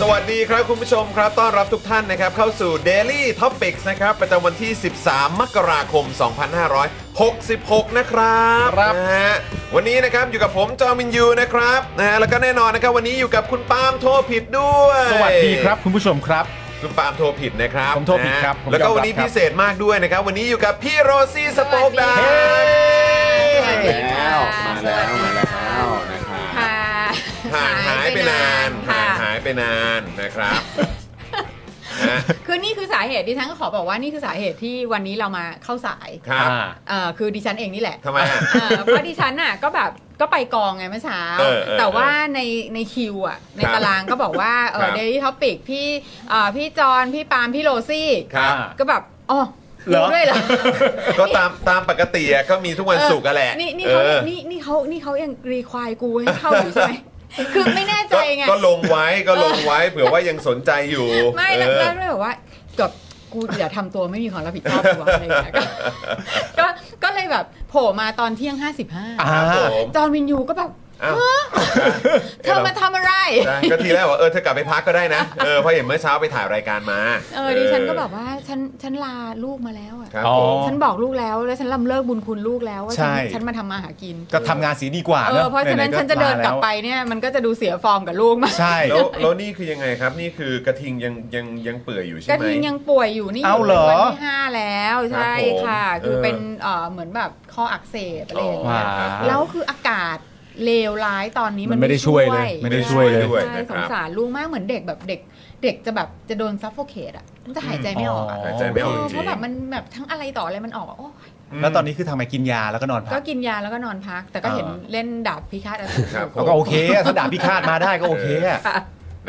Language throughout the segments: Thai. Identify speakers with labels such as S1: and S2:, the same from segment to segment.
S1: สวัสดีครับคุณผู้ชมครับ ต้อนรับทุกท่านนะครับ เข้าสู่ Daily Topics นะครับ ประจำวันที่ 13 มกราคม 2566 นะครับ
S2: ครับ
S1: นะฮะวันนี้นะครับอยู่กับผมจอมินยูนะครับนะฮะแล้วก็แน่นอนนะครับ วันนี้อยู่กับคุณปาล์มโทรผิดด้วย
S2: สวัสดีครับคุณผู้ชมครับ
S1: คุณปาล์มโทรผิดนะครับ
S2: ผมโทรผิด
S1: นะฮะ
S2: ครับผม
S1: แล้วก็วันนี้
S2: ยอมรับครับ
S1: พิเศษมากด้วยนะครับ วันนี้อยู่กับพี่โรซี่สโป๊กดาร์
S3: สวัสดี
S1: เฮ้ย
S3: แล้วมาแล้วมาแล้ว
S1: วนะครับ
S3: ค่ะ
S1: ห่างหายไปนานห่า
S3: ค่ะ
S1: งหายไปนานนะครับ
S3: คือนี่คือสาเหตุดิฉันก็ขอบอกว่านี่คือสาเหตุที่วันนี้เรามาเข้าสาย
S1: ครับ
S2: อ่า
S3: เอ่อคือดิฉันเองนี่แหละ
S1: ทำไมอะ
S3: เอ่อเพราะดิฉันน่ะก็แบบก็ไปกองไงเมื่อเช้า
S1: เออเออ
S3: แต่ว่าในในคิวอ่ะใน
S1: ครับ
S3: ตารางก็บอกว่า
S1: ค
S3: เอ
S1: รั
S3: อบ เดลี่ท็อปิกพี่เอ่อพี่จอนพี่ปาล์มพี่โรซี่
S1: ครับ
S2: อ่า
S3: ก็แบบอ๋อ
S2: เหรอ
S3: รู้ด้วยเหรอ
S1: ก็ตามตามปกติอะก็มีทุกวันศุกร์อะแหละ
S3: นี่นี่
S1: เอ
S3: เขา
S1: อ
S3: นี่นี่เขานี่เขายังรีควายกูให้เข้าอยู่ใช่ไหม คือไม่แน่ใจ
S1: ก็
S3: ไง
S1: ก็ลงไว้ก็ลงไว้เผื่อว่ายังสนใจอยู่
S3: ไม่
S1: เอ
S3: แล้ว
S1: อ
S3: แล้วเลยแบบว่ากับกูอย่าทำตัวไม่มีความรับผิดชอบดีกว่าอะไรอย่างเงี้ยก็ ก็ก็เลยแบบโผล่มาตอนเที่ยง 55
S1: ครับผม
S3: จอห์นวินยูก็แบบ
S1: อ้าว
S3: เธอมาทำอะไร
S1: ใช่ก็ทีแรกว่าเออเธอกลับไปพักก็ได้ นะเออเพราะเห็นเมื่อเช้าไปถ่ายรายการมา
S3: เออดิฉันก็แบบว่าฉันฉันลาลูกมาแล้วอ่ะ
S1: ครับ
S2: อ๋อ
S1: ผม
S3: ฉันบอกลูกแล้วแล้วฉันลำเลิกบุญคุณลูกแล้วว่าฉัน
S2: ใช่
S3: ฉันมาทำมาหากิน
S2: ก็ทำงานสีดีกว่า
S3: เอ
S2: เน
S3: อ
S2: อะ
S3: เพราะฉะนั้น
S2: ไหๆ
S3: ฉันจะเดินกลับไป
S2: มา
S3: เนี่ยมันก็จะดูเสียฟอร์มกับลูกมาก
S2: แวใช่
S1: แล้วแล้วนี่คือยังไงครับ นี่คือกระทิงยังยังยังเปื่อยอยู่ใช่
S3: กระ
S1: ไหม
S3: ทิงยังป่วยอยู่นี่
S2: เอาเหรอ
S3: ป็นวันที่ห้าแล้วใช่
S1: ครับผม
S3: ค่ะ คือ
S1: เออ
S3: เป็นเอ่อเหมือนแบบข้ออักเสบอะไรอย่างเงี้ย
S2: ว้าว
S3: แล้วคืออากาศเลวร้ายตอนนี้
S2: มั
S3: มันน
S2: ไม่ได้ช่วยเลยไม่ได้ช่วยเลย
S1: ด้วย
S3: ใช่
S1: นะค
S3: ส
S1: รั
S3: ง
S1: บ
S3: สารลูกมากเหมือนเด็กแบบเด็ก เด็กจะแบบจะโดนซัฟโฟเคตอ่ะมันจะหายใจไม่ออกอะ
S1: หายใจไม่ออกจริง
S3: เพราะแบบมันแบบทั้งอะไรต่ออะไรมันออกอะโอ้ย
S2: แล้วตอนนี้คือทำไมกินยาแล้วก็นอนพั
S3: ก็
S2: ก
S3: กินยาแล้วก็นอนพัก แต่ก็
S2: อ่า
S3: เห็นเล่นดาบพิฆาตอสูร
S1: ครับ
S2: แล้วก็โอเคอะถ้าด่าพิฆาตมาได้ก็โอเคอะ
S3: ค่ะ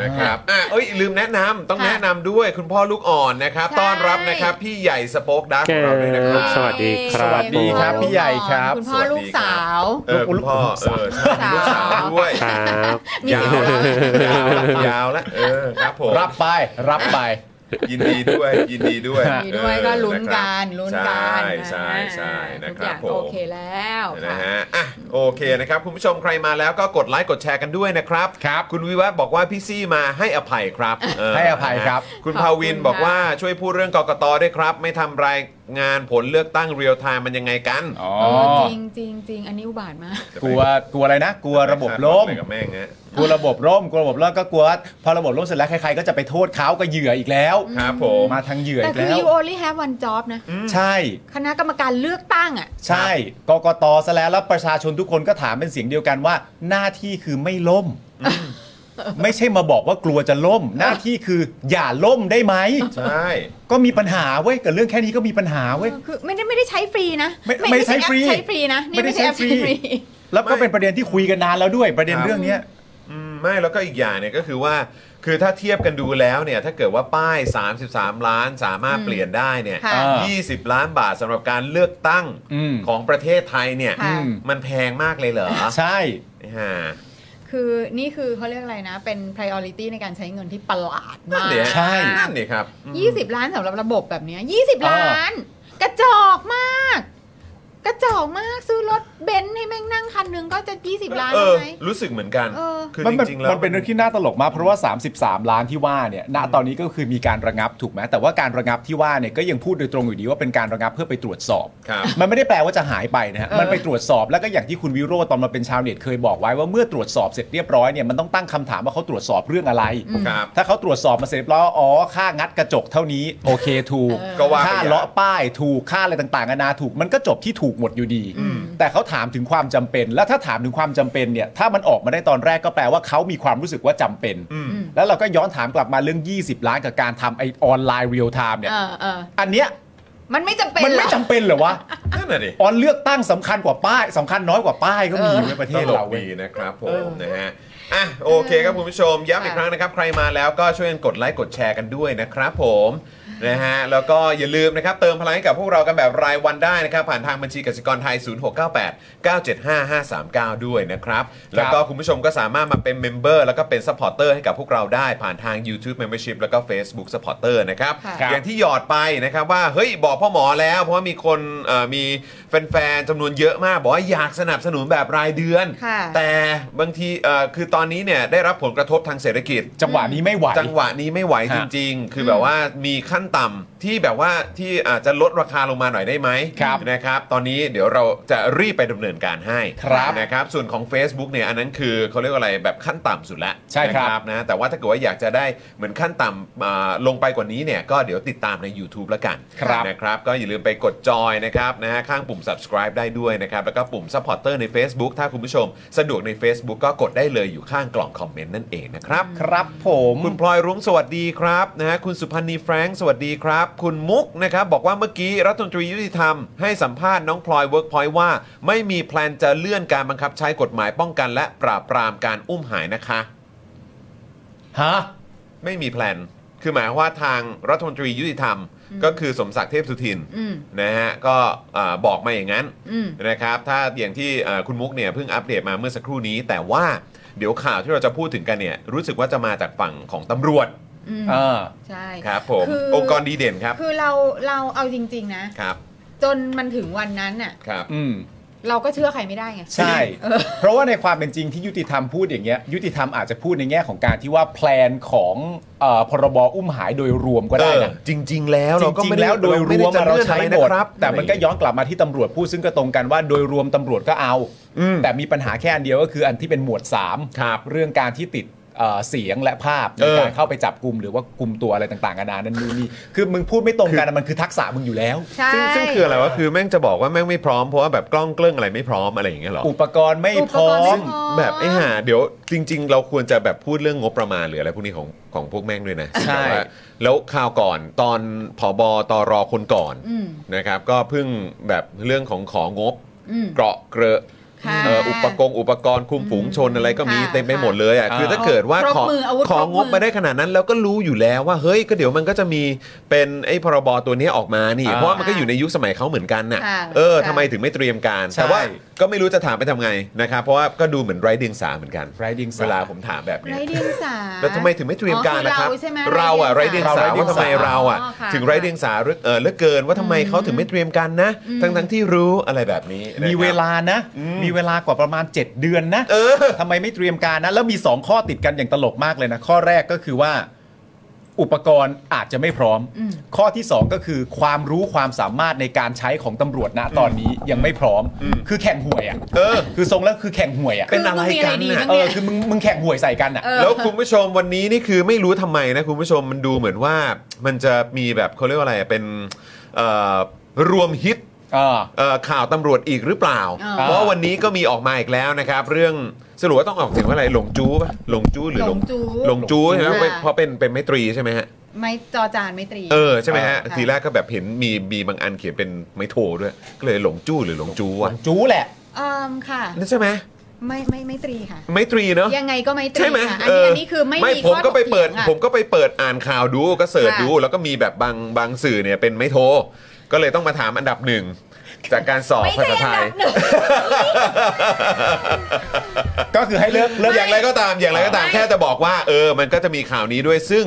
S1: นะครับอ่ะเอ้ยลืมแนะนำต้อง
S3: ค่ะ
S1: แนะนำด้วยคุณพ่อลูกอ่อนนะครับ
S3: ใช่
S1: ต้อนรับนะครับพี่ใหญ่สโป๊กดาร์กของเราด้วยนะครับ
S4: สวัสดีครับ
S2: สวัสดีครับพี่ใหญ่ครับ
S3: คุณพ่อลูกสาว
S1: เออคุณพ่อเออใช่มีลูกสาวด้วย
S4: ครับ
S3: มี
S1: ยาว
S3: เสียงหั
S1: ละ
S3: วเราะ
S1: ยาวละยาวละเออครับผม
S2: รับไปรับไป
S1: ยินดีด้วยยินดีด้วย
S3: ยินดีด้วย
S1: เออ
S3: ก็ลุ้นกันลุ้นกัน
S1: ใช่ใช่ใช่นะค
S3: ทุกอ
S1: รับ
S3: ย่าง
S1: ผ
S3: โอ
S1: ม
S3: เคแล้ว
S1: นะ
S3: ค่ะ
S1: ฮะ อ่ะ โอเคนะครับ คุณผู้ชมใครมาแล้วก็กดไลค์กดแชร์กันด้วยนะครับ
S2: ครับ
S1: คุณวิวัฒน์บอกว่าพี่ซี่มาให้อภัยครับเออ
S2: ให้อภัยครับ
S1: คุณ
S3: ขอบคุณ
S1: ภาวินบอก
S3: ค่ะ
S1: ว่าช่วยพูดเรื่องกกตด้วยครับ ไม่ทำรายงานผลเลือกตั้งเรียลไทม์มันยังไงกัน
S2: อ๋อ
S3: เออจริงจริงจริงอันนี้อุบาทมาก
S2: กลัวกลัวอะไรนะ กลัวระบบล่ม
S1: ไปกับแม่งฮะ
S2: กลัวระบบล่มกลัวระบบล่มก็กลัวว่าพอระบบล่มเสร็จแล้วใครๆก็จะไปโทษเขากับเหยื่ออีกแล้ว
S1: ครับผม
S2: มาทางเหยื่อ
S3: แต่
S2: อีก
S3: คือ
S2: แล้ว
S3: you only have one job นะ
S2: ใช่
S3: คณะกรรมการเลือกตั้งอ่ะ
S2: ใช่กกตซะแล้วแล้วประชาชนทุกคนก็ถามเป็นเสียงเดียวกันว่า หน้าที่คือไม่ล่ม ไม่ใช่มาบอกว่ากลัวจะล่ม หน้าที่คืออย่าล่มได้ไหม
S1: ใช่
S2: ก็มีปัญหาเว้ยกับเรื่องแค่นี้ก็มีปัญหาเว้ย
S3: คือไม่ได้ไม่ได้ใช้ฟรีนะ
S2: ไม่ไม่ใช้ฟรี
S3: ใช้แอปใช้ฟรีนะนี่
S2: ไม่
S3: ไม่
S2: ได้
S3: ใช่แอป
S2: ใช้
S3: ใช้
S2: ฟ
S3: ฟ
S2: รี
S3: รี
S2: แล้วก็เป็นประเด็นที่คุยกันนานแล้วด้วยประเด็นเรื่องเนี้ย
S1: อืมไม่แล้วก็อีกอย่างเนี่ยก็คือว่า คือถ้าเทียบกันดูแล้วเนี่ย ถ้าเกิดว่าป้าย 33 ล้านสามารถเปลี่ยนได้เนี่ย
S3: ค่ะ
S1: 20 ล้านบาทสำหรับการเลือกตั้ง
S2: อืม
S1: ของประเทศไทยเนี่ย
S3: ค่ะ
S2: อืม
S1: มันแพงมากเลยเหรอ
S2: ใช่
S1: ฮ่า
S3: คือนี่คือเขาเรียกอะไรนะ เป็น priority ในการใช้เงินที่ประหลาดมาก
S1: นั่นดิ
S2: ใช่
S1: นั่นนี่ครับ
S3: 20 ล้านสำหรับระบบแบบเนี้ย20 ล้าน กระจอกมาก กระจอกมากซื้อรถเบนซ์ให้แม่งนั่งคันหนึงก็จะ 20 ล้าน
S1: เอ
S3: แล้ว
S1: อ
S3: ไหม
S1: รู้สึกเหมือนกัน
S3: เออ
S1: คือ
S2: มัน
S1: จ
S2: เป็น
S1: ริงๆแล้ว
S2: มันเป็นเรื่องที่น่าตลกมากเพราะว่า 33 ล้านที่ว่าเนี่ยณตอนนี้ก็คือมีการระงับถูกไหมแต่ว่าการระงับที่ว่าเนี่ยก็ยังพูดโดยตรงอยู่ดีว่าเป็นการระงับเพื่อไปตรวจสอบ
S1: ครับ
S2: มันไม่ได้แปลว่าจะหายไปนะฮะ
S3: เออ
S2: มันไปตรวจสอบแล้วก็อย่างที่คุณวิโรจน์ตอนมาเป็นชาวเน็ตเคยบอกไว้ว่าเมื่อตรวจสอบเสร็จเรียบร้อยเนี่ยมันต้องตั้งคำถามว่าเขาตรวจสอบเรื่องอะไร
S1: ครับ
S2: ถ้าเขาตรวจสอบมาเสร็จแล้วอ๋อค่างัดกระจกเท่านี้ โอเคถูก
S1: ก็ว่าไป
S2: ค่าเลาะป้ายถูกค่าอะไรต่างๆนานาถูก มันก็จบที่ถูกหมดอยู่ดี แต่เขาถามถึงความจำเป็น แล้วถ้าถามถึงความจำเป็นเนี่ยถ้ามันออกมาได้ตอนแรกก็แปลว่าเขามีความรู้สึกว่าจำเป็น
S1: อืม
S2: แล้วเราก็ย้อนถามกลับมาเรื่อง 20 ล้านกับการทำไอออนไลน์เรียลไทม์เนี่ย
S3: เออเออ
S2: อันเนี้ย
S3: มันไม่จำเป็น
S2: มัน
S3: หร
S2: ไม่
S3: อก
S2: จำเป็นเหรอวะ
S1: นั่นน่ะดิ
S2: ออนเลือกตั้งสำคัญกว่าป้ายสำคัญน้อยกว่าป้ายก็มี
S3: เออ
S2: ในประเท
S1: ต
S2: ศ
S1: ลก
S2: เราเว้ย
S1: ดีนะครับผมนะฮะ อ่ะโอเคครับคุณผู้ชม ย้ำอีกครั้งนะครับ ใครมาแล้วก็ช่วยกันกดไลค์กดแชร์กันด้วยนะครับผมนะฮะแล้วก็อย่าลืมนะครับ เติมพลังให้กับพวกเรากันแบบรายวันได้นะครับ ผ่านทางบัญชีกสิกรไทย 0698 975 539 ด้วยนะครับ แล้วก็คุณผู้ชมก็สามารถมาเป็นเมมเบอร์แล้วก็เป็นซัพพอร์เตอร์ให้กับพวกเราได้ผ่านทาง YouTube Membership แล้วก็ Facebook Supporter นะครับ
S3: ค่ะ
S2: ครับ
S1: อย่างที่หยอดไปนะครับว่าเฮ้ยบอกพ่อหมอแล้ว เพราะว่ามีคนเอ่อมีแฟนๆจำนวนเยอะมาก บอกว่าอยากสนับสนุนแบบรายเดือน
S3: ค่ะ
S1: แต่บางทีเอ่อคือตอนนี้เนี่ยได้รับผลกระทบทางเศรษฐกิจ
S2: จังหวะนี้ไม่ไหว
S1: จังหวะนี้ไม่ไหว
S2: ฮะ
S1: จริง ๆ คือแบบว่ามีขั้นต่ำที่แบบว่าที่อาจจะลดราคาลงมาหน่อยได้ไหมนะครับ ตอนนี้เดี๋ยวเราจะรีบไปดำเนินการให้
S2: ครับ
S1: นะครับ ส่วนของ Facebook เนี่ยอันนั้นคือเขาเรียกว่าอะไรแบบขั้นต่ำสุดแล้ว
S2: ใช่ครับ
S1: นะนะแต่ว่าถ้าเกิดว่าอยากจะได้เหมือนขั้นต่ำอ่าลงไปกว่านี้เนี่ยก็เดี๋ยวติดตามใน YouTube ละกัน
S2: ครับ
S1: นะครับ ก็อย่าลืมไปกดจอยนะครับนะฮะข้างปุ่ม subscribe ได้ด้วยนะครับ แล้วก็ปุ่ม supporter ใน Facebook ถ้าคุณผู้ชม สะดวกใน Facebook ก็กดได้เลยอยู่ข้างกล่องคอมเมนต์นั่นเองนะครับ
S2: ครับผม
S1: คุณพลอยรุ้งสวัสดีครับนะฮะคุณสุพันธ์นีแฟรงค์สวัสดีครับ คุณมุกนะครับ บอกว่าเมื่อกี้รัฐมนตรียุติธรรมให้สัมภาษณ์น้องพลอยเวิร์กพอยต์ว่า ไม่มีแพลนจะเลื่อนการบังคับใช้กฎหมายป้องกันและปราบปรามการอุ้มหายนะคะ
S2: ฮะ
S1: ไม่มีแพลน คือหมายความว่าทางรัฐมนตรียุติธรรม ก็คือสมศักดิ์เทพสุทิน
S3: อืม
S1: นะฮะก็อ่าบอกมาอย่างนั้น
S3: อืม
S1: นะครับถ้าอย่างที่เอ่อคุณมุกเนี่ยเพิ่งอัปเดตมาเมื่อสักครู่นี้ แต่ว่าเดี๋ยวข่าวที่เราจะพูดถึงกันเนี่ยรู้สึกว่าจะมาจากฝั่งของตำรวจ
S3: อืม
S2: อ่า
S3: ใช่
S1: ครับผม
S3: คือ
S1: องค์กรดีเด่นครับ
S3: คือเราเราเอาจริง ๆ นะ
S1: ครับ
S3: จนมันถึงวันนั้นน่ะ
S1: ครับ
S2: อืม
S3: เราก็เชื่อใครไม่ได้ไง
S2: ใช่ เพราะว่าในความเป็นจริงที่ยุติธรรมพูดอย่างเงี้ย ยุติธรรมอาจจะพูดในแง่ของการที่ว่าแพลนของเออพรบอุ้มหายโดยรวมก็ได้นะ
S1: เออจริง ๆ แล้ว
S2: จ
S1: เราก็
S2: ริง
S1: ไม่
S2: ๆ
S1: ไ
S2: แล้วโดยรวมอะเราใช้หมด
S1: ไไจะเลื่ออะไนะครับ
S2: แต่มันก็ย้อนกลับมาที่ตำรวจพูดซึ่งก็ตรงกันว่าโดยรวมตำรวจก็เอา
S1: อืม
S2: แต่มีปัญหาแค่อันเดียวก็คืออันที่เป็นหมวด 3
S1: ครับ
S2: เรื่องการที่ติดเอ่อเสียงและภาพใน
S1: เออ
S2: การเข้าไปจับกลุ่มหรือว่ากลุ่มตัวอะไรต่างๆนานานั่นนู่นนี่คือมึงพูดไม่ตรงกันอะมันคือทักษะมึงอยู่แล้ว
S3: ใช่
S1: ซึ่งซึ่งคืออะไรวะคือแม่งจะบอกว่าแม่งไม่พร้อมเพราะว่าแบบกล้องเกลื้องอะไรไม่พร้อมอะไรอย่างเงี้ยเหรอ
S2: อุปกรณ์ไม่
S3: อุป
S2: พร้
S3: ก
S2: อม
S3: รณ์ไม่พร้อม
S1: แบบไอ้ห่าเดี๋ยวจริง ๆ เราควรจะแบบพูดเรื่องงบประมาณหรืออะไรพวกนี้ของของพวกแม่งด้วยนะ
S2: ใช่
S1: แบบว่าแล้วข่าวก่อนตอนผบตรคนก่อน
S3: อืม
S1: นะครับก็เพิ่งแบบเรื่องของของบ
S3: อืม
S1: เกราะเกรอะ
S3: ค่ะ
S1: เอ่ออุปกรณ์อุปกรณ์คุมฝูงชนอะไรก็มี
S3: ค่ะ
S1: เต็มไปหมดเลยอ่ะ
S2: ค่ะ
S1: คือถ้าเกิดว่า
S3: คร
S1: ขอ
S3: บ
S1: ง
S3: มืออาวุธ
S1: ของ
S3: ครบมื
S1: ง
S3: อ
S1: บมาได้ขนาดนั้นแล้วก็รู้อยู่แล้วว่าเฮ้ยก็เดี๋ยวมันก็จะมีเป็นไอ้พรบตัวเนี้ยออกมานี่ เพราะว่ามันก็อยู่ในยุคสมัยเขาเหมือนกันน่ะ
S3: ค่ะ
S1: เออ
S3: ค่ะ
S1: ทำไมถึงไม่เตรียมการ แต่ว่าก็ไม่รู้จะถามไปทำไงนะครับเพราะว่าก็ดูเหมือนไร้เดียงสาเหมือนกัน
S2: ไรดิง
S1: เวลาผมถามแบบเนี้ย
S3: ไร้เดียงสา
S1: แล้วทำไมถึงไม่เตรียมการล่ะครับ
S3: อ๋อคือเราใช่ไหม
S1: เราอะ
S3: ไร้
S1: ไร้
S3: เดี
S1: เดีย
S3: ย
S1: ง
S3: ง
S1: สา
S3: สา
S1: ว่าทำไมเราอะ
S3: อ๋อค่ะ
S1: ถึงไร้เดียงสาเหลือเออเหลือเกินว่าทำไมเขาถึงไม่เตรียมการนะ
S3: อืม
S1: ทั้งทั้งที่รู้อะไรแบบนี้นะครับ
S2: มีเวลานะ
S1: อืม
S2: มีเวลากว่าประมาณ 7 เดือนนะ
S1: เออ
S2: ทำไมไม่เตรียมการนะ แล้วมี 2 ข้อติดกันอย่างตลกมากเลยนะ ข้อแรกก็คือว่า อุปกรณ์อาจจะไม่พร้อม
S3: อืม
S2: ข้อที่ 2 ก็คือความรู้ความสามารถในการใช้ของตำรวจณตอนนี้ยังไม่พร้อม คือแข่งหวยอะ
S1: เออ
S2: คือทรงแล้วคือแข่งหวยอะ
S1: เป็นอะไรกัน
S3: คือมีอะไรดี
S1: น่ะ
S3: บ้าง
S2: เออคือมึงมึงแข่งหวยใส่กันอะ
S3: เออ
S1: แล้วคุณผู้ชมวันนี้นี่คือไม่รู้ทำไมนะคุณผู้ชมมันดูเหมือนว่ามันจะมีแบบเขาเรียกว่าอะไรอะเป็นเอ่อรวมฮิต เอ่อข่าวตำรวจอีกหรือเปล่า
S3: อ่า
S1: เพราะวันนี้ก็มีออกมาอีกแล้วนะครับ เรื่องสรุปว่าต้องออกเสียงว่าอะไรหลงจู้ป่ะหลงจู้หรือ
S3: หลงจู้
S1: หลงจู้ใช่ไหม
S3: อ่า
S1: เป็นเพราะเป็นเป็นไมตรีใช่ไหมฮะ
S3: ไม่จอจานไม่ตรี
S1: เออใช่ไหมฮะ
S3: อ่า
S1: ทีแรกก็แบบเห็นมีมีบางอันเขียนเป็นไมโทด้วย ก็เลยหลงจู้หรือหลงจู้อ่ะ
S2: จู้แหละ
S3: เอ่มค่ะ
S1: นั่นใช่ไหม
S3: ไม่ไม่ไม่ตรีค่ะ
S1: ไมตรีเนอะ
S3: ยังไงก็ไม่ตรี
S1: ใช่ไหม
S3: ค่ะอัน
S1: เ
S3: นี้อันนี้คือไม่มี
S1: ผม
S3: ข้อ
S1: ก็ไปเปิด
S3: ถียงอะ
S1: ผมก็ไปเปิดอ่านข่าวดูก็เสิร์ช
S3: ค่ะ
S1: ดูแล้วก็มีแบบบางบางสื่อเนี่ยเป็นไมโทก็เลยต้องมาถามอันดับหนึ่งจากการสอบ
S3: ไม่
S1: ภาษา
S3: ใช่อั
S1: ไท
S3: น
S1: ย
S3: ดับหนึ่ง
S2: ก็คือให้เลิกเลิก
S1: อย่างไรก็ตามอย่างไรก็ตาม
S3: ไม่
S1: แค่จะบอกว่า เออ มันก็จะมีข่าวนี้ด้วย ซึ่ง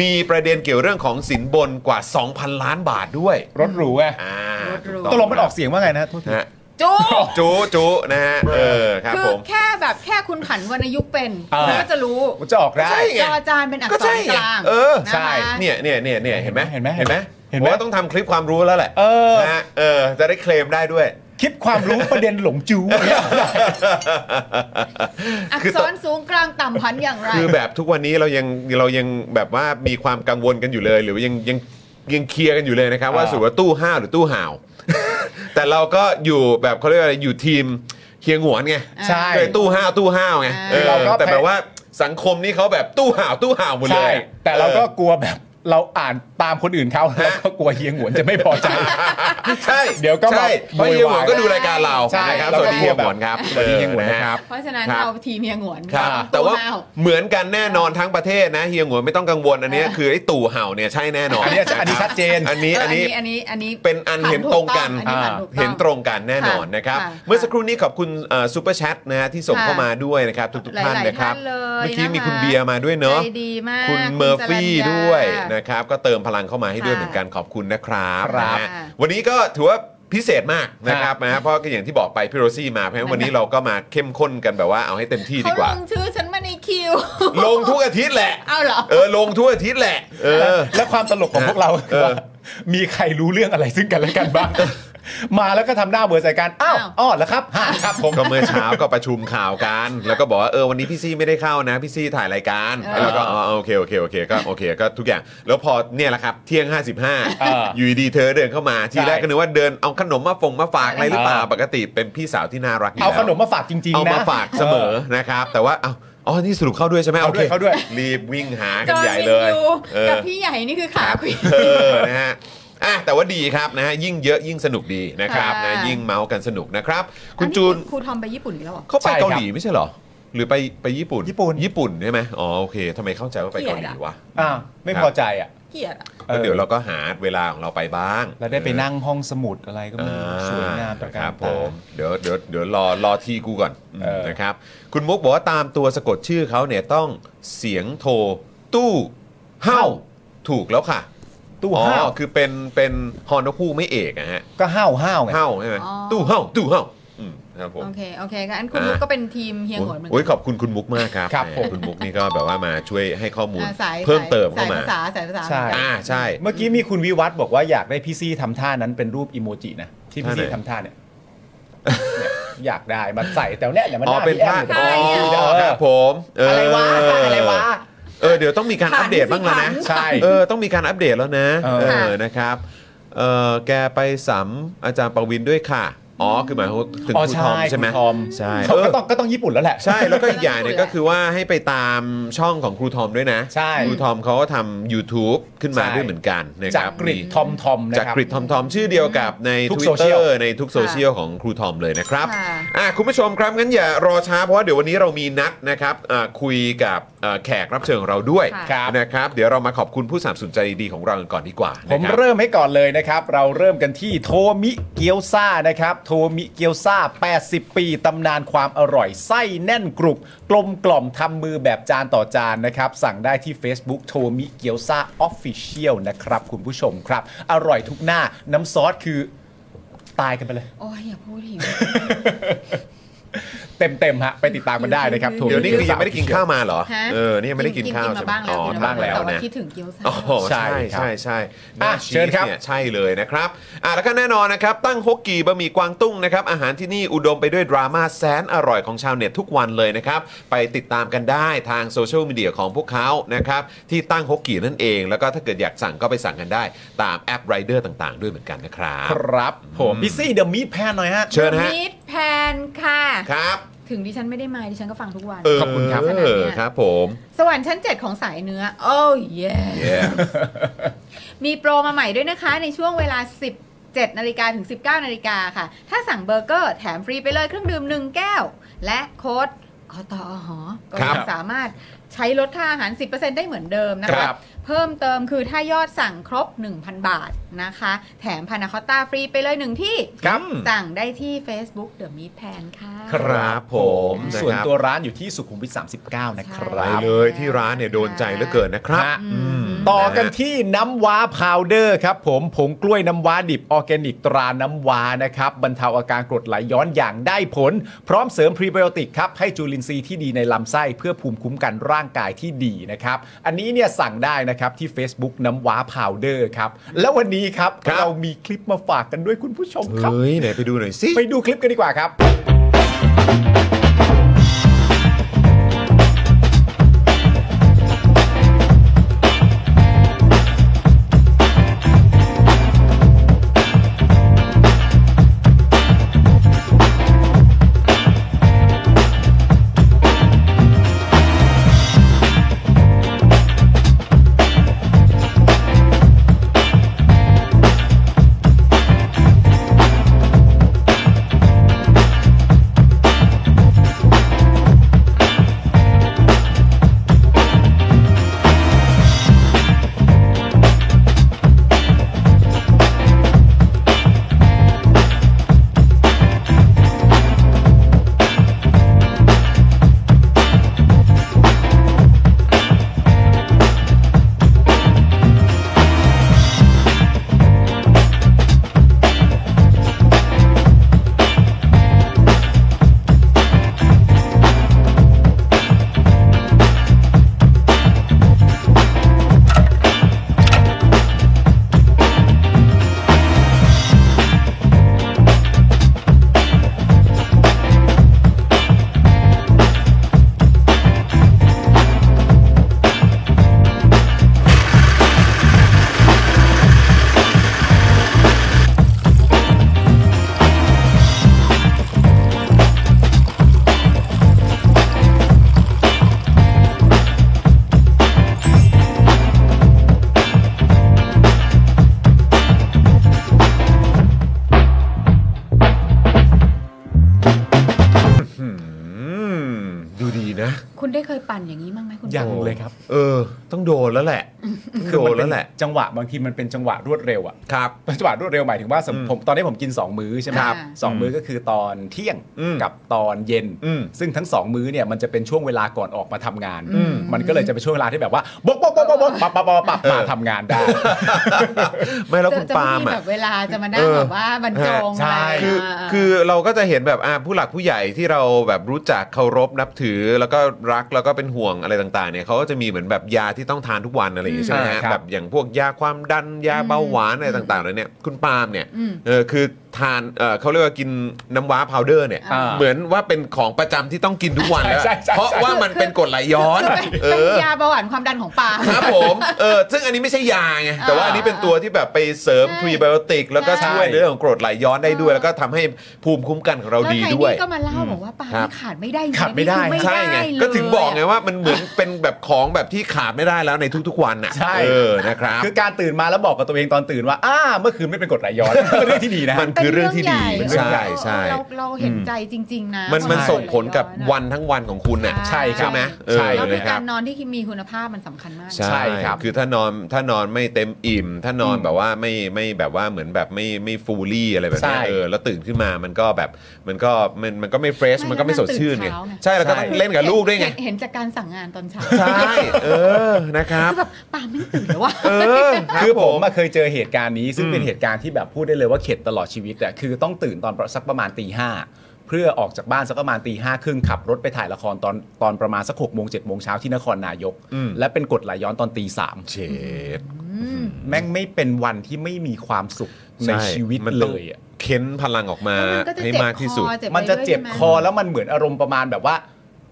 S1: มีประเด็นเกี่ยวเรื่องของสินบนกว่า 2,000 ล้านบาทด้วย
S2: รถหรูไง
S1: อ่า
S3: ดรู้
S2: ตกลงมันออกเสียงว่าไงนะโทษที
S1: ฮะ
S3: จู
S1: จูจูนะฮะเออครับ
S3: คือ
S1: ผม
S3: แค่แบบแค่คุณผันวรรณยุกต์เป็นคุณก็จะรู้
S2: มันจะออกได้
S1: ใช่ ไง
S3: จออาจารย์เป็นอัก
S1: ก็
S3: ษ
S1: ใช่
S3: รก
S1: ไง
S3: ลาง
S1: เออ
S3: นะคะ
S2: ใช่
S1: เนี่ยเนี่ยเนี่ยเนี่ยเห็นไหม
S2: เห็นไหม
S1: เห็นไหม
S2: เห็น
S1: ผ
S2: ไหม
S1: มว่าต้องทำคลิปความรู้แล้วแหละ
S2: เออ
S1: นะฮะเออจะได้เคลมได้ด้วย
S2: คลิปความรู้ประเด็นหลงจูเนี่ย
S3: อัก
S1: คือ
S3: ษ
S1: ต้อง
S3: รสูงกลางต่ำพันอย่างไร
S1: คือแบบทุกวันนี้เรายังเรายังแบบว่ามีความกังวลกันอยู่เลย หรือว่ายังยังยังเคลียร์กันอยู่เลยนะครับว่าสรุดว่าตู้ห้าวหรือตู้ห่าว แต่เราก็อยู่แบบเขาเรียกว่าอะไรอยู่ทีมเคียงหวนไง
S2: ใช่
S1: เคยตู้ห้าวตู้ห้าวไง
S3: อ่า
S1: เออ
S2: เราก็
S1: แต่แบบว่าสังคมนี่เขาแบบตู้ห่าวตู้ห่าวหมดเล
S2: ใช่
S1: ย
S2: แต่เราก็
S1: อก
S2: ลัวแบบเราอ่านตามคนอื่นเขาแล้วก็กลัวเฮียงหวนจะไม่พอใจ
S1: อใช่
S2: เดี๋ยวก็มา
S1: ใช่เพราะเฮียงหวนก็ดูรายการเรา
S2: ใช่
S1: นะครับ
S2: แล้ว
S1: ส
S2: ก็
S1: วัสดีเฮียหวนครับ
S2: สวัสดีเฮียหวน
S1: ออ
S2: นะครับ
S3: เพราะฉะนั้น
S1: ครับ
S3: เอาทีมเมียหงวน
S1: ครับ
S3: เอ
S1: แต่ว่า
S3: เอ
S1: เหมือนกันแน่นอนทั้งประเทศนะเฮียหงวนไม่ต้องกังวลอันเนี้ยคือไอ้ตู่เห่าเนี่ยใช่แน่นอน
S2: อันเนี้ยอันนี้ชัดเจน
S1: อันนี้อันนี้
S3: อันนี้อันนี้
S1: เป็นอันเห็นตรงกัน
S3: อัผ่าถูกอ
S1: เห็นตรงกันแน่นอน
S3: ค่ะ
S1: นะครับ
S3: ค่ะ
S1: เมื่อสักครู่นี้ขอบคุณซูเปอร์แชทนะฮะที่ส่ง
S3: ค่ะ
S1: เข้ามาด้วยนะครับ ทุกๆท่าน
S3: หลายๆ
S1: นะครับ
S3: ท่านเลย
S1: เมื่อกี้
S3: นะคะ
S1: มีคุณเบียร์มาด้วยเนาะ
S3: ใจดีมาก
S1: คุณ
S3: คุณ
S1: เมอร์ฟี่
S3: สรัญญา
S1: ด้วยนะครับก็เติมพลังเข้ามาให้ด้วย
S3: ค่ะ
S1: เหมือนกันขอบคุณนะครับ
S3: ครับ
S1: นะฮะวันนี้ก็ถือว่าพิเศษมากนะครับนะฮะเพราะก็อย่างที่บอกไปพี่โรซี่มาเพราะฉะนั้นวันนี้เราก็มาเข้มข้นกันแบบว่าเอาให้เต็มที่ดี
S3: เขา
S1: กว่า
S3: ลงชื่อฉันมาในคิว
S1: ลงทุกอาทิตย์แหละ
S3: เอาเหรอ
S1: เออลงทุกอาทิตย์แหละเออ
S2: และความตลกของพวกเราคือว่ามีใครรู้เรื่องอะไรซึ่งกันและกันบ้าง มาแล้วก็ทำหน้าเบื่อใส่กันอ้าว
S3: อ้าว
S2: อ้อแล้วครับฮ่าครับผม
S1: ก็เมื่อเช้าก็ประชุมข่าวกัน แล้วก็บอกว่าเออวันนี้พี่ซี่ไม่ได้เข้านะ พี่ซี่ถ่ายรายการ
S3: เออ
S1: แล้วก็อ๋อโอเคโอเคโอเคก็โอเคก็ทุกอย่าง แล้วพอเนี่ยแหละครับเที่ยง
S2: เออ
S1: 55
S2: อ
S1: อยู่ดีๆเธอเดินเข้ามา ทีแรกก็นึกว่าเดินเอาขนมมาฝงมาฝากอะไรหรือเปล่า
S2: เออ
S1: ปกติเป็นพี่สาวที่น่ารักยู่
S2: เอา
S1: แล้ว
S2: ขนมมาฝากจริงๆนะ
S1: เอามาฝากเสมอนะครับ แต่ว่าเอาอ๋อนี่สรุปเข้าด้วยใช่ไหมโอค
S2: เข้าด้วย
S1: รีบวิ่งหา
S3: จ
S1: กัน
S3: อ
S1: ใหญ่
S3: มิน
S1: เลย
S3: ยู
S1: เออ
S3: กับพี่ใหญ่นี่คือขาควีน
S1: เออนะฮะอ่ะแต่ว่าดีครับนะฮะยิ่งเยอะยิ่งสนุกดีนะครับ
S3: ค่ะ
S1: นะยิ่งเมาส์กันสนุกนะครับ คุณ
S3: อั
S1: จูน
S3: ครูทอมไปญี่ปุ่นอีกแล้วเหรอ
S1: เขาไป
S2: ใช่ครับ
S1: เกาหลีไม่ใช่เหรอ หรือไปไปญี่ปุ่น
S2: ญี่ปุ่น
S1: ญี่ปุ่นใช่ไหมอ๋อโอเคทำไมเข้าใจว่าไป
S3: เกลีย
S1: เกา
S3: ด
S1: หลี
S3: อะ
S1: วะ
S2: อ่าวไม่พอใจอ่ะ
S3: เกลียดอะ
S2: เออ
S1: แล้วเดี๋ยวเราก็หาเวลาของเราไปบ้าง
S2: แล้วได้ไปนั่งห้องสมุดอะไรก็ไม่รู้
S1: อ่
S2: สวยงามประ
S1: ค
S2: การ
S1: รับผ
S2: ตา
S1: มเดี๋ยวเดี๋ยวเดี๋ยวรอรอทีกูก่อน
S2: เออ
S1: นะครับคุณมุกบอกว่าตามตัวสะกดชื่อเขาเนี่ยต้องเสียงโทรตู้เฮ้าถูกแล้วค่ะ
S2: ตู้
S1: อ๋อ
S2: ห้าว
S1: คือเป็นเป็นฮอนคู่ไม่เอกอะฮะ
S2: ก็ห้าวห้าวไง
S1: เห่าใช่ไหมตู้เห่าตู้เห่าอืมครับผม
S3: โอเคโอเคก็อันคุณ
S1: อ่ะ
S3: ลูกก็เป็นทีมเฮียงหวนเหมือน
S1: โอ้ย
S3: กั
S1: ขอบคุณคุณมุกมากครับ
S2: ครับ
S1: แห
S2: ผม
S1: คุณมุกนี่ก็แบบว่ามาช่วยให้ข้อมูล
S3: อ่ะสาย
S1: เพิ่มเติมเข้า
S3: สาย
S1: มา
S3: ภาษาสายภาษา
S2: ใช่
S3: เหมือนกัน
S1: อ่าใช่
S2: เมื่อกี้มีคุณวิวัฒน์บอกว่าอยากได้พี่ซี่ทำท่านั้นเป็นรูปอีโมจินะที่พี่ซี่
S1: ท่าไหน
S2: ทำท่าเนี่ยเนี่ยอยากได้มาใส่แต่เนี่ยเดี๋ยวมันห
S1: อ๋อ
S2: น้า
S1: เป็น
S2: พี่แอ
S1: ภาพ
S2: ม
S1: อ๋อ
S2: อยู่แต่
S1: ค
S2: ว่า
S1: รับผมเออ
S2: อะ
S1: อ
S2: ไรวะอะไรวะ
S1: เออเดี๋ยวต้องมีการอัปเดตบ้างแล้วนะ
S2: ใช่
S1: เออต้องมีการอัปเดตแล้วนะ
S2: เออ
S1: เออนะครับเออแกไปสัมอาจารย์ประวินด้วยค่ะอ๋อคือหมายถึงถึง
S2: อ๋อ
S1: ครูท
S2: ใช่
S1: อมใช่ไหม
S2: ครูทอม
S1: ใช่
S2: เขา
S1: เออ
S2: ก็ต้องก็ต้องญี่ปุ่นแล้วแหละ
S1: ใช่แล้วก็อีกอย่างเนี่ยก็คือว่าให้ไปตามช่องของครูทอมด้วยนะ
S2: ใช่
S1: ครูทอมเขาก็ทำ YouTube ขึ้นมา
S2: ใช่
S1: ด้วยเหมือนกันนะค
S2: จาก
S1: รับ
S2: กริด
S1: มี
S2: ทอมทอมนะ
S1: จาก
S2: ครับ
S1: กริดทอมทอมชื่อเดียวกับใน
S2: ทุก
S1: Twitter
S2: social
S1: ในทุกโซเชียลของครูทอมเลยนะครับ
S3: ค่ะ
S1: อ่ะคุณผู้ชมครับงั้นอย่ารอช้าเพราะว่าเดี๋ยววันนี้เรามีนัดนะครับอ่ะคุยกับเอ่อแขกรับเชิญของเราด้วย
S2: ครับ
S1: นะครับ เดี๋ยวเรามาขอบคุณผู้สนับสนุนใจดีๆของเรากันก่อนดีกว่า
S2: ผม
S1: นะครับ
S2: เริ่มให้ก่อนเลยนะครับ เราเริ่มกันที่โทมิเกียวซานะครับ โทมิเกียวซา80 ปีตำนานความอร่อยไส้แน่นกรุบกลมกล่อมทำมือแบบจานต่อจานนะครับ สั่งได้ที่ Facebook โทมิเกียวซาออฟฟิเชียลนะครับ คุณผู้ชมครับ อร่อยทุกหน้าน้ำซอสคือตายกันไปเลย
S3: โอ้ยอย่าพูดหิว
S2: เต็มๆฮะไปติดตามกันได้นะครับโทมิ
S1: เดี๋ยวนี้คือยังไม่ได้กินข้าวมาเหรอ
S3: ฮะ
S1: เออนี่ยังไม่ได้กินข้าว
S3: กิน
S1: ใช่
S3: มา
S1: ไหม
S3: บ้างแล้
S1: อ๋อบ้าแล้
S3: วกินมาบ้าง งแล้ว
S1: ว
S3: แต่ว่า
S1: นะ
S3: คิดถึงเกี๊ยวซ่า
S1: อ๋อใช่ใช่ใช่หน้า
S2: อ่ะเชิญครับ
S1: นี่ยใช่เลยนะครับอ่ะแล้วก็แน่นอนนะครับ ตั้งฮกกีบะหมี่กวางตุ้งนะครับ อาหารที่นี่อุดมไปด้วยดราม่าแสนอร่อยของชาวเน็ตทุกวันเลยนะครับ ไปติดตามกันได้ทางโซเชียลมีเดียของพวกเขานะครับ ที่ตั้งฮกกีนั่นเอง แล้วก็ถ้าเกิดอยากสั่งก็ไปสั่งกันได้ ตามแอปไรเดอร์ต่างๆ ด้วยเหมือนกันนะครับ
S2: ครับผมพี่ซี่เดอะมีทแพนหน่อยฮะ
S1: เชิญฮะ
S3: มิดแพนค่ะ
S1: ครับ
S3: ถึงดิฉันไม่ได้มาดิฉันก็ฟังทุกวัน
S1: เ
S2: ขอบคุณครับ
S3: เพาะฉะนั้น
S1: เออ
S3: เนี่ย
S1: ครับผม
S3: สวรรค์ชั้น 7 ของสายเนื้อ โอ้ยเย่
S1: เย้
S3: มีโปรมาใหม่ด้วยนะคะ ในช่วงเวลา 17นาฬิกาถึง 19นาฬิกาค่ะ ถ้าสั่งเบอร์เกอร์แถมฟรีไปเลยเครื่องดื่ม 1 แก้ว และโค้ดอตอหอก็
S2: ครับ
S3: ยังสามารถใช้ลดค่าอาหาร 10%ได้เหมือนเดิมนะ
S2: ค
S3: คะ
S2: รับ
S3: เพิ่มเติมคือถ้ายอดสั่งครบ 1,000 บาทนะคะ แถมพานาคอตต้าฟรีไปเลยหนึ่งที่
S2: ครับ
S3: สั่งได้ที่ Facebook The Meat Pan ค่ะ
S1: ครับผม
S2: ส่วนะ
S1: ค
S2: ตั
S1: รับ
S2: วร้านอยู่ที่สุขุมวิท39 นะค
S3: ไป
S2: รับ
S1: เลยที่ร้านเนี่ยโดนใจเหลือเกินนะครับ
S2: ฮะ
S3: อืม
S2: ต่อกันที่น้ำว้าพาวเดอร์ครับผมผงกล้วยน้ำว้าดิบออร์แกนิกตราน้ำว้านะครับบรรเทาอาการกรดไหลย้อนอย่างได้ผล พร้อมเสริมพรีไบโอติกครับให้จุลินทรีย์ที่ดีในลำไส้เพื่อภูมิคุ้มกันร่างกายที่ดีนะครับ อันนี้เนี่ยสั่งได้นะครับที่ Facebook น้ำว้าพาวเดอร์ครับ แล้ววันนี้ครับ
S1: ครับ
S2: เรามีคลิปมาฝากกันด้วยคุณผู้ชมครับ
S1: เฮ้ยไหนไปดูหน่อยสิ
S2: ไปดูคลิปกันดีกว่าครับ
S1: อืม ดูดีนะ
S3: คุณได้เคยปั่นอย่างนี้มั้างไหมคุณ
S2: ยัง
S3: โบ
S2: เลยครับ
S1: เออ ต้องโดนแล้วแหละต้อง
S2: คื
S1: โด
S2: มัน เป็
S1: แล้วแหละ
S2: จังหวะบางทีมันเป็นจังหวะรวดเร็วอะ
S1: ครับ
S2: ปัจจุบันรวดเร็วหมายถึงว่าสม
S1: อืม
S2: ผมตอนนี้ผมกิน 2 มื้อใช่ไหม
S3: ครับ
S2: สองมื้อก็คือตอนเที่ยง
S1: อืม
S2: กับตอนเย็น
S1: อืม
S2: ซึ่งทั้ง 2 มื้อเนี่ยมันจะเป็นช่วงเวลาก่อนออกมาทำงาน
S1: อืม
S2: มันก็เลยจะเป็นช่วงเวลาที่แบบว่าบกบกบกบกบกปับปับปับปับมาทำงานได้
S1: ไม่แล้ว
S3: จะ
S1: คุณ
S3: จะ
S1: ปาล์ม
S3: มี
S1: อ่ะ
S3: แบบเวลาจะมานั่ง
S1: เออ
S3: แบบว่าบรรจง
S2: ใช่
S3: อะไร
S1: คือ
S3: อ่าอ่า
S1: คือเราก็จะเห็นแบบอ่ะผู้หลักผู้ใหญ่ที่เราแบบรู้จักเคารพนับถือ แล้วก็รักแล้วก็เป็นห่วงอะไรต่างๆเนี่ยเขาก็จะมีเหมือนแบบยาที่ต้องทานทุกวันอะไรอย่างเงี้ยใช่ไหม
S2: อืม
S1: ฮะ
S2: ครับ
S1: แบบอย่างพวกยาความดันยาเบาหวานอะไรต่างๆเลยเนี่ยคุณปาล์มเนี่ย
S3: อืม
S1: เออคือทานเออเขาเรียกว่ากินน้ำว้าพาวเดอร์เนี่ย
S2: อ่า
S1: เหมือนว่าเป็นของประจำที่ต้องกินทุกวันแล้ว
S2: ใช่ใช่ใช่
S1: เพราะว่ามันเป็นกรดไหลย้อน
S3: คือเป็น
S1: เอ
S3: เป็น
S1: อ
S3: ยาเบาหวานความดันของปลา
S1: ครับผมเออซึ่งอันนี้ไม่ใช่ยาไง แต่ว่าอันนี้เป็นตัวที่แบบไปเสริม
S3: ใช่
S1: พรีไบโอติก แล้วก็
S3: ใช่
S1: ช่วยในเรื่องของกรดไหลย้อนได้ด้วย แล้วก็ทำให้ภูมิคุ้มกันของเราดี
S3: แล้วไท
S1: ด้วย
S3: นี่ก็มาเล่าบอกว่าปลา
S1: ครั
S3: ไม่
S1: บ
S3: ขาดไม่ได้จริง
S2: ขาดไม่ได้
S3: อันนี้คือ
S1: ใช่ไง
S3: ด้เลย
S1: ก็ถึงบอกไงว่ามันเหมือนเป็นแบบของแบบที่ขาดไม่ได้แล้วในทุกๆวันน่ะ
S2: ใช่
S1: เออนะครับ
S2: คือการตื่นมาแล้วบอกกับตัวเองตอนตื่นว่าอ้าเมื่อคืนไม่เป็นกรดไหลย้อนเป็นเรื่องที่ดีนะฮะ
S1: มันคือเรื่องที่ดี
S3: เป็นเรื่อ
S1: ใช่
S3: งใหญ่
S1: ใช่
S3: เราเราเห็นใจจริง ๆ นะ
S1: มันมัน
S3: ว่า
S1: ส่งผลกับ
S3: เรา
S1: วันทั้งวันของคุณน่ะ
S2: ใช่ครับ
S1: ใช่ไหมเออ
S3: ใช่แล้วคื
S1: นะ
S3: อ
S1: ครั
S3: กา
S1: บ
S3: รนอนที่มีคุณภาพมันสำคัญมาก
S1: ใช่ครับ คือถ้านอนถ้านอนไม่เต็มอิ่ม ถ้านอนแบบว่าไม่ไม่แบบว่าเหมือนแบบไม่ไม่ฟูลี่อะไรแบบเนี้ย
S2: ใช่
S1: เออแล้วตื่นขึ้นมามันก็แบบมันก็มันมันก็ไม่เฟรช
S3: ไม่
S1: มันก็ไม่สดชื่นไง
S3: แล้วมันตื่นเช้าไง
S1: ใช่แล้วก็ต้อง
S2: ใช่
S1: เล่นกับลูกด้วยไง
S3: เห็นเห็นจากการสั่งงานตอนเช้า
S1: ใช่ เออนะครับ
S3: คือแบบปลาไม่ตื่นแล้วว่ะ
S1: เออรั
S2: คื
S1: บ
S2: อผมอะเคยเจอเหตุการณ์นี้ ซึ่ง
S1: อืม
S2: เป็นเหตุการณ์ที่แบบพูดได้เลยว่าเข็ดตลอดชีวิตอะคือต้องตื่นตอนสักประมาณตีห้าเพื่อออกจากบ้านสักประมาณตีห้าครึ่งขับรถไปถ่ายละครตอนตอนประมาณสักหกโมงเจ็ดโมงเช้าที่นครนายก
S1: อืม
S2: และเป็นกฎไหลย้อนตอนตีสาม
S1: เชด
S2: แม่งไม่เป็นวันที่ไม่มีความสุขในชีวิต
S1: มัน
S2: เล
S1: ต้อง
S2: ยอะ
S1: เค้นพลังออกมา
S3: แล้วมันก็จะ
S1: ให้
S3: เจ็บ
S1: มากที่
S3: ค
S1: สุด
S3: อเจ็บ
S2: มันจะเจ็บ
S3: ไปรื่ย
S2: ค
S3: ๆใช่ไห
S2: อแล้วมันเหมือนอารมณ์ประมาณแบบว่า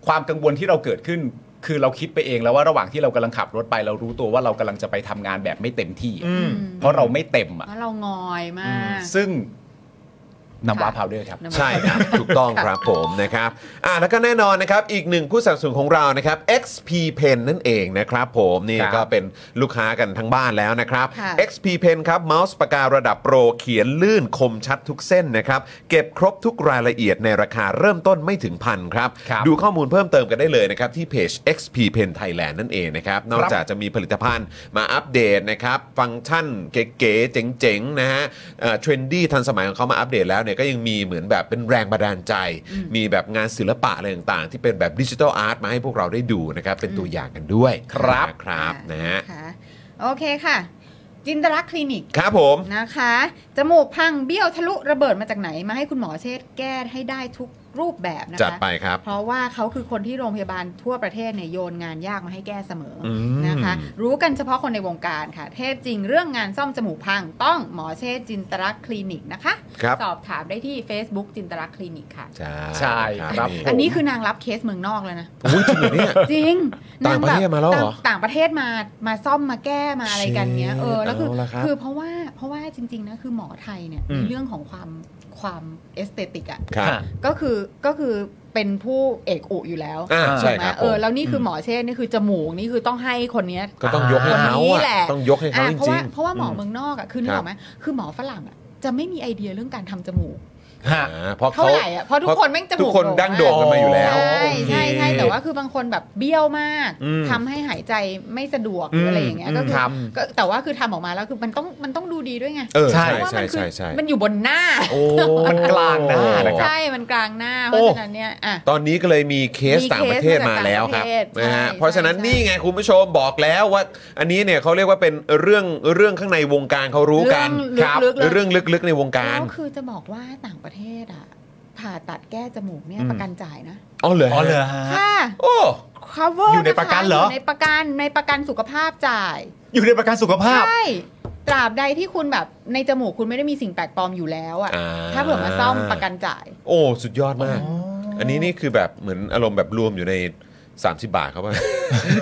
S2: ความกังวลที่เราเกิดขึ้น คือเราคิดไปเองแล้วว่าระหว่างที่เรากำลังขับรถไป เรารู้ตัวว่าเรากำลังจะไปทำงานแบบไม่เต็มที่อะ
S1: อืม
S2: เพราะเราไม่เต็มอะ
S3: แล้วเรางอยมาก
S2: ซึ่งน้ำว้า
S3: ค่ะ
S2: พาวเดอร์ครับ
S1: ใช่ครับถูกต้องครับผมนะครับอ่ะแล้วก็แน่นอนนะครับ อีกหนึ่งผู้สนับสนุนของเรานะครับ XP Pen นั่นเองนะครับผมนี่
S2: ครับ
S1: ก็เป็นลูกค้ากันทั้งบ้านแล้วนะครับ
S3: ค่ะ
S1: XP Pen ครับเมาส์ปากการะดับโปรเขียนลื่นคมชัดทุกเส้นนะครับ เก็บครบทุกรายละเอียดในราคาเริ่มต้นไม่ถึงพันครับ
S2: ครับ
S1: ดูข้อมูลเพิ่มเติมกันได้เลยนะครับ ที่เพจ XP Pen Thailand นั่นเองนะครับ นอกจากจะมีผลิตภัณฑ์มาอัปเดตนะครับ ฟังก์ชันเก๋ๆเจ๋งๆ นะฮะเทรนดี้ทันสมัยของเขามาอัปเดตแล้วเนี่ยก็ยังมีเหมือนแบบเป็นแรงบันดาลใจ มีแบบงานศิลปะอะไรต่างๆ ที่เป็นแบบดิจิทัลอาร์ตมาให้พวกเราได้ดูนะครับ เป็นตัวอย่างกันด้วย
S2: ครับ
S1: นะครับนะฮะ
S3: ค่ะ โอเคค่ะ จินตลักษณ์คลินิก
S1: ครับผม
S3: นะคะ จมูกพังเบี้ยวทะลุระเบิดมาจากไหน มาให้คุณหมอเชษฐ์แก้ให้ได้ทุกรูปแบบนะคะ
S1: จัดไปครับ
S3: เพราะว่าเขาคือคนที่โรงพยาบาลทั่วประเทศเนี่ยโยนงานยากมาให้แก้เสมออ
S1: ม
S3: นะคะ รู้กันเฉพาะคนในวงการค่ะ เทพจริงเรื่องงานซ่อมจมูกพัง ต้องหมอเชษจินตรักษณ์คลินิกนะคะ
S1: ครับ
S3: สอบถามได้ที่ Facebook จินตรักษณ์คลินิกค่ะ
S2: ใช่ครับ
S3: อันนี้คือนางรับเคสเมืองนอกเลยนะ
S1: อุ้ยจริงเหรอเนี่ย
S3: จริง
S1: ต่างประเทศ
S3: นแบบ
S1: มาแล้วเหรอ
S3: ต่างต่างประเทศมามาซ่อมมาแก้มาอะไรกันเนี้ยเออแล้วคือ
S1: เอาละครับ
S3: คือเพราะว่าเพราะว่าจริง ๆ นะ คือหมอไทยเนี่ย
S1: อืม
S3: ในเรื่องของความความเอสเตติกอ่ะ
S1: ครับ
S3: ก็คือก็คือเป็นผู้เอกอุอยู่แล้ว
S1: อ่า
S3: ถู
S1: ใช่
S3: กไหม
S1: ครับ
S3: เออ
S1: ผม
S3: แล้วนี่คือหมอเชษฐ์นี่คือจมูกนี่คือต้องให้คนเนี้ย
S1: ก็ต้องยกให้เขา
S3: คนนี้
S1: อ่ะ
S3: แหละ
S1: ต้องยกให้เขา
S3: อ่ะ
S1: จ
S3: เพ
S1: ริ
S3: ราะว่าง เพราะว่าหมอ
S1: อืม
S3: เมืองนอกอ่ะคือนึ
S1: ค
S3: ก
S1: รับ
S3: ออกไหมคือหมอฝรั่งอ่ะจะไม่มีไอเดียเรื่องการทำจมูก
S2: ฮะ
S1: ๆอ่าเพราะ
S3: เท่า
S1: เขา
S3: ไหร่อ่ะเพราะทุกคนแม่งจมูก
S1: ทุกคน
S3: โด่
S1: ดั้งโด่งกันมาอยู่แล้ว
S3: ใช่ใช่ใช่
S2: โอเค
S3: แต่ว่าคือบางคนแบบเบี้ยวมาก
S1: อืม
S3: ทำให้หายใจไม่สะดวก
S1: อื
S3: ห
S1: ม
S3: รืออะไรอย่างเงี้ยก็คือ
S1: ครับ
S3: ก็แต่ว่าคือทำออกมาแล้วคือมันต้องมันต้องดูดีด้วยไง
S1: เออ
S2: ใช่
S1: ใช่
S3: เพราะว่า
S1: ใช่
S3: มันคือ
S1: ใช่ใช่
S3: มันอยู่บนหน้า
S1: โอ้
S2: มันกลางหน้านะครับ
S3: ใช่มันกลางหน้าเพราะฉะนั้นเนี่ยอ่ะ
S1: ตอนนี้ก็เลยมีเคส
S3: มีเคส
S1: ต่างประเทศมาแล้วครับ
S3: มาจากต่างประเทศ
S1: นะฮะ
S3: ใช่
S1: เพราะฉะนั้น
S3: ใช่
S1: นี่ไงคุณผู้ชมบอกแล้วว่า อันนี้เนี่ยเขาเรียกว่าเป็นเรื่องเรื่องข้างในวงการเขารู้กัน
S3: เรื่องลึกๆเลย
S1: เรื่องลึกๆในวงการ
S3: แล้วคือจะบอกว่าต่างประเทศอ่ะผ่าตัดแก้จมูกเนี่ย
S1: อืม
S3: ประกันจ่ายนะ
S1: อ๋อเหรอ
S2: อ๋อเหรอฮะ
S3: ค่ะ
S1: โอ้
S3: cover
S2: อยู่ในประกันเหรอ
S3: คอยู่ในประกันในประกันสุขภาพจ่าย
S2: อยู่ในประกันสุขภาพ
S3: ใช่ ตราบใดที่คุณแบบในจมูกคุณไม่ได้มีสิ่งแปลกปลอมอยู่แล้วอะ
S1: อ่า
S3: ถ้าเผื่อมาซ่อมประกันจ่าย
S1: โอ้ สุดยอดมาก อันนี้นี่คือแบบเหมือนอารมณ์แบบรวมอยู่ใน 30 บาทเขา ป่ะ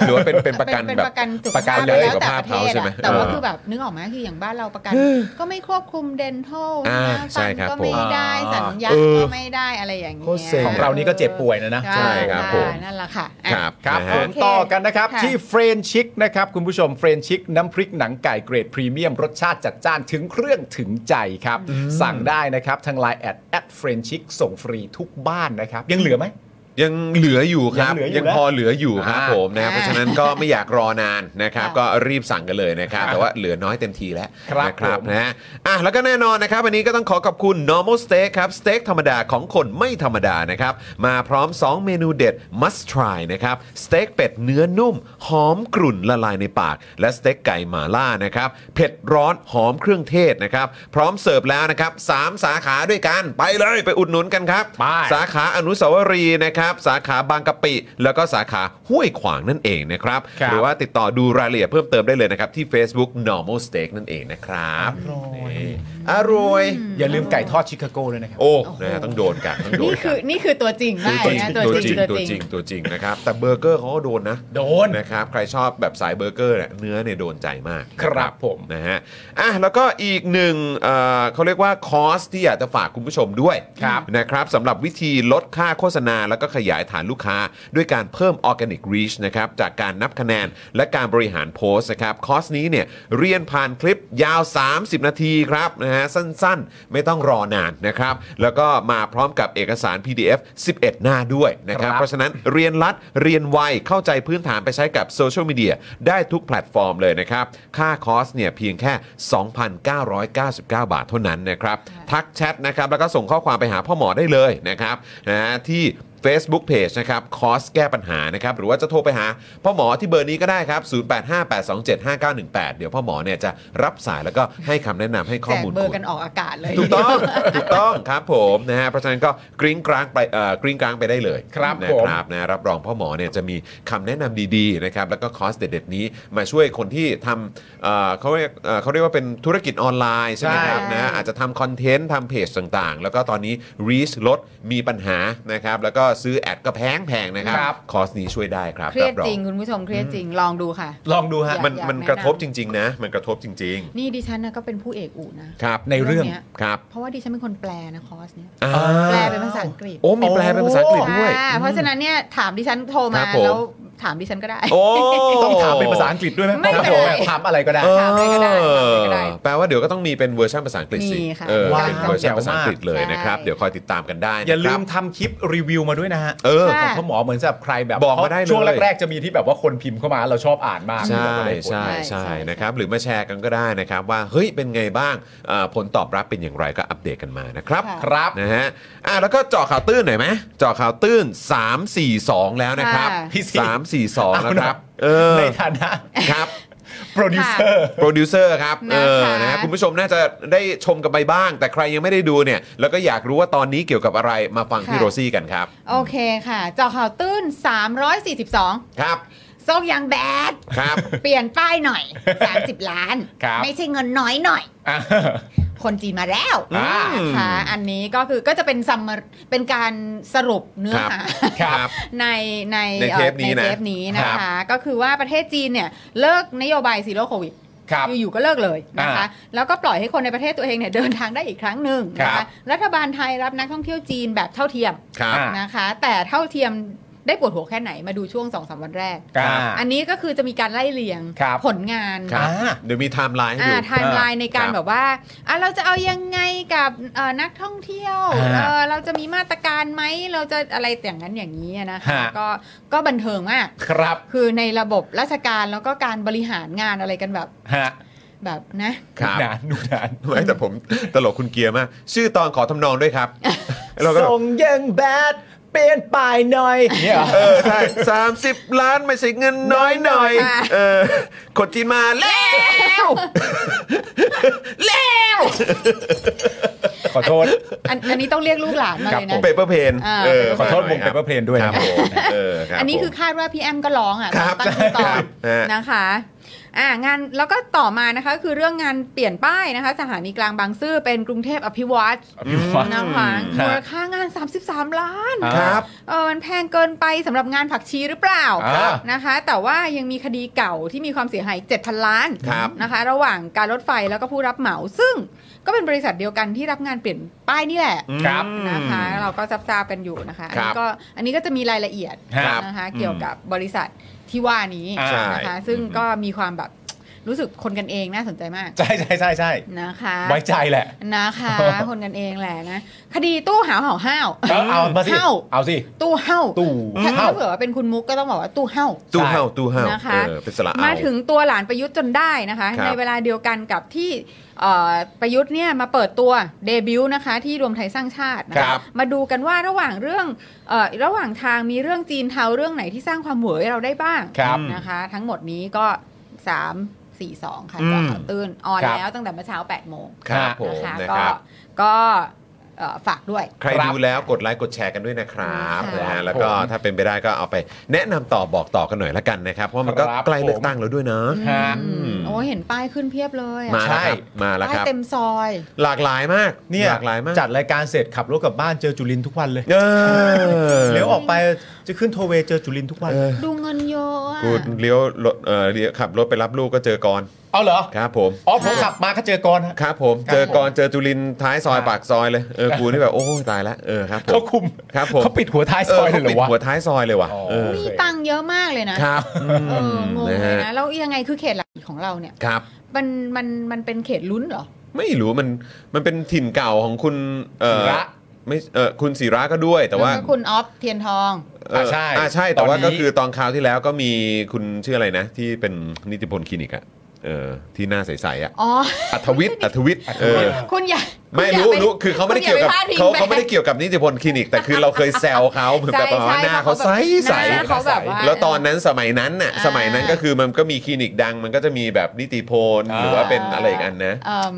S1: หรือว่าเป็นเป็นประกัน
S3: เป็น
S1: แบบ
S3: ประกันสุข
S1: ประกั
S3: ภาน พ
S1: เลย
S3: แล้ว
S1: สุข
S3: แต่
S1: ภาพ
S3: ประเท
S1: เขา
S3: ศ
S1: ใช่ไหม
S3: อะแต่ว่า
S1: เออ
S3: คือแบบนึกออกไหมคืออย่างบ้านเราประกัน ก็ไม่ควบคุมเดนทัล
S1: อ่าใช่
S3: ฟัน
S1: ครับ
S3: ก็ไม่ได้
S2: ผม
S3: สัญญา
S1: เออ
S3: ก็ไม่ได้อะไรอย่างเงี้
S1: โคตรเซ็
S3: ย
S1: ง
S2: ของเรานี่ก็เจ็บป่วยนะนะ
S1: ใช่ครับผม
S3: นั่นแหละค่ะอ่ะ
S1: ครับ
S2: ครับ
S1: นะ
S2: ผม
S1: ฮะ
S3: โอเค
S2: ต่อกันนะครับ
S3: ค่ะ
S2: ที่เฟรนชิกนะครับคุณผู้ชมเฟรนชิกน้ำพริกหนังไก่เกรดพรีเมียมรสชาติจัดจ้านถึงเครื่องถึงใจครับ สั่งได้นะครับทางไลน์แอดแอดเฟรนชิกส่งฟรีทุกบ้านนะครับ ยังเหลือไหม
S1: ยังเหลืออยู่ครับ
S2: ยังเหลืออยู่
S1: ยังพอเหลืออยู่ครับ
S2: อ่า
S1: ผมนะครับ
S3: อ่า
S1: เพราะฉะนั้นก็ไม่อยากรอนานนะครับ
S3: ค่ะ
S1: ก็รีบสั่งกันเลยนะครับ แต่ว่าเหลือน้อยเต็มทีแล้ว
S2: ครับ
S1: นะครับ
S2: ผม
S1: นะฮะอ่ะแล้วก็แน่นอนนะครับ วันนี้ก็ต้องขอขอบคุณ normal steak ครับสเต็กธรรมดาของคนไม่ธรรมดานะครับ มาพร้อม 2 เมนูเด็ด must try นะครับสเต็กเป็ดเนื้อนุ่ม หอมกรุ่นละลายในปาก และสเต็กไก่หมาล่านะครับเผ็ดร้อนหอมเครื่องเทศนะครับพร้อมเสิร์ฟแล้วนะครับสามสาขาด้วยกันไปเลยไปอุดหนุนกันครับ
S2: ไป
S1: สาขาอนุสาวรีย์นะครับ สาขาบางกะปิ แล้วก็สาขาห้วยขวางนั่นเองนะครับ
S2: ครับ
S1: หรือว่าติดต่อดูรายละเอียดเพิ่มเติมได้เลยนะครับ ที่ Facebook normal steak นั่นเองนะครับ
S2: อร่อย
S1: นี่อร่อย
S2: อย่าลืมไก่ทอดชิคาโกด้วยนะครับ
S1: โอ้
S3: โอ้โห
S1: นะฮะต้องโดนกันต้องโด
S3: นี่
S1: น
S3: คื
S1: กั
S3: อนนี่คือตัวจริงมากเลยนะ
S1: ตัวจริง
S3: ตัว
S1: ตัว
S3: จ
S1: จ
S3: ริ
S1: ริ
S3: ง
S1: งตัวจริงนะครับแต่เบอร์เกอร์เขาก็โดนนะ
S2: โดน
S1: นะครับใครชอบแบบสายเบอร์เกอร์เนี่ยเนื้อเนี่ยโดนใจมากนะครับ
S2: ผม
S1: นะฮะอ่ะแล้วก็อีกหนึ่งเอ่อเขาเรียกว่าคอร์สที่อยากจะฝากคุณผู้ชมด้วย
S2: ครับ
S1: นะครับสำหรับวิธีลดค่าโฆษณา แล้วก็ขยายฐานลูกค้า ด้วยการเพิ่ม Organic Reach นะครับจากการนับคะแนนและการบริหารโพสต์นะครับคอร์สนี้เนี่ยเรียนผ่านคลิปยาว 30 นาทีครับนะฮะสั้นๆ ไม่ต้องรอนานนะครับ แล้วก็มาพร้อมกับเอกสาร PDF 11 หน้าด้วยนะครับ
S2: ครับ
S1: เพราะฉะนั้นเรียนรัดเรียนไวเข้าใจพื้นฐานไปใช้กับโซเชียลมีเดียได้ทุกแพลตฟอร์มเลยนะครับ ค่าคอร์สเนี่ยเพียงแค่ 2,999 บาทเท่านั้นนะครับ ทักแชทนะครับแล้วก็ส่งข้อความไปหาพ่อหมอได้เลยนะครับนะฮะที่ Facebook Page นะครับคอร์สแก้ปัญหานะครับ หรือว่าจะโทรไปหาพ่อหมอที่เบอร์นี้ก็ได้ครับ 0858275918 เดี๋ยวพ่อหมอเนี่ยจะรับสายแล้วก็ให้คำแนะนำให้ข้
S3: แจ
S1: อก มูล
S3: เบอ
S1: คุ
S3: ร์
S1: ณ
S3: กันออกอากาศเลย
S1: ถูกต้อง ถูกต้องครับผมนะฮะเพราะฉะนั้นก็กริ้งกลางไปเอ่อกริ้งกลางไปได้เลย
S2: ครับ
S1: นะ
S2: ผม
S1: ครับนะรับรองพ่อหมอเนี่ยจะมีคำแนะนำดีๆนะครับแล้วก็คอร์สเด็ดๆนี้มาช่วยคนที่ทำเอ่อเขาเรียกเอ่อเขาเรียกว่าเป็นธุรกิจออนไลน์ใช่ไหมครับ
S3: ใช่
S1: นะอาจจะทำคอนเทนต์ทำเพจต่างๆ แล้วก็ตอนนี้ reach ลดมีปัญหานะครับแล้วก็ซื้อแอดก็แพงๆนะครับ
S2: ครับ
S1: คอร์สนี้ช่วยได้ครับ
S3: เครียด
S1: บอ
S3: จริงคุณผู้ชมเครียดจริงลองดูค่ะ
S2: ลองดูฮะ
S3: อยา
S1: มัน
S3: แนะ
S1: มัน
S3: นำ
S1: กระทบจริง ๆ นะ มันกระทบจริง
S3: นี่ดิฉันนะก็เป็นผู้เอกอูนะ
S1: ๆ ครับ
S2: ในเรื่อง
S3: เรื่องเนี้ย
S1: ครับ
S3: เพราะว่าดิฉันเป็นคนแปลนะคอร์สเนี้ย
S1: อ่า
S3: แปลเป็นภาษาอังกฤษ
S1: โอ้มีแปลเป็นภาษาอังกฤษด้วย
S3: อ่าเพราะฉะนั้นเนี่ยถามดิฉันโทร
S1: ค
S3: มา
S1: รับผม
S3: แล้วถามดิฉันก็ได้
S1: โอ้
S2: ต้องถามเป็นภาษาอังกฤษด้วยไหม
S3: ไม่เป็นไร
S2: ต้องถามอะไรก็ได้
S1: เออ
S3: ถามอะไรก็ได้ถามอะไรก็ได้
S1: แปลว่าเดี๋ยวก็ต้องมีเป็นเวอร์ชันภาษาอังกฤษสิ
S3: มีค่ะ
S1: เออ
S2: ว้าว
S1: เป็นเวอร์ชันภาษาอังกฤษเลยนะครับ
S3: ใช่
S1: เดี๋ยวคอยติดตามกันได้นะครับ
S2: อย่าลืมทำคลิปรีวิวมาด้วยนะฮะ
S1: เออ
S2: ข
S3: ค่ะ
S2: องพ่อหมอเหมือนสำหรับใครแบบ
S1: บอกมาได้เลย
S2: ช่วงแรกๆจะมีที่แบบว่าคนพิมพ์เข้ามาเราชอบอ่านมาก
S1: ใช่
S2: เราได้ผล
S1: ใช่
S3: ใช่
S1: ใช่
S3: ใช่
S1: นะครับ หรือมาแชร์กันก็ได้นะครับ ว่าเฮ้ยเป็นไงบ้างเอ่อผลตอบรับเป็นอย่างไรก็อัปเดตกันมานะครับ
S2: ครับ
S1: นะฮะอ่ะแล้วก็เจาะข่าวตื้นหน่อยไหมเจาะข่าวตื้น 3 4 2 แล้วนะครับ
S3: ค่ะ
S2: พี่สิ
S1: 3 4 2 นะครับ เออ
S2: ในฐานะ
S1: ครับ
S2: โปรดิวเซอร์
S1: โปรดิวเซอร์ครับเออ
S3: นะคะ
S1: นะฮะคุณผู้ชมน่าจะได้ชมกันไปบ้าง แต่ใครยังไม่ได้ดูเนี่ย แล้วก็อยากรู้ว่าตอนนี้เกี่ยวกับอะไรมาฟังพี่โรซี่กันครับ
S3: โอเคค่ะเจาะข่าวตื้น 342
S1: ครับ
S3: ส้มยังแบ ด
S1: ครับ
S3: เปลี่ยนป้ายหน่อย 30 ล้าน
S2: ครับ
S3: ไม่ใช่เงินน้อยหน่อย
S2: อ่ะ
S3: คนจีนมาแล้ว
S1: อ่า
S3: นะคะอันนี้ก็คือก็จะเป็นซัมเป็นการสรุปเนื้อหา
S1: ครับ
S3: ในใน
S1: ในเทปนี้นะ
S3: ใเทปนี้นะ
S1: ครั
S3: คะ
S1: บ
S3: ก็คือว่าประเทศจีนเนี่ยเลิกนโยบายซีโร่โควิด
S2: ครับ
S3: อยู่ๆก็เลิกเลยนะคะ
S2: อ่า
S3: แล้วก็ปล่อยให้คนในประเทศตัวเองเนี่ยเดินทางได้อีกครั้งหนึ่งนะ
S2: ครั
S3: คะ
S2: บ
S3: รัฐบาลไทยรับนักท่องเที่ยวจีนแบบเท่าเทียม
S1: ครับ
S2: อ่า
S3: นะคะ แต่เท่าเทียมได้ปวดหัวแค่ไหนมาดูช่วง2อสวันแรก
S2: อ่า
S3: อันนี้ก็คือจะมีการไล่เลียง
S2: ครับ
S3: ผลงาน
S1: ครับ
S2: อ่า
S1: เดี๋ยวมีไทม์ไลน์ให้
S3: อ่า
S1: ดู
S3: ไทม์ไลน์ในการ
S1: ครับ
S3: แบบว่าอ่ะเราจะเอายังไงกับเอ่อนักท่องเที่ยว
S2: อ่า
S3: เออเราจะมีมาตรการไหมเราจะอะไรอย่างนั้นอย่างนี้นะ
S2: ฮะ
S3: คะก็ก็บันเทิงมาก
S2: ครับ
S3: คือในระบบราชการแล้วก็การบริหารงานอะไรกันแบบ
S2: ฮะ
S3: แบบนะ
S1: ครับ
S2: หนานหนูหนาน
S1: เฮ้ยแต่ผมตลกคุณเกียร์มาก ชื่อตอนขอทำนองด้วยครับ เราก็แบบ
S2: ส่งยังแบดเปลี่ยนปลายหน่อยเนี่ยเหรอ
S1: เออใช่สามสิบล้านไม่ใช่เงินน้อยหน่อย
S3: อ่า
S1: เออคนจีนมาแล้ว
S2: ขอโทษ
S3: อันอันนี้ต้องเรียกลูกหลานมา
S1: กับ
S3: เลยนะ
S1: เปเปอร์เพน
S3: อ่า
S2: ขอโทษวง Paper Plane ด้วย
S1: ค
S2: นะ
S1: รับผมเออครับ
S3: อันนี้
S1: ผม
S3: คือคาดว่าพี่แอมก็ร้องอ่ะ
S1: ครับ
S3: ตั้งคำตอ
S1: ครับ บฮะ
S3: นะคะอ่างานแล้วก็ต่อมานะคะก็คือเรื่องงานเปลี่ยนป้ายนะคะ สถานีกลางบางซื่อเป็นกรุงเทพอภิวัตร
S2: อภิวัตร
S3: นะคะ
S2: ครับ
S3: มูลค่างาน 33 ล้าน
S2: อ่า
S1: ครับ
S3: เออมันแพงเกินไปสำหรับงานผักชีหรือเปล่า
S2: ครับ
S3: นะคะ แต่ว่ายังมีคดีเก่าที่มีความเสียหาย 7,000 ล้าน
S1: ครับ
S3: นะคะ ระหว่างการรถไฟแล้วก็ผู้รับเหมา ซึ่งก็เป็นบริษัทเดียวกันที่รับงานเปลี่ยนป้ายนี่แหละ
S2: ครับ
S3: นะคะเราก็จับทราบกันอยู่นะคะ อัน
S1: ครั
S3: นี้
S1: บ
S3: ก็อันนี้ก็จะมีรายละเอียด
S2: ครับ
S3: นะคะเกี่ยวกับบริษัทที่ว่านี้
S2: อ่า
S3: นะคะ
S1: ใช่
S3: ซึ่งก็มีความแบบรู้สึกคนกันเองน่าสนใจมาก
S2: ใช่ใช่ใช่ใช่
S3: นะคะ
S2: ไว้ใจแหละ
S3: นะคะ คนกันเองแหละนะ คดีตู้หาวหาวห้าว
S2: เอาเอามาสิ
S3: เห่า
S2: เอาสิ
S3: ตู้เห่า
S2: ตู่
S3: ถ้า
S2: เห่า
S3: ถ้าเผื่อว่าเป็นคุณมุกก็ต้องบอกว่าตู้เห่า
S1: ตู้เห่าตู้เห่า
S3: นะคะ
S1: เออเป็นสระเอา
S3: มาถึงตัวหลานประยุทธ์จนได้นะคะ
S1: ครับ
S3: ในเวลาเดียวกันกับที่เอ่อประยุทธ์เนี่ยมาเปิดตัวเดบิวต์นะคะ ที่รวมไทยสร้างชาตินะ
S2: ครั
S3: คะ
S2: บ
S3: มาดูกันว่าระหว่างเรื่องเออระหว่างทางมีเรื่องจีนเทาเรื่องไหนที่สร้างความเหวอให้เราได้บ้าง
S2: ครับ
S3: นะคะ ทั้งหมดนี้ก็ 3 4 2 ค่ะ
S2: อืม
S3: จอข่าวตื่นออน
S2: ครับ
S3: แล้วตั้งแต่เมื่อเช้า 8 โมง
S1: ครับผม
S3: นะคะ
S1: นะ
S3: ก็
S1: ครับ
S3: ก็เอ่อฝากด้วย
S1: ใครดูแล้วกดไลค์กดแชร์กันด้วยนะครับ
S3: ค่ะ
S1: นะฮะแล้วก็ถ้าเป็นไปได้ก็เอาไปแนะนำต่อบอกต่อกันหน่อยละกันนะครับ เพราะมันก็
S2: ครับ
S1: ใกล้เลือ
S2: ผ
S1: ก
S2: ม
S1: ตั้งแล้วด้วยเนอะ
S2: ฮะ
S3: อืมโอ้เห็นป้ายขึ้นเพียบเลยอะ
S1: มาแล้วครั
S2: ใช่
S1: บมาแล้ว
S3: ป้า
S1: ค
S3: ย
S1: รับ
S3: เต็มซอย
S1: หลากหลายมาก
S2: เนี่ย
S1: หลากหลายมาก
S2: จัดรายการเสร็จขับรถกลับบ้านเจอจุลินทุกวันเลย
S1: เออ
S2: เลี้ยวออกไปจะขึ้นโทเวย์เจอจุลินทุกวัน
S3: ดูเงินเยอะอะ
S1: กูเลี้ยวรถเออเลี้ยวขับรถไปรับลูกก็เจอกร
S2: เอาเหรอ
S1: ครับผม
S2: อ๋อผมขับมาก็เจอกรฮะ
S1: ครับผมเจอกรเจอจุลินท้ายซอย
S2: ครับ
S1: ปากซอยเลยเออกูนี่แบบ โอ้ยตายละเออครับผม
S2: เขาคุม
S1: ครับผม
S2: เขาปิดหัวท้ายซอยเลยเหร
S1: ปิด
S2: อวะ
S1: หัวท้ายซอยเลยว่ะ
S2: อ๋อ
S1: เออ
S3: มีตังค์เยอะมากเลยนะ
S1: ครับ
S3: เออ ง
S1: นะ
S3: งเล
S1: ฮะ
S3: ยนะ แล้วยังไงคือเขตหลักของเราเนี่ย
S1: ครับ
S3: มัน มัน มันเป็นเขตลุ้นเหรอ
S1: ไม่รู้มันมันเป็นถิ่นเก่าของคุณเอ่อ
S2: ศิระ
S1: ไม่เออคุณศิระก็ด้วย แต่ว่า
S3: แล้วก็คุณออฟเทียนทอง
S1: เอ่อ
S2: ใช่
S1: อ่าใช่แต่ว่า
S2: ต
S1: ก็
S2: อนนี้
S1: คือตอนคราวที่แล้วก็มีคุณชื่ออะไรนะ ที่เป็นนิติพลคลินิกอะเออที่หน้าใสๆอะ
S3: อ๋อ
S1: อัธวิทย์อัธวิทย์เออ
S3: คุณอย่า
S1: ไม่
S3: คุณอย่า
S1: รู้
S3: ป
S1: รู้คือเขาไม่ได้เกี่ยวกับ
S3: ณอ
S1: เขา
S3: ปพดพิง
S1: เขาไม่ได้
S3: ป
S1: เกี่ยวกับนิติพลคลินิก แต่คือเราเคยแซวเขาเหมือนแบบประมาณว่าหน้าเขาใส
S3: ห
S1: ใส
S3: น้าเขาแบบว่า
S1: แล้วตอนนั้นสมัยนั้นน่ะ
S3: อ่า
S1: สมัยนั้นก็คือมันก็มีคลินิกดัง มันก็จะมีแบบนิติพล
S2: อ่า
S1: หรือว่าเป็นอะไรอีกอันนะ
S3: เอิ่ม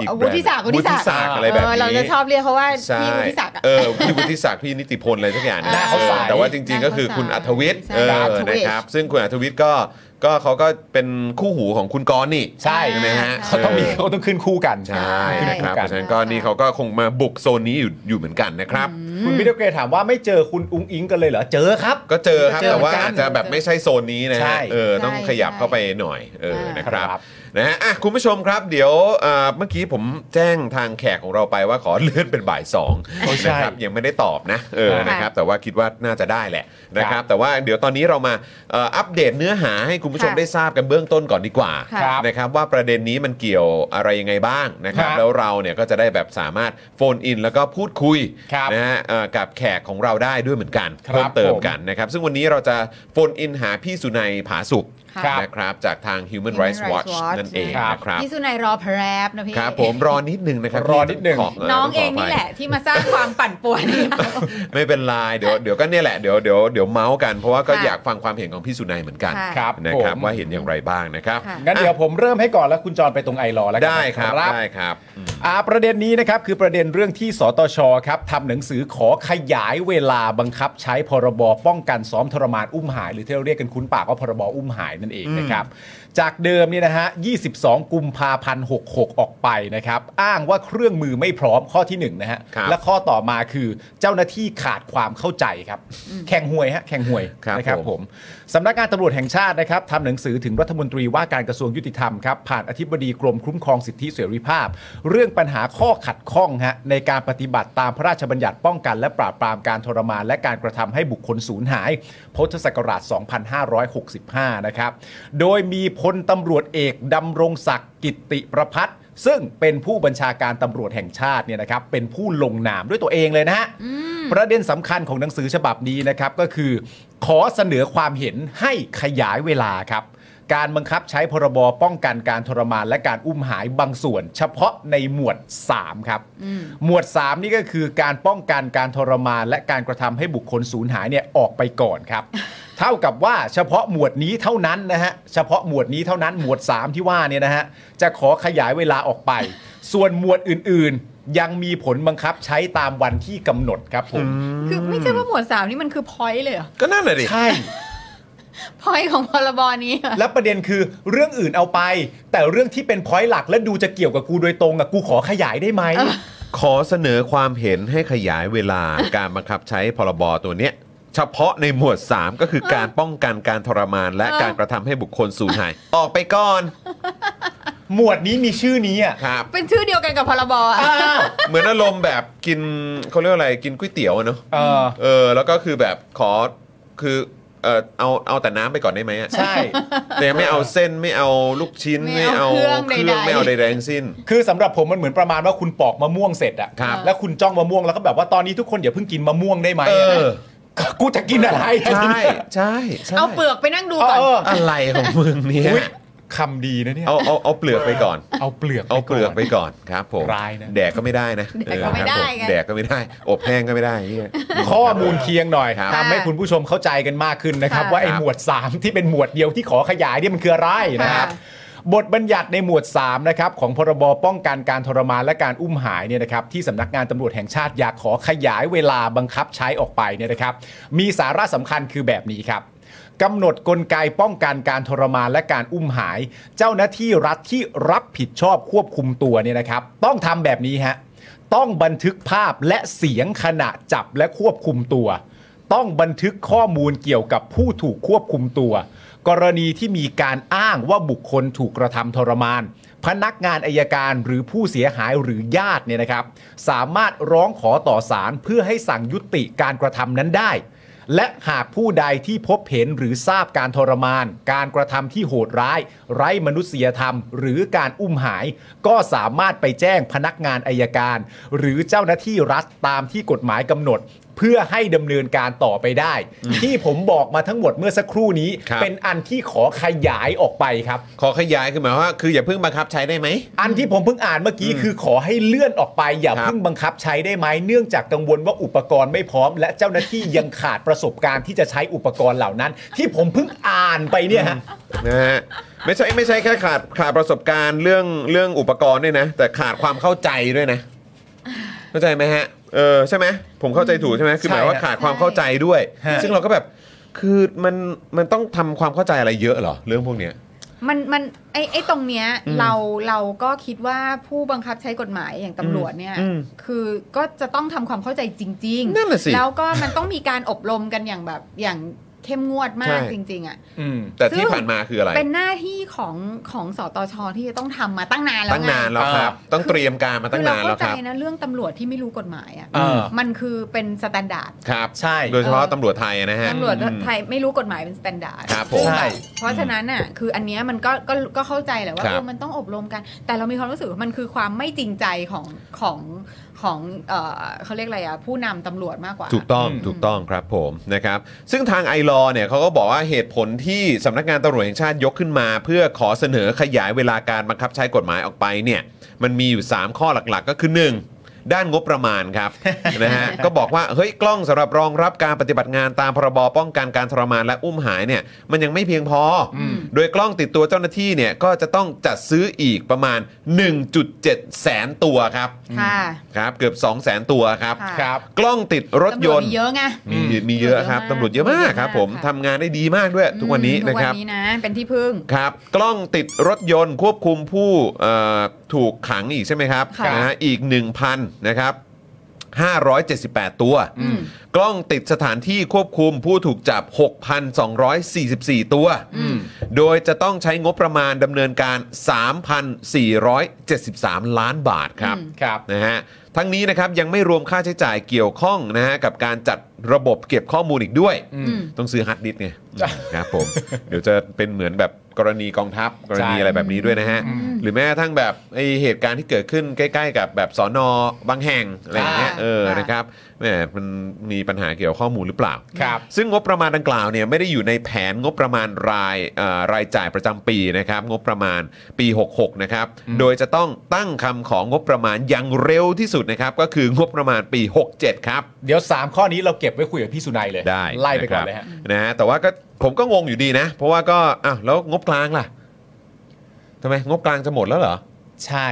S1: อีกแบรนด์
S3: วุฒิศักดิ์วุฒิศักดิ์
S1: ศักดิ์อะไรแบบ
S3: เออ
S1: นี้
S3: เราจะชอบเรียกเขาว่า
S1: ใช่
S3: พี่วุฒิศักดิ์อะ
S1: เออพี่วุฒิศักดิ์พี่นิติพลอะไรสักอย่าง
S3: หน้าเขาใส
S1: แต่ว่าจริง ๆ ก็คือ
S3: หน้าเขาใส
S1: คุณอัธวิทย์
S3: ใช่
S1: เอ
S3: อั
S1: อ
S3: ธวิทย์
S1: นะครับ ซึ่งคุณอัธวิทย์ก็ก็เขาก็เป็นคู่หูของคุณกรณ์นี่
S2: ใช่
S1: ใช่ไหมฮะ
S3: ใช่
S2: เขาต้องมีเขาต้องขึ้นคู่กัน
S1: ใช่นะครับ
S2: ใช่
S1: เพราะฉะนั้นก็นี่เขาก็คงมาบุกโซนนี้อยู่อยู่เหมือนกันนะครับ
S2: คุณมิเดลเกรดถามว่าไม่เจอคุณอุ้งอิงกันเลยเหรอ เจอครับ
S1: ก็เจอครับ
S2: เจอ
S1: แต่ว่า
S2: เหมือนกัน
S1: อาจจะแบบไม่ใช่โซนนี้นะ
S2: ใช่
S1: ฮะเออต้อง
S3: ใช่
S1: ขยับ
S3: ใช่
S1: เข้าไปหน่อยเออ
S3: อ่าน
S1: นะครับ
S2: ครับ
S1: นะฮะอ่ะคุณผู้ชมครับ เดี๋ยวเอ่อเมื่อกี้ผมแจ้งทางแขกของเราไปว่าขอเลื่อนเป็นบ่ายสอง
S2: โอ้ใช่
S1: นะครับยังไม่ได้ตอบนะเออ
S2: ค่ะ
S1: นะครับแต่ว่าคิดว่าน่าจะได้แหละนะค
S2: ครั
S1: รับบ แต่ว่าเดี๋ยวตอนนี้เรามาเอ่ออัปเดตเนื้อหาให้คุณผู้ชม
S3: ค่ะ
S1: ได้ทราบกันเบื้องต้นก่อนดีกว่า
S2: ครับ
S1: นะครับว่าประเด็นนี้มันเกี่ยวอะไรยังไงบ้างนะครับ
S2: ครับ
S1: แล้วเราเนี่ยก็จะได้แบบสามารถโฟนอินแล้วก็พูดคุย
S2: ครับ
S1: นะฮะเอ่อกับแขกของเราได้ด้วยเหมือนกัน
S2: ครับ
S1: เพิ่มเติม
S2: ผม
S1: กัน นะครับซึ่งวันนี้เราจะโฟนอินหาพี่สุนัยผาสุก
S3: ค่ ค่ะ
S2: ครับ
S1: นะครับจากทาง Human
S3: Human
S1: Rights
S3: Rights
S1: Watch
S3: Watch
S1: นั่นเอง
S2: ครับ
S1: นะครับ
S3: พี่สุนัยรอแพรบนะพี่
S1: ครับผมรอนิดนึงนะครับ
S2: รอนิดนึง
S1: ข
S3: น้องเองนี่แหละที่มาสร้างความปั่นป่วน
S1: ไม่เป็นไรเดี๋ยวเดี๋ยวก็เนี่ยแหละเดี๋ยวเดี๋ยวเดี๋ยวเมาส์กันเพราะว่าก็
S3: ค่ะ
S1: อยากฟังความเห็นของพี่สุนัยเหมือนกัน
S3: ค่ะ
S2: ครับ
S1: นะครับ
S2: ผม
S1: ว่าเห็นอย่างไรบ้างนะครับ
S3: ค่ะ
S2: งั้นเดี๋ยวผมเริ่มให้ก่อนแล้วคุณจรไปตรงไอรอแล้วกัน
S1: ได้
S2: นะ
S1: ครับได้ครับ
S2: อ่าประเด็นนี้นะครับคือประเด็นเรื่องที่สตชครับทำหนังสือขอขยายเวลาบังคับใช้พรบป้องกันซ้อมทรมานอุ้มหาย หรือที่เราเรียกกันคุ้นปากว่าพรบอุ้มหายนั่นเองนะครับจากเดิมเนี่ยนะฮะ 22 กุมภาพันธ์ 66 ออกไปนะครับอ้างว่าเครื่องมือไม่พร้อมข้อที่1นะฮะ
S1: ครับ
S2: และข้อต่อมาคือเจ้าหน้าที่ขาดความเข้าใจครับแข่งหวยฮะแข่งหวย
S1: ครับ
S2: นะครับ
S1: ผม
S2: ผม ผมสำนักงานตำรวจแห่งชาตินะครับทำหนังสือถึงรัฐมนตรีว่าการกระทรวงยุติธรรมครับผ่านอธิบดีกรมคุ้มครองสิทธิเสรีภาพ เรื่องปัญหาข้อขัดข้องฮะในการปฏิบัติตามพระราชบัญญัติป้องกัน และปราบปรามการทรมาน และการกระทำให้บุคคลสูญหายพุทธศักราช 2565 นะครับโดยมีพลตำรวจเอกดำรงศักดิ์กิตติประพัฒน์ซึ่งเป็นผู้บัญชาการตำรวจแห่งชาติเนี่ยนะครับเป็นผู้ลงนามด้วยตัวเองเลยนะฮะ ประเด็นสำคัญของหนังสือฉบับนี้นะครับก็คือ ขอเสนอความเห็นให้ขยายเวลาครับ การบังคับใช้พรบป้องกันการทรมานและการอุ้มหายบางส่วน เฉพาะในหมวด 3 ครับ หมวด 3 นี่ก็คือการป้องกันการทรมานและการกระทำให้บุคคลสูญหายเนี่ยออกไปก่อนครับ เท่ากับว่าเฉพาะหมวดนี้เท่านั้นนะฮะเฉพาะหมวดนี้เท่านั้นหมวด 3 ที่ว่าเนี่ยนะฮะจะขอขยายเวลาออกไป ส่วนหมวดอื่นๆ ยังมีผลบังคับใช้ตามวันที่กำหนดครับผม
S3: คือไม่ใช่ว่าหมวดสามนี่มันคือพอยต์เลยเหรอ
S1: ก็นั่นแหละดิ
S2: ใช่
S3: พอยต์ของพรบนี้เหรอ
S2: แล้วประเด็นคือเรื่องอื่นเอาไป แต่เรื่องที่เป็นพอยต์หลักและดูจะเกี่ยวกับกูโดยตรงอะกูขอขยายได้ไหม
S1: ขอเสนอความเห็นให้ขยายเวลา การบังคับใช้พรบตัวเนี้ย เฉพาะในหมวด 3 ก็คือการป้องกันการทรมาน และการกระทำให้บุคคลสูญหาย ออกไปก่อน
S2: หมวดนี้มีชื่อนี้อะ
S1: ครับ
S3: เป็นชื่อเดียวกันกับพรบอ่ะ
S2: อ้าว
S1: เหมือนอารมณ์แบบกินเขาเรียกว่าอะไรกินก๋วยเตี๋ยวอะเนอะ
S2: เออ
S1: เออ แล้วก็คือแบบขอคือเออเอาเอาแต่น้ำไปก่อนได้ไหมอะ
S2: ใช่
S1: แต่ไม่เอาเส้นไม่เอาลูกชิ้น
S3: ไม่
S1: ไม่
S3: เอา
S1: เอา
S3: เค
S1: เค
S3: รื่อง
S1: รื่อง
S3: ใดๆ
S1: ไม่เอาใดๆทั้งสิ้น
S2: คือสำหรับผมมันเหมือนประมาณว่าคุณปอกมะม่วงเสร็จอะ
S1: ครับ
S2: แล้วคุณจ้องมะม่วงแล้วก็แบบว่าตอนนี้ทุกคนอย่าเพิ่งกินมะม่วงได้ไหม
S1: เออ
S2: กูจะกินอะไรอะ
S1: ใช่ใช่ใช่
S3: เอาเปลือกไปนั่งดู
S2: เอ
S3: ก่อน
S2: อ
S1: อะไรของมึงเนี่ย
S2: อุ๊ยคำดีนะเนี่ย
S1: เอาเอาเอาเปลือกไปก่อน
S2: เอาเปลือก
S1: เอาเปลือกไป
S2: น
S1: ก่อนครับผม
S2: ร้ายนะ
S1: แดกก็ไม่ได้นะ
S3: แดกก็ไม่ได้
S1: เออครับ
S3: ไง
S1: ผมแดกก็ไม่ได้ อบแห้งก็ไม่ได้เหี้ย
S2: ข้อมูลเคียงหน่อย
S1: ครับ
S2: ทำให้คุณผู้ชมเข้าใจกันมากขึ้นนะครับ
S3: ค่ะ
S2: ว่าไอ้หมวด 3 ที่เป็นหมวดเดียวที่ขอขยายเนี่ยมันคืออะไรนะครับ
S3: ค่ะ
S2: บทบัญญัติในหมวด 3 นะครับ ของพรบป้องกันการทรมานและการอุ้มหายเนี่ยนะครับที่สำนักงานตำรวจแห่งชาติอยากขอขยายเวลาบังคับใช้ออกไปเนี่ยนะครับ มีสาระสำคัญคือแบบนี้ครับกำหนดกลไกป้องกันการทรมานและการอุ้มหาย เจ้าหน้าที่รัฐที่รับผิดชอบควบคุมตัวเนี่ยนะครับ ต้องทำแบบนี้ฮะต้องบันทึกภาพและเสียงขณะจับและควบคุมตัว ต้องบันทึกข้อมูลเกี่ยวกับผู้ถูกควบคุมตัว กรณีที่มีการอ้างว่าบุคคลถูกกระทำทรมาน พนักงานอายการหรือผู้เสียหายหรือญาติเนี่ยนะครับ สามารถร้องขอต่อศาลเพื่อให้สั่งยุติการกระทำนั้นได้ และหากผู้ใดที่พบเห็นหรือทราบการทรมาน การกระทำที่โหดร้าย ไร้มนุษยธรรม หรือการอุ้มหาย ก็สามารถไปแจ้งพนักงานอายการ หรือเจ้าหน้าที่รัฐตามที่กฎหมายกำหนด เพื่อให้ดำเนินการต่อไปได้ ที่ผมบอกมาทั้งหมดเมื่อสักครู่นี้
S1: ครับ
S2: เป็นอันที่ขอขยายออกไปครับ
S1: ขอขยายคือหมายความว่าคืออย่าเพิ่งบังคับใช้ได้ไหม
S2: อันที่ผมเพิ่งอ่านเมื่อกี้คือขอให้เลื่อนออกไป อย่า
S1: ครับ
S2: เพิ่งบังคับใช้ได้ไหมเนื่องจากกังวลว่าอุปกรณ์ไม่พร้อม และเจ้าหน้าที่ยังขาดประสบการณ์ที่จะใช้อุปกรณ์เหล่านั้น ที่ผมเพิ่งอ่านไปเนี่ยฮะ
S1: นะฮะไม่ใช่ไม่ใช่แค่ขาดขาดประสบการณ์เรื่องเรื่องอุปกรณ์ด้วยนะ แต่ขาดความเข้าใจด้วยนะ เข้าใจไหมฮะเออใช่ไหมผมเข้าใจถูกใช่ไหมคือหมายว่า
S2: ใช่ฮะ
S1: ขาดความเข้าใจด้วย
S2: ฮะ
S1: ซึ่งเราก็แบบคือมันมันต้องทำความเข้าใจอะไรเยอะเหรอเรื่องพวกเนี้ย
S3: มันมันไอ้ไอ้ตรงเนี้ยเราเราก็คิดว่าผู้บังคับใช้กฎหมายอย่างตำรวจเนี่ย
S1: อืม
S3: คือก็จะต้องทำความเข้าใจจริง
S1: นั่นน่ะสิ
S3: แล้วก็มันต้องมีการอบรมกันอย่างแบบอย่างเข้มงวดมา
S1: ใช่
S3: กจริง ๆ อ่ะ
S2: อืม
S1: แต่ที่ผ่านมาคืออะไร
S3: เป็นหน้าที่ของของสตชที่จะต้องทำมาตั้งนานแล้ว
S1: ตั้งนานแล้วครับ ต้องเตรียมการมา
S3: คื
S1: ตั้
S3: อง เรา
S1: นาน
S3: เข้า
S1: แล้วค
S3: ใจ
S1: รับ
S3: นะเรื่องตำรวจที่ไม่รู้กฎหมายอ่ะ
S2: เออ
S3: มันคือเป็นสแตนดาร์ด
S1: ครับ
S2: ใช่
S1: โดยเฉพาะ
S3: เออ
S1: ตำรวจไทยนะฮะ
S3: ตำรวจไทยไม่รู้กฎหมายเป็นสแตนดาร์ด
S1: ครับผม
S3: ซึ่ง
S2: ใช่
S3: แบบเพราะฉะนั้นน่ะคืออันเนี้ยมันก็ก็ก็เข้าใจแหละว่า
S1: ครับ
S3: เออมันต้องอบรมกัน แต่เรามีความรู้สึกว่ามันคือความไม่จริงใจของของของเออเขาเรียกอะไรอะผู้นำตำรวจมากกว่า
S1: ถูกต้อง
S2: อืม
S1: ถูกต้องครับผมนะครับ ซึ่งทางไอรอ เนี่ยเขาก็บอกว่าเหตุผลที่สำนักงานตำรวจแห่งชาติยกขึ้นมา เพื่อขอเสนอขยายเวลาการบังคับใช้กฎหมายออกไปเนี่ยมันมีอยู่ 3 ข้อหลักๆ ก็คือ 1. ด้านงบประมาณครับ นะฮะ ก็บอกว่าเฮ้ยกล้องสำหรับรองรับการปฏิบัติงานตามพรบป้องกันการทรมานและอุ้มหายเนี่ยมันยังไม่เพียงพออโดยกล้องติดตัวเจ้าหน้าที่เนี่ยก็จะต้องจัดซื้ออีกประมาณ 1.7 แสนตัวครับ
S3: ค่ะ
S1: ครับเกือบ 2 0 0 0 0 0 ตัวครับ
S3: ค่ะ
S2: ครับ
S1: กล้องติดรถยน
S3: ตำวจ
S1: ต์
S3: มีเยอะไง
S1: มีมีเยอะครับตำรวจเยอะมากครับ ผม
S3: ค่ะ
S1: ทำงานได้ดีมากด้วย ทุกวันนี้
S3: อืม
S1: นะครับ
S3: ทุกวันนี้นะเป็นที่พึ่ง
S1: ครับ กล้องติดรถยนต์ควบคุมผู้เอ่อถูกขังอีกใช่ไหมครับ
S3: ค่ะ
S1: นะฮะอีก 1,000นะครับ578 ตัว
S3: อืม
S1: กล้องติดสถานที่ควบคุมผู้ถูกจับ 6,244 ตัว โดยจะต้องใช้งบประมาณดำเนินการ 3,473 ล้านบาทครับ
S2: ครับ
S1: นะฮะทั้งนี้นะครับยังไม่รวมค่าใช้จ่ายเกี่ยวข้องนะฮะกับการจัดระบบเก็บข้อมูลอีกด้วย
S3: อืม
S1: ต้องซื้อฮาร์ดดิสก์ไง
S2: จ้ะ
S1: ครับผม เดี๋ยวจะเป็นเหมือนแบบกรณีกองทัพกรณีอะไรแบบนี้ด้วยนะฮะ หรือแม้กระทั่งแบบไอเหตุการณ์ที่เกิดขึ้นใกล้ๆ กับแบบสอนอบางแห่งอะไรอย่างเงี้ย
S3: อ่า
S1: เออ
S3: ค่ะ
S1: นะครับแหมมันมีปัญหาเกี่ยวกับข้อมูลหรือเปล่า
S2: ครับ
S1: ซึ่งงบประมาณดังกล่าวเนี่ยไม่ได้อยู่ในแผนงบประมาณรายเอ่อรายจ่ายประจำปีนะครับงบประมาณปี 66 นะครับ โดยจะต้องตั้งคำของงบประมาณอย่างเร็วที่สุดนะครับ ก็คืองบประมาณปี 67 ครับ
S2: เดี๋ยว 3 ข้อนี้เราเก็บไว้คุยกับพี่สุนัยเลย
S1: ได้
S2: ไล่ไปก่อนะครับ เลยฮะ
S1: นะฮะแต่ว่าก็ผมก็งงอยู่ดีนะ เพราะว่าก็อ้าวแล้วงบกลางล่ะทำไมงบกลางจะหมดแล้วเหรอ
S2: ใช่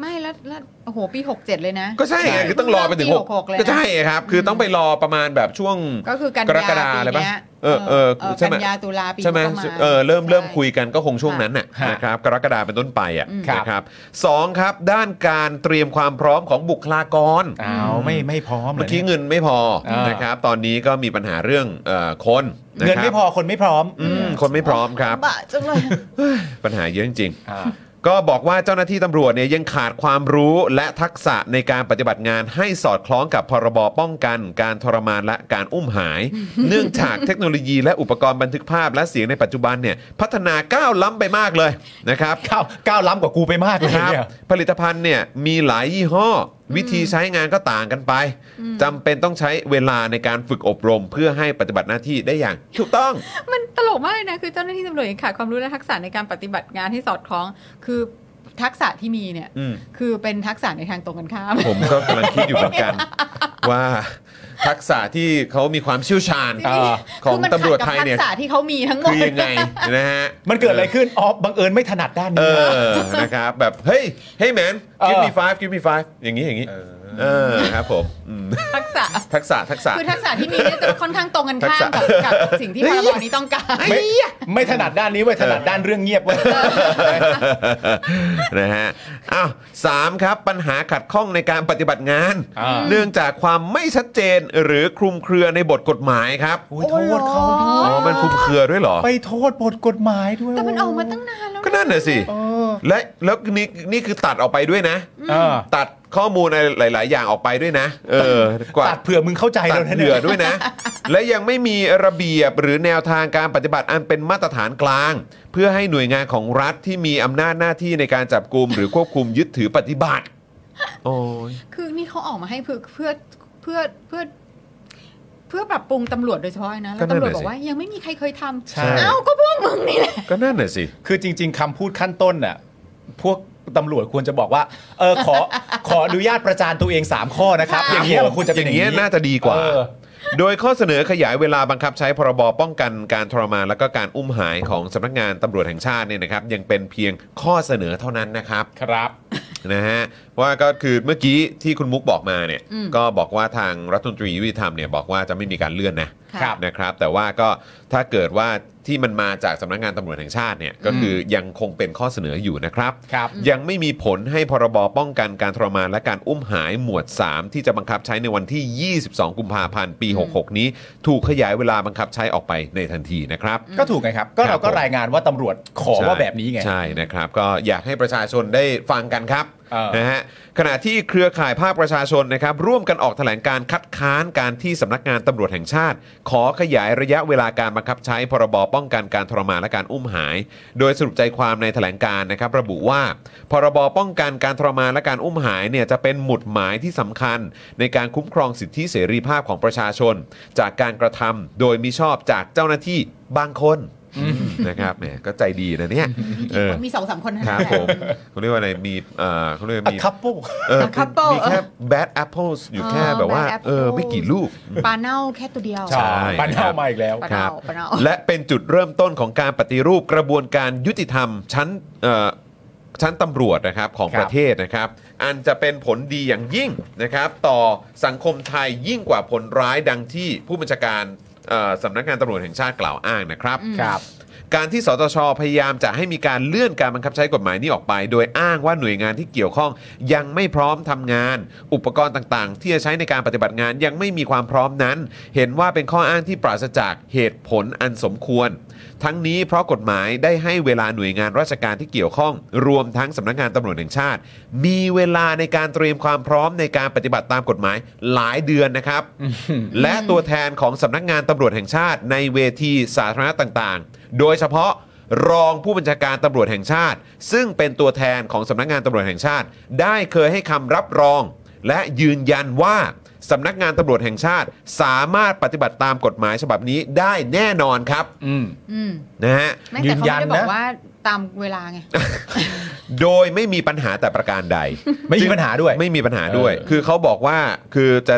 S3: ไม่แล้วแล้วโอ้โหปี 67 เลยนะ
S1: ก็ใช่ไง
S3: ใช่
S1: คือต้องรอไปถึง
S3: เริ่
S1: ห
S3: มปี
S1: ก
S3: 66เลยนะ
S1: ก็ใช่ไงครับ คือต้องไปรอประมาณแบบช่วง
S3: ก็คือกันยาก
S1: รกฎาอะไร
S3: ปี
S1: ปะ
S3: เนี้ย
S1: เออเออ
S3: เออ
S1: ใช่ไหม
S3: กันยาตุลาปี
S1: ใช่ไหม
S3: ประมาณ
S1: เออเริ่มเริ่ม
S3: ใช่
S1: คุยกันก็คงช่วงนั้นน่ะ
S2: ค่ะ
S1: นะครับกรกฎาเป็นต้นไปอ่ะ
S3: อืม
S1: นะครับสองครับด้านการเตรียมความพร้อมของบุคลากร
S2: ้าวไม่ไม่พร้อมหร
S1: เมื่อกี้เงินไม่พอนะครับ ตอนนี้ก็มีปัญหาเรื่องเอ่อคนนะ
S2: เงิน
S1: ครับ
S2: ไม่พอคนไม่พร้อม
S1: อืมคนไม่พร้อมครับ
S3: บะจังเลย
S1: ปัญหาเยอะจริงๆ
S2: อ่า
S1: ก็บอกว่าเจ้าหน้าที่ตำรวจเนี่ยยังขาดความรู้และทักษะในการปฏิบัติงานให้สอดคล้องกับพรบป้องกัน การทรมานและการอุ้มหาย เนื่องจากเทคโนโลยีและอุปกรณ์บันทึกภาพและเสียงในปัจจุบันเนี่ยพัฒนาก้าวล้ำไปมากเลยนะครับ
S2: ก้าวก้าวล้ำกว่ากูไปมากเลย
S1: ครับ
S2: เนี่ย
S1: ผลิตภัณฑ์เนี่ยมีหลายยี่ห้อ วิธีใช้งานก็ต่างกันไปจำเป็นต้องใช้เวลาในการฝึกอบรม เพื่อให้ปฏิบัติหน้าที่ได้อย่างถูกต้อง
S3: มันตลกมากเลยนะ คือเจ้าหน้าที่ตำรวจยังขาดความรู้และทักษะในการปฏิบัติงานให้สอดคล้อง คือทักษะที่มีเนี่ย
S1: อืม
S3: คือเป็นทักษะในทางตรงกันข้าม
S1: ผมก็กำลังคิดอยู่เหมือนกัน ว่าทักษะที่เขามีความเชี่ยวชาญ
S3: เออ
S1: ของ
S3: คืมัน
S1: ตำรวจไทย
S3: ขัดกับ
S1: เนี่ย
S3: ทักษะที่เขามีทั้งหมด
S1: คือยังไงนะฮะ
S2: มันเกิดอะไรขึ้นอ๋อบังเอิญไม่ถนัดด้าน
S1: เอ
S2: นี้
S1: อนะครับแบบ เฮ้ย เฮ้ยแมน give me five give me five อย่างนี้อย่างนี้เออครับผมอืม
S3: ทักษะ
S1: ทักษะทักษะ
S3: คือทักษะที่มีเนี่ยจะค่อนข้างตรงกันข้าม
S1: ทั
S3: กับ
S1: กษะ
S3: กับสิ่งที่พรบนี้ต้องการ
S2: ไม่ไม่ถนัดด้านนี้เว้ยถนัดด้านเรื่องเงียบเว้ย
S1: นะฮะอ้าวสามครับปัญหาขัดข้องในการปฏิบัติงาน
S2: อ่า
S1: เนื่องจากความไม่ชัดเจนหรือคลุมเครือในบทกฎหมายครับ
S2: โอ้ยโทษเขาด้
S1: อ๋
S2: ว
S1: อยมันคลุมเครือด้วยเหรอ
S2: ไปโทษบทกฎหมายด้วย
S3: แต่มันออกมาตั้งนานแล้ว
S1: ก็นั่นน่ะสิ
S2: เออ
S1: และแล้วนี่นี่คือตัดออกไปด้วยนะ
S2: เออ
S1: ตัดข้อมูลอะไรหลาย ๆ อย่างออกไปด้วยนะ เออกว่า
S2: ตัดเผื่อมึงเข้าใจ
S1: ตั
S2: เรา
S1: ด
S2: เนี่ย
S1: เหลือด้วยนะ และยังไม่มีระเบียบหรือแนวทางการปฏิบัติอันเป็นมาตรฐานกลาง เพื่อให้หน่วยงานของรัฐที่มีอำนาจหน้าที่ในการจับกลุ่มหรือควบคุมยึดถือปฏิบัติ โอ้ย
S3: คือนี่เขาออกมาให้เพื่อเพื่อเพื่อเพื่อเพื่อปรับปรุงตำรวจโดยเฉพาะนะแล้ว
S1: ก็นั่น
S3: ตำรวจ
S1: น่ะ
S3: บอก
S1: สิ
S3: ว่ายังไม่มีใครเคยทำ
S2: ใช่
S3: เอ้าก็พวกมึงนี่แหละ
S1: ก็นั่นน่ะสิ
S2: คือจริง ๆคำพูดขั้นต้นน่ะพวกตำรวจควรจะบอกว่าเออข อขออนุญาตประจานตัวเอง 3 ข้อนะครับ อย่างเงี้ยมันควรจะเป็นอย่าง
S1: เงี้
S2: นี้
S1: ยน่าจะดีกว่า
S2: เออ
S1: โดยข้อเสนอขยายเวลาบังคับใช้พรบป้องกันการทรมานและก็การอุ้มหายของสำนักงานตำรวจแห่งชาติเนี่ยนะครับยังเป็นเพียงข้อเสนอเท่านั้นนะครับ
S2: ครับ
S1: นะฮะว่าก็คือเมื่อกี้ที่คุณมุกบอกมาเนี่ย
S3: อืม
S1: ก็บอกว่าทางรัฐมนตรียุติธรรมเนี่ยบอกว่าจะไม่มีการเลื่อนนะ
S3: ค่ะครับ
S1: นะครับ แต่ว่าก็ถ้าเกิดว่าที่มันมาจากสำนักงานตำรวจแห่งชาติเนี่ยก็คือยังคงเป็นข้อเสนออยู่นะครับ
S2: ครับ
S1: ยังไม่มีผลให้พรบป้องกันการทรมานและการอุ้มหายหมวด 3 ที่จะบังคับใช้ในวันที่ 22 กุมภาพันธ์ปี
S3: อืม
S1: 66 นี้ ถูกขยายเวลาบังคับใช้ออกไปในทันทีนะครับ
S2: ก็ถูกไงครับ ก็เราก็รายงานว่าตำรวจขอว่าแบบนี้ไง
S1: ใช่นะครับ ก็อยากให้ประชาชนได้ฟังกันครับ
S2: เออ
S1: นะฮะขณะที่เครือข่ายภาคประชาชนนะครับร่วมกันออกแถลงการคัดค้านการที่สำนักงานตำรวจแห่งชาติ ขอขยายระยะเวลาการบังคับใช้พรบป้องกันการทรมานและการอุ้มหาย โดยสรุปใจความในแถลงการนะครับระบุว่า พรบป้องกันการทรมานและการอุ้มหายเนี่ยจะเป็นหมุดหมายที่สำคัญ ในการคุ้มครองสิทธิเสรีภาพของประชาชน จากการกระทำโดยมิชอบจากเจ้าหน้าที่บางคนนะครับแหมก็ใจดีนะเนี่ยเออ
S3: มีสองสามคนเท่า
S1: ค
S3: นั้
S1: รั
S3: น
S1: บ
S3: แหละ
S1: ผม เขาเรียกว่าอะไรมีเอ่อเขาเรียกว่ามี
S2: คัพเปิล
S1: เออ
S3: A couple
S1: มีแค่ bad apples อยู่แค่
S3: อ๋อ
S1: แบบว่า
S3: bad apples
S1: เออ ไม่กี่ลูก
S3: ปลาเน่าแค่ตัวเดียว
S1: ใช่
S2: ปันเข้ามาอีกแล้ว
S3: ปลา
S1: ครั
S3: เน่า
S1: บ
S3: ปลาเน่า
S1: และเป็นจุดเริ่มต้นของการปฏิรูปกระบวนการยุติธรรมชั้นเอ่อชั้นตำรวจนะครับของ
S2: ครับ
S1: ประเทศนะครับ อันจะเป็นผลดีอย่างยิ่งนะครับ ต่อสังคมไทยยิ่งกว่าผลร้ายดังที่ผู้บัญชาการเอ่อสำนักงานตำรวจแห่งชาติกล่าวอ้างนะครับ
S2: ครับ
S1: การที่สตชพยายามจะให้มีการเลื่อนการบังคับใช้กฎหมายนี้ออกไป โดยอ้างว่าหน่วยงานที่เกี่ยวข้อง ยังไม่พร้อมทำงาน อุปกรณ์ต่างๆ ที่จะใช้ในการปฏิบัติงานยังไม่มีความพร้อมนั้น เห็นว่าเป็นข้ออ้างที่ปราศจากเหตุผลอันสมควร ทั้งนี้เพราะกฎหมายได้ให้เวลาหน่วยงานราชการที่เกี่ยวข้อง รวมทั้งสำนักงานตำรวจแห่งชาติ มีเวลาในการเตรียมความพร้อมในการปฏิบัติตามกฎหมายหลายเดือนนะครับ และตัวแทนของสำนักงานตำรวจแห่งชาติ ในเวทีสาธารณะต่างๆ โดยเฉพาะรองผู้บัญชาการตำรวจแห่งชาติ ซึ่งเป็นตัวแทนของสำนักงานตำรวจแห่งชาติ ได้เคยให้คำรับรอง และยืนยันว่าสำนักงานตำรวจแห่งชาติ สามารถปฏิบัติตามกฎหมายฉบับนี้ได้แน่นอนครับ
S2: อืม
S3: อืม
S1: นะฮะ
S3: ไม่แต่เขา
S2: น
S3: ยไม่
S2: ยัน
S3: ได้บอ
S2: นะ
S3: กว่าตามเวลาไง
S1: โดยไม่มีปัญหาแต่ประการใด
S2: ไม่มีปัญหาด้วย
S1: ไม่มีปัญหาด้วย
S2: เออ
S1: คือเขาบอกว่าคือจะ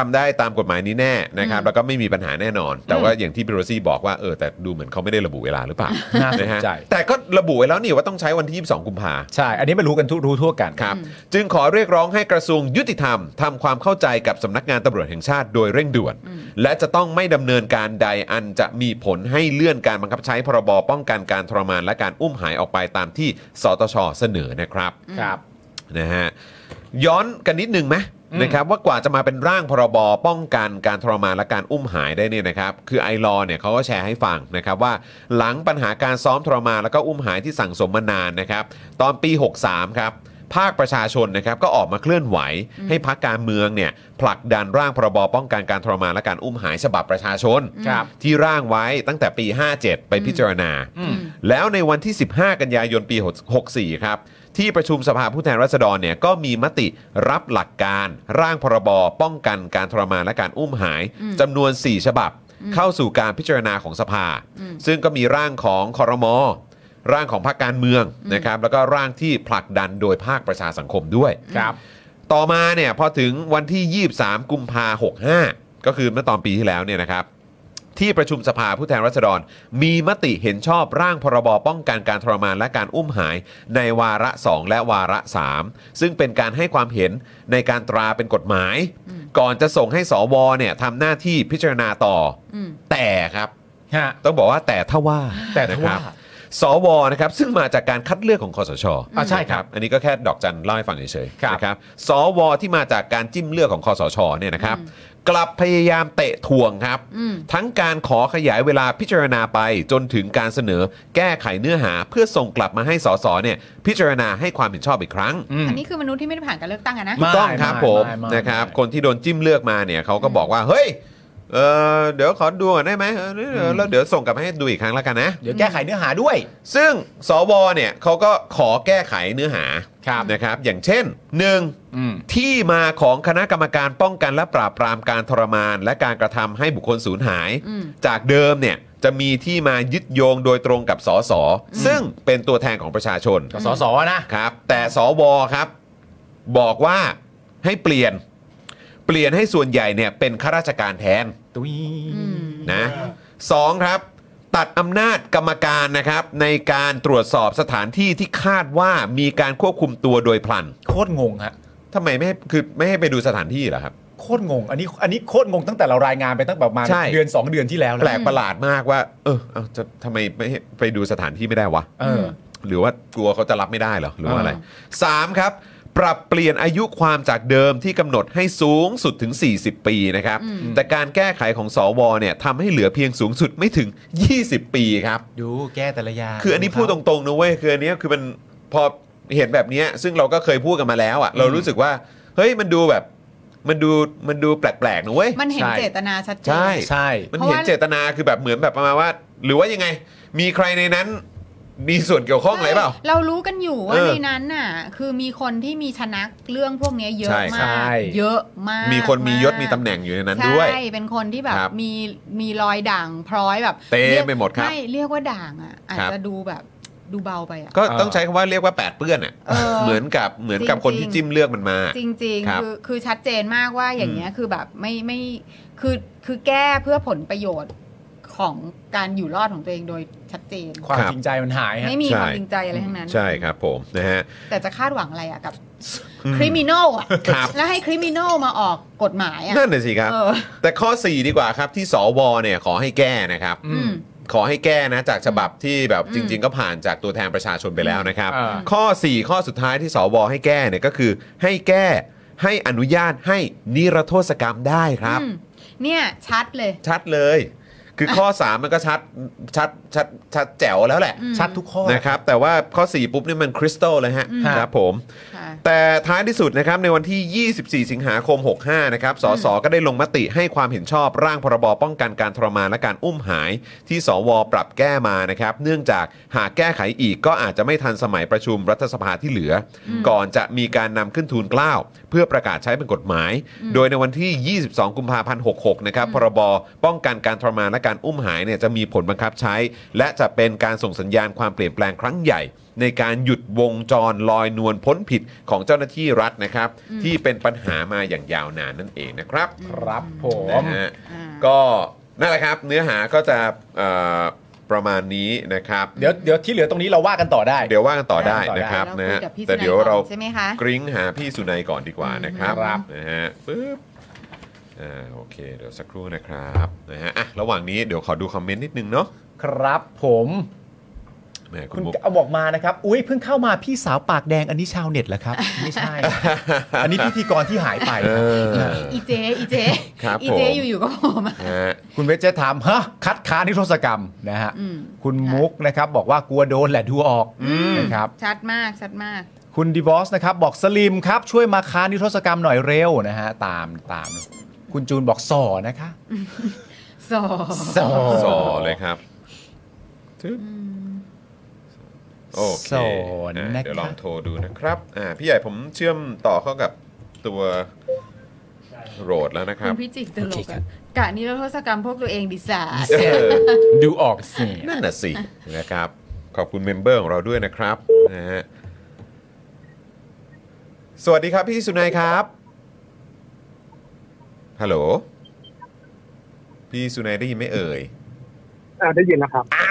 S1: ทำได้ตามกฎหมายนี้แน่นะครับ แล้วก็ไม่มีปัญหาแน่นอน แต่ว่าอย่างที่พี่โรซี่บอกว่าเออแต่ดูเหมือนเขาไม่ได้ระบุเวลาหรือเปล่า
S2: น่าส
S1: นะ
S2: น
S1: ฮะ
S2: ใจ
S1: แต่ก็ระบุไว้แล้วนี่ว่าต้องใช้วันที่ 22 กุมภา
S2: ใช่ อันนี้มันรู้กันทุรู้ทั่วกัน
S1: ครับจึงขอเรียกร้องให้กระทรวงยุติธรรมทำความเข้าใจกับสำนักงานตำรวจแห่งชาติโดยเร่งด่วน และจะต้องไม่ดำเนินการใดอันจะมีผลให้เลื่อนการบังคับใช้พรบป้องกันการทรมานและการอุ้มหายออกไปตามที่สตชเสนอนะครับ
S2: ครับ
S1: นะฮะย้อนกันนิดนึงไหม
S2: อืม
S1: นะครับว่ากว่าจะมาเป็นร่างพรบป้องกันการทรมานและการอุ้มหายได้เนี่ยนะครับคือไอรอเนี่ยเขาก็แชร์ให้ฟังนะครับว่าหลังปัญหาการซ้อมทรมานและก็อุ้มหายที่สั่งสมมานานนะครับตอนปี 63ครับภาคประชาชนนะครับก็ออกมาเคลื่อนไหว ให้พักการเมืองเนี่ยผลักดันร่างพรบป้องกันการทรมานและการอุ้มหายฉบับประชาชน
S2: ครับ
S1: ที่ร่างไว้ตั้งแต่ปี 57 ไปพิจารณา
S2: อืม
S1: แล้วในวันที่ 15 กันยายนปี 64 ครับ ที่ประชุมสภาผู้แทนราษฎรเนี่ยก็มีมติรับหลักการ ร่างพรบป้องกันการทรมานและการอุ้มหายจำนวน 4 ฉบับ เข้าสู่การพิจารณาของสภา ซึ่งก็มีร่างของคอรมอร่างของภาคการเมืองนะครับแล้วก็ร่างที่ผลักดันโดยภาคประชาสังคมด้วย
S2: ครับ
S1: ต่อมาเนี่ยพอถึงวันที่ 23 กุมภา65 ก็คือเมื่อตอนปีที่แล้วเนี่ยนะครับ ที่ประชุมสภาผู้แทนราษฎร มีมติเห็นชอบร่างพรบป้องกันการทรมานและการอุ้มหาย ในวาระ 2 และวาระ 3 ซึ่งเป็นการให้ความเห็นในการตราเป็นกฎหมาย ก่อนจะส่งให้สวเนี่ยทำหน้าที่พิจารณาต่ออ
S3: ม
S1: แต่ครับ
S2: ฮะ
S1: ต้องบอกว่าแต่ถ้าว่า
S2: แต่ถ้าว่า
S1: ะครับสวนะครับซึ่งมาจากการคัดเลือกของคอสช
S2: อ่าใช่ครับ
S1: นะอันนี้ก็แค่ดอกจันเล่าให้ฟังเฉย
S2: ครับ
S1: ๆนะครับสวที่มาจากการจิ้มเลือกของคอสชเนี่ยนะครับ กลับพยายามเตะทวงครับ
S3: อืม
S1: ทั้งการขอขยายเวลาพิจารณาไปจนถึงการเสนอแก้ไขเนื้อหาเพื่อส่งกลับมาให้สสเนี่ยพิจารณาให้ความเห็นชอบอีกครั้ง
S2: อืม
S3: อันนี้คือมนุษย์ที่ไม่ได้ผ่านการเลือกตั้งอะนะ
S2: ไม่
S1: ถูกต้องครับผมนะครับคนที่โดนจิ้มเลือกมาเนี่ยเขาก็บอกว่า เฮ้ยเออเดี๋ยวขอดูก่อนได้ไหมเออเดี๋ยวเดี๋ยวแล้วเดี๋ยวส่งกลับมาให้ดูอีกครั้งแล้วกันนะ
S2: เดี๋ยวแก้ไขเนื้อหาด้วย
S1: ซึ่งสวเนี่ยเขาก็ขอแก้ไขเนื้อหา
S2: ครับ
S1: นะครับ อย่างเช่น 1.
S2: อืม
S1: ที่มาของคณะกรรมการป้องกันและปราบปรามการทรมาน และการกระทำให้บุคคลสูญหาย
S3: อืม
S1: จากเดิมเนี่ยจะมีที่มายึดโยงโดยตรงกับสสซึ่งเป็นตัวแทนของประชาชน
S2: กสสนะ
S1: ครับ แต่สวครับ บอกว่าให้เปลี่ยน เปลี่ยนให้ส่วนใหญ่เนี่ยเป็นข้าราชการแทน
S2: ตุ้ย
S3: อืม
S1: นะสองครับ ตัดอำนาจกรรมการนะครับ ในการตรวจสอบสถานที่ที่คาดว่ามีการควบคุมตัวโดยพลัน
S2: โคตรงงฮะ
S1: ทำไมไม่ให้คือไม่ให้ไปดูสถานที่เหรอครับ
S2: โคตรงง อันนี้ อันนี้โคตรงงตั้งแต่เรารายงานไปตั้งประมาณ
S1: ใช่
S2: เดือน 2 เดือนที่แล้ว
S1: แปล
S2: ว
S1: กประหลาดมากว่า เออเอาจะทำไมไม่ให้ไปดูสถานที่ไม่ได้วะ
S2: เออ
S1: หรือว่ากลัวเขาจะรับไม่ได้เหรอ หรือว่าอะไร
S2: อ่
S1: สามครับ ปรับเปลี่ยนอายุความจากเดิมที่กำหนดให้สูงสุดถึง 40 ปีนะครับ แต่การแก้ไขของสวเนี่ยทำให้เหลือเพียงสูงสุดไม่ถึง 20 ปีครับ
S2: ดูแก้แต่ละอย่าง
S1: คืออันนี้พูดตรงๆนะเว้ยคืออันเนี้ยคือมันพอ เห็นแบบเนี้ยซึ่งเราก็เคยพูดกันมาแล้วอ่ะเรารู้สึกว่า เฮ้ยมันดูแบบ มันดูมันดูแปลกๆนะเว้ย
S3: มันเห็น
S2: ใช่
S3: เจตนาชัดเจ
S1: ใช่
S3: น
S2: ใช่
S1: มันเห็นเจตนาคือแบบเหมือนแบบประมาณว่า หรือว่ายังไง มีใครในนั้น มีส่วนเกี่ยวข้องอะไรเปล่า
S3: เรารู้กันอยู่ว่า
S1: เออ
S3: ในนั้นน่ะ คือมีคนที่มีชนักเรื่องพวกเนี้ยเยอะ
S1: ใช่
S3: มา
S2: ใช่
S3: ก เยอะมาก
S1: มีคนมียศ
S3: าก
S1: มีตำแหน่งอยู่ในนั้นด้วย
S3: ใช่เป็นคนที่แบบ
S1: ครับ
S3: มีมีรอยด่างพร้อยแบบ
S1: เต็ม
S3: รียก
S1: ไปหมดครับ
S3: ไม่เรียกว่าด่างอ่ะอาจ
S1: ครับ
S3: จะดูแบบดูเบาไปอ่ะ
S1: ก็ต้องใช้คำว่าเรียกว่าแปดเปื้อนอ่ะ
S3: เออ
S1: เหมือนกับเหมือนกับคนที่
S3: จริงๆ
S1: จิ้มเลือกมันมา
S3: จริง
S1: ครับ
S3: ๆคือคือชัดเจนมากว่าอย่างเงี้ยคือแบบไม่ไม่คือคือแก้เพื่อผลประโยชน์ของการอยู่รอดของตัวเองโดยชัดเจน
S2: ความ
S1: ครับ
S2: จริงใจมันหายฮะ
S3: ไม่มีความ
S1: ใช่
S3: จริงใจอะไรทั้งนั้น
S1: ใช่ครับผมนะฮะ
S3: แต่จะคาดหวังอะไรอ่ะกับ
S1: อืม
S3: คริมินอลอ่ะ
S1: ครับ
S3: แล้วให้คริมินอลมาออกกฎหมายอ่ะ
S1: นั่นน่ะสิครับ
S3: เออ
S1: แต่ข้อ 4 ดีกว่าครับ ที่สวเนี่ยขอให้แก้นะครับ
S2: อื
S3: อืม
S1: ขอให้แก้นะจากฉบับที่แบบ
S3: อืม
S1: จริง ๆ ก็ผ่านจากตัวแทนประชาชนไปแล้วนะครับ
S2: อ่า
S1: ข้อ 4 ข้อสุดท้ายที่สวให้แก้เนี่ยก็คือให้แก้ให้อนุญาตให้นิรโทษกรรมได้ครับ
S3: อืมเนี่ยชัดเลย
S1: ชัดเลย คือข้อ 3 มันก็ชัดชัดชัดชัดแจ๋วแล้วแหละ
S3: อืม
S2: ชัดทุกข้อ
S1: นะครับแต่ว่าข้อ 4 ปุ๊บเนี่ยมันคริสตัลเลยฮะ
S3: อืม
S1: ครับผม
S3: ค่ะ
S1: แต่ท้ายที่สุดนะครับในวันที่ 24 สิงหาคม 65 นะครับ สส ก็ได้ลงมติให้ความเห็นชอบร่างพรบป้องกันการทรมานและการอุ้มหาย ที่สว ปรับแก้มานะครับ เนื่องจากหากแก้ไขอีกก็อาจจะไม่ทันสมัยประชุมรัฐสภาที่เหลืออ
S3: ม
S1: ก่อนจะมีการนำขึ้นทูลเกล้าเพื่อประกาศใช้เป็นกฎหมาย
S3: อืม
S1: โดยในวันที่ 22 กุมภาพันธ์ 66 นะครับ พรบ ป้องกันการทรมานและการอุ้มหายเนี่ยจะมีผลบังคับใช้ และจะเป็นการส่งสัญญาณความเปลี่ยนแปลงครั้งใหญ่ ในการหยุดวงจรลอยนวลพ้นผิดของเจ้าหน้าที่รัฐนะครับ ที่เป็นปัญหามาอย่างยาวนานนั่นเองนะครับ
S2: ครับผม
S1: นะฮะ
S3: อ่า
S1: ก็นั่นแหละครับ เนื้อหาก็จะเอ่อประมาณนี้นะครับ
S2: เดี๋ยวเดี๋ยวที่เหลือตรงนี้เราว่ากันต่อได้
S1: เดี๋ยวว่ากันต่อได้
S2: ได้
S1: นะครับ
S3: เรา
S1: นะ
S3: คุ
S1: ฮะ
S3: ยกับพี่
S1: แต่
S3: สุนัย
S1: เดี๋ยวเรา
S3: ก่อนใช่ไหมคะ
S1: กริ้งหาพี่สุนัยก่อนดีกว่านะครับ
S2: ครับ
S1: นะฮะปึ๊บอ่าโอเค เดี๋ยวสักครู่นะครับนะฮะอ่ะระหว่างนี้เดี๋ยวขอดูคอมเมนต์นิดนึงเนาะ
S2: ครับผม
S1: แหมคุ
S2: คุณ ณ
S1: มุก
S2: เอาบอกมานะครับ อุ้ยเพิ่งเข้ามาพี่สาวปากแดงอันนี้ชาวเน็ตเหรอครับ ไม่ใช่ อันนี้พิธีกรที่หายไป
S1: เอ
S2: ครับ
S1: อ
S3: อีเจอีเจ
S1: ครับ
S3: อีเจ
S1: ผม
S3: อยู่ๆก็โผล่มา
S1: นะฮะ
S2: คุณเวชเจถามฮะคัดค้านนิรโทษกรรมนะฮะ
S3: อืม
S2: คุณมุกนะครับบอกว่ากลัวโดนแหละดูออกนะครับ
S3: ชัดมากชัดมาก
S2: คุณดีบอสนะครับบอกสลิมครับ ช่วยมาค้านนิรโทษกรรมหน่อยเร็วนะฮะตามตาม คุณจูนบอกส่อนะคะ
S3: สอ
S2: ส่อ
S1: สอเลยครับโอเค
S2: ส่อ
S1: อ่ะ
S2: นะ
S1: เดี๋ยว
S2: ค
S1: ล
S2: รั
S1: อบ งโทรดูนะครับอ่าพี่ใหญ่ผมเชื่อมต่อเข้ากับตัวโรดแล้วนะค
S3: คุ
S1: รับ
S3: ณพิจิตรตล
S2: โอเค
S3: ก
S2: ครั
S3: อะ
S2: บ
S3: กะนี้เราโทษกรรมพวกตัวเองดิสา
S1: เออ
S2: ดูออกเสียง
S1: นั่นน่ะสิ นะครับ ขอบคุณเมมเบอร์ของเราด้วยนะครับนะฮะสวัสดีครับพี่สุนัยครับฮัลโหลพี่สุนัยได้ยินไหมเอ่ย
S4: อ่าได้ยินนะครับ
S1: อ่า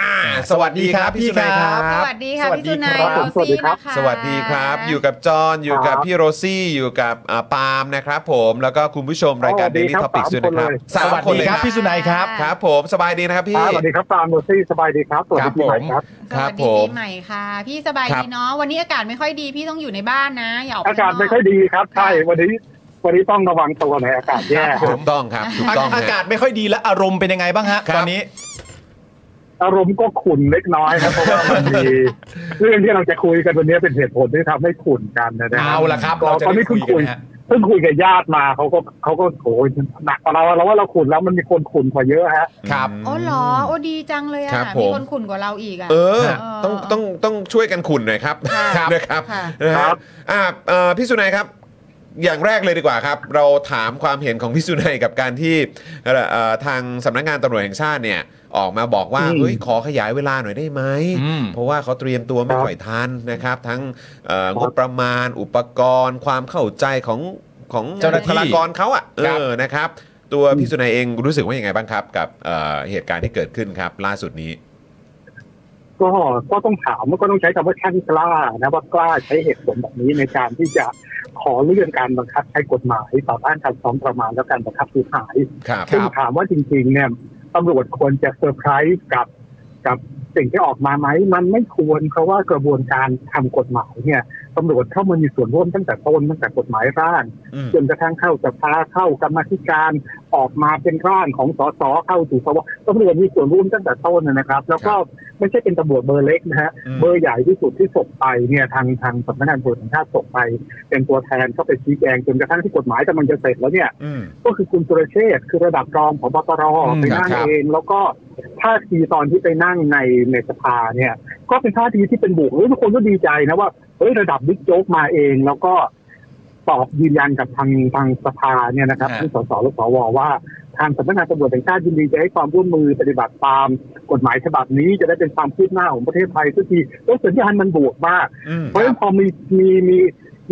S1: สวัสดีครับพี่สุนัยครับ
S3: สวัสดีค่ะ
S2: สวัสดี
S3: พี่สุนัย
S2: ครับ
S3: โรซี่นะคะ
S1: สวัสดีครับ อยู่กับจอห์นอยู่กับพี่โรซี่ อยู่กับอ่าปาล์มนะครับผม แล้วก็คุณผู้ชมรายการ
S4: สวัสดี
S1: Daily
S4: ครับ
S1: Topics ด้วยนะครับ
S2: สวัส
S1: คน
S2: ดี
S1: เลย
S2: ครับพี่สุนัยครับ
S1: ครับผมสบายดีนะครับพี่
S4: อ่าสวัสดีครับปาล์มโรซี่สบายดีครับสวัส
S2: ครับ
S4: ดีปีใหม่
S2: ผม
S4: ครั
S3: สวั
S4: บ
S3: ส
S1: ค
S3: ดี
S1: รับผม
S3: ปีใหม่ค่ะ พี่สบาย
S1: ครั
S3: ดี
S1: บ
S3: เนาะวันนี้อากาศไม่ค่อยดีพี่ต้องอยู่ในบ้านนะอย่าออกป
S4: อากาศ
S3: ข้
S4: ไม่
S3: งน
S4: ค่อยดีครับ ใช่ วันนี้ วันนี้ต้องระวังตัวหน่อยอากาศแย่
S1: ถูกต้องครับถูก
S2: อา
S1: ต้อง
S2: อา
S1: ฮะ
S2: กาศไม่ค่อยดีและอารมณ์เป็นยังไงบ้างฮะ
S1: ครับ
S2: ตอนนี้
S4: อารมณ์ก็ขุ่นเล็กน้อยครับ เพราะว่ามัน มีเรื่องที่เราจะคุยกันวันนี้เป็นเหตุผลที่ทำให้ขุ่นกันนะนะ
S2: เอาละครับ
S4: เรา
S2: เราจะ
S4: ตอน
S2: ได้
S4: นี้
S2: คุย
S4: เพิ่ง
S2: กั
S4: คุ
S2: น
S4: ย
S2: นะฮะ
S4: เพิ่งคุยกับญาติมาเขาก็เขาก็โหยหนักกว่าเราเราว่าเราขุ่นแล้วมันมีคนขุ่นกว่าเยอะฮะ
S2: ครับ
S3: อ๋อเหรอโอ้ดีจังเลยอะ
S1: ครับผม
S3: มีคนขุนกว่าเราอีกอะ
S1: เออ
S3: เออ
S1: ต้องต้องต้องช่วยกันขุนหน่อยครับ
S3: ค่ะ
S1: นะครับ
S3: ค่ะ
S1: นะ
S4: ครั
S1: ฮะ
S4: บ
S1: อ่าเอ่อพี่สุนัยครับ อย่างแรกเลยดีกว่าครับ เราถามความเห็นของพี่สุนัยกับการที่เอ่อเอ่อทางสำนักงานตำรวจแห่งชาติเนี่ย ออกมาบอกว่า
S4: อืม
S1: เฮ้ยขอขยายเวลาหน่อยได้ไหม
S2: อืม
S1: เพราะว่าเขาเตรียมตัวไม่
S4: ครับ
S1: ค่อยทันนะครับ ทั้งเอ่องบประมาณอุปกรณ์ ความเข้าใจของของ
S2: เจ้าหน้าที่
S1: บุคลากรเขาอ่ะเอ
S2: ครับ
S1: อนะครับ ตัวพี่สุนัยเองรู้สึกว่ายังไงบ้างครับ กับเอ่อเหตุการณ์ที่เกิดขึ้นครับ ล่าสุดนี้
S4: ก็ก็ต้องถามว่าก็ต้องใช้คำว่าแข่งกล้านะว่ากล้าใช้เหตุผลแบบนี้ในการที่จะขอเลื่อนการบังคับใช้กฎหมายต่อต้านการฟ้องประมาณและการบังคับผู้หาย
S1: ครับ
S4: ซึ่งถามว่าจริงๆเนี่ยตำรวจควรจะเซอร์ไพรส์กับกับสิ่งที่ออกมาไหม มันไม่ควรเพราะว่ากระบวนการทำกฎหมายเนี่ย ตำรวจเข้ามามีส่วนร่วมตั้งแต่ต้นตั้งแต่กฎหมายร่าง
S1: อืม
S4: จนกระทั่งเข้าสภาเข้ากรรมาธิการออกมาเป็นร่างของสสเข้าสู่สวตำรวจมีส่วนร่วมตั้งแต่ต้นนะนะครับ แล้วก็ไม่ใช่เป็นตำรวจเบอร์เล็กนะฮะ
S1: อืม
S4: เบอร์ใหญ่ที่สุดที่ส่งไปเนี่ยทางทางสำนักงานตำรวจแห่งชาติส่งไป เป็นตัวแทนเข้าไปชี้แจงจนกระทั่งที่กฎหมายกำลังจะเสร็จแล้วเนี่ย
S1: อืม
S4: ก็คือคุณสุรเชษฐ์คือระดับรองของบตรไปนั่ง
S1: ครับ
S4: เอง แล้วก็ท่าทีตอนที่ไปนั่งในในสภาเนี่ย ก็เป็นท่าทีที่เป็นบวกเฮ้ยทุกคนก็ดีใจนะว่าเฮ้ยระดับบิ๊กโจ๊กมาเอง แล้วก็ตอบยืนยันกับทางทางสภาเนี่ยนะครับ
S1: ฮะ
S4: ที่สสและสวว่า ทางสำนักงานตำรวจแห่งชาติยินดีจะให้ความร่วมมือปฏิบัติตามกฎหมายฉบับนี้จะได้เป็นความคืบหน้าของประเทศไทยสักทีแล้วสัญญาณมันบวกมาก
S1: อืม
S4: เพราะฉะนั้นพอมีมีมี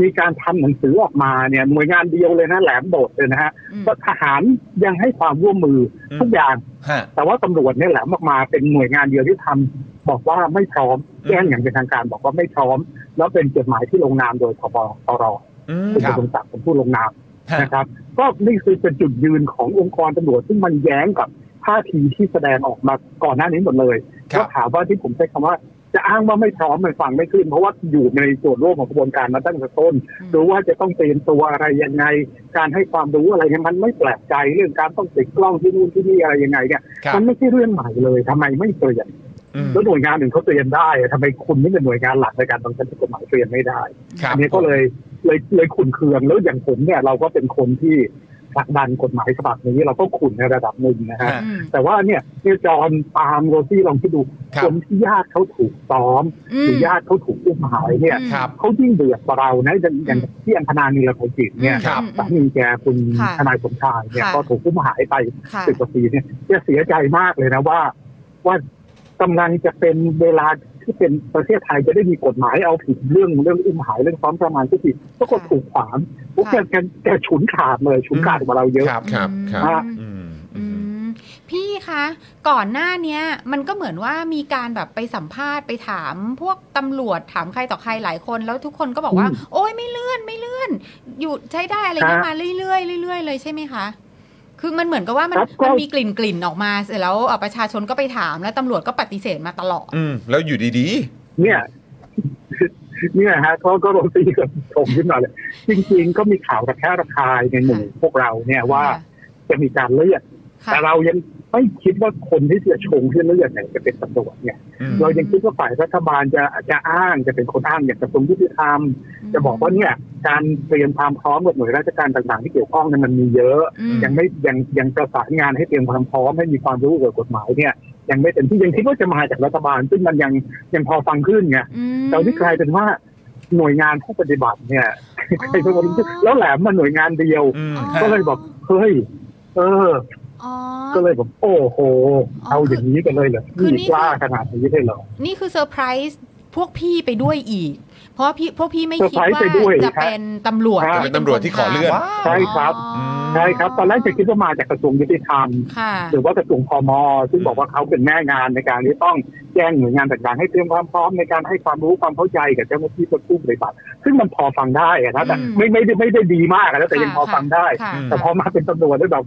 S4: มีการทำหนังสือออกมาเนี่ยหน่วยงานเดียวเลยนะแหลมโดดเลยนะฮะ
S3: อืม
S4: ก็ทหารยังให้ความร่วมมืออทุกอย่าง
S1: ฮะ
S4: แต่ว่าตำรวจเนี่ยแหลมออกมาเป็นหน่วยงานเดียวที่ทำบอกว่าไม่พร้อม
S1: อืม
S4: แจ้งอย่างเป็นทางการบอกว่าไม่พร้อม แล้วเป็นจดหมายที่ลงนามโดยพบตร
S1: อืม
S4: ซึ่ง
S1: ครั
S4: คุณ
S1: บ
S4: สมศักดิ์เป็นผู้ลงนาม
S1: ฮะ
S4: นะครับ ก็นี่คือเป็นจุดยืนขององค์กรตำรวจซึ่งมันแย้งกับท่าทีที่แสดงออกมาก่อนหน้านี้หมดเลย
S1: ค
S4: ก็
S1: รับ
S4: ถามว่าที่ผมใช้คำว่าจะอ้างว่าไม่พร้อมมันฟังไม่ขึ้น เพราะว่าอยู่ในส่วนร่วมของกระบวนการมาตั้งแต่ต้น
S3: อืม
S4: รู้ว่าจะต้องเตรียมตัวอะไรยังไง การให้ความรู้อะไรเนี่ยมันไม่แปลกใจเรื่องการต้องติดกล้องที่นู่นที่นี่อะไรยังไงเนี่ย
S1: ครับ
S4: มันไม่ใช่เรื่องใหม่เลยทำไมไม่เตรียม
S1: อืม
S4: แล้วหน่วยงานหนึ่งเขาเตรียมได้อะทำไมคุณนี่เป็นหน่วยงานหลักในการบังคับใช้กฎหมายเตรียมไม่ได้
S1: ครับ
S4: อันนี้ก็เลยเลยเลยขุนเคืองแล้วอย่างผมเนี่ยเราก็เป็นคนที่ผลักดันกฎหมายฉบับนี้เราก็ขุนในระดับหนึ่งนะฮะ
S1: ฮะ
S3: อืม
S4: แต่ว่าเนี่ยเนี่ยจอห์นปาล์มโรซี่ลองคิดดู
S1: ครับ
S4: นที่ญาติเขาถูกซ้อมหรือญาติเขาถูกอุ้มหายเนี่ย
S3: อืม
S1: ครับ
S4: เขายิ่งเดือดกว่าเรานะอย่างอย่างที่อังคณานีรภัยจิตเนี่ย
S3: ครับ
S4: สามีแกคุณ
S3: ค่ะ
S4: ทนายสมชายเนี่ย
S3: ค่ะ
S4: ก็ถูกอุ้มหายไป
S3: ค่ะ
S4: สิบกว่าปีเนี่ยแกเสียใจมากเลยนะว่า ว่ากำลังจะเป็นเวลาที่เป็นประเทศไทยจะได้มีกฎหมายเอาผิดเรื่องเรื่องอุ้มหายเรื่องซ้อมประมาณสักทีปรากฏถูกขวางพวกแกแกแกฉุนขาดเลยฉุนขาดกว่าเราเยอะ
S1: ครับครับครับ
S4: ฮะ
S1: อืมอื
S3: อื
S1: ม
S3: มพี่คะก่อนหน้าเนี้ย มันก็เหมือนว่ามีการแบบไปสัมภาษณ์ไปถาม พวกตำรวจถามใครต่อใครหลายคนแล้วทุกคนก็บอกว่า
S4: อืม
S3: โอ้ยไม่เลื่อนไม่เลื่อน อยู่ใช้ได้อะไรเงี้ย
S4: ครับ
S3: มาเรื่อยๆเรื่อยๆเลยใช่ไหมคะ คือมันเหมือนกับว่ามัน
S4: ครับก็
S3: มันมีกลิ่นกลิ่นๆออกมาเสร็จแล้วเอ่อประชาชนก็ไปถามแล้วตำรวจก็ปฏิเสธมาตลอด
S1: อืม แล้วอยู่ดี
S4: เนี่ย เนี่ยฮะเขาก็โรตีกับผมขึ้นมาเลย จริงๆ ก็มีข่าวระแคะระคายในหมู่พวกเราเนี่ยว่าจะมีการเลือก
S3: ค่ะ
S4: แต่เรายังไม่คิดว่าคนที่จะชงที่เลือกเนี่ยจะเป็นตำรวจเนี่ย
S1: ๆอืม
S4: เรายังคิดว่าฝ่ายรัฐบาลจะจะอ้างจะเป็นคนอ้างอย่างกระทรวงยุติธรรม จะบอกว่าเนี่ย การเตรียมความพร้อมกับหน่วยราชการต่างๆ ที่เกี่ยวข้องเนี่ยมันมีเยอะ
S3: อืม
S4: ยังไม่ยังยังประสานงานให้เตรียมความพร้อมให้มีความรู้เกี่ยวกับกฎหมายเนี่ยยังไม่เต็มที่ยังคิดว่าจะมาจากรัฐบาล ซึ่งมันยังยังพอฟังขึ้นไง แต่ที่กลายเป็นว่าหน่วยงานผู้ปฏิบัติเนี่ย
S3: อ๋อ
S4: ใครเป็นคนที่แล้วแหลมมันหน่วยงานเดียว
S1: อืม
S3: อ๋อ
S4: ก็เลยบอกเฮ้ยเออ
S3: อ๋อ
S4: ก็เลยแบบโอ้โห เอาอย่างนี้กันเลยเหรอ
S3: คือนี่
S4: นี่กล้าขนาดนี้ได้เหรอ
S3: นี่คือเซอร์ไพรส์พวกพี่ไปด้วยอีก เพราะพี่พวกพี่ไม่คิด
S4: เซอร์ไพรส์
S3: ว่า
S4: ไปด้วย
S3: จะ
S4: ครับ
S3: เป็นตำรวจ
S4: ครับ
S3: จะ
S1: เป็นตำรวจที่ขอเลื่อน
S4: ใช่ครับ
S3: อ๋อ
S4: ใช่ครับ ตอนแรกจะคิดว่ามาจากกระทรวงยุติธรรม
S3: ค่ะ
S4: หรือว่ากระทรวงพมซึ่งบอกว่าเขาเป็นแม่งานในการที่ต้องแจ้งหน่วยงานต่างๆให้เตรียมความพร้อมในการให้ความรู้ความเข้าใจกับเจ้าหน้าที่กับผู้ปฏิบัติ ซึ่งมันพอฟังได้อะนะแต่
S3: อืม
S4: ไม่ไม่ได้ไม่ได้ดีมากอะนะแต่ยังพอฟังได้
S3: ค่ะ
S4: แต่พอมาเป็นตำรวจได้วแบบ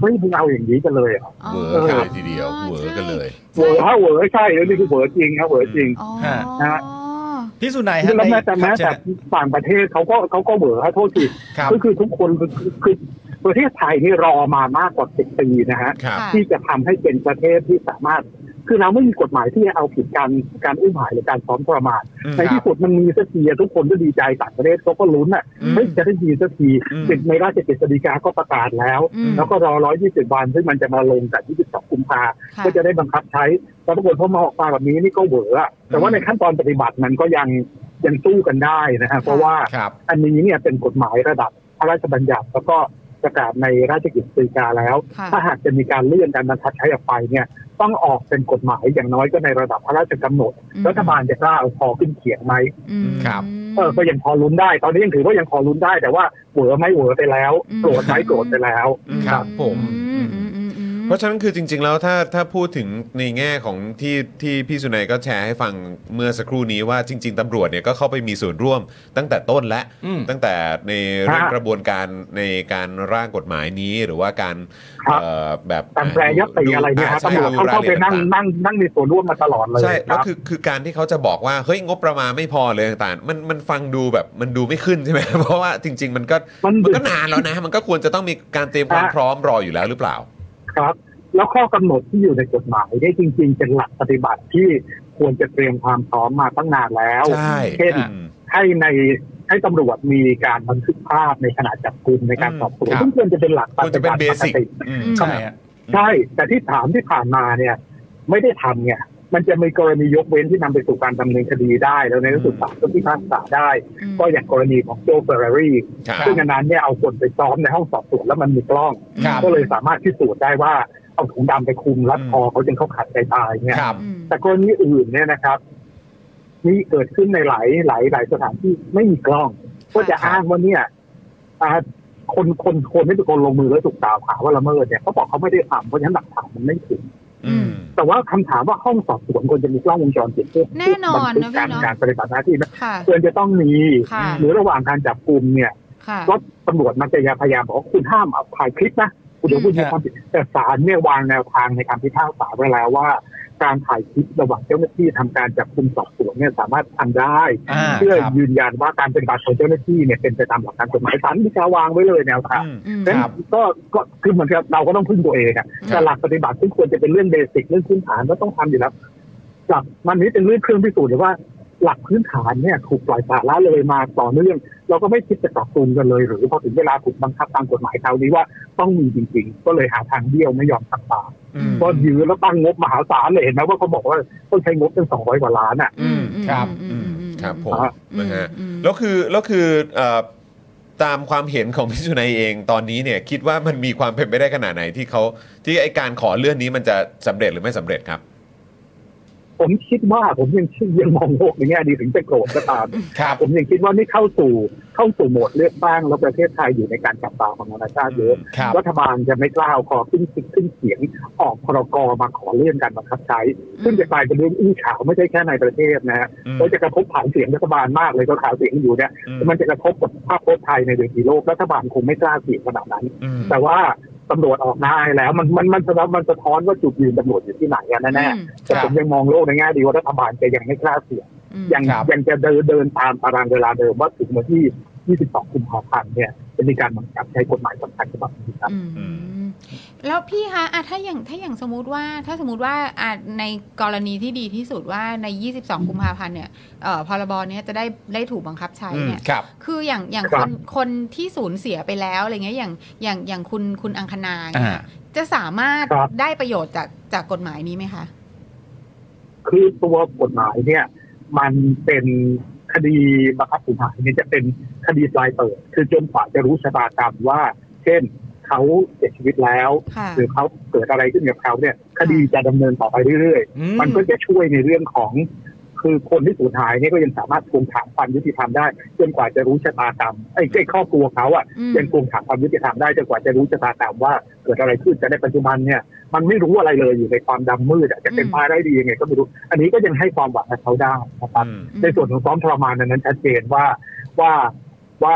S4: เฮ้ยมึงเอาอย่างนี้กันเลยเหรอ
S3: อ๋อ
S1: เวอร์กันเลยทีเดียว เวอร์กันเลย
S4: เหวอฮะเหวอใช่แล้วนี่คือเหวอจริงครับเหวอจริง
S3: อ๋อ
S2: ฮะ
S3: อ๋อ
S2: พี่สุนัยฮะ
S4: แล้วแม้แต่
S2: ใน
S4: แม้
S2: ค
S4: แต่
S2: รับ
S4: ต่างประเทศเขาก็เขาก็เหวอฮะโทษที
S2: ครับ
S4: ก็คือทุกคนคือคือคือประเทศไทยนี่รอมามากกว่าสิบปีนะฮะ
S1: ครับ
S3: ค่ะ
S4: ที่จะทำให้เป็นประเทศที่สามารถ คือเราไม่มีกฎหมายที่จะเอาผิดการการอุ้มหายหรือการซ้อมทรมาน
S1: อืม
S4: ในที่สุดมันมีสักทีอะทุกคนก็ดีใจต่างประเทศเขาก็ลุ้นอ่ะ
S1: อืม
S4: เฮ้ยจะได้ดีสักที
S1: อืม
S4: ในราชกิจสีกาก็ประกาศแล้ว
S3: อืม
S4: แล้วก็รอ 120 วัน ซึ่งมันจะมาลงแต่22กุมภา
S3: ค่
S4: ก็จะได้บังคับใช้แต่ปรากฏพอมาออกมาแบบนี้นี่ก็เหวออะแต่ว่าในขั้นตอนปฏิบัติมันก็ยังยังสู้กันได้นะฮะเพราะว่า
S1: ครับ
S4: อันนี้เนี่ยเป็นกฎหมายระดับพระราชบัญญัติแล้วก็ประกาศในราชกิจสีกาแล้ว
S3: ค่ะ
S4: ถ้าหากจะมีการเลื่อนการบังคับใช้ออกไปเนี่ยต้องออกเป็นกฎหมายอย่างน้อยก็ในระดับพระราชกำหนด
S3: อืม
S4: รัฐบาลจะกล้าเอาพอขึ้นเขียงไหม
S3: อืม
S1: ครับ
S4: เออก็ยังพอลุ้นได้ ตอนนี้ยังถือว่ายังพอลุ้นได้แต่ว่าเหวอไหม่เหวอไปแล้ว
S3: อืม
S4: โกรธไหมโกรธไปแล้ว
S3: อืม
S1: ครับผม
S3: อืมอืมอืมอืม ม
S1: เพราะฉะนั้นคือจริง ๆ แล้วถ้าถ้าพูดถึงในแง่ของที่ที่พี่สุนัยก็แชร์ให้ฟังเมื่อสักครู่นี้ว่าจริง ๆตำรวจเนี่ยก็เข้าไปมีส่วนร่วมตั้งแต่ต้นและ
S2: อืม
S1: ตั้งแต่ในเรื่อง
S4: ฮะ
S1: กระบวนการในการร่างกฎหมายนี้หรือว่าการ
S4: ครับ
S1: เอ่อแบบ
S4: การแปรยติอะไรเนี่ย
S1: า
S4: ฮะ
S1: ใช่
S4: ตำรวจเขาเข้าไปนั่ง
S1: ดูรยละเอียดต่างๆ
S4: นั่งนั่งมีส่วนร่วมมาตลอดเลย
S1: ใช่
S4: ค
S1: แล้ว
S4: รับ
S1: คือคือการที่เขาจะบอกว่าเฮ้ยงบประมาณไม่พอเลยต่างๆมันมันฟังดูแบบมันดูไม่ขึ้นใช่ไหม เพราะว่าจริง ๆ มันก็
S4: มัน
S1: มันก็นานแล้วนะ มันก็ควรจะต้องมีการเตรียมความ
S4: ฮะ
S1: พร้อมรออยู่แล้วหรือเปล่า
S4: ครับ แล้วข้อกำหนดที่อยู่ในกฎหมายได้จริง ๆ เป็นหลักปฏิบัติที่ควรจะเตรียมความพร้อมมาตั้งนานแล้ว
S1: ใช่
S4: เช่น
S1: อืม
S4: ให้ในให้ตำรวจมีการบันทึกภาพในขณะจับกุมในการ
S1: อืม
S4: สอบสว
S1: ค
S4: น
S1: รับ
S4: ซึ่งควรจะเป็นหลักป
S1: ควร
S4: ฏิ
S1: จะเป็น
S4: บัติ
S1: เบ
S4: ปก
S1: สิก
S4: ติ
S1: อืม
S3: อืม
S2: ใช่ฮะ
S4: ใช่ แต่ที่ถามที่ผ่านมาเนี่ย ไม่ได้ทำไงมันจะมีกรณียกเว้นที่นำไปสู่การดำเนินคดีได้ แล้วในที่สุด
S1: อืม
S4: ศาลก็พิพากษาได้
S3: อืม
S4: ก็อย่างกรณีของโจเฟอร์รารี
S1: ครับ
S4: ซึ่งอันนั้นเนี่ยเอาคนไปซ้อมในห้องสอบสวนแล้วมันมีกล้อง
S2: ครับ
S4: ก็เลยสามารถพิสูจน์ได้ว่าเอาถุงดำไปคลุมรัด
S1: อืม
S4: คอเขาจนเขาขาดใจตายเนี่ย
S2: ครับ
S3: อืม
S4: แต่กรณีอื่นเนี่ยนะครับ นี่เกิดขึ้นในหลายหลายหลายสถานที่ไม่มีกล้อง ก็จะ
S2: ครับ
S4: อ้างว่าเนี่ยอ่าคนคนคนไม่เป็นคนลงมือแล้วถูกกล่าวหาว่าละเมิดเนี่ยเขาบอกเขาไม่ได้ทำเพราะฉะนั้นหลักฐานมันไม่ถึง
S3: อื
S1: อื
S3: ม
S1: ม
S4: แต่ว่าคำถามว่าห้องสอบสวนควรจะมีกล้องวงจรปิดเพื่อ
S3: แน่นอน
S4: บั
S3: นะ
S4: ทึก
S3: พี่
S4: การ
S3: เนาะ
S4: การปฏิบัติหน้าที่นะ
S3: ค่ะ
S4: ควรจะต้องมี
S3: ค่ะ
S4: หรือระหว่างการจับกลุ่มเนี่ย
S3: ค่ะ
S4: ก็ตำรวจมักจะพยายามบอกว่าคุณห้ามเอาถ่ายคลิปนะคุณเดี๋ยวคุณมีความผิดแต่ศาลเนี่ยวางแนวทางในการพิพากษาไว้แล้วว่า การถ่ายคลิประหว่างเจ้าหน้าที่ทำการจับคุมสอบสวนเนี่ยสามารถทำได้
S2: อ่า
S4: เพื่อ
S2: ครับ
S4: ยืนยันว่าการเป็นบัตรของเจ้าหน้าที่เนี่ยเป็นไปตามหลักการกฎหมายศาลวิจาวางไว้เลยแนวทาง
S3: อืม
S4: นั้น
S2: ครับ
S4: ก็ก็คือเหมือนกับเราก็ต้องพึ่งตัวเองอะแต่หลักปฏิบัติที่ควรจะเป็นเรื่องเบสิกเรื่องพื้นฐานก็ต้องทำอยู่แล้วกลับมันนี้เป็นเรื่องเครื่องพิสูจน์เลยว่า หลักพื้นฐานเนี่ยถูกปล่อยปละละเลยมาต่อเนื่อง เราก็ไม่คิดจะปรับปรุงกันเลย หรือพอถึงเวลาถูกบังคับตามกฎหมายคราวนี้ว่าต้องมีจริง ๆ ก็เลยหาทางเบี้ยวไม่ยอมทำตาม
S3: อืม
S4: ก็ยื้อแล้วตั้งงบมหาศาลเลยเห็นไหมว่าเขาบอกว่าต้องใช้งบเป็นสองร้อยกว่าล้านอ่ะ
S3: อืมอื
S2: ค
S3: ม
S2: รับ
S3: อื
S1: อื
S3: ม
S1: ม
S3: อืม
S1: ครับผม
S4: อ่ะ
S1: นะฮะ
S3: อืม
S1: แล้วคือแล้วคือเอ่อตามความเห็นของพี่สุนัยเองตอนนี้เนี่ยคิดว่ามันมีความเป็นไปได้ขนาดไหนที่เขาที่ไอการขอเลื่อนนี้มันจะสำเร็จหรือไม่สำเร็จครับ
S4: ผมคิดว่าผมยังเชื่อยังมองโลกในแง่ดีถึงจะโกรธก็ตาม
S2: ครับ
S4: ผมยังคิดว่านี่เข้าสู่เข้าสู่โหมดเลือกตั้งแล้วประเทศไทยอยู่ในการจับตาของนานาชาติเยอะ
S2: ครับ
S4: รัฐบาลจะไม่กล้าเอาคอขึ้นสิขึ้นเสียงออกพรกมาขอเลื่อนการบังคับใช้ ซึ่งจะกลายเป็นเรื่องอื้อฉาวไม่ใช่แค่ในประเทศนะฮะ
S1: อืม
S4: แล้วจะกระทบฐานเสียงรัฐบาลมากเลยก็ขาวเสียงอยู่เนี่ย
S1: อืม
S4: มันจะกระทบกับภาพพจน์ไทยในเวทีโลกรัฐบาลคงไม่กล้าเสียงขนาดนั้น
S1: อืม
S4: แต่ว่าตำรวจออกหน้าให้แล้วมันมันมันสะท้อนมันสะท้อนว่าจุดยืนตำรวจอยู่ที่ไหนอะแน่
S3: อืม
S4: ๆแต่ผมยังมองโลกในแง่ดีว่ารัฐบาลจะยังไม่กล้าเสียง
S3: อืม
S4: ยัง
S2: ครับ
S4: ยังจะเดินเดินตามตารางเวลาเดิมว่าถึงวันที่ 22 กุมภาพันธ์เนี่ยจะมีการบังคับใช้กฎหมายสำคัญฉบับนี้ครับ
S3: อืม
S1: อืม
S3: แล้วพี่คะอ่ะถ้าอย่างถ้าอย่างสมมติว่าถ้าสมมติว่าอ่ะในกรณีที่ดีที่สุดว่าใน 22 กุมภาพันธ์เนี่ยเอ่อพรบเนี้ยจะได้ได้ถูกบังคับใช้เนี่ย
S2: ครับ
S3: คืออย่างอย่าง
S4: ค
S3: ครับ นคนที่สูญเสียไปแล้วอะไรเงี้ยอย่างอย่างอย่างคุณคุณอังคณาเนี่ย
S2: อ่า
S3: จะสามารถ
S4: ครับ
S3: ได้ประโยชน์จากจากกฎหมายนี้ไหมคะ
S4: คือตัวกฎหมายเนี่ย มันเป็นคดีบังคับกฎหมายเนี่ยจะเป็นคดีปลายเปิด คือจนกว่าจะรู้ชะตากรรมว่า เช่นเขาเสียชีวิตแล้ว
S3: ค่ะ
S4: หรือเขาเกิดอะไรขึ้นกับเขาเนี่ย คดีจะดำเนินต่อไปเรื่อย
S2: อื
S4: ๆ มันก็จะช่วยในเรื่องของ คือคนที่สูญหายเนี่ยก็ยังสามารถทวงถามความยุติธรรมได้จนกว่าจะรู้ชะตากรรมไอ้ไอ้ครอบครัวเขาอ่ะ
S3: อืม
S4: ยังทวงถามความยุติธรรมได้จนกว่าจะรู้ชะตากรรมว่าเกิดอะไรขึ้นแต่ในปัจจุบันเนี่ยมันไม่รู้อะไรเลยอยู่ในความดำมืดอะจะเป็น
S3: อืม
S4: มาได้ดียังไงก็ไม่รู้ อันนี้ก็ยังให้ความหวังกับเขาได้นะครับ
S1: อืม
S3: อืม
S4: ในส่วนของซ้อมทรมานอันนั้นชัดเจนว่าว่าว่า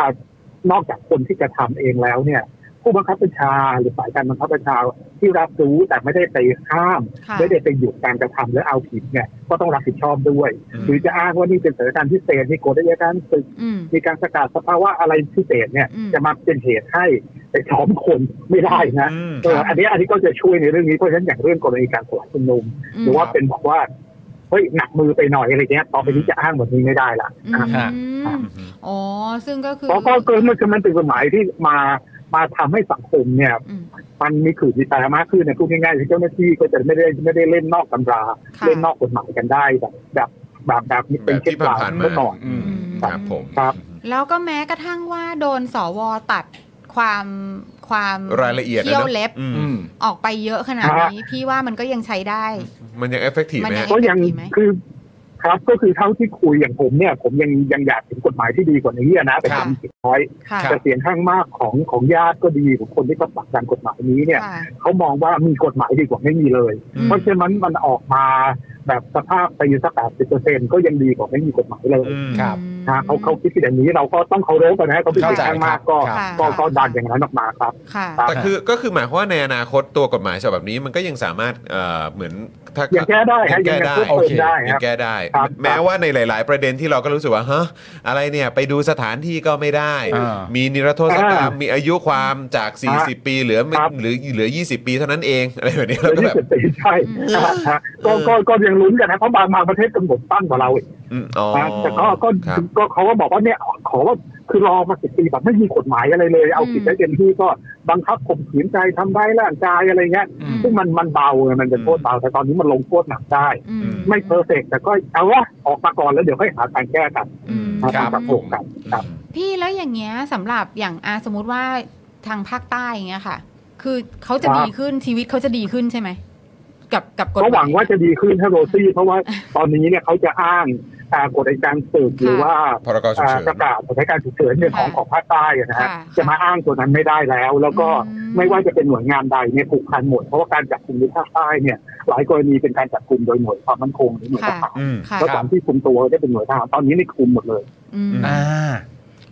S4: นอกจากคนที่กระทำเองแล้วเนี่ย ผู้บังคับบัญชาหรือฝ่ายการบังคับบัญชาที่รับรู้แต่ไม่ได้ไปห้าม
S3: ค่ะ
S4: ไม่ได้ไปหยุดการกระทำหรือเอาผิดเนี่ยก็ต้องรับผิดชอบด้วย
S1: อืม
S4: หรือจะอ้างว่านี่เป็นสถานการณ์พิเศษที่กฎอัยการศึก
S3: อืม
S4: มีการประกาศสภาวะอะไรพิเศษเนี่ย
S3: อืม
S4: จะมาเป็นเหตุให้ไปซ้อมคนไม่ได้นะ
S1: อืม
S4: เอออันนี้อันนี้ก็จะช่วยในเรื่องนี้เพราะฉะนั้นอย่างเรื่องกรณีการสลายชุมนุม
S3: อืม
S4: หรือว่าเป็นบอกว่าเฮ้ยหนักมือไปหน่อยอะไรเงี้ยต่อไปนี้จะอ้างแบบนี้ไม่ได้ละ
S3: อืม
S4: อ่ะ
S3: อืมอ๋อ ซึ่งก็คือ
S4: เพราะก็เกินมันคือมันเป็นกฎหมายที่มามาทำให้สังคมเนี่ย
S3: อืม
S4: มันมีขื่อมีตามากขึ้นเนี่ยพูดง่ายๆคือเจ้าหน้าที่ก็จะไม่ได้ไม่ได้เล่นนอกตำรา
S3: ค่ะ
S4: เล่นนอกกฎหมายกันได้แบบแบบแบบแบบนี้เป็น
S1: แบบ
S4: เช่
S1: ที่
S4: นกล่าว
S1: ผ่านๆมา
S4: เมื่อก่อน
S2: อืม
S3: อืม
S1: ครับผม
S4: ครับ
S3: แล้วก็แม้กระทั่งว่าโดนสวตัดความความ
S1: รายละเอียดนะ
S3: เที่ยวเล็บ
S1: อืม
S2: อืม
S3: ออกไปเยอะขนาดนี้ พี่ว่ามันก็ยังใช้ได้
S1: มันยังเอฟเฟกตีฟ
S3: มัน
S1: ไหม
S3: ยัง
S1: ฮะ
S4: ก็ยัง
S3: ดีไหม
S4: คือครับก็คือเท่าที่คุยอย่างผมเนี่ย ผมยังยังอยากเห็นกฎหมายที่ดีกว่านี้อะนะแต่
S2: ครั
S4: ผ
S2: บ
S4: มคิด น้อย
S3: ค่ะ
S4: แต่เสียงข้างมากของของญาติก็ดีของคนที่เขาปักดันกฎหมายนี้เนี่ย
S3: ค่ะ
S4: เขามองว่ามีกฎหมายดีกว่าไม่มีเลย
S1: อืม
S4: เพราะฉะนั้นมันออกมาแบบสภาพไปอยู่สักแปดสิบเปอร์เซ็นก็ยังดีกว่าไม่มีกฎหมายเลย
S1: อืม
S2: ครับ
S4: นะเขาเขาคิดอย่างนี้เราก็ต้องเคารพกันนะเขาเป็นเสียงข้างมากก็
S2: เข้าใจครับ
S3: ค
S4: ก็
S3: รับ
S4: ก็ดันอย่างนั้นออกมาครับ
S3: ค่ะ
S4: ครับ
S1: แต่คือก็คือหมายความว่าในอนาคตตัวกฎหมายฉบับนี้มันก็ยังสามารถเอ่อเหมือนถ้า
S4: ยังแก้ได้ฮะยังเพิ่ม
S1: โอ
S4: เติม
S1: เค
S4: ได้
S1: ยั
S4: ฮะ
S1: งแก้ได้
S4: ครับ
S1: แม้ว่าในหลาย ๆ ประเด็นที่เราก็รู้สึกว่าฮะอะไรเนี่ยไปดูสถานที่ก็ไม่ได้
S2: อ่ามี
S1: มีนิรโทษกรรมมีอายุความจาก 40 ปีเหลือไม่
S4: ครับ
S1: หรือเหลือ 20 ปีเท่านั้นเองอะไรแบบนี้
S4: เล
S1: เรา
S4: ย
S1: ก็
S4: ที่
S1: แบบ
S4: สิบปีใช่ครับฮะก็ก็ก็ยังลุ้นกันนะเพราะบางบางประเทศกำหนดตั้งกว่าเราอีก
S1: อืมอ๋อ
S4: นะแต่ก็ก็
S1: ครับ
S4: ก็เขาก็บอกว่าเนี่ยขอว่าคือรอมาสิบปีแบบไม่มีกฎหมายอะไรเลย เอาผิดได้เต็มที่ก็บังคับข่มขืนใจทำร้ายร่างกายอะไรเงี้ย
S2: อืม
S4: ซึ่งมันมันเบาไงมันเป็นโทษเบาแต่ตอนนี้มันลงโทษหนักได้
S3: อื
S4: ไม่เพอร์เฟกแต่ก็เอาวะออกมาก่อนแล้วเดี๋ยวค่อยหาทางแก้กัน
S3: อืม
S4: หา
S2: ครั
S4: ทาง
S2: บ
S4: ปรับปรุงกันครับ
S3: พี่แล้วอย่างเงี้ยสำหรับอย่างอาสมมุติว่าทางภาคใต้อย่างเงี้ยค่ะ คือเขาจะ
S4: ครับ
S3: ดีขึ้นชีวิตเขาจะดีขึ้นใช่ไหมกับกับกฎม
S4: ก็
S3: ย
S4: หวังว่าจะดีขึ้นถ้าโรซี่ เพราะว่าตอนนี้เนี่ยเขาจะอ้างอ่ากฎอัยการศึกหรือว่า
S1: พรกฉุกเฉิน
S4: อ่าประกาศสถานการณ์ฉุกเฉินเนี่ยของ
S3: ค่ะ
S4: ของภาคใต้อะนะฮะ
S3: ค่ะ
S4: จะมาอ้างตัวนั้นไม่ได้แล้ว แล้วก็
S3: อืม
S4: ไม่ว่าจะเป็นหน่วยงานใดเนี่ยผูกพันหมดเพราะว่าการจับกลุ่มในภาคใต้เนี่ยหลายกรณีเป็นการจับกลุ่มโดยหน่วยความมั่นคงหรือหน่วยทหาร
S1: อืม
S3: ค่ะ
S4: แล้วตอนที่คุมตัวได้เป็นหน่วยทหารตอนนี้ในคุมหมดเลย
S3: อืม
S2: อ่า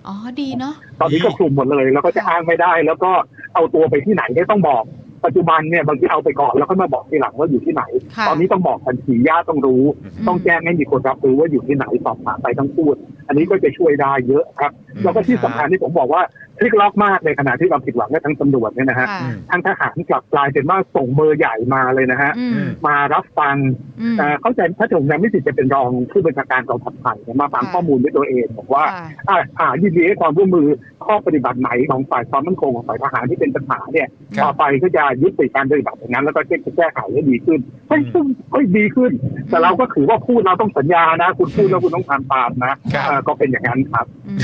S3: อ๋อดีเนาะ
S4: ตอนนี้ก็คลุมหมดเลย แล้วก็จะอ้างไม่ได้ แล้วก็เอาตัวไปที่ไหนเนี่ยต้องบอก ปัจจุบันเนี่ยบางทีเอาไปก่อนแล้วก็มาบอกทีหลังว่าอยู่ที่ไหน
S3: ค่ะ
S4: ตอนนี้ต้องบอกทันทีญาติต้องรู้ ต้องแจ้งให้มีคนรับรู้ว่าอยู่ที่ไหนสอบถามไปต้องพูด อันนี้ก็จะช่วยได้เยอะครับ
S1: อืม
S4: แล้วก็ที่สำคัญที่ผมบอกว่าพลิกล็อกมากในขณะที่เราผิดหวังกับทั้งตำรวจเนี่ยนะฮะ
S3: ค่ะ
S4: ทางทหารกลับกลายเป็นว่าส่งเบอร์ใหญ่มาเลยนะฮะ
S3: อืม
S4: มารับฟัง
S3: อืม
S4: เอ่อเข้าใจถ้าผมยังไม่ติดจะเป็นรองผู้บัญชาการกองทัพไทยเนี่ยมาฟัง
S3: ค่ะ
S4: ข้อมูลด้วยตัวเองบอกว่า
S3: ค่ะ
S4: อ่าอ่ายินดีให้ความร่วมมือข้อปฏิบัติไหนของฝ่ายความมั่นคงของฝ่ายทหารที่เป็นปัญหาเนี่ย
S2: ครับ
S4: ต่อไปก็จะยุติการปฏิบัติอย่างนั้น แล้วก็จะแก้ไขให้ดีขึ้นเฮ้ยซึ่งเฮ้ยดีขึ้น แต่เราก็ถือว่าพูดเราต้องสัญญานะ คุณพูดแล้วคุณต้องทำตามนะครับ เอ่อก็เป็นอย่างนั้นครับ
S3: อืม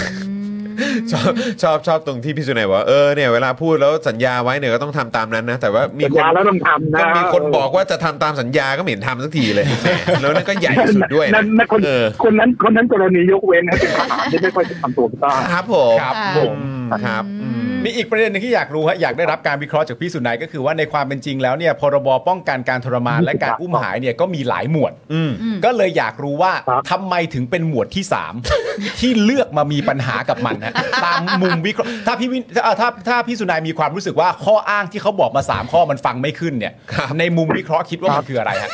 S1: ชอบชอบชอบตรงที่พี่สุนัยบอกว่าเออเนี่ยเวลาพูดแล้วสัญญาไว้เนี่ยก็ต้องทำตามนั้นนะแต่ว่ามี
S4: สัญ
S1: คน
S4: ญาแล้วต้องทำนะ
S1: ก็มีคนบอกว่าจะทำตามสัญญาก็ไม่เห็นทำสักทีเลยแหมแล้วนั่นก็ใหญ่สุดด้วย
S4: นั่
S1: นะ
S4: นนั่นคน
S1: เออ
S4: คนนั้นคนนั้นกรณียกเว้นนะเป็นทหารที่ไม่ค่อยจะทำตัวกล้า
S1: ครับผม
S2: ครับ
S3: ค่ะ
S2: ผ
S1: ผม
S2: ม
S1: ครับอืม
S2: มีอีกประเด็นหนึงที่อยากรู้ฮะอยากได้รับการวิเคราะห์จากพี่สุนัยก็คือว่าในความเป็นจริงแล้วเนี่ยพรบป้องกันการทรมานและการอุ้มหายเนี่ยก็มีหลายหมวด
S1: อืม
S3: อืม
S2: ก็เลยอยากรู้ว่า
S4: ครับ
S2: ทำไมถึงเป็นหมวดที่ 3 ที่เลือกมามีปัญหากับมันฮะตามมุมวิเคราะห์ถ้าพี่วินถ้าถ้าถ้าพี่สุนายมีความรู้สึกว่าข้ออ้างที่เขาบอกมา 3 ข้อมันฟังไม่ขึ้นเนี่ย
S1: ครับ
S2: ในมุมวิเคราะห์คิดว่ามันคืออะไรฮะ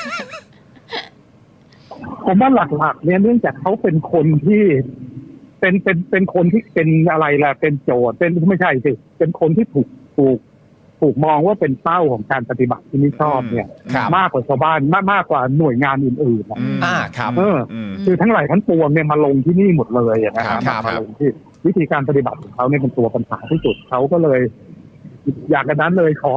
S4: ผมว่าหลักๆเนี่ยเนื่องจากเขาเป็นคนที่ เป็นเป็นเป็นคนที่เป็นอะไรล่ะ เป็นโจทย์เป็นไม่ใช่สิเป็นคนที่ถูกถูกถูกมองว่าเป็นเป้าของการปฏิบัติที่ไม่ชอบเนี่ย
S2: อืมครับ
S4: มากกว่าชาวบ้านมากมากกว่าหน่วยงานอื่นๆอะ
S1: ม
S2: อ่าครับ
S4: เออ
S1: อืม
S4: คือทั้งหลายทั้งปวงเนี่ยมาลงที่นี่หมดเลยอะนะค
S2: ครั
S4: รับบ
S2: ครับ
S4: มาลงที่วิธีการปฏิบัติของเขาเนี่ยเป็นตัวปัญหาที่สุดเขาก็เลย อยากกันนั้นเลยขอ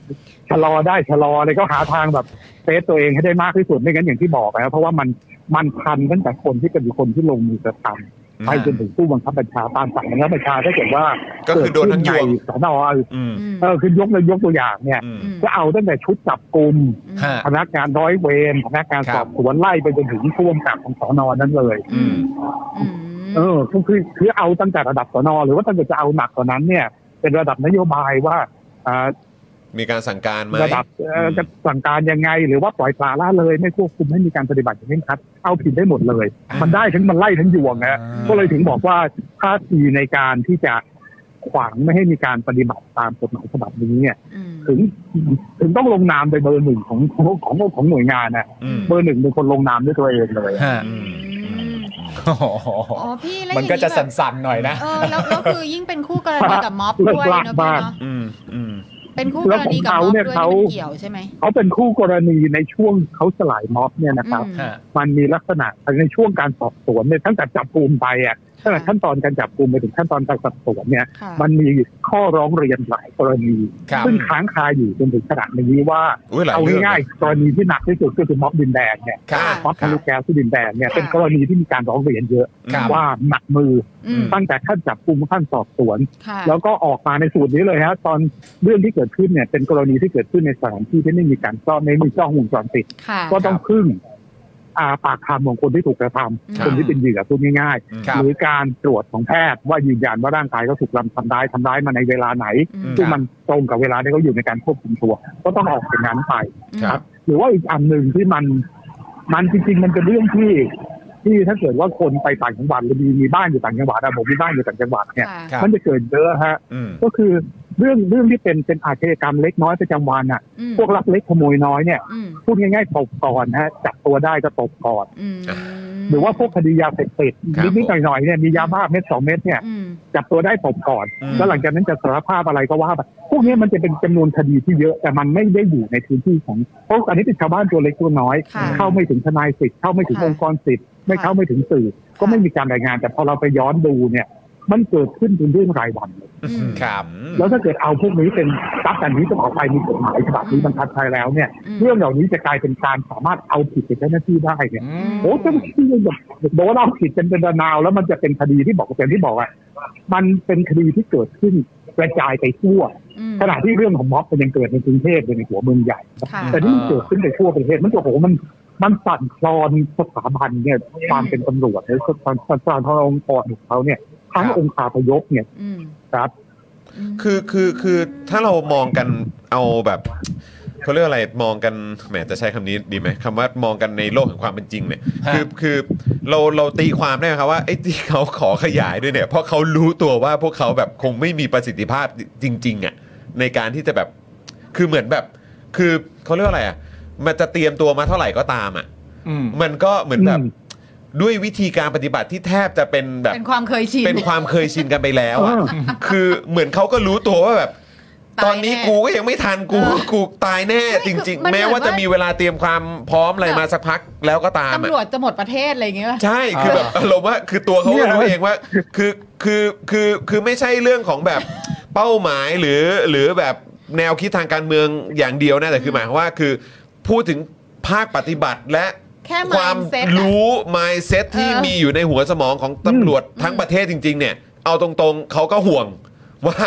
S4: ชะลอได้ชะลอเลยก็หาทางแบบเซฟตัวเองให้ได้มากที่สุดไม่งั้นอย่างที่บอกนะเพราะว่ามันมันพันตั้งแต่คนที่เป็นคนที่ลงมือกระทำไปจนถึงผู้บังคับบัญชาตามสั่งบังคับบัญชาถ้าเกิดว่า
S1: ก็คือโดนทั้ง
S4: เกิ
S1: ยวง
S4: ขึ้ในสนอ
S1: อืม
S3: อืม
S4: เออคือยกเลยยกตัวอย่างเนี่ย
S1: อืม
S3: ม
S4: ก็เอาตั้งแต่ชุดจับกลุ่ม
S3: อืม
S2: ฮะ
S4: พนักงานร้อยเวรพนักงาน
S2: ครับ
S4: สอบสวนไล่ไปจนถึงผู้กำกับของสอนอนั้นเลย
S3: อืม อืม
S4: เออก็คือคือเอาตั้งแต่ระดับสนหรือว่าถ้าเกิดจะเอาหนักกว่านั้นเนี่ย เป็นระดับนโยบายว่าอ่า
S1: มีการสั่งการไหม
S4: ระดับเอ่ออ
S1: ม
S4: จะสั่งการยังไง หรือว่าปล่อยปละละเลยไม่ควบคุมไม่มีการปฏิบัติอย่างนี้ครับเอาผิดได้หมดเลย มันได้ทั้งมันไล่ทั้งยวงนะก็เลยถึงบอกว่าท่าทีในการที่จะขวางไม่ให้มีการปฏิบัติตามกฎหมายฉบับนี้เนี่ย
S3: อืม
S4: ถึงถึงต้องลงนามไปนเบอร์หนึ่งของของของของหน่วยงานนะ
S1: อืม
S4: เบอร์หนึ่งเป็นคนลงนามด้วยตัวเองเลย
S2: ฮะ
S1: อืมอืม
S2: โอ้โห
S3: อ๋อพี่แล้ว
S2: มันก็จะ
S3: อย่างแบบ
S2: สั่นๆหน่อยนะ
S3: เออแล้วแล้วคือยิ่งเป็นคู่กรณีกับม็อบ
S4: เลิ
S3: ด้
S4: ก
S3: วย
S4: ลาก
S3: เนอะพี่
S4: มาก
S3: เนาะ
S1: อืมอืม
S3: เป็นคู่กรณีกับม็อบด้วยนี่มันเกี่ยวใช่ไหม
S4: เขาเป็นคู่กรณีในช่วงเขาสลายม็อบเนี่ยนะครับ
S3: อืม
S2: ฮะ
S4: มันมีลักษณะในช่วงการสอบสวนเนี่ยตั้งแต่จับกลุ่มไปอ่ะตั้งแต่ขั้นตอนการจับกลุ่มไปถึงขั้นตอนการสอบสวนเนี่ย
S3: ค่ะ
S4: มันมีข้อร้องเรียนหลายกรณี
S2: ครับ
S4: ซึ่งค้างคาอยู่จนถึงขณะนี้ว่า
S1: อุ้ยหลาย
S4: เอา
S1: เรื่อง
S4: ง่ายๆกรณีที่หนักที่สุดก็คือม็อบดินแดงเนี่ย
S2: ครับ
S4: ม็อบทะลุแก๊สที่ดินแดงเนี่ย
S3: ค่ะ
S4: เป็นกรณีที่มีการร้องเรียนเยอะ
S2: ครับ
S4: ว่าหนักมือ
S3: อืม
S4: ตั้งแต่ขั้นจับกลุ่มขั้นสอบสวน
S3: ค่ะ
S4: แล้วก็ออกมาในสูตรนี้เลยฮะตอนเรื่องที่เกิดขึ้นเนี่ยเป็นกรณีที่เกิดขึ้นในสถานที่ที่ไม่มีการซ่อมไม่มีกล้องวงจรปิด
S3: ค่ะ
S4: ก็ต้องพึ่ง อาปากคำของคนที่ถูกกระ
S3: ครั
S4: ทำ
S3: บ
S4: คนที่เป็นเหยื่อพูดง่าย
S2: ครับ
S4: ๆหรือการตรวจของแพทย์ว่ายืนยันว่าร่างกายเขาถูกลำทำร้ายทำร้ายมาในเวลาไหน
S3: อืม
S4: ซึ่งมันตรงกับเวลาที่เขาอยู่ในการควบคุมตัว ก็ต้องออกจากงานไป
S1: ครับ
S4: หรือว่าอีกอันหนึ่งที่มัน มันจริงๆ มันเป็นเรื่องที่ ที่ถ้าเกิดว่าคนไปต่างจังหวัดหรือมีมีบ้านอยู่ต่างจังหวัดอะผมมีบ้านอยู่ต่างจังหวัดเนี่ย
S3: ค่ะ
S2: ครับ
S4: มันจะเกิดเยอะฮะ
S1: อืม
S4: ก็คือเรื่องเรื่องที่เป็นเป็นอาชญากรรมเล็กน้อยประจำวันอ่ะ
S3: อืม
S4: พวกลักเล็กขโมยน้อยเนี่ย
S3: อืม
S4: พูดง่ายๆตบก่อนฮะจับตัวได้ก็ตบก่อน
S3: อืม
S4: หรือว่าพวกคดียาเสพติด
S1: ครับ
S4: นิด
S1: ผม
S4: ๆหน่อยๆเนี่ยมียาบ้าเม็ดสองเม็ดเนี่ย
S3: อืม
S4: จับตัวได้ตบก่อน
S1: อืม
S4: แล้วหลังจากนั้นจะสารภาพอะไรก็ว่าไปพวกนี้มันจะเป็นจำนวนคดีที่เยอะ แต่มันไม่ได้อยู่ในพื้นที่ของเพราะอันนี้เป็นชาวบ้านตัวเล็กตัวน้อย
S3: ค่ะ
S4: เข้าไม่ถึงทนายสิทธิ์เข้าไม่ถึง
S3: ค่ะ
S4: องค์กรสิทธิ์ไม่
S3: ค่ะ
S4: เข้าไม่ถึงสื่อ ก็
S3: ค่ะ
S4: ไม่มีการรายงาน แต่พอเราไปย้อนดูเนี่ย มันเกิดขึ้นเป็นเรื่องรายวันเลย
S3: อืม
S2: ครับ
S4: แล้วถ้าเกิดเอาพวกนี้เป็นทรัพย์อันนี้ต้องออกไปมีกฎหมายฉบับ
S3: อื
S4: นี้
S3: ม
S4: บรรทัดทายแล้วเนี่ย
S3: อืม
S4: เรื่องเหล่านี้จะกลายเป็นการสามารถเอาผิดกับเจ้าหน้าที่ได้เนี่ย
S2: อืม
S4: โอ้เจ้าหน้าที่แบบโดนเอาผิดเป็นเป็นระนาว แล้วมันจะเป็นคดีที่บอกอย่างที่บอกอ่ะมันเป็นคดีที่เกิดขึ้นกระจายไปทั่ว
S3: อืม
S4: ขณะที่เรื่องของม็อบมันยังเกิดในกรุงเทพอยู่ในหัวเมืองใหญ่
S3: ค่ะ
S4: แต่นี่มันเกิดขึ้นไปทั่วประเทศ มันโอ้โหมันมันสั่นคลอนสถาบันเนี่ยความเป็นตำรวจหรือความความความขององค์กรของเขาเนี่ยทั้ง
S2: ครับ
S4: องค์คาพยพเนี่ย
S3: อืม
S4: ครับ
S3: ม
S1: คือคือคือถ้าเรามองกันเอาแบบเขาเรียกอะไรมองกันแหมจะใช้คำนี้ดีไหมคำว่ามองกันในโลกแห่งความเป็นจริงเนี่ย
S2: ฮะ
S1: คือคือเราเราตีความได้ไหมครับว่าไอ้ ที่เขาขอขยายด้วยเนี่ยเพราะเขารู้ตัวว่าพวกเขาแบบคงไม่มีประสิทธิภาพจริง ๆอะ่ะในการที่จะแบบคือเหมือนแบบ คือเขาเรียกว่าอะไรอะ่ะมันจะเตรียมตัวมาเท่าไหร่ก็ตามอ่ะ
S2: อืม
S1: มันก็เหมือนแบบ
S4: อืม
S1: ด้วยวิธีการปฏิบัติที่แทบจะเป็นแบบ
S3: เป็นความเคยชิน
S1: เป็นความเคยชินกันไปแล้วอะ
S4: เออ
S1: คือเหมือนเขาก็รู้ตัวว่าแบบ
S3: ตา
S1: ตอน
S3: ยแน่
S1: นี้กูก็ยังไม่ทันกู
S3: เออ
S1: กูตายแน่จ
S3: ไม่คือ
S1: ริง
S3: มัน
S1: ๆ แม้ว่า
S3: เหมือนว่า
S1: จะมีเวลาเตรียมความพร้อมอะไรมาสักพักแล้วก็ตาม
S3: ตำร
S1: อะ
S3: วจจะหมดประเทศอะไรอย่างเงี้ยป่ะ
S1: ใช่ คือแบบอารมณ์ว่าคือตัวเขาก็รู้
S4: เนี่ย
S1: เองว่า คือคือคือคือไม่ใช่เรื่องของแบบ เป้าหมายหรือหรือแบบแนวคิดทางการเมืองอย่างเดียวนะแต่คือหมายความว่าคือพูดถึงภาคปฏิบัติและ
S3: แค่
S1: ความร
S3: mindset อะ
S1: ู้ รู้ mindset ที่
S3: เออ
S1: มีอยู่ในหัวสมองของตำรวจทั้งประเทศจริง ๆ เนี่ย เอาตรงๆ เขาก็ห่วงว่า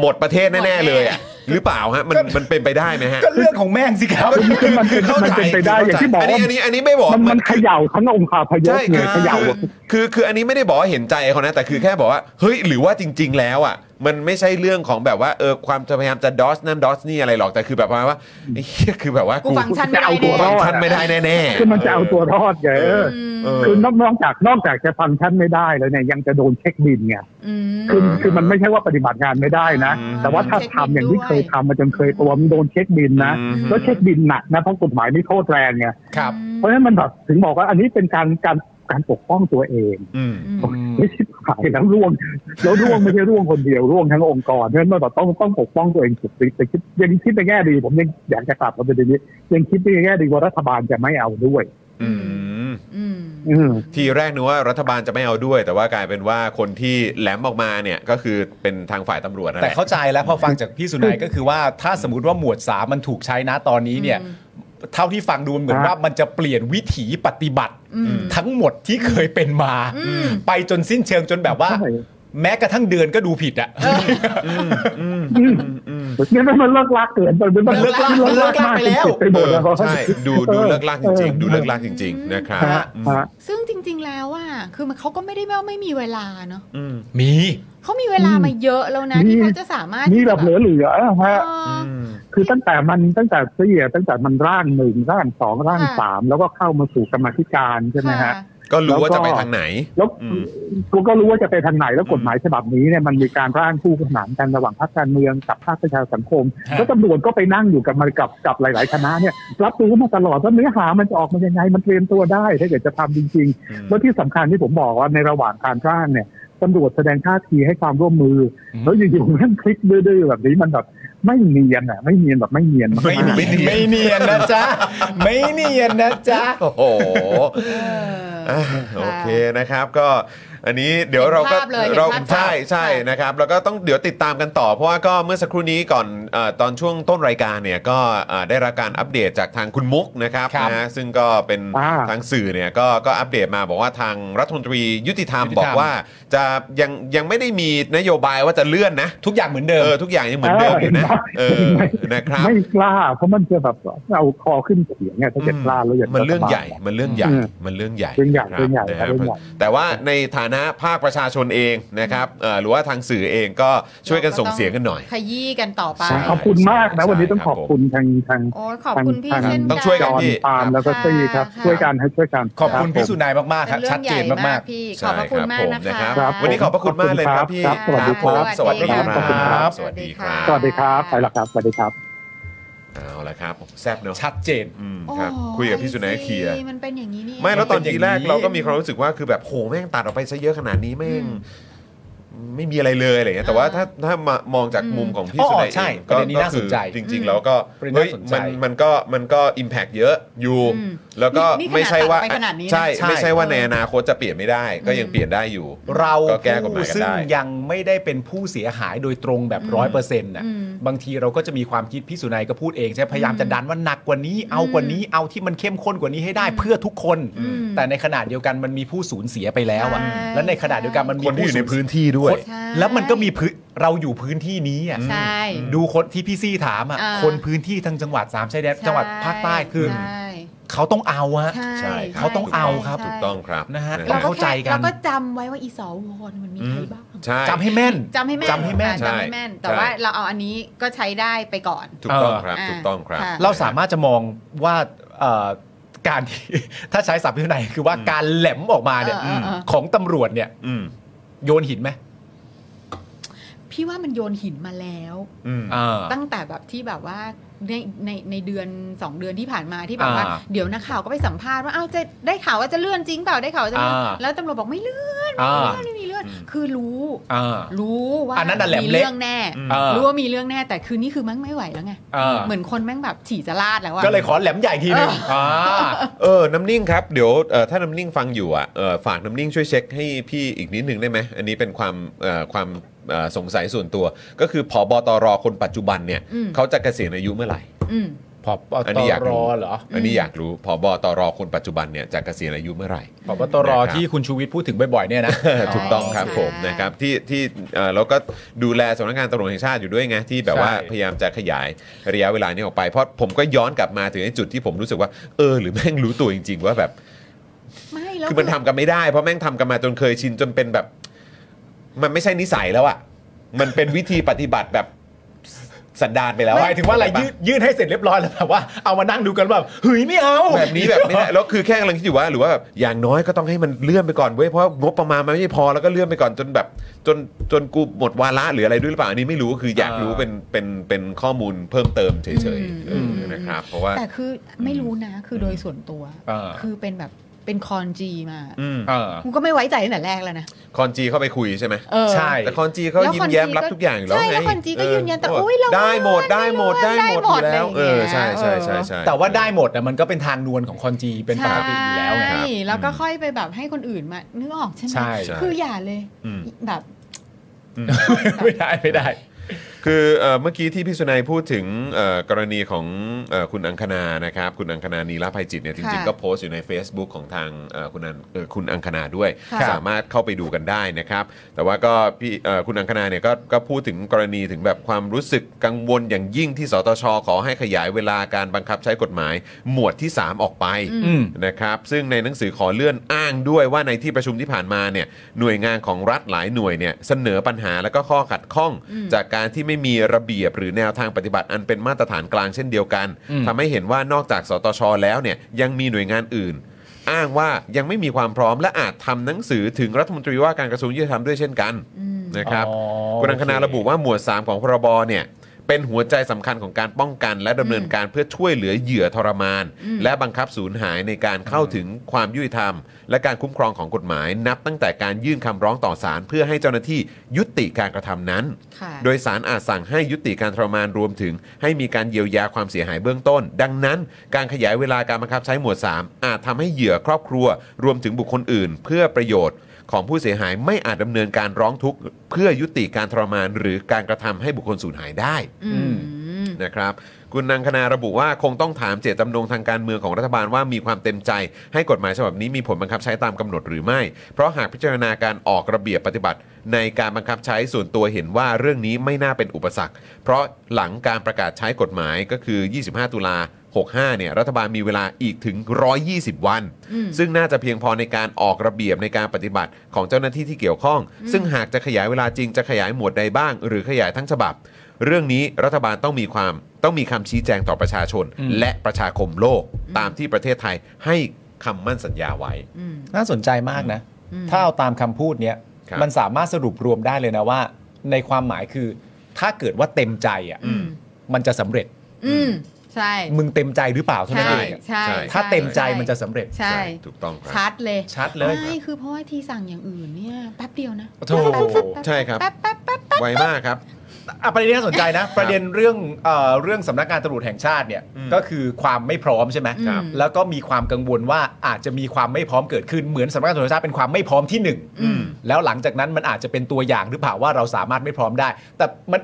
S1: หมดประเทศ
S3: หมดแน่
S1: แน่ๆเลยอ่ะ หรือเปล่าฮะ มันมันเป็นไปได้ไหมฮะ
S2: ก็เรื่องของแม่งสิครับ
S1: คือ
S4: มัน
S1: คือเข้า
S4: มัน
S1: ใจ
S4: เป็นไปได้อย่างที่บอก
S1: น
S4: ว่า
S1: นี้อันนี้อันนี้ไม่บอก
S4: มันมันเขย่าทั้งองค์คาพยพ
S1: ใช่
S4: เล
S1: คื
S4: ย
S1: อ
S4: เขย่า
S1: คือคือคืออันนี้ไม่ได้บอกว่าเห็นใจเขานะแต่คือแค่บอกว่าเฮ้ยหรือว่าจริง ๆ แล้วอ่ะมันไม่ใช่เรื่องของแบบว่าเออความจะพยายามจะดอสนั่นดอสนี่อะไรหรอกแต่คือแบบประมาณว่าไอ้เหี้ยคือแบบว่า
S3: กู
S1: กู
S3: ฟังชันไม่
S4: จะ
S3: ได้
S4: เอาตัว
S3: แน่
S1: ฟังชันไม่ได้แน่ๆ
S4: คือมันจะเอาตัวรอดไงเออ
S1: เออ
S4: คือนอกนอกจากนอกจากจะฟังก์ชันไม่ได้แล้วเนี่ยยังจะโดนเช็คบินไง
S3: อืม
S4: คือคือมันไม่ใช่ว่าปฏิบัติงานไม่ได้นะ
S1: อืม
S4: แต่ว่าถ้าทำอย่างที่เคยทำมาจนเคยตัวมันโดนเช็คบินนะ
S1: อืม
S4: แล้วเช็คบินหนักนะเพราะกฎหมายนี่โทษแรงไง
S2: ครับ
S4: เพราะฉะนั้นมันแบบถึงบอกว่าอันนี้เป็นการการการปกป้องตัวเอง
S1: อืม
S4: ไม่ใช่ขายแล้วร่วง แล้วร่วงไม่ใช่ร่วงคนเดียวร่วงทั้งองค์กรเพราะฉะนั้นมันแบบต้องต้องปกป้องตัวเองสุดฤทธิ์แต่คิดยังคิดในแง่ดีผมยังอยากจะกลับมาประเด็นนี้ยังคิดในแง่ดีว่ารัฐบาลจะไม่เอาด้วย
S3: อื
S1: อืม
S3: อืม
S4: อืม
S1: ทีแรกนึกว่ารัฐบาลจะไม่เอาด้วย แต่ว่ากลายเป็นว่าคนที่แหลมออกมาเนี่ยก็คือเป็นทางฝ่ายตำรวจนั่น
S2: แต่
S1: แหละ
S2: เข้าใจแล้วพอฟังจากพี่สุนัยก็คือว่าถ้าสมมติว่าหมวดสามมันถูกใช้นะตอนนี้เนี่ย
S3: อืม
S2: เท่าที่ฟังดูมันเหมือนว่ามันจะเปลี่ยนวิถีปฏิบัติ
S3: อืม
S2: ทั้งหมดที่เคยเป็นมา
S3: อืม
S2: ไปจนสิ้นเชิงจนแบบว่า
S4: ใช่
S2: แม้กระทั่งเดือนก็ดูผิดอะ
S4: อืมเนี่ยมันเลิกลากเกินไปมันเลิกลาก
S2: มันเลิกลากไปแล้ว
S4: ไปหมดแล้ว
S1: เออใช่ดูดูเลิกลากจริง ๆ ดูเลิกลากจริง ๆ นะครับ
S4: ฮะ
S1: อืม
S4: ฮะ
S3: ซึ่งจริง ๆ แล้วอ่ะคือมันเขาก็ไม่ได้ว่าไม่มีเวลาเนอะ
S1: อืม
S2: มี
S3: เขามีเวลามาเยอะแล้วนะ
S4: นี่
S3: ที่เขาจะสามารถ
S4: นี่แบบเหลือเหลือๆ
S3: เอ
S4: ฮะ
S3: อ
S1: อืม
S4: คือตั้งแต่มันตั้งแต่เสียตั้งแต่มันร่างหนึ่งร่างสองร่าง
S3: ค่ะ
S4: สามแล้วก็เข้ามาสู่กรรมาธิการใช่ไหม
S3: ค่
S4: ฮะ
S1: ก็รู้ว่า
S4: แล้วก็
S1: จะไปทางไหน
S4: แล้ว
S1: อืม
S4: กูก็รู้ว่าจะไปทางไหนแล้วกฎหมายฉบับนี้เนี่ยมันมีการร่างคู่ขนานกันระหว่างภาคการเมืองกับภาคประชาสังคม
S2: ฮะ
S4: แล้วตำรวจก็ไปนั่งอยู่กับมันกับกับหลาย ๆ คณะเนี่ยรับรู้มาตลอดว่าเนื้อหามันจะออกมายังไงมันเตรียมตัวได้ถ้าเกิดจะทำจริง ๆ
S1: อืม
S4: แล้วที่สำคัญที่ผมบอกว่าในระหว่างการร่างเนี่ยตำรวจแสดงท่าทีให้ความร่วมมืออ
S2: ม
S4: แล้วอยู่ๆนั่นคลิกดื้อๆแบบนี้มันแบบไม่เนียนอ่ะไม่เนียนแบบไม่เนียนากๆ
S2: ไม่เนียนไม่เนียนนะจ๊ะ ไม่เนียนนะจ๊ะ
S1: โอ้โห
S3: เออ
S1: อ่ะโอเคนะครับก็ อันนี้เดี๋ยวเราก็
S3: เห็นภาพเลยเห็นภาพ
S1: ใช่ใช่
S3: ค่ะ
S1: นะครับแล้วก็ต้องเดี๋ยวติดตามกันต่อ เพราะว่าก็เมื่อสักครู่นี้ก่อนเออตอนช่วงต้นรายการเนี่ยก็เอ่อได้รับการอัปเดตจากทางคุณมุกนะครับ
S2: ครับ
S1: นะฮะซึ่งก็เป็น
S4: อ่า
S1: ทางสื่อเนี่ยก็ก็อัปเดตมาบอกว่าทางรัฐมนตรียุติธรรม
S2: ยุติธรรม
S1: บอกว่าจะยังยังไม่ได้มีนโยบายว่าจะเลื่อนนะ
S2: ทุกอย่างเหมือนเดิม
S1: เออทุกอย่างยังเหมือนเดิมอยู่นะเออนะครับ
S4: ไม่กล้า เพราะมันจะแบบเอาคอขึ้นเขียงไงถ้าเกิดกล้าแล้วอยากจะ
S1: มันเรื่องใหญ่
S4: สบาย
S1: มันเรื่องใหญ่
S4: อืม
S1: มันเรื่องใหญ่
S4: เรื่องใหญ่
S1: คบ
S4: เรื่องใหญ่
S1: นะ
S4: ครับเรื่องใหญ่
S1: แต่ว่าในฐานะภาคประชาชนเองนะครับเอ่อหรือว่าทางสื่อเองก็ช่วยกันส่งเสียงกันหน่อย
S3: ขยี้กันต่อไป
S1: ใช่
S4: ขอบคุณมากนะ วันนี้ต้อง
S1: ใช่
S4: ข
S1: ครั
S4: อบ บคุณทางทาง
S3: โอ้ขอบคุณพี่เช่นกัน
S1: ต้องช่วย
S4: จ
S1: กัน
S4: อน
S1: พี่
S4: ปาล์มแล้วก็ซี่ครับ
S3: ค่ะ
S4: ช่วยกันให้ช่วยกัน
S2: ขอบคุณ
S4: รั
S2: พี่สุ
S4: ผม
S2: นายมาก ๆ ครับ
S3: ป็
S2: ชัดเจนมาก
S3: พี่ขอบพระคุณมากนะ
S1: ใช่
S3: คะ
S1: รับผม
S4: ครับ
S1: วันนี้ขอบพระคุณมากเลยครับพี่
S4: ครับสวัสดีครับ
S1: สวัสดีครับ
S2: ขอบคุณครับ
S1: สวัสดีครั
S4: ส
S1: บ
S4: วัสดีครับไปละครับสวัสดีครับ
S1: เอาละครับผมแซ่บเนาะ
S2: ๆ ชัดเจน
S1: อืม
S3: โอ้
S1: ครับคุยกับพี่สุนัยเคลียร์
S3: มันเป็นอย่างนี้นี่เง
S1: ไม่แล้วตอนทีแรก
S2: เป็นอย่างนี้
S1: เราก็มีความรู้สึกว่าคือแบบโหแม่งตัดออกไปซะเยอะขนาดนี้แม่งไม่มีอะไรเลยอะไรเงี้ยแต่ว่าถ้าถ้ามามองจาก
S3: อืม
S1: มุมของพี่
S2: อ๋อ
S1: สุนัย
S2: ใช่
S1: เอง
S2: ประเด็นนี้
S1: ก็
S2: น่าสนใจ
S1: จริง ๆ แล้วก็
S2: ประเด็น
S1: เฮ้ย
S2: น่าสนใจ
S1: มันมันก็มันก็อิมแพกเยอะอยู่
S3: อืม
S1: แล้วก็
S3: นี่
S1: ไม่
S3: นี่ขนาด
S1: ใช่ว่า
S3: ตัดออกไปขนาดนี้นะ
S1: ใช่
S2: ใช่
S1: ไม่ใช่ว่าใน
S3: เออ
S1: อ
S3: อ
S1: นาคตจะเปลี่ยนไม่ได้ ก็ยังเปลี่ยนได้อยู่
S2: เรา
S1: ก็แก้กฎหมา
S2: ผู้
S1: ยกัน
S2: ซึ่ง
S1: ได้
S2: ยังไม่ได้เป็นผู้เสียหายโดยตรงแบบ
S3: อืม
S2: ร้อยเปอร์เซ็นต์น่ะ
S3: อืม
S2: บางทีเราก็จะมีความคิดพี่สุนัยก็พูดเองใช่ไหมพยายามจะดันว่าหนักกว่านี้เอากว่านี้เอาที่มันเข้มข้นกว่านี้ให้ได้เพื่อทุกคน
S3: อืม
S2: แต่ในขณะเดียวกันมันมีผู้สูญเสียไปแล้วอ่ะ
S3: ใช่
S2: และในขณะเดียวกันมันมี
S1: คนที่อยู่ใน
S2: ผู้สูญ
S1: พื้นที่ด้วย
S2: คน
S3: ใช่
S2: แล้วมันก็มีพื้นเราอยู่พื้นที่นี้อ่ะ
S3: ใช่
S2: ดูคนที่พี่ซี่ถามอ่ะ
S3: อ่า
S2: คนพื้นที่ทางจังหวัดสามชายแดน
S3: ใช่
S2: จังหวัดภาคใต้คือ
S3: ใช่
S2: เขาต้องเอาฮะ
S3: ใช่
S2: เขาต้องเอาครับ
S3: ใช่
S1: ถูกต้องครับ
S2: นะฮะ
S3: เรา
S1: ฮะ
S3: ก็
S2: เข้าใจ
S3: แค่
S2: กัน
S3: เราก็จำไว้ว่าอีสอวอนมันมี
S1: อื
S3: ใคร
S1: ม
S3: บ้าง
S1: ใช่
S2: จำให้แม่น
S3: จำให้แม่น
S2: จำให้แม่น
S3: อ่าจำให้แม่น
S1: ใช่
S3: แต่ว่าเราเอาอันนี้ก็ใช้ได้ไปก่อน
S1: ถูกต้องครับ
S3: เออ
S1: ถูกต้องครับ
S3: ค่ะ
S2: เราสามารถจะมองว่าเอ่อการที่ ถ้าใช้ศัพท์ที่ไหนคือว่า
S1: อืม
S2: การแหลมออกมาเนี่ย
S3: เออเออเออ
S2: ของตำรวจเนี่ย
S1: อืม
S2: โยนหินไหม
S3: พี่ว่ามันโยนหินมาแล้ว
S1: อืม
S2: อ่า
S3: ตั้งแต่แบบที่แบบว่าในในในเดือน 2 เดือนที่ผ่านมาที่แบบว่า
S2: อ่า
S3: เดี๋ยวนักข่าวก็ไปสัมภาษณ์ว่าอ้าวจะได้ข่าวว่าจะเลื่อนจริงเปล่าได้ข่าวว่าจะเลื่อน
S2: อ่า
S3: แล้วตำรวจบอกไม่เลื่อน
S2: อ่า
S3: ไม่เลื่อนไม่มีเลื่อน
S1: อืม
S3: คือรู้
S2: อ่า
S3: รู้ว่า
S2: อันนั้นน่ะแหลม
S3: มี
S2: เละ
S3: เรื่องแน่
S2: เออ
S3: รู้ว่ามีเรื่องแน่แต่คืนนี้คือแมั่งไม่ไหวแล้วไง
S2: เออ
S3: เหมือนคนแม่งแบบฉี่จะลาดแล้วอะ
S2: ก็เลยขอแหลมใหญ่ทีนึงอ่า
S1: เออ น้ำนิ่งครับ เดี๋ยวเอ่อถ้าน้ำนิ่งฟังอยู่อ่ะเอ่อฝากน้ำนิ่งช่วยเช็คให้พี่อีกนิดหนึ่งได้ไหม อันนี้เป็นความเอ่อความเอ่อสงสัยส่วนตัว ก็คือผอบตรคนปัจจุบันเนี่ย
S3: อืม
S1: เขาจะเกษียณอายุเมื่อไหร่
S3: อืม
S2: พอบ
S1: อัน
S2: ต
S1: นี้อยาก
S2: ร
S1: รู้
S2: เหรอ
S1: อันนี้
S3: อืม
S1: อยากรู้ผอบตรคนปัจจุบันเนี่ยจะเกษียณอายุเมื่อไหร่
S2: พอบตร
S1: นะครับ
S2: ที่คุณชูวิทย์พูดถึงบ่อยๆเนี่ยนะ
S1: เออถูกต้องครับ
S3: ใช่
S1: ผมนะครับที่ที่เอ่อเราก็ดูแลสำนักงานตำรวจแห่งชาติอยู่ด้วยไงที่แบบว่า
S2: ใช่
S1: พยายามจะขยายระยะเวลานี้ออกไปเพราะผมก็ย้อนกลับมาถึงไอ้จุดที่ผมรู้สึกว่าเออหรือแม่งรู้ตัวจริง ๆ ว่าแบบ
S3: ไม่แล้ว
S1: คือมันทำกันไม่ได้เพราะแม่งทำกันมาจนเคยชินจนเป็นแบบ มันไม่ใช่นิสัยแล้วอะมันเป็นวิธีปฏิบัติแบบสันดานไปแล้ว
S2: หมายถึงว่าอะไรยืดยื่นให้เสร็จเรียบร้อยแล้วแบบว่าเอามานั่งดูกันแบบเฮ้ยไม่เอา
S1: แบบนี้แบบไม่ได้แล้วคือแค่กำลังคิดอยู่ว่า หรือว่าแบบอย่างน้อยก็ต้องให้มันเลื่อนไปก่อนเว้ยเพราะงบประมาณมันไม่พอแล้วก็เลื่อนไปก่อนจนแบบ จนจนกูหมดวาระหรืออะไรด้วยหรือเปล่าอันนี้ไม่รู้คืออยากรู้เป็นเป็นเป็นข้อมูลเพิ่มเติมเฉยๆเออนะครับ เพราะว่า
S3: แต่คือไม่รู้นะคือโดยส่วนตัว
S2: เออ
S3: คือเป็นแบบเป็นคอนจีมา
S1: อืม
S2: เออ
S3: กูก็ไม่ไว้ใจตั้งแต่แรกแล้วนะ
S1: คอนจีเข้าไปคุยใช่ไหม
S3: เออ
S2: ใช่
S1: แต่คอนจีเขายิ้มแย้มรับทุกอย่างอยู่แล้ว
S3: ใช่
S1: ไง
S3: แล้วคอนจีก็ยืนยันแต่โอ๊ยเรา
S1: ได้หมด
S3: ไม่
S1: ได้หมด
S3: เลื่
S1: ได้
S3: อน
S1: หมดอยู่
S3: ได้หมด
S1: แล้ว
S3: อะไรอย่างเงี้ย
S1: เออใช่ใช่ใช่
S3: เออ
S1: ใช่
S2: แต่ว่าได้หมดอ่ะมันก็เป็นทางนวลของคอนจีเป็นป
S3: ใช่
S2: กติอยู่แล้วไง
S3: แล้วก็ค่อยไปแบบให้คนอื่นมานึกออกใช่ไหม
S2: ใช่
S3: คืออย่าเลย
S1: อืม
S3: แบบ
S1: อืม
S2: ไม่ได้ไม่ได้
S1: คือเอ่อเมื่อกี้ที่พี่สุนัยพูดถึงเอ่อกรณีของเอ่อคุณอังคณานะครับ คุณอังคณานีลาภัยจิตเนี่ยจริงๆ ก็โพสต์อยู่ใน Facebook ของทางเอ่อคุณอังเอ่อคุณอังคณาด้วย
S3: ค่ะ
S1: สามารถเข้าไปดูกันได้นะครับ แต่ว่าก็พี่เอ่อคุณอังคณาเนี่ยก็ก็พูดถึงกรณีถึงแบบความรู้สึกกังวลอย่างยิ่งที่สตชขอให้ขยายเวลาการบังคับใช้กฎหมาย หมวดที่ 3 ออกไป
S2: อืม
S1: นะครับ ซึ่งในหนังสือขอเลื่อนอ้างด้วยว่าในที่ประชุมที่ผ่านมาเนี่ยหน่วยงานของรัฐหลายหน่วยเนี่ยเสนอปัญหาและก็ข้อขัดข้อง
S3: อืม
S1: จากการที่ไม่มีระเบียบหรือแนวทางปฏิบัติอันเป็นมาตรฐานกลางเช่นเดียวกัน
S2: อืม
S1: ทำให้เห็นว่านอกจากสตชแล้วเนี่ยยังมีหน่วยงานอื่น อ้างว่ายังไม่มีความพร้อมและอาจทำหนังสือถึงรัฐมนตรีว่าการกระทรวงยุติธรรมด้วยเช่นกัน
S3: อืม
S1: นะครับ
S2: อ๋อ
S1: คุณอังคณา
S2: โอเค
S1: ระบุว่าหมวด 3 ของพรบเนี่ยเป็นหัวใจสำคัญของการป้องกัน และดำเนินการเพื่อช่วยเหลือเหยื่อทรมาน
S3: อืม
S1: และบังคับสูญหายในการเข้าถึงความยุติธรรม และการคุ้มครองของกฎหมาย นับตั้งแต่การยื่นคำร้องต่อศาลเพื่อให้เจ้าหน้าที่ยุติการกระทำนั้น
S3: ค่ะ
S1: โดยสารอาจสั่งให้ยุติการทรมานรวมถึง ให้มีการเยียวยาความเสียหายเบื้องต้น ดังนั้น การขยายเวลาการบังคับใช้หมวด 3 อาจทำให้เหยื่อครอบครัว รวมถึงบุคคลอื่น เพื่อประโยชน์ ของผู้เสียหายไม่อาจดำเนินการร้องทุกข์เพื่อยุติการทรมาน หรือการกระทำให้บุคคลสูญหายได้
S3: อืม
S1: นะครับคุณนังคณาระบุว่าคงต้องถามเจตจำนงทางการเมืองของรัฐบาลว่ามีความเต็มใจ ให้กฎหมายฉบับนี้มีผลบังคับใช้ตามกำหนดหรือไม่ เพราะหากพิจารณาการออกระเบียบปฏิบัติ ในการบังคับใช้ส่วนตัวเห็นว่าเรื่องนี้ไม่น่าเป็นอุปสรรค เพราะหลังการประกาศใช้กฎหมายก็คือ 25 ตุลา 65 เนี่ยรัฐบาลมีเวลาอีกถึง 120 วัน
S3: อืม
S1: ซึ่งน่าจะเพียงพอในการออกระเบียบในการปฏิบัติของเจ้าหน้าที่ที่เกี่ยวข้อง ซึ่งหากจะขยายเวลาจริงจะขยายหมวดใดบ้าง หรือขยายทั้งฉบับ เรื่องนี้รัฐบาลต้องมีความต้องมีคำชี้แจงต่อประชาชน
S2: อืม
S1: และประชาคมโลก ตามที่ประเทศไทยให้คำมั่นสัญญาไว้
S3: อืม
S2: น่าสนใจมากนะ
S3: อืม
S2: ถ้าเอาตามคำพูดเนี้ย
S1: ครับ
S2: มันสามารถสรุปรวมได้เลยนะว่า ในความหมายคือ ถ้าเกิดว่าเต็มใจอ่ะ
S3: อืม
S2: มันจะสำเร็จ
S3: อืมใช่
S2: มึงเต็มใจหรือเปล่าเท่านั้น
S3: ใช่
S2: เองอะ
S3: ใช่
S2: ถ้าเต็มใจมันจะสำเร็จ
S3: ใช่
S1: ถูกต้องครับ
S3: ชัดเลย
S2: ชัดเลย
S3: ไม่คือเพราะว่าทีสั่งอย่างอื่นเนี่ยแป๊บเดียวนะ
S2: โธ่
S1: ใช่ครับ
S3: แป๊บแป๊บแป๊บแป๊บ
S1: ไวมากครับ
S2: อ่ะประเด็นที่น่าสนใจนะ ประเด็นเรื่องเอ่อเรื่องสำนักงานตำรวจแห่งชาติเนี่ย
S1: อืม
S2: ก็คือความไม่พร้อมใช่ไหม
S3: ครับ
S2: แล้วก็มีความกังวลว่าอาจจะมีความไม่พร้อมเกิดขึ้นเหมือนสำนักงานตำรวจแห่งชาติเป็นความไม่พร้อมที่หนึ่ง
S1: อืม
S2: แล้วหลังจากนั้นมันอาจจะเป็นตัวอย่างหรือเปล่าว่าเราสามารถไม่พร้อมได้ แต่มัน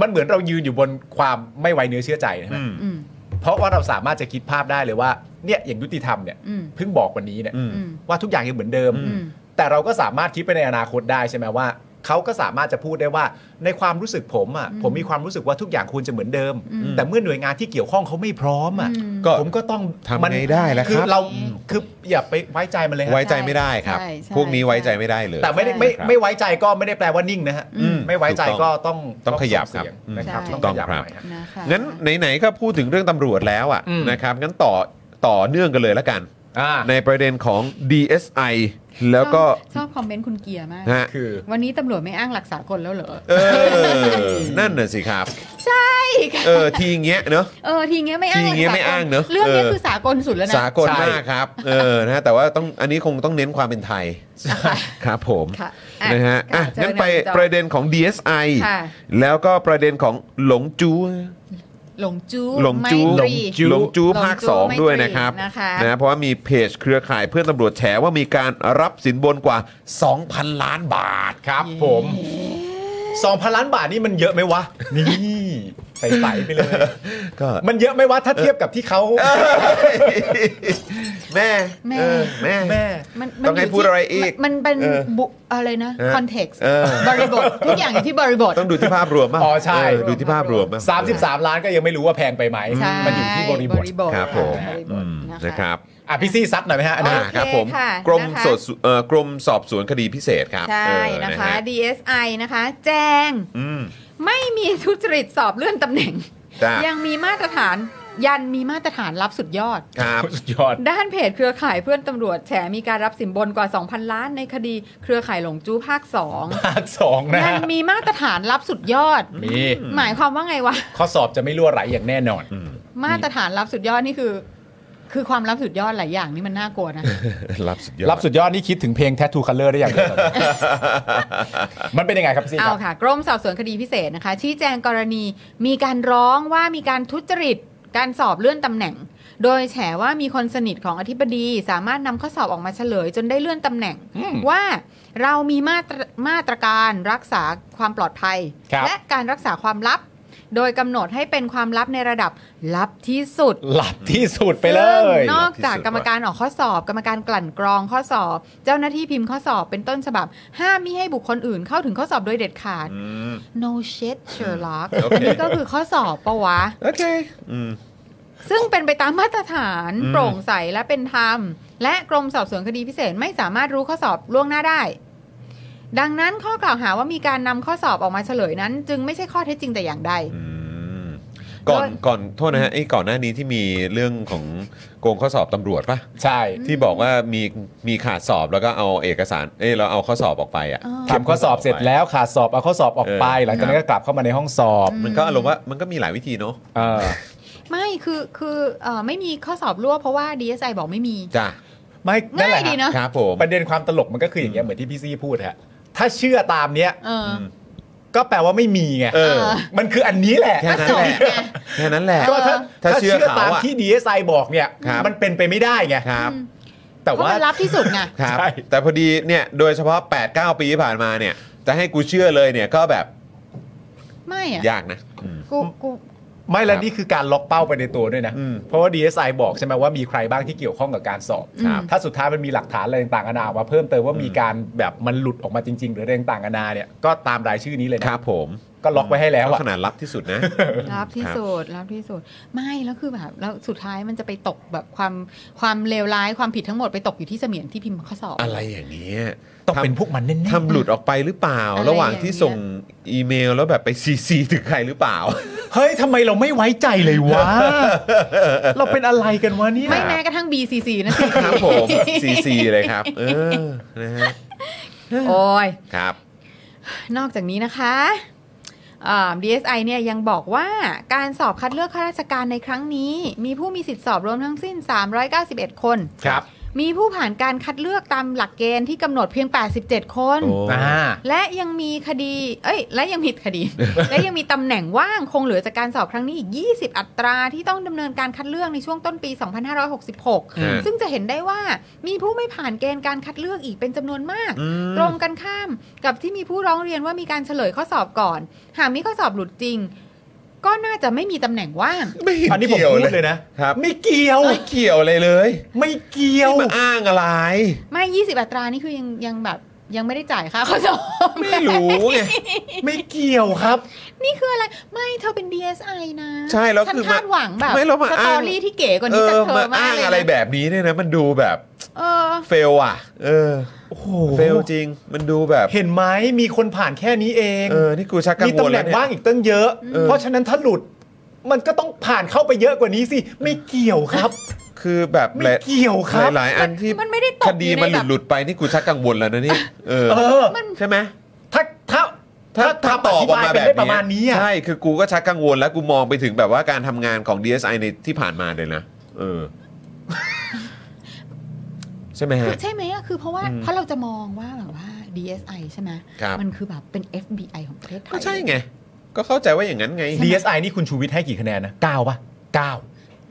S2: มันเหมือนเรายืนอยู่บนความไม่ไว้เนื้อเชื่อใจนะ
S1: อื
S2: ฮะ
S1: ม
S3: อืม
S2: เพราะว่าเราสามารถจะคิดภาพได้เลยว่าเนี่ยอย่างยุติธรรมเนี่ย
S3: อืม
S2: เพิ่งบอกวันนี้เนี่ย
S1: อืม
S3: อืม
S2: ว่าทุกอย่างยังเหมือนเดิม
S3: อืม
S2: แต่เราก็สามารถคิดไปในอนาคตได้ใช่ไหมว่าเขาก็สามารถจะพูดได้ว่าในความรู้สึกผมอ่ะ
S3: อืม
S2: ผมมีความรู้สึกว่าทุกอย่างควรจะเหมือนเดิม
S3: อืม
S2: แต่เมื่อหน่วยงานที่เกี่ยวข้องเขาไม่พร้อมอ่ะ
S3: อืม
S1: ก็
S2: ผมก็ต้อง
S1: ทำไงได้ล่ะ
S2: คือ
S1: ครับ
S2: เราคืออย่าไปไว้ใจมันเลยฮะ
S1: ไว้ใจไม่ได้ครับ
S3: ใช่ใช่
S1: พวกนี้ไว้ใจ
S3: ใช่
S1: ไม่ได้เลย
S2: แต่ไม่ได้ไม่
S1: ใช่ครับ
S2: ไม่ไว้ใจก็ไม่ได้แปลว่านิ่งนะฮะ
S3: อืม
S2: ไม่ไว้ใจก็ต้อง
S1: ต้องขยับ
S2: ส่งเสีง
S1: ครับ
S2: นะครับ
S3: ใช่
S2: ต้องขยับ
S1: ต้องครั
S2: หน่
S1: บ
S2: อยฮะ
S3: นะคะ
S1: งั้นไหนๆก็พูดถึงเรื่องตำรวจแล้วอ่ะ
S2: อืม
S1: นะครับงั้นต่อต่อเนื่องกันเลยละกัน
S2: อ่า
S1: ในประเด็นของ DSI แล้วก็
S3: ชอบชอบคอมเมนต์คุณเกียร์มาก
S1: ฮะ
S2: คือ
S3: วันนี้ตำรวจไม่อ้างหลักสากลแล้วเหรอ
S1: เออ นั่นน่ะสิครับ
S3: ใช่ค่ะ
S1: เออ ทีเงี้ยเนอะ
S3: เออทีเงี้ยไม่อ้างหลัก
S1: ทีเงี้ย
S3: สากล
S1: ไม่อ้างเนอะ
S3: เรื่องเนี้ย
S1: เออ
S3: คือสากลสุดแล้วนะ
S1: สากล
S2: ใช่
S1: มากครับ เออ นะฮะแต่ว่าต้อง อันนี้คงต้องเน้นความเป็นไทย ครับผม
S3: ค่ะอ่ะ
S1: นะฮะ อ่ะ
S3: ค่ะ
S1: งั้นไป
S3: เจอในจอ
S1: ประเด็นของ DSI
S3: ค่ะ
S1: แล้วก็ประเด็นของหลงจู
S3: หลงจู้
S1: หลงจู
S3: ไม่ตรี
S1: หลงจู
S3: หลงจู้
S1: ภาค 2 ด้วย
S3: ไม่ตรี
S1: นะครับ
S3: นะคะ
S1: นะเพราะว่ามีเพจเครือข่ายเพื่อนตำรวจแฉว่ามีการรับสินบนกว่า 2,000 ล้านบาท
S2: ครับผม2,000ล้านบาทนี่มันเยอะไหมวะ นี่ใสๆไปเลย
S1: ก็
S2: มันเยอะไหมวะถ้าเทียบกับที่เขา
S1: แม่
S3: แม่
S1: เออแม่
S2: แม่
S3: มัน
S1: ต้
S3: มัน
S1: องให้
S3: ยู่ที่
S1: พูดอะไรอีก
S3: มันมันเป็น
S1: เออ
S3: บุอะไรนะ
S1: ฮะ
S3: คอนเท็กซ์
S1: เออ
S3: บริบท ทุกอย่างอยู่ที่บริบท
S1: ต้องดูที่ภาพรวมบ้าง
S2: อ๋อใช่
S1: เดูที่ภาพรวมบ้ง
S2: 33 ล้านก็ยังไม่รู้ว่าแพงไปไหม
S3: ใช่
S2: มันอยู่ที่บริบท
S1: ครับผม
S3: บริบ
S1: อื
S3: ท
S1: ม
S3: นะคะ
S1: นะครับ
S2: อ่ะพี่ซี่ซัดหน่อยไหมฮะอันนั้น
S3: โ
S1: อ่าครับผม
S3: ค่ะ
S1: กรม
S3: นะคะ
S1: สอบสวนเอ่อกรมสอบสวนคดีพิเศษครับ
S3: ใช่
S1: เออ
S3: นะคะ
S1: ฮ
S3: DSI นะคะ แจ้ง
S1: อืม
S3: ไม่มีทุจริตสอบเลื่อนตำแหน่ง
S1: จ้า
S3: ยังมีมาตรฐานยันมีมาตรฐานรับสุดยอด
S1: ครับ
S2: สุดยอด
S3: ด้านเพจเครือข่ายเพื่อนตำรวจแฉมีการรับสินบนกว่า 2,000 ล้านในคดีเครือข่ายหลงจู้ภาค2
S2: ภาคสองนะ
S3: ยั
S2: ฮะ
S3: นมีมาตรฐานรับสุดยอด
S2: มี
S3: หมายความว่าไงวะ
S2: ข้อสอบจะไม่รั่วไหลอย่างแน่นอน
S3: มาตรฐานรับสุดยอดนี่คือ คือความรับสุดยอดหลายอย่างนี่มันน่ากลัวนะ
S1: รับสุดยอด
S2: รับสุดยอดนี่คิดถึงเพลง Tattoo Color ได้อย่างเดียว ตอนนี้ มันเป็นยังไงครับพี่ซี่ค
S3: เอา
S2: รับ
S3: ค่ะกรมสอบสวนคดีพิเศษนะคะ ชี้แจงกรณีมีการร้องว่ามีการทุจริตการสอบเลื่อนตำแหน่ง โดยแฉว่ามีคนสนิทของอธิบดี สามารถนำข้อสอบออกมาเฉลย จนได้เลื่อนตำแหน่ง
S2: อืม
S3: ว่าเรามีมาตรมาตรการรักษาความปลอดภัย
S2: ครับ
S3: และการรักษาความลับ โดยกำหนดให้เป็นความลับในระดับลับที่สุด
S2: หลับที่สุดไปเลย
S3: ซึ่งนอกจากกรรมการออกข้อสอบ กรรมการกลั่นกรองข้อสอบ เจ้าหน้าที่พิมพ์ข้อสอบเป็นต้นฉบับ ห้ามมิให้บุคคลอื่นเข้าถึงข้อสอบโดยเด็ดขาด
S1: อืม
S3: no shit Sherlock
S1: โอเค
S3: อันนี้ก็คือข้อสอบปะวะ
S1: โอเคอืม
S3: ซึ่งเป็นไปตามมาตรฐาน
S1: อืม
S3: โปร่งใสและเป็นธรรม และกรมสอบสวนคดีพิเศษไม่สามารถรู้ข้อสอบล่วงหน้าได้ ดังนั้นข้อกล่าวหาว่ามีการนำข้อสอบออกมาเฉลยนั้น จึงไม่ใช่ข้อเท็จจริงแต่อย่างใด
S1: อืมก่อน
S3: โดย
S1: ก่อนโทษนะฮะไอ้ก่อนหน้านี้ที่มีเรื่องของโกงข้อสอบตำรวจปะ
S2: ใช่
S1: ที่บอกว่ามีมีขาดสอบแล้วก็เอาเอกสาร เอ้ยเราเอาข้อสอบออกไปอ่ะ
S3: เออ
S2: ทำข้อสอบเสร็จแล้วขาดสอบเอาข้อสอบออกไป
S1: เออ
S2: หลังจากนั้นก็กลับเข้ามาในห้องสอบ
S3: อื
S1: มันก็อารมณ์ว่ามันก็มีหลายวิธีเนาะ
S2: เออ
S3: ไม่คือคือเอ่อไม่มีข้อสอบล่วงเพราะว่า DSI บอกไม่มี
S1: จ้ะ
S2: ไม่นั่น
S3: ง่า
S2: แหละฮะ
S3: ยดีเนอะ
S1: ครับผม
S2: ประเด็นความตลกมันก็คืออย่างเงี้ยเหมือนที่พี่ซี่พูดฮะ ถ้าเชื่อตามเนี้ย
S3: เออ
S2: ก็แปลว่าไม่มีไง
S1: เออ
S2: มันคืออันนี้แหละ
S1: แค่นั้นแหละ แค่นั้นแหละ
S2: ก็ถ้า
S1: ถ้า
S2: ถ้า
S1: เชื่
S2: เชื่อ
S1: อเขา
S2: ตาม
S1: อะ
S2: ที่ DSI บอกเนี่ย
S1: ครับ
S2: มันเป็นไปไม่ได้ไง
S1: ครับ
S2: แต่
S3: เพราะ
S2: ว่า
S3: มันรับที่สุดไง
S1: ครับ
S2: ใช่
S1: แต่พอดีเนี่ยโดยเฉพาะ 8 9 ปีที่ผ่านมาเนี่ย จะให้กูเชื่อเลยเนี่ยก็แบบ
S3: ไม่อ่ะ
S1: ยากนะ
S3: กูกู
S2: ไม่และ
S1: ครับ
S2: นี่คือการล็อกเป้าไปในตัวด้วยนะ
S1: อืม
S2: เพราะว่า DSI บอกใช่ไหมว่ามีใครบ้างที่เกี่ยวข้องกับการสอบ
S3: อืม
S2: ถ้าสุดท้ายมันมีหลักฐานอะไรต่างๆนานาออกมาเพิ่มเติมว่ามีการแบบมันหลุดออกมาจริง ๆ หรืออะไรต่างๆนานาเนี่ยก็ตามรายชื่อนี้เลย
S1: ค
S2: นะ
S1: รับผม
S2: ก็ล็อกไว้ให้แล้ว
S1: ก็
S2: อะ
S1: ขนาดลับที่สุด นะ
S3: รับที่สุดรับที่สุด ไม่แล้วคือแบบแล้วสุดท้ายมันจะไปตกแบบความความเลวร้ายความผิดทั้งหมดไปตกอยู่ที่เสมียนที่พิมพ์ข้อสอบ
S1: อะไรอย่างเงี้ย
S2: ต้องเป็น
S1: ทำ
S2: พวกมันแน่ๆ
S1: ทำหลุดออกไปหรือเปล่า
S3: อะไร
S1: ระหว่างที่
S3: อย่างเงี้ย
S1: ส่งอีเมลแล้วแบบไป ซีซีถึงใครหรือเปล่า
S2: เฮ้ยทำไมเราไม่ไว้ใจเลย วะ เราเป็นอะไรกันวะเนี่ย
S3: ไม่แม้กระทั่ง BCC นะสิ
S1: ครับผมซีซีเลยครับ เออนะฮะ
S3: โอ้ย
S1: ครับ
S3: นอกจากนี้นะคะเอ่อ DSI เนี่ยยังบอกว่าการสอบคัดเลือกข้าราชการในครั้งนี้ มีผู้มีสิทธิสอบรวมทั้งสิ้น 391 คน
S2: ครับ
S3: มีผู้ผ่านการคัดเลือกตามหลักเกณฑ์ที่กำหนดเพียง 87 คน
S1: โอ้
S2: อ่า
S3: และยังมีคดี เอ้ย และยังมีค ดี และยังมีตำแหน่งว่างคงเหลือจากการสอบครั้งนี้อีก 20 อัตราที่ต้องดำเนินการคัดเลือกในช่วงต้นปี
S1: อืม
S3: 2566 ซึ่งจะเห็นได้ว่ามีผู้ไม่ผ่านเกณฑ์การคัดเลือกอีกเป็นจำนวนมาก ตรงกันข้ามกับที่มีผู้ร้องเรียนว่ามีการเฉลยข้อสอบก่อน หากมีข้อสอบหลุดจริง ก็น่าจะไม่มีตำแหน่งว่าง
S1: ไม่เห็น
S2: อันนี้ผม
S1: เกี่ยว
S2: พู
S1: เล
S2: ดเลย ยนะครับ ไม่เกี่ยว
S1: ไม่เกี่ยวอะไรเลย
S2: ไม่เกี่ยว
S1: นี่มาอ้างอะไร
S3: ไม่ 20 อัตรานี่คือยังยังแบบยังไม่ได้จ่ายค่าข้อสอบ
S1: ไม่รู้ไง
S2: ไม่เกี่ยวครับ
S3: นี่คืออะไร ไม่เธอเป็น DSI นะ
S1: ใช่แล้ว
S3: ฉัน
S1: คือมา
S3: คาดหวังแบบ
S1: ไม่แล้วมา
S3: สต
S1: อ้า
S3: อง รี่ที่เก๋กว่า
S1: เอ
S3: นี้จาก
S1: อ
S3: เธ
S1: มา
S3: อมาก
S1: อ้าง
S3: เลย
S1: อะไร
S3: นะ
S1: แบบนี้เนี่ยนะ มันดูแบบ
S3: เออ
S1: เฟลอ่ะ เออ
S2: โอ้โห
S1: เฟลจริง มันดูแบบ
S2: เห็นไหมมีคนผ่านแค่นี้เอง
S1: เออนี่กูชักกัง
S2: มี
S1: ว
S2: ตำ
S1: ล
S2: แห
S1: แล้
S2: น่
S1: ว
S2: ง
S1: เนี่ย
S2: ว่างอีกตั้งเยอะ
S1: เออ
S2: เพราะฉะนั้นถ้าหลุด มันก็ต้องผ่านเข้าไปเยอะกว่านี้สิ ไม่เกี่ยวครับ
S1: คือแบบ
S2: ไม่เกี่ยวค
S1: ห
S2: รับ
S1: ลายหลายๆอันที่
S3: มันไม่ได้ตก
S1: คดีมัน
S3: อยู่
S1: หลุ
S3: ในแบบ
S1: ดหลุดๆไปนี่กูชักกังวลแล้วนะเนี่ยเออ
S2: เออ
S3: มัน
S1: ใช่ไหม
S2: ถ้าถ้า
S1: ถ้า
S2: ถ้าถ้าต
S1: ถ้าตอ
S2: อ
S1: บบ ออกมา
S2: มา
S1: แบ
S2: แบบ บ
S1: เนี้ย
S2: ประมาณนี้อะ
S1: ใช่ คือกูก็ชักกังวลแล้วกูมองไปถึงแบบว่าการทำงานของ DSI ในที่ผ่านมาเลยนะ เออ ใช่ไหม
S3: คื
S1: ฮะ
S3: อใช่ไหมอะคือเพราะว่า
S1: อืม
S3: เพราะเราจะมองว่าแบบว่า DSI ใช่ไหม
S1: ครับ
S3: มันคือแบบเป็น FBI ของประเทศไทย
S1: ก็ใช่ไง ก็เข้าใจว่าอย่างนั้นไง
S2: ดีเอสไอนี่คุณชูวิทย์ให้กี่คะแนนนะเก้าป่ะเก้า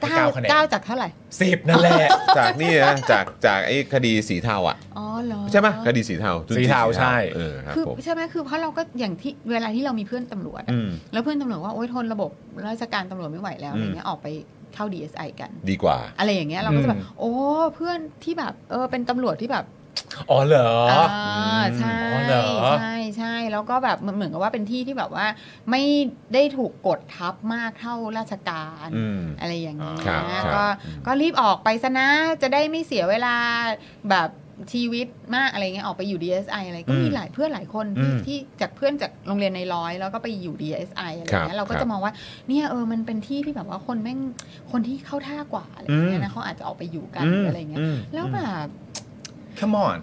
S3: เก้า
S2: เก้าคะแนน
S3: เก้าจากเท่าไหร่
S2: สิบนั่นแหละ
S1: จากนี่นะจากจากไอ้คดีสีเทาอ่ะ
S3: อ๋อเหรอ
S1: ใช่ไหมคดีสีเทาธุรกิจ
S2: สีเทาใช่
S1: เออครับ
S3: คือ
S1: ผม
S3: ใช่ไหมคือเพราะเราก็อย่างที่เวลาที่เรามีเพื่อนตำรวจอะ
S1: อืม
S3: แล้วเพื่อนตำรวจว่าโอ๊ยทนระบบราชการตำรวจไม่ไหวแล้วอะไรเงี้ยออกไปเข้า DSI กัน
S1: ดีกว่า
S3: อะไรอย่างเงี้ยเราก็จะแบบ
S2: อืม
S3: โอ้เพื่อนที่แบบเออเป็นตำรวจที่แบบ
S2: อ๋อเหรอ
S3: อ่าใช่
S2: อ๋อเหรอ
S3: ใช่ใช่แล้วก็แบบมันเหมือนกับว่าเป็นที่ที่แบบว่า ไม่ได้ถูกกดทับมากเท่าราชการ
S1: อืม
S3: อะไรอย่างเงี้ย
S1: ครับครับ
S3: ก็ก็รีบออกไปซะนะจะได้ไม่เสียเวลาแบบชีวิตมากอะไรเงี้ยออกไปอยู่ DSI อะไรก็มี
S1: อืม
S3: หลายเพื่อนหลายคน
S1: อื
S3: ที่
S1: ม
S3: ที่จากเพื่อนจากโรงเรียนในร้อยแล้วก็ไปอยู่ DSI อะไร
S1: ครับ
S3: เงี้ยเราก็
S1: ครั
S3: จะ
S1: บ
S3: มองว่าเนี่ยเออมันเป็นที่ที่แบบว่าคนแม่งคนที่เข้าท่ากว่าอะไรเงี้
S1: อื
S3: ย
S1: ม
S3: นะเขาอาจจะออกไปอยู่กัน
S1: อื
S3: หรื
S1: ม
S3: ออะไรเงี้ย
S1: อืม
S3: แล้วแบบ
S2: come on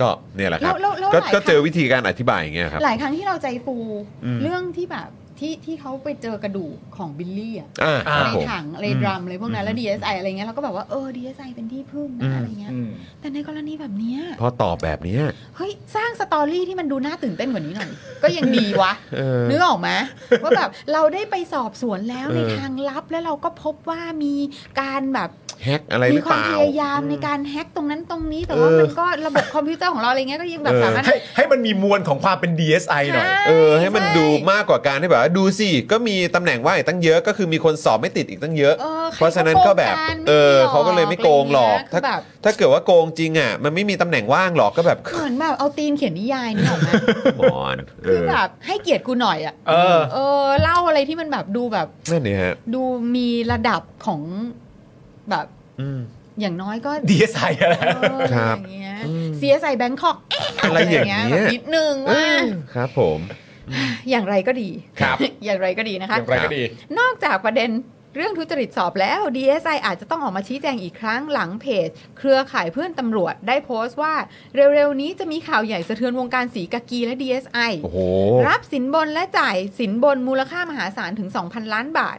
S1: ก็เนี่ยแหละครับ
S3: แล้วแล้วแล้
S1: ก็
S3: วหลาย
S1: ก็เจอ
S3: ครั้ง
S1: วิธีการอธิบายอย่างเงี้ยครับ
S3: หลายครั้งที่เราใจฟู
S1: อืม
S3: เรื่องที่แบบที่ที่เขาไปเจอกระดูกของบิลลี่อะ
S1: อ่าครับ
S3: ใน
S1: ผม
S3: ถังอะไรดรัมอะไรพวกนั้นแล้ว DSI อะไรเงี้ยเราก็แบบว่าเออ DSI เป็นที่พึ่ง
S1: อืม
S3: นะอะไรเงี้ยแต่ในกรณีแบบเนี้ย
S1: พอตอบแบบเนี้ย
S3: เฮ้ยสร้างสตอรี่ที่มันดูน่าตื่นเต้นกว่านี้หน่อย ก็ยังดีวะ
S1: เออ
S3: นึกออกไหมว่าแบบเราได้ไปสอบสวนแล้วใน
S1: เออ
S3: ทางลับแล้วเราก็พบว่ามีการแบบ
S1: แฮกอะไรห
S3: มี
S1: รือ
S3: ค
S1: เป
S3: วาม
S1: ล่า
S3: พยายามในการแฮ็กตรงนั้นตรงนี้แต่ว่า
S1: เออ
S3: มันก็ระบบคอมพิวเตอร์ของเราอะไรเงี้ยก็ยังแบบ
S1: เออ
S3: สามารถ
S2: ให้ให้มันมีมวลของความเป็น DSI หน่อย
S3: ใช่
S1: เออให้มัน
S3: ช่
S1: ดูมากกว่าการที่แบบว่าดูสิก็มีตำแหน่งว่างอีกตั้งเยอะก็คือมีคนสอบไม่ติดอีกตั้งเยอะ
S3: ออใค
S1: เพราะฉะนั้นก็แบบ
S3: โง
S1: เออ
S3: ไม่มีห
S1: เขาก็เลยไม่โกงหรอก
S3: ะไร
S1: ถ้า
S3: เงี้ยคือแบบ
S1: ถ้าเกิดว่าโกงจริงอ่ะมันไม่มีตำแหน่งว่างหรอกก็แบบ
S3: เหมือนแบบเอาตีนเขียนนิยายนี่ออกมา
S1: บอนเอ
S3: คือ
S1: อ
S3: แบบให้เกียรติกูหน่อยอ่ะ
S2: เออ
S3: เออเล่าอะไรที่มันแบบดูแบบ
S1: นั่นนี่ฮะ
S3: ดูมีระดับของแบบ
S1: อืม
S3: อย่างน้อยก็
S2: DSI อะไร
S3: เอออะ
S1: ครั
S3: ไร
S1: บ
S3: อย่างเงี้ย
S1: อืม
S3: CSI Bangkok
S1: อะไรอย่างเงี้
S3: แบบ
S1: ย
S3: นิดนึง
S1: เอ
S3: ว่า
S1: อครับผม
S3: อย่างไรก็ดี
S2: ครับ
S3: อย่างไรก็ดีนะคะ
S2: อย่างไรก็ดี
S3: นอกจากประเด็นเรื่องทุจริตสอบแล้ว DSI อาจจะต้องออกมาชี้แจงอีกครั้งหลังเพจ เครือข่ายเพื่อนตำรวจได้โพสต์ว่าเร็วๆนี้จะมีข่าวใหญ่สะเทือนวงการสีกากีและ DSI
S1: โอ้โห
S3: รับสินบนและจ่ายสินบนมูลค่ามหาศาลถึง 2,000 ล้านบาท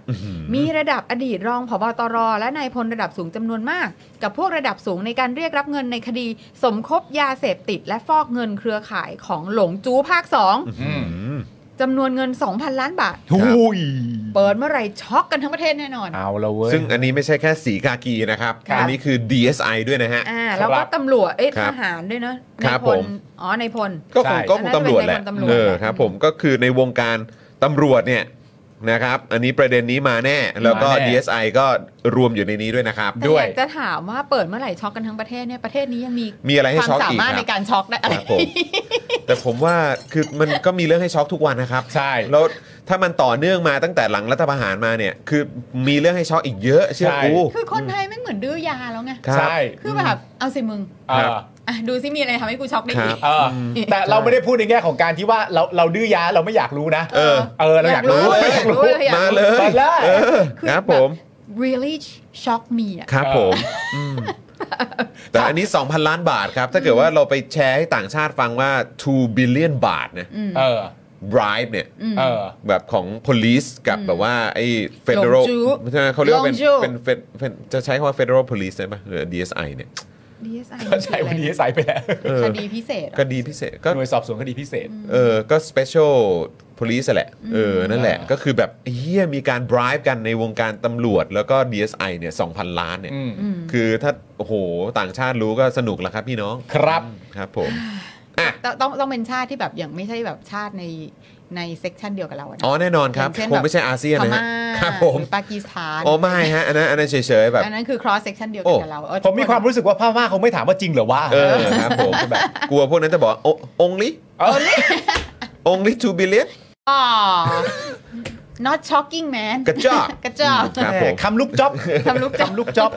S3: มีระดับอดีตรองผบตร และนายพลระดับสูงจำนวนมาก กับพวกระดับสูงในการเรียกรับเงินในคดี สมคบยาเสพติด และฟอกเงินเครือข่ายของหลงจู้ภาคสอง
S2: อืม
S3: จำนวนเงิน 2,000 ล้านบาท
S2: ทุย
S3: เปิดเมื่อไหร่ช็อกกันทั้งประเทศแน่นอน
S2: เอาละเว้ย
S1: ซึ่งอันนี้ไม่ใช่แค่สีกากีนะครับ
S3: ครับ
S1: อันี้คือ DSI ด้วยนะฮะ
S3: อ่าแล้วก็ตำรวจเอ๊ะ
S1: ค
S3: ท
S1: รับ
S3: หารด้วยเนอะ
S1: ค
S3: ในาย
S1: รับ
S3: พ
S1: ผ
S3: ล
S1: ม
S3: อ๋อในายพล
S1: ก็ค
S2: ใช่
S1: งก็คงตำรวจแหละ
S3: น่าจะเป็นในวงตำรวจ
S1: เออครับผมก็คือในวงการตำรวจเนี่ยนะครับ อันนี้ประเด็นนี้มาแน่ แล้วก็
S2: มาแน่
S1: DSI ก็รวมอยู่ในนี้ด้วยนะครับ
S3: แต่
S2: ด้วย
S3: อยากจะถามว่าเปิดเมื่อไหร่ช็อกกันทั้งประเทศเนี่ยประเทศนี้ยังมี
S1: มีอะไรให้
S3: ความ
S1: ช็อก
S3: สา
S1: อีก
S3: มาร
S1: ค
S3: ถใน
S1: รับ
S3: การช็อกได้อะไร
S1: ครับผม แต่ผมว่าคือมันก็มีเรื่องให้ช็อกทุกวันนะครับ
S2: ใช่
S1: แล้วถ้ามันต่อเนื่องมาตั้งแต่หลังรัฐประหารมาเนี่ย คือมีเรื่องให้ช็อกอีกเยอะเชื่อกู
S3: คือคนไทยไม่เหมือนดื้อยาแล้วไง
S1: ครับ
S2: ใช่
S3: คือแบบเอาสิมึง
S2: เออ
S3: อ่ะดูซิมีอะไรทำให้กูช็อกได้อี
S1: ครั
S3: ก
S1: บ
S2: เออแต่เราไม่ได้พูดในแง่ของการที่ว่าเราเราดื้อยาเราไม่อยากรู้นะ
S1: เออ
S2: เออเราอยากรู้
S3: อยากรู้
S2: อยก
S3: อยากรู้
S1: มาเลย
S2: มาเลย
S1: เออ
S3: คือ
S1: ครับ
S3: แบบ
S1: ผม
S3: really shock me อ่ะ
S1: ครับผมอืมแต่อันนี้ 2,000 ล้านบาทครับ ถ้าเกิดว่าเราไปแชร์ให้ต่างชาติฟังว่า 2 billion บาทนะ
S2: เออ
S1: bribe เนี่ย
S2: เออ
S1: แบบของ police กับแบบว่า ไอ้
S3: ห
S1: federal
S3: ลงจู้
S1: ใช่ไหมเขาเรียกว่าเป็น
S3: หลงจู้
S1: เป็นเป็นเป็นจะใช้คำว่า federal police ได้ไหมหรือ DSI เนี่ย
S3: DSI
S2: ก็ใช่วันนี้ใส่ไปแล้ว
S1: เออ
S3: คดีพิเศษเหร
S1: ก็
S3: อ
S1: ดีพิเศษก็
S2: หน่วยสอบสวนคดีพิเศษ
S1: เออก็ special police แหละ เออ นั่นแหละ
S2: อ่า
S1: ก็คือแบบเฮียมีการ bribe กันในวงการตำรวจ แล้วก็ DSI เนี่ย2,000 ล้านเนี่ย
S2: อืม
S3: อืม
S1: คือถ้าโอ้โหต่างชาติรู้ก็สนุกแล้วครับพี่น้อง
S2: ครับ
S1: ครับผมอ่ะ
S3: ต้องต้องต้องเป็นชาติที่แบบอย่างไม่ใช่แบบชาติในในเซกชันเดียวกับเราอะนะ
S1: อ๋อแน่นอนครับ
S3: อย่างเช่น
S1: คงไม่ใช่อาเซียน
S3: พ
S1: นะฮะ
S3: ม่า
S1: ครับผม
S3: หรือปากีสถาน
S1: โอ้ไม่ฮะ อันนั้นอันนั้นเฉยๆแบบ
S3: อันนั้นคือ cross section เดียวกันกับเราเออ
S2: ผมมีความรู้สึกว่าพม่าเขาไม่ถามว่าจริงเหรือว่า
S1: เออครับผมแบบกลัวพวกนั้นจะบอกโอ only
S2: เออ
S1: only two billion
S3: อ๋อ not shocking man
S1: กระจอก
S3: กระจอก
S1: ครับผม
S2: คำลูกจ๊อบ
S3: คำลุกจับ
S2: คำลูกจ๊อบ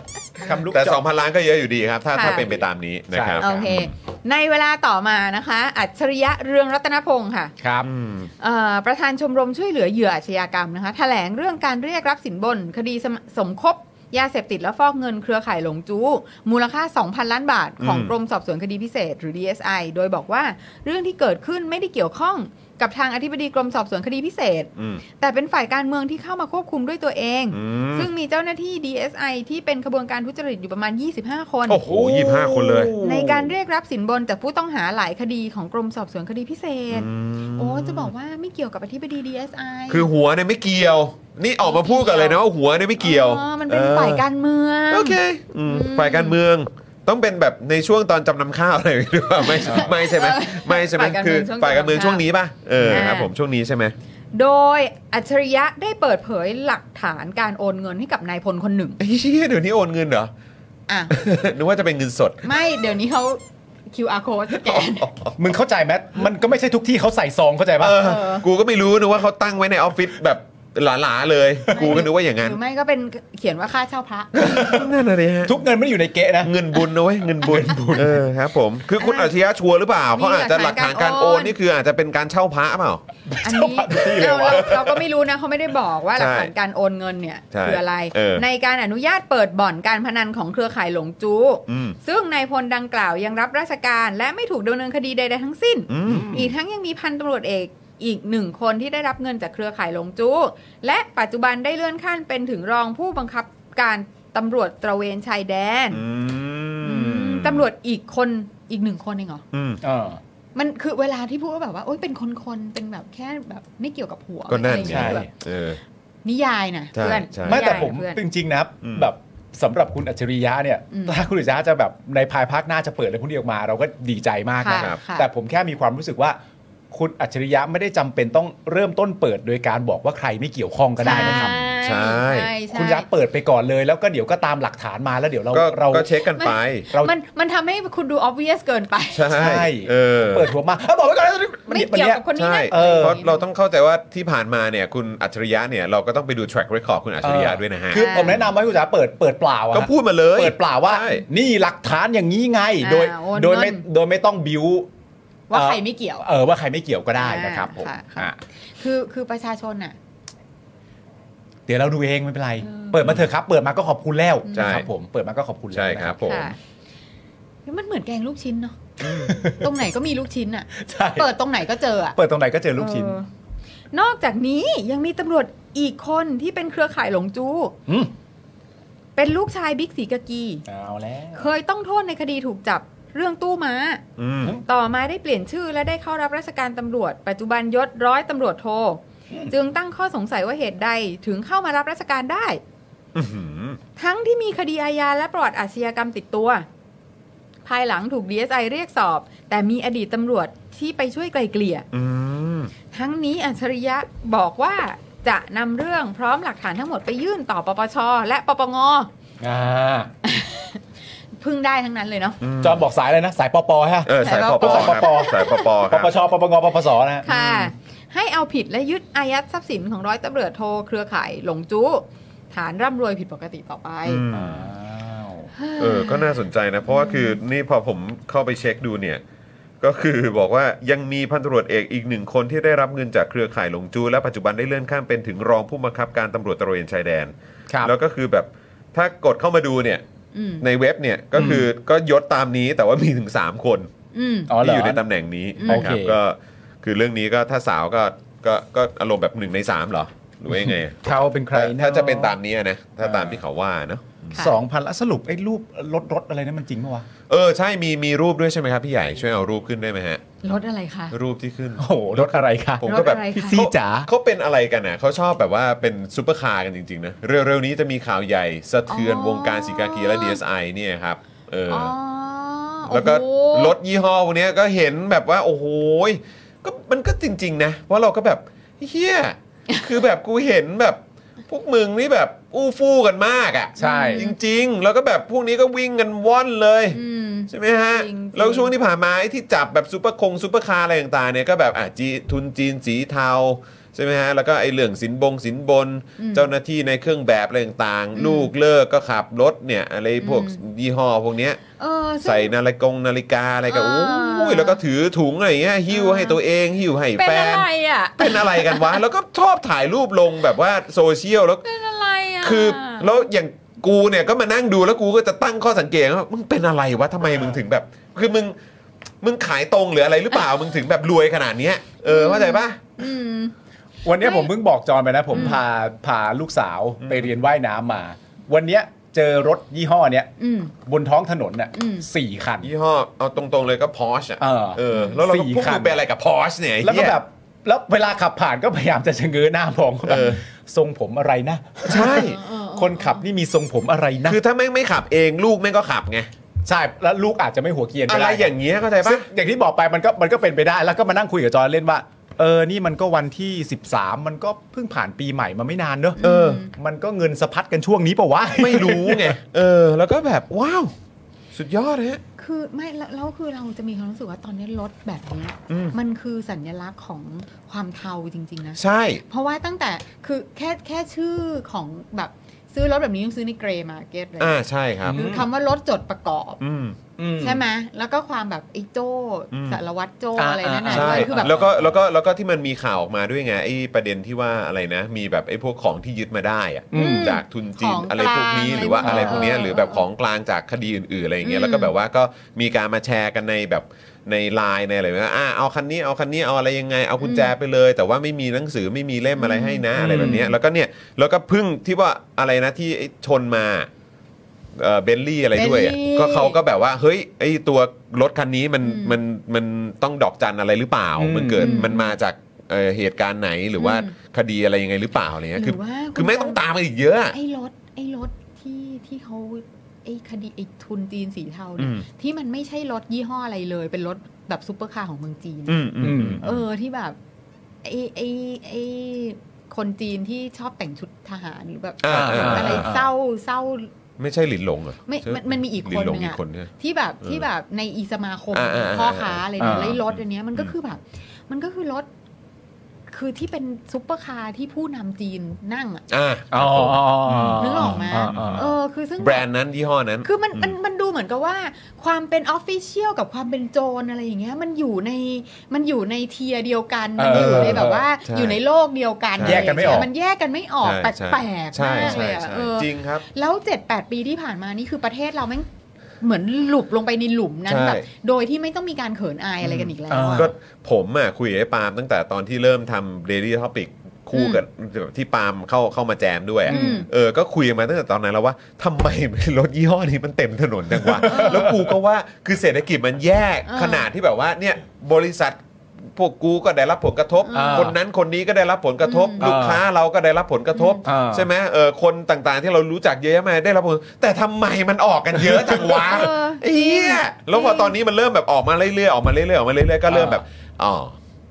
S2: คำลูก
S1: แต่
S2: จ๊อบ
S1: 2,000 ล้านก็เยอะอยู่ดีครับ ถ้า
S3: ค่ะ
S1: ถ้าเป็นไปตามนี้นะครับ
S3: โอเค ในเวลาต่อมานะคะ อัจฉริยะเรืองรัตนพงศ์ค่ะ
S2: ครับ
S1: อืม
S3: เอ่อประธานชมรมช่วยเหลือเหยื่ออาชญากรรมนะคะแถลงเรื่องการเรียกรับสินบน คดีสมสมคบ ยาเสพติดและฟอกเงินเครือข่ายหลงจู้ มูลค่า 2,000 ล้านบาท ของ
S1: อืม
S3: กรมสอบสวนคดีพิเศษ หรือ DSI โดยบอกว่าเรื่องที่เกิดขึ้นไม่ได้เกี่ยวข้องกับทางอธิบดีกรมสอบสวนคดีพิเศษ
S1: อืม
S3: แต่เป็นฝ่ายการเมืองที่เข้ามาควบคุมด้วยตัวเอง
S1: อืม
S3: ซึ่งมีเจ้าหน้าที่ DSI ที่เป็นขบวนการทุจริตอยู่ประมาณ 25 คน
S1: โอ้โหยี่ห้าคนเลย
S3: ในการเรียกรับสินบนจากผู้ต้องหาหลายคดีของกรมสอบสวนคดีพิเศษ
S1: ม
S3: โอ้จะบอกว่าไม่เกี่ยวกับอธิบดี DSI
S1: คือหัวเนี่ยไม่เกี่ยว นี่ออกมาพูดกันเลยนะว่าหัวเนี่ยไม่เกี่ยว
S3: อ๋อมันเป็นฝ่าย
S1: ออ
S3: การเมือง
S1: โอเคอืมฝ่ายการเมืองต้องเป็นแบบในช่วงตอนจำนำข้าว อะไรหรือเปล่าไม่ไม่ใช่ไหมไม่ใช่ไหมคือฝ่ายการเมืองช่วงนี้ป่ะเออครับผมช่วงนี้ใช่ไหม
S3: โดยอัจฉริยะได้เปิดเผยหลักฐานการโอนเงินให้กับนายพลคนหนึ่ง
S1: เฮ้ยเดี๋ยวนี้โอนเงินเหรอ
S3: อ่ะ
S1: นึกว่าจะเป็นเงินสด
S3: ไม่เดี๋ยวนี้เขา QR code สแกน
S2: มึงเข้าใจไหมมันก็ไม่ใช่ทุกที่เขาใส่ซองเข้าใจ
S1: เอ
S2: ป่ะ
S1: อ กูก็ไม่รู้นึกว่าเขาตั้งไว้ในออฟฟิศแบบหลาๆเลย กูก็นึกว่าอย่างนั้น
S3: หรือไม่ก็เป็นเขียนว่าค่าเช่าพระ
S1: นั่นอะไรฮะ
S2: ทุกเงินไม่ได้อยู่ในเกะนะ
S1: เงินบุญนะเว้ยเงินบุญเออครับผมคือคุณอาชญาชัวร์หรือเปล่าเขาอาจจะหลักฐานการโอนนี่คืออาจจะเป็นการเช่าพระเปล่า
S3: อันนี้เราเราเราก็ไม่รู้นะเขาไม่ได้บอกว่าห
S1: ใช่
S3: ลักฐานการโอนเงินเนี่ย
S1: ใช่
S3: คืออะไร
S1: เออ
S3: ในการอนุญาตเปิดบ่อนการพนันของเครือข่ายหลงจู้
S1: อืม
S3: ซึ่งนายพลดังกล่าวยังรับราชการและไม่ถูกดำเนินคดีใดๆทั้งสิ้น
S1: อืม
S3: อีกทั้งยังมีพันตำรวจเอกอีกหนึ่งคนที่ได้รับเงินจากเครือข่ายหลงจู้ และปัจจุบันได้เลื่อนขั้นเป็นถึงรองผู้บังคับการตำรวจตระเวนชายแดน
S1: อื
S3: อืมตำรวจอีกคนอีกหนึ่งคนเองเหรอ
S1: อืม
S2: เออ
S3: มันคือเวลาที่พูดว่าแบบว่าโอ๊ยเป็นคนๆ เป็นแบบแค่แบบไม่เกี่ยวกับหัว
S1: ก็นั่น
S3: อะไรอย่าง
S1: ไง
S3: เงี้ย
S2: ใช่
S3: แบบ
S1: เออ
S3: นิยายนะ
S1: ใช่
S3: เพื่อน
S1: ใช่
S3: นิยายนะ
S2: ไม่แต่ผม
S3: เพื่อน
S2: จริงๆนะ
S1: อืม
S2: แบบสำหรับคุณอัจฉริยะเนี่ย
S3: อืม
S2: ถ้าคุณอัจฉริยะจะแบบในภายภาคหน้าจะเปิดอะไรพวกนี้ออกมา เราก็ดีใจมากนะ
S3: ค่ะค่ะ
S2: แต่ผมแค่มีความรู้สึกว่า คุณอัจฉริยะไม่ได้จำเป็นต้องเริ่มต้นเปิดโดยการบอกว่าใครไม่เกี่ยวข้องก็ได้นะครับ
S1: ใช่
S3: ใช่ใช่ใช่
S2: คุณยักษ์เปิดไปก่อนเลยแล้วก็เดี๋ยวก็ตามหลักฐานมาแล้วเดี๋ยวเรา
S1: ก็
S2: เรา
S1: ก็เช็คกันไป
S2: เรา
S3: มันมันทำให้คุณดู obvious เกินไป
S1: ใช่
S2: ใช่
S1: เออ
S2: เปิดหัวมาเอ้ยบอกไว้ก่อนนะ
S3: ไม่เกี่ยวกับคนนี้
S1: ใช่
S3: นะ
S2: เออ
S1: เพราะเราต้องเข้าใจว่าที่ผ่านมาเนี่ย คุณอัจฉริยะเนี่ย เราก็ต้องไปดู track record คุณอัจฉริยะด้วยนะฮะ
S2: คือผมแนะนำให้คุณจ๋าเปิดเปิดเปล่าอะ
S1: ก็พูดมาเลย
S2: เปิดเปล่าว่า
S1: ใช่
S2: นี่หลักฐานอย่างนี้ไง
S3: อ่า
S2: โดย
S3: โอน
S2: โดย
S3: เงิน
S2: ไม่โดยไม่ต้องบิว
S3: ว่า
S2: เอ่อ
S3: ใครไม่เกี่ยว
S2: เออว่าใครไม่เกี่ยวก็ได้นะครับผม
S3: อ่าค่ะ
S2: อ่ะ
S3: คือคือประชาชนอ่ะ
S2: เดี๋ยวเราดูเองไม่เป็นไร เปิดมาเถอะครับ เปิดมาก็ขอบคุณแล้ว
S1: ใช่
S2: นะครับผมเปิดมาก็ขอบคุณแล้ว
S1: ใช่ครับผม
S3: ค่ะมันเหมือนแกงลูกชิ้นเนาะตรงไหนก็มีลูกชิ้นอ่ะ
S2: ใช่
S3: เปิดตรงไหนก็เจออ่ะ
S2: เปิดตรงไหนก็เจอลูกชิ้น
S3: เออนอกจากนี้ยังมีตำรวจอีกคนที่เป็นเครือข่ายหลงจู้
S2: ม
S3: เป็นลูกชายบิ๊กสีกากี
S2: เอาแล้ว
S3: เคยต้องโทษในคดีถูกจับ เรื่องตู้ม้า
S1: อืม
S3: ต่อมาได้เปลี่ยนชื่อและได้เข้ารับราชการตำรวจ ปัจจุบันยศร้อยตำรวจโท จึงตั้งข้อสงสัยว่าเหตุใดถึงเข้ามารับราชการได้
S1: อื้อหือ
S3: ทั้งที่มีคดีอาญาและประวัติอาชญากรรมติดตัว ภายหลังถูก DSI เรียกสอบ แต่มีอดีตตำรวจที่ไปช่วยไกลเกลี่ย
S1: อืม
S3: ทั้งนี้อัจฉริยะบอกว่าจะนำเรื่องพร้อมหลักฐานทั้งหมดไปยื่นต่อปปช และปปง
S2: อ่า
S3: พึ่งได้ทั้งนั้นเลยเนาะ
S1: ม
S2: จอมบอกสายเลยนะ สายปปฮะ
S1: เออสายปป
S2: สายปป
S1: ครับสายปป
S2: ป
S1: ครับ
S2: ปชปปงปปสนะฮะ
S3: ค่ะ ให้เอาผิดและยึดอายัดทรัพย์สินของร้อยตำรวจโทเครือข่ายหลงจู้ฐานร่ำรวยผิดปกติต่อไป
S1: อืมเออ ก็น่าสนใจนะ เพราะว่าคือนี่พอผมเข้าไปเช็คดูเนี่ย ก็คือบอกว่ายังมีพันตำรวจเอกอีกหนึ่งคนที่ได้รับเงินจากเครือข่ายหลงจู และปัจจุบันได้เลื่อนขั้นเป็นถึงรองผู้บังคับการตำรวจตระเวนชายแดน
S2: ครับ
S1: แล้วก็คือแบบถ้ากดเข้ามาดูเนี่ย
S3: อืม
S1: ในเว็บเนี่ยก็คืออก็ยศตามนี้แต่ว่ามีถึง 3 คน
S3: อืม
S2: อ๋อเหร
S1: ที่
S2: อ
S1: อยู่ในตำแหน่งนี้
S3: อืม
S1: นะครับ
S2: โอเค
S1: ก็คือเรื่องนี้ก็ถ้าสาวก็ก็ก็อารมณ์แบบหนึ่งในสามเหรอหรือว่ายังไง
S2: เขาเป็นใครอ
S1: ถ้าถ้าจะเป็นตามนี้อะนะถ้าตามที่เขาว่าเนอะ
S2: สองพันละสรุปไอ้รูปรถรถอะไรนั่นมันจริงปะวะ
S1: เออใช่มีมีรูปด้วยใช่ไหมครับพี่ใหญ่ช่วยเอารูปขึ้นได้ไหมฮะ
S3: รถอะไรคะ
S1: รูปที่ขึ้น
S2: โอ้โหรถอะไรคะ
S1: ผมก็แบบ
S3: รถอะไรคะ
S2: พี่ซี่จ๋า
S1: เขาเป็นอะไรกันอ่ะเขาชอบแบบว่าเป็นซูเปอร์คาร์กันจริงๆนะเร็วๆนี้จะมีข่าวใหญ่สะเทือนวงการสีกากีและ DSI เนี่ยครับเอออ
S3: อ๋อ
S1: แล้วก็
S3: โอ้โห
S1: รถยี่ห้อพวกเนี้ยก็เห็นแบบว่า โอ้โหยก็มันก็จริง ๆ นะ เพราะเราก็แบบเฮี ยคือแบบกูเห็นแบบ พวกมึงนี่แบบอู้ฟู่กันมากอะ่ะ
S2: ใช่
S1: จริง ๆ แล้วก็แบบพวกนี้ก็วิ่งกันว่อนเลย
S3: อืม
S1: ใช่ไหมฮะ
S3: จริงๆ
S1: แล้วช่วงที่ผ่านมาไอ้ที่จับแบบซูเปอร์คงซูเปอร์คาร์อะไรต่างๆเนี่ยก็แบบอ่ะจีทุนจีนสีเทาใช่ไหมฮะแล้วก็ไอ้เรื่องสินบงสินบน เจ้าหน้าที่ในเครื่องแบบอะไรต่างๆลูกเลิกก็ขับรถเนี่ยอะไรพวกยี่ห้อพวกเนี้ย
S3: เออซึ่ง
S1: ใส่นาฬิกงนาฬิกาอะไรก็
S3: อ่า
S1: โอ้ยแล้วก็ถือถุงอะไรอย่างเงี้ยหิ้วให้ตัวเองหิ้วให้
S3: เป็น
S1: แฟน
S3: อะไรอ่ะ
S1: เป็นอะไรกันวะ แล้วก็ชอบถ่ายรูปลงแบบว่าโซเชียลแล้ว
S3: เป็นอะไรอ่ะ
S1: คือแล้วอย่างกูเนี่ยก็มานั่งดูแล้วกูก็จะตั้งข้อสังเกตว่ามึงเป็นอะไรวะทำไมมึงถึงแบบ คือมึงมึงขายตรงหรืออะไรหรือเปล่ามึงถึงแบบรวยขนาดเนี้ยเออเข้าใจปะ
S3: อืม
S2: วันเนี้ยผมเพิ่งบอกจอนไปนะ ผม
S3: อืม
S2: พาพาลูกสาวไปเรียนว่ายน้ำมา วันเนี้ยเจอรถยี่ห้อเนี้ย
S3: อืม
S2: บนท้องถนนน่ะ
S3: อืม
S2: สี่คัน
S1: ยี่ห้อเอาตรงๆเลยก็พอชอ่ะ
S2: เออ
S1: เออ แล้วเราก็
S2: สี่
S1: พวก
S2: คั
S1: มึ
S2: น
S1: งเป็นอะไรกับพอชเนี่ยไอ้
S2: แล้วก็
S1: เหี้ย
S2: แบบแล้วเวลาขับผ่านก็พ ยายามจะชะเง้อหน้ามองว่าแบบ
S1: เออ
S2: ทรงผมอะไรนะ
S1: ใช่
S2: คนขับนี่มีทรงผมอะไรนะ
S1: คือถ้าแม่งไม่ขับเองลูกแม่งก็ขับไง
S2: ใช่แล้วลูกอาจจะไม่หัวเกรียนก็
S1: อะไร
S2: ด้
S1: อย่างเงี้ยเข้าใจปะ
S2: ซึ่งอย่างที่บอกไปมันก็มันก็เป็นไปได้แล้วก็มานั่งคุยกับจอยเล่นว่าเออนี่มันก็วันที่ 13 มันก็เพิ่งผ่านปีใหม่มาไม่นานเนอะ
S1: เออ
S2: มันก็เงินสะพัดกันช่วงนี้เปล่าวะ
S1: ไม่รู้ไง เออ แล้วก็แบบว้าว สุดยอดฮะ
S3: คือไม่แล้วแล้วคือเราจะมีความรู้สึกว่าตอนนี้รถแบบเนี้ย
S1: อืม
S3: มันคือสัญลักษณ์ของความเทาจริง ๆ นะ
S1: ใช่
S3: เพราะว่าตั้งแต่คือแค่แค่ชื่อของแบบซื้อรถแบบนี้ต้องซื้อในเกรย์มาร์เก็ตเลย
S1: อ่าใช่ครับ
S2: อืม
S3: คือคำว่ารถจดประกอบ
S1: อืม
S2: อืม
S3: ใช่ไหมแล้วก็ความแบบไอ้โจ้
S1: อืม
S3: สารวัตรโจ้
S2: อ่า
S3: อะไรนั่นน่ะ
S2: อ่า
S1: ใช่
S3: ด้วยคือแบบ
S1: แล้วก็แล้วก็แล้วก็ที่มันมีข่าวออกมาด้วยไงไอ้ประเด็นที่ว่าอะไรนะ มีแบบไอ้พวกของที่ยึดมาได้อะ
S2: อืม
S1: จากทุนจีน
S3: ขง
S1: อะไรพวกนี้
S3: ลง
S1: หรือว่าอะไรพวกเนี้ย
S3: เห
S1: รือแบบของกลางจากคดีอื่นๆอะไรอย่างเงี้ยแล้วก็แบบว่าก็มีการมาแชร์กันในแบบในไลน์ในอะไรแบบว่าอ่าเอาคันนี้เอาคันนี้เอาอะไรยังไงเอากุญแจไปเลย แต่ว่าไม่มีหนังสือไม่มีเล่มอะไรให้นะอะไรแบบเนี้ยแล้วก็เนี่ยแล้วก็พึ่งที่ว่าอะไรนะที่ไอ้ชนมาเบนลี่อ Bentley อะไรด้วยอะ
S3: Bentley
S1: ก็เขาก็แบบว่าเฮ้ยไอ้ตัวรถคันนี้มัน
S3: อืม
S1: มันมันต้องดอกจันอะไรหรือเปล่า
S2: อืม
S1: มันเกิด
S3: อืม
S1: มันมาจากเอ่อเหตุการณ์ไหนหรือว่า
S3: อืม
S1: คดีอะไรยังไงหรือเปล่าอะไรเงี้ย
S3: ห
S1: คื
S3: รือ อว่า
S1: คือแม่งต้องตามมาอีกเยอะอะ
S3: ไอ้รถไอ้รถที่ที่เขาไอ้คดีไอ้ทุนจีนสีเทา
S1: อื
S3: เนี่ย
S1: ม
S3: ที่มันไม่ใช่รถยี่ห้ออะไรเลย เป็นรถแบบซุปเปอร์คาร์ของเมืองจีน
S1: อืมอืมอืม
S3: เออที่แบบไอ้ไอ้ไอ้คนจีนที่ชอบแต่งชุดทหารหรือแบบ
S1: อ่าอ่า
S3: อะไรเศร้าเศร้า
S1: ไม่ใช่หลินหลงเหรอ
S3: ไม่
S1: ใช่
S3: มันมันมีอีก
S1: หลิ
S3: คน
S1: นหล
S3: ห
S1: ง
S3: นึ่ง
S1: อี
S3: อะ
S1: กคนเนี่ย
S3: ที่แบบ
S1: เออ
S3: ที่แบบในอีสมาคม
S1: อ่าอ่าอ่า
S3: พ่อค้าอะไรเนี่ย
S2: อ่า
S3: ไล่รถอันเนี้ยมันก็คือแบบ มันก็คือรถ คือที่เป็นซุปเปอร์คาร์ที่ผู้นำจีนนั่งอะ
S1: ่ะ
S2: อ๋ออ๋ออ๋
S3: นึกออกไหม
S2: า
S3: เออคือซึ่ง
S1: แบรนด์นั้นยี่ห้อนั้น
S3: คือมันมันมันดูเหมือนกับว่า ความเป็นออฟฟิเชียลกับความเป็นโจรอะไรอย่างเงี้ย มันอยู่ในมันอยู่ในเทียร์เดียวกันมัน
S1: เออ
S3: อ
S1: อยู่
S3: ในแบบว่า
S1: ใช่
S3: อยู่ในโลกเดียวกัน
S2: แยกกันไม่ออก
S3: ะรย่างเงี้ยมันแยกกันไม่ออก
S1: ใช่
S3: แป
S1: ใช่
S3: ลกๆ
S1: ใช่
S3: มากเล
S1: ใช่
S3: ยอะ
S1: ใช่
S3: เออ
S1: จริงครับ
S3: แล้วเจ็ดแปดปีที่ผ่านมานี่คือประเทศเราแม่งเหมือนหลุบลงไปในหลุมนั้น
S1: ใช่
S3: แบบโดยที่ไม่ต้องมีการเขินอายอะไรกันอีกแล้ว
S2: อ่า
S3: อะ
S1: ก็ผมอ่ะคุยกับไอ้ปาล์มตั้งแต่ตอนที่เริ่มทำ Daily Topic คู่
S3: อืม
S1: กับที่ปาล์มเข้าเข้ามาแจมด้วยอะ
S3: อืม
S1: เออก็คุยกันมาตั้งแต่ตอนนั้นแล้วว่าทำไมรถยี่ห้อนี้มันเต็มถนนจังวะแล้วกูก็ว่าคือเศรษฐกิจมันแย่ขนาดที่แบบว่าเนี่ยบริษัทพวกกูก็ได้รับผลกระทบ
S2: อ่า
S1: คนนั้นคนนี้ก็ได้รับผลกระทบ
S2: อืม
S1: ลูกค้าเราก็ได้รับผลกระทบ
S2: อ่า
S1: ใช่ไหมเออคนต่างๆ ที่เรารู้จักเยอะแยะมากได้รับผลแต่ทำไมมันออกกันเยอะจังวะ
S3: เออ
S1: เฮียแล้วพอตอนนี้มันเริ่มแบบออกมาเรื่อยๆ ออกมาเรื่อยๆ ออกมาเรื่อยๆ ก็เริ่มแบบ อ๋อ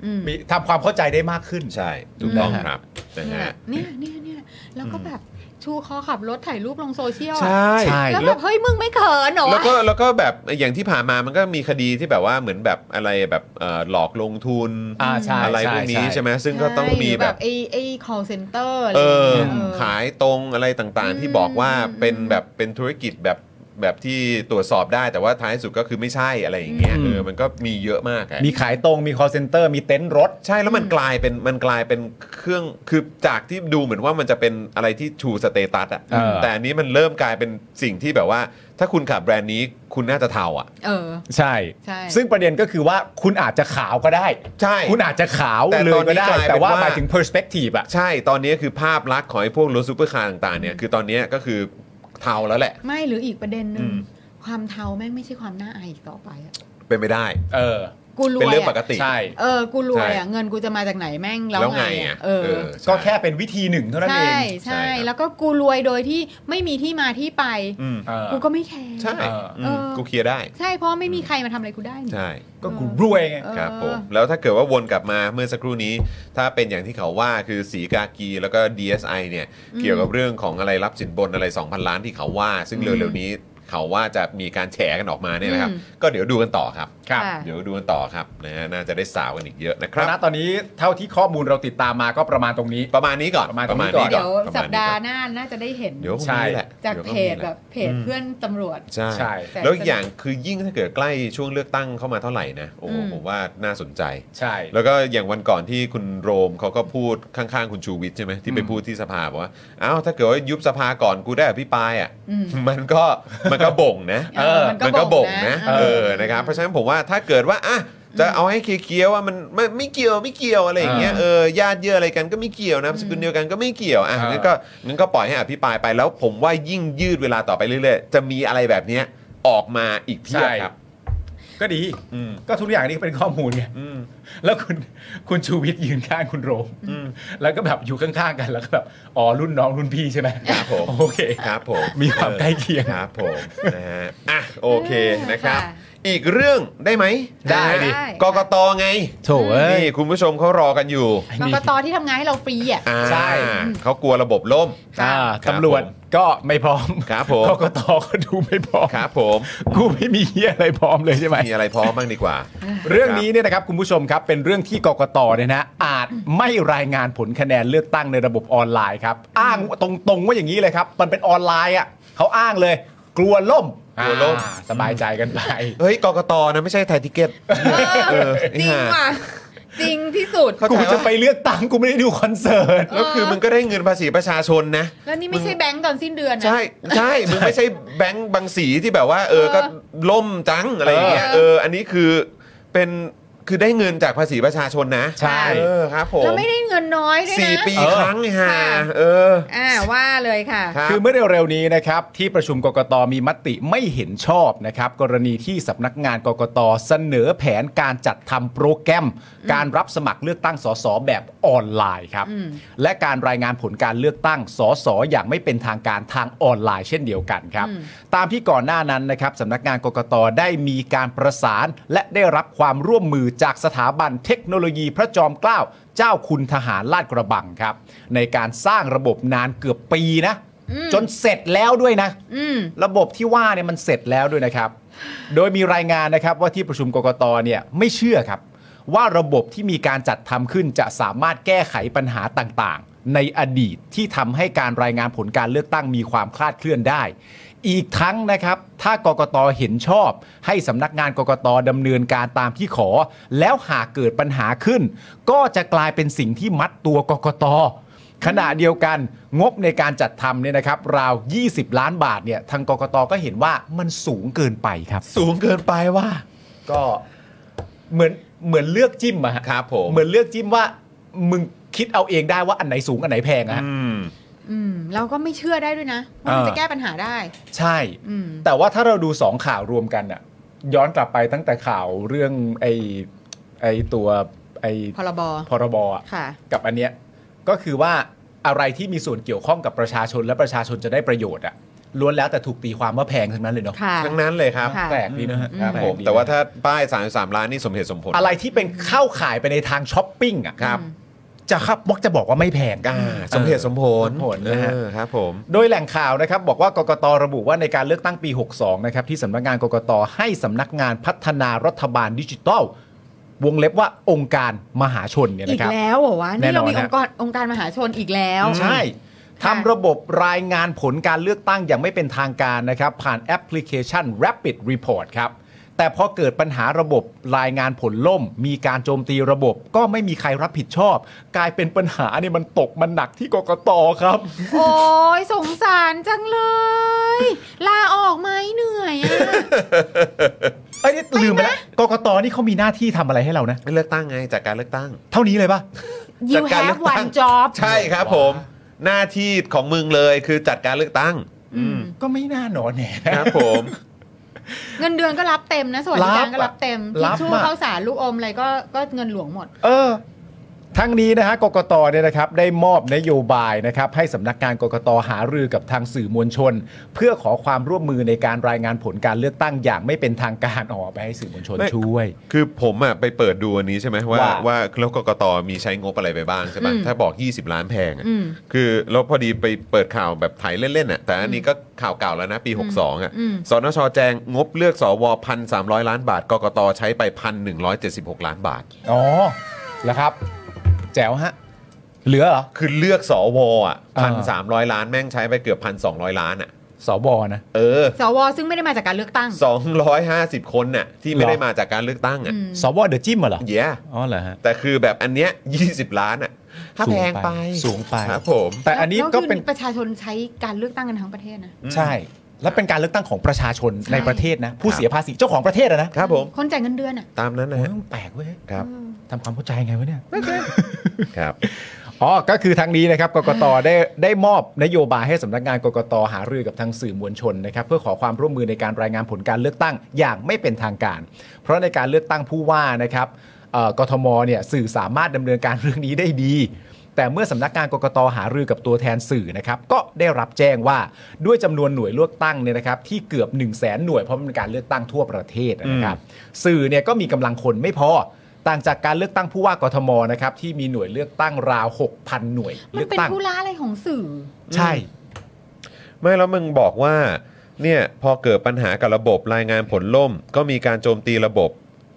S3: อืม
S2: มีทำความเข้าใจได้มากขึ้น
S1: ใช่ ถูกต้อง
S2: นะฮะ
S1: ครับ นะ
S3: เนี่ย
S1: ฮะ
S3: เนี่ยเนี่ยเนี่ยแล้วก็แบบชูคอขับรถถ่ายรูปลงโซเชียลอะ
S1: ใช่
S2: ใช่
S3: แล้วแบบเฮ้ยมึงไม่เขินเหรอ
S1: แล้ว
S3: วะ
S1: ก็แล้วก็แบบอย่างที่ผ่านมามันก็มีคดีที่แบบว่าเหมือนแบบอะไรแบบเอ่อหลอกลงทุน
S2: อ่าใช่
S1: อะไรพวกนี้ใช่ไหมซึ่งก็ต้องมีแบบ
S3: ไอ้ไอ้ call center อะไร
S1: เออ
S3: ย่างเงี้ยเออ
S1: ขายตรงอะไรต่างๆ ที่บอกว่า
S3: อืม
S1: เป็นแบบเป็นธุรกิจแบบแบบที่ตรวจสอบได้แต่ว่าท้ายสุดก็คือไม่ใช่อะไรอย่างเงี้ย
S2: อืม
S1: เออ มันก็มีเยอะมากอะ
S2: มีขายตรงมี call center มีเต็นท์รถ
S1: ใช่แล้วมันกลายเป็นมันกลายเป็นเครื่องคือจากที่ดูเหมือนว่ามันจะเป็นอะไรที่ชูสเตตัสอะ
S2: เออ
S1: แต่อันนี้มันเริ่มกลายเป็นสิ่งที่แบบว่า ถ้าคุณขับแบรนด์นี้คุณน่าจะเทาอ่ะ
S3: เออ
S2: ใช่
S3: ใช่
S2: ซึ่งประเด็นก็คือว่าคุณอาจจะขาวก็ได้
S1: ใช่
S2: คุณอาจจะขาว
S1: แต่
S2: เลยก็ได้
S1: ตอนนี้กลายเป็น
S2: แต่ว่า
S1: ว่า
S2: หมายถึง perspective อะ
S1: ใช่ตอนนี้คือภาพลักษณ์ของไอ้พวกรถซูเปอร์คาร์ต่างๆเนี่ยคือตอนนี้ก็คือเทาแล้วแหละ
S3: ไม่หรืออีกประเด็นหนึ่ง
S1: อืม
S3: ความเทาแม่งไม่ใช่ความน่าอายอีกต่อไปอะ
S1: เป็นไปได้
S2: เออ
S3: กูร
S1: เป็น
S3: วย
S1: เรื่องปก
S3: อะ
S1: ติ
S2: ใช่
S3: เออกูรวย
S1: ใช่
S3: อะเงินกูจะมาจากไหนแม่งแล้ว
S1: แล้ว
S3: ไง
S1: ไง
S3: อะ
S1: อ่ะ
S3: เออ
S1: เออใช่
S2: ก็แค่เป็นวิธีหนึ่งเท่านั้นเอ
S3: ใช่
S2: ง
S1: ใช่
S3: ใช่
S1: ครับ
S3: แล้วก็กูรวยโดยที่ไม่มีที่มาที่ไป
S1: อืม
S2: เออ
S3: กูก็ไม่แคร์
S1: ใช่
S2: เอออื
S1: ม
S3: เออ
S1: กูเคลียร์ได้
S3: ใช่เพราะไม่มีใครมาทำอะไรกูได้นี่
S1: ใช่
S2: ก็กูรวยไง
S3: เออ
S1: ครับผมแล้วถ้าเกิดว่าวนกลับมาเมื่อสักครู่นี้ ถ้าเป็นอย่างที่เขาว่าคือสีกากีแล้วก็ DSI เนี่ย
S3: อืม
S1: เกี่ยวกับเรื่องของอะไรรับสินบนอะไร 2,000 ล้านที่เขาว่า ซึ่งเร็วๆนี้เขาว่าจะมีการแฉกันออกมาเนี่ยนะครับ ก็เดี๋ยวดูกันต่อครับ
S2: ครับ
S3: ค่ะ
S1: เดี๋ยวดูกันต่อครับนะฮะน่าจะได้สาวกันอีกเยอะนะค
S2: ค
S1: รั
S2: ณะ
S1: บ
S2: ตอนนี้เท่าที่ข้อมูลเราติดตามมาก็ประมาณตรงนี้
S1: ประมาณนี้ก่อน
S2: ประมาณตรงนี้
S3: เดี๋
S1: ประมณ
S3: ยว
S1: นี้ก่อน
S3: สัปดาห์หน้าน่าจะได้เห็น
S1: เดี๋ยวพรุ่งนี้แหละ
S3: จากเพจ
S1: ดี๋ยวพรุ่งนี้แห
S3: แบ
S1: ละ
S3: บเพจเพื่อนตำรวจ
S1: ใช่
S2: ใช่
S1: แล้วอีกอย่างคือยิ่งถ้าเกิดใกล้ช่วงเลือกตั้งเข้ามาเท่าไหร่นะโอ้โห
S3: อืม
S1: ผมว่าน่าสนใจ
S2: ใช่
S1: แล้วก็อย่างวันก่อนที่คุณโรมเขาก็พูดข้างๆ คุณชูวิทย์ใช่ไหมที่ไป
S2: อืม
S1: พูดที่สภาบอกว่าอ้าวถ้าเกิดว่ายุบสภาก่อนกูได้อภิปรายอ่ะ
S3: อืม
S1: มันก็มันก็บ่งนะ
S2: เออ
S1: มันก็บ่งนะ
S3: เอ
S1: เอ
S3: อ
S1: อนะครับเพราะฉะนั้นผมว่าถ้าเกิดว่าอ่ะจะเอาให้เคลียร์ๆว่ามันไม่ไม่เกี่ยวไม่เกี่ยวอะไรอย่างเงี้ยเออญาติเยอะอะไรกันก็ไม่เกี่ยวนะสกุลเดียวกันก็ไม่เกี่ยวอ่ะ
S2: เออ
S1: งั้นก็งั้นก็ปล่อยให้อภิปรายไปแล้ว ผมว่ายิ่งยืดเวลาต่อไปเรื่อยๆ จะมีอะไรแบบเนี้ยออกมาอีกเพียบ
S2: ใช่
S1: ครับ
S2: ก็ดี
S1: อืม
S2: ก็ทุกอย่างนี่เป็นข้อมูลไง
S1: อืม
S2: แล้วคุณคุณชูวิทย์ยืนข้างคุณโรมแล้วก็แบบอยู่ข้างๆกันแล้วก็แบบ อ๋อรุ่นน้องรุ่นพี่ใช่ไหม
S1: ครับผม
S2: โอเค
S1: ครับผม
S2: มีความใกล้เคียง
S1: ครับผม นะฮะอ่ะโอเคนะครับ
S3: ค่ะ
S1: อีกเรื่องได้ไหม
S2: ได้ดิ
S3: ได้
S1: กกตไง
S2: โถ่เอ้ย
S1: นี่คุณผู้ชมเขารอกันอยู่
S3: กรกตที่ทำงานให้เราฟรีอ่ะ
S1: อ่า
S2: ใช่
S1: เขากลัวระบบล่ม
S2: อ่า
S1: ครับ
S2: ตำรวจก็ไม่พร้อม
S1: ครับผม
S2: กกตก็ดูไม่พร้อม
S1: ครับผม
S2: กูไม่มีเฮียอะไรพร้อมเลยใช่ไหม
S1: มีอะไรพร้อมบ้างดีกว่า
S2: เรื่องนี้เนี่ยนะครับคุณผู้ชมครับเป็นเรื่องที่กกตเนี่ยนะอาจไม่รายงานผลคะแนนเลือกตั้งในระบบออนไลน์ครับอ้างตรงๆว่าอย่างนี้เลยครับมันเป็นออนไลน์อ่ะเขาอ้างเลย กลัวล่ม
S1: กลัวล่ม
S2: อ่าสบายใจกันไป
S1: เฮ้ยกกตนะไม่ใช่ไทยทิเก็ต
S3: เออจริงว่ะจริงที่สุด
S1: เข้า
S2: กู
S1: ใจ
S2: จะ
S1: ว่า
S2: ไปเลือกตั้งกูไม่ได้ดูคอนเสิร์ต
S1: แล้วคือมึงก็ได้เงินภาษีประชาชนนะ
S3: แล้วนี่ไม่ใช่แบงก์ตอนสิ้นเดือนนะ
S1: ใช่ใช่มึงไม่ใช่แบงค์บางสีที่แบบว่า เออ
S3: เออ
S1: ก็ล่มจังอะไรอย่างเงี้ย
S3: เอ
S1: เอ
S3: อ
S1: อ อันนี้คือเป็นคือได้เงินจากภาษีประชาชนนะ
S2: ใช่
S1: เออครับผม
S3: แล้วไม่ได้เงินน้อยด้วย
S1: สี่
S3: นะ
S1: ปี
S2: เออ
S1: ครั้งฮะ
S3: ค่ะ
S1: เออ
S3: อ่าว่าเลยค่ะ
S1: รับ
S2: คือเมื่อเร็วๆนี้นะครับที่ประชุมกกตมีมติไม่เห็นชอบนะครับกรณีที่สำนักงานกกตเสนอแผนการจัดทำโปรแกรม การรับสมัครเลือกตั้งสสแบบออนไลน์ครับ
S3: อืม
S2: และการรายงานผลการเลือกตั้งสสอย่างไม่เป็นทางการทางออนไลน์เช่นเดียวกันครับ ตามที่ก่อนหน้านั้นนะครับสำนักงานกกตได้มีการประสาน และได้รับความร่วมมือจากสถาบันเทคโนโลยีพระจอมเกล้าเจ้าคุณทหารลาดกระบังครับ ในการสร้างระบบนานเกือบปีนะ จนเสร็จแล้วด้วยนะ
S3: อืม
S2: ระบบที่ว่าเนี่ยมันเสร็จแล้วด้วยนะครับ โดยมีรายงานนะครับว่าที่ประชุมกกตเนี่ยไม่เชื่อครับ ว่าระบบที่มีการจัดทำขึ้นจะสามารถแก้ไขปัญหาต่างๆ ในอดีตที่ทำให้การรายงานผลการเลือกตั้งมีความคลาดเคลื่อนได้ อีกทั้งนะครับ ถ้ากกตเห็นชอบ ให้สำนักงานกกตดำเนินการตามที่ขอ แล้วหากเกิดปัญหาขึ้น ก็จะกลายเป็นสิ่งที่มัดตัวกกต ขณะเดียวกันงบในการจัดทำเนี่ยนะครับ ราว 20 ล้านบาทเนี่ยทางกกตก็เห็นว่ามันสูงเกินไปครับ
S1: สูงเกินไปว่า
S2: ก็เหมือนเหมือนเลือกจิ้มอะฮะ
S1: ครับผม
S2: เหมือนเลือกจิ้มว่ามึง คิดเอาเองได้ว่าอันไหนสูงอันไหนแพงอะฮะ
S1: อืม
S3: อืมเราก็ไม่เชื่อได้ด้วยนะว่ามัน
S2: อ่า
S3: จะแก้ปัญหาได้
S2: ใช่
S3: อืม
S2: แต่ว่าถ้าเราดูสองข่าวรวมกันอะย้อนกลับไปตั้งแต่ข่าวเรื่องไอไอตัวไอ
S3: พรบ
S2: พรบอะ
S3: ค่ะ
S2: กับอันเนี้ยก็คือว่าอะไรที่มีส่วนเกี่ยวข้องกับประชาชนและประชาชนจะได้ประโยชน์อะล้วนแล้วแต่ถูกตีความว่าแพงทั้งนั้นเลยเนาะ
S3: ค่ะ
S1: ทั้งนั้นเลยครับ
S3: ค่ะ
S2: แปลกดีนะฮะ
S1: ครับ
S2: ปลก
S1: ผม
S2: ดีนะ
S1: แต่ว่าถ้าป้าย 33 ล้านนี่สมเหตุสมผล
S2: อะไรที่เป็นเข้าขายไปในทางช้อปปิ้งอ่ะ
S1: ครับ
S2: จะครับมักจะบอกว่าไม่แพง
S1: อ่าสมเหตุสมผล
S2: สมเหตุสมผลนะฮะ
S1: เออครับผม
S2: โดยแหล่งข่าวนะครับ บอกว่ากกตระบุว่าในการเลือกตั้งปี 62 นะครับ ที่สำนักงานกกตให้สำนักงานพัฒนารัฐบาลดิจิทัล วงเล็บว่าองค์การมหาชนเนี่ย
S3: อี
S2: นะ
S3: ก
S2: ครับ
S3: แล้วเหรอวะ
S2: แน่
S3: นี่
S2: น
S3: เรา
S2: อน
S3: มี
S2: ฮะ
S3: องค์กรองค์การมหาชนอีกแล้ว
S2: ใช่
S3: ค่ะ
S2: ทำระบบรายงานผลการเลือกตั้งอย่างไม่เป็นทางการนะครับ ผ่านแอปพลิเคชัน Rapid Report ครับ แต่พอเกิดปัญหาระบบรายงานผลล่ม มีการโจมตีระบบก็ไม่มีใครรับผิดชอบ กลายเป็นปัญหาเนี่ยมันตกมันหนักที่กกตครับ
S3: โอ้ยสงสารจังเลย ลาออกไหมเหนื่อยอะ
S2: ไอ้ยนี่ลืมไปแล้วกกตนี่เขามีหน้าที่ทำอะไรให้เรานะ
S1: เลือกตั้งไงจากการเลือกตั้ง
S2: เท่านี้เลยปะ
S3: you
S1: จัดการเลือ
S3: have
S1: กตั้ง
S3: one job
S1: ใช่ครับผม หน้าที่ของมึงเลยคือจัดการเลือกตั้ง
S3: อืม
S2: ก็ไม่น่าหนอนแหน
S1: ครับผม
S3: เงินเดือนก็รับเต็มนะสวัสดิการ
S2: รับอะ
S3: ก็รับเต็ม
S2: รับ
S3: ทิชชู่
S2: อะ
S3: ข้าวสารลูกอมอะไรก็ก็เงินหลวงหมด
S2: เออ ทั้งนี้นะฮะกกตเนี่ยนะครับได้มอบนโยบายนะครับ ให้สำนักงานกกตหารือกับทางสื่อมวลชน เพื่อขอความร่วมมือในการรายงานผลการเลือกตั้งอย่างไม่เป็นทางการออกไปให้สื่อมวลชน
S1: ไม่
S2: ช่วย
S1: คือผมอ่ะไปเปิดดูอันนี้ใช่ไหมว่า
S2: ว่า
S1: ว่าแล้วกกตมีใช้งบอะไรไปบ้างใช่ปะ
S3: อืม
S1: ถ้าบอก 20 ล้านแพงอะ
S3: อืม
S1: คือแล้วพอดีไปเปิดข่าวแบบไทยเล่นๆอ่ะแต่อันนี้ก็ข่าวเก่าแล้วนะปี 62อ่ะ
S3: อืม
S1: สนชแจงงบเลือกสว1,300 ล้านบาทกกตใช้ไป 1,176 ล้านบาท
S2: อ๋อแล้วครับ แจ๋วฮะ เหลือเหรอ
S1: คือเลือกสวอ่ะ
S2: อ่
S1: พันสามร้อยล้านแม่งใช้ไปเกือบพันสองร้อยล้านอ่ะ
S2: สอบอนะ
S1: เออ
S3: สวซึ่งไม่ได้มาจากการเลือกตั้ง
S1: สองร้อยห้าสิบคนน่ะที่
S2: ห
S1: ไม่
S2: รอ
S1: ได้มาจากการเลือกตั้งอ่ะ
S3: อืม
S2: สอบอเดอะจิ้มเหรอ
S1: เย้
S2: อ๋อเหรอฮะ
S1: แต่คือแบบอันเนี้ยยี่สิบล้านอ่ะถ้าแพงไป
S2: สูงไป
S1: ครับผม
S2: แต่อันนี้ก็เป็น
S3: แล้วคือประชาชนใช้การเลือกตั้งกันทั้งประเทศนะ
S2: ใช่ และเป็นการเลือกตั้งของประชาชน
S3: ใช่
S2: ในประเทศนะ ผู้เสียภาษีเจ้าของประเทศอะนะครับ
S1: ผม
S3: คนจ่ายเงินเดือนอ่ะ
S1: ตามนั้นนะ
S2: โอ้ย
S1: ฮะ
S2: มันแปลกเว้ย
S1: ครับ
S2: ทำความเข้าใจไงวะเนี่ย
S1: ครับ
S2: อ๋อ ก็คือทางนี้นะครับ กกต ได้ได้มอบนโยบายให้สำนักงานกกต หารือกับทางสื่อมวลชนนะครับ เพื่อขอความร่วมมือในการรายงานผลการเลือกตั้งอย่างไม่เป็นทางการ เพราะในการเลือกตั้งผู้ว่านะครับเอ่อกทม เนี่ยสื่อสามารถดำเนินการเรื่องนี้ได้ดี แต่เมื่อสำนักงานกกต หารือกับตัวแทนสื่อนะครับ ก็ได้รับแจ้งว่าด้วยจำนวนหน่วยเลือกตั้งเนี่ยนะครับ ที่เกือบ 1 0 0 0 0แหน่วยเพราะมันเป็นการเลือกตั้งทั่วประเทศนะครับ สื่อเนี่ยก็มีกำลังคนไม่พอ ต่างจากการเลือกตั้งผู้ว่ากทมนะครับที่มีหน่วยเลือกตั้งราว 6,000 หน่วย
S3: มั
S2: เลื
S3: น
S2: อก
S3: เป็น
S2: ตั้ง
S3: ผู้ล่าอะไรของสื่อ
S2: ใช่
S1: ไม่แล้วมึงบอกว่าเนี่ยพอเกิดปัญหากับระบบรายงานผลล่ม ก็มีการโจมตีระบบ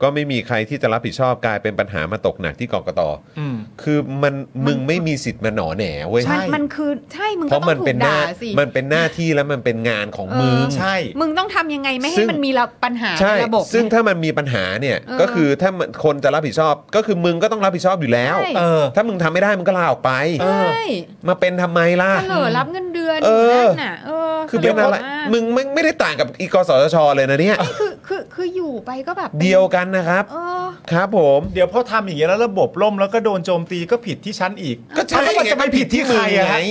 S1: ก็ไม่มีใครที่จะรับผิดชอบกลายเป็นปัญหามาตกหนักที่กกต
S2: อืม
S1: คือมันมึงไม่มีสิทธิ์มาหนอแหนเว้ย
S2: ใช่
S3: มันมันคือใช่มึง
S1: เพ
S3: ก็
S1: ราะ
S3: ต้อ
S1: มั
S3: ง
S1: น
S3: ถู
S1: เป็น
S3: ก
S1: หน้า
S3: ด่าสิ
S1: มันเป็นหน้าที่และมันเป็นงานของมึง
S3: เออ
S2: ใช่
S3: มึงต้องทำยังไงไม่
S1: ซึ่
S3: ให้
S1: ง
S3: มันมีระปัญหา
S1: ใช่
S3: ในระบบ
S1: ซึ่ง
S3: เนี่ย
S1: ถ้ามันมีปัญหาเนี่ย
S3: เออ
S1: ก็คือถ้ามันคนจะรับผิดชอบ ก็คือมึงก็ต้องรับผิดชอบอยู่แล้ว
S3: ใช่
S2: เออ
S1: ถ้ามึงทำไม่ได้มึงก็ลาออกไป
S2: เออ
S3: ใช่
S1: มาเป็นทำไมล่ะ
S3: เสลอรับเงินเดือน
S1: เออ
S3: นั่นน่ะเออ
S1: คือเป็นอะไร
S3: สลมาก
S1: มึงไม่ไม่ได้ต่างกับอีกสทชเลยนะเนี่ย
S3: คือคือคืออยู่ไปก็แบบ
S1: เดียวกันนะครับ
S3: เออ
S1: ครับผม
S2: เดี๋ยวพอทำอย่างเงี้ยแล้วระบบล่มแล้วก็โดนโจมตีก็ผิดที่ชั้นอีก
S1: ก็ใช่
S2: แล้วมันจะไปผิดที่ใครอะ
S1: ไง
S2: ฮะ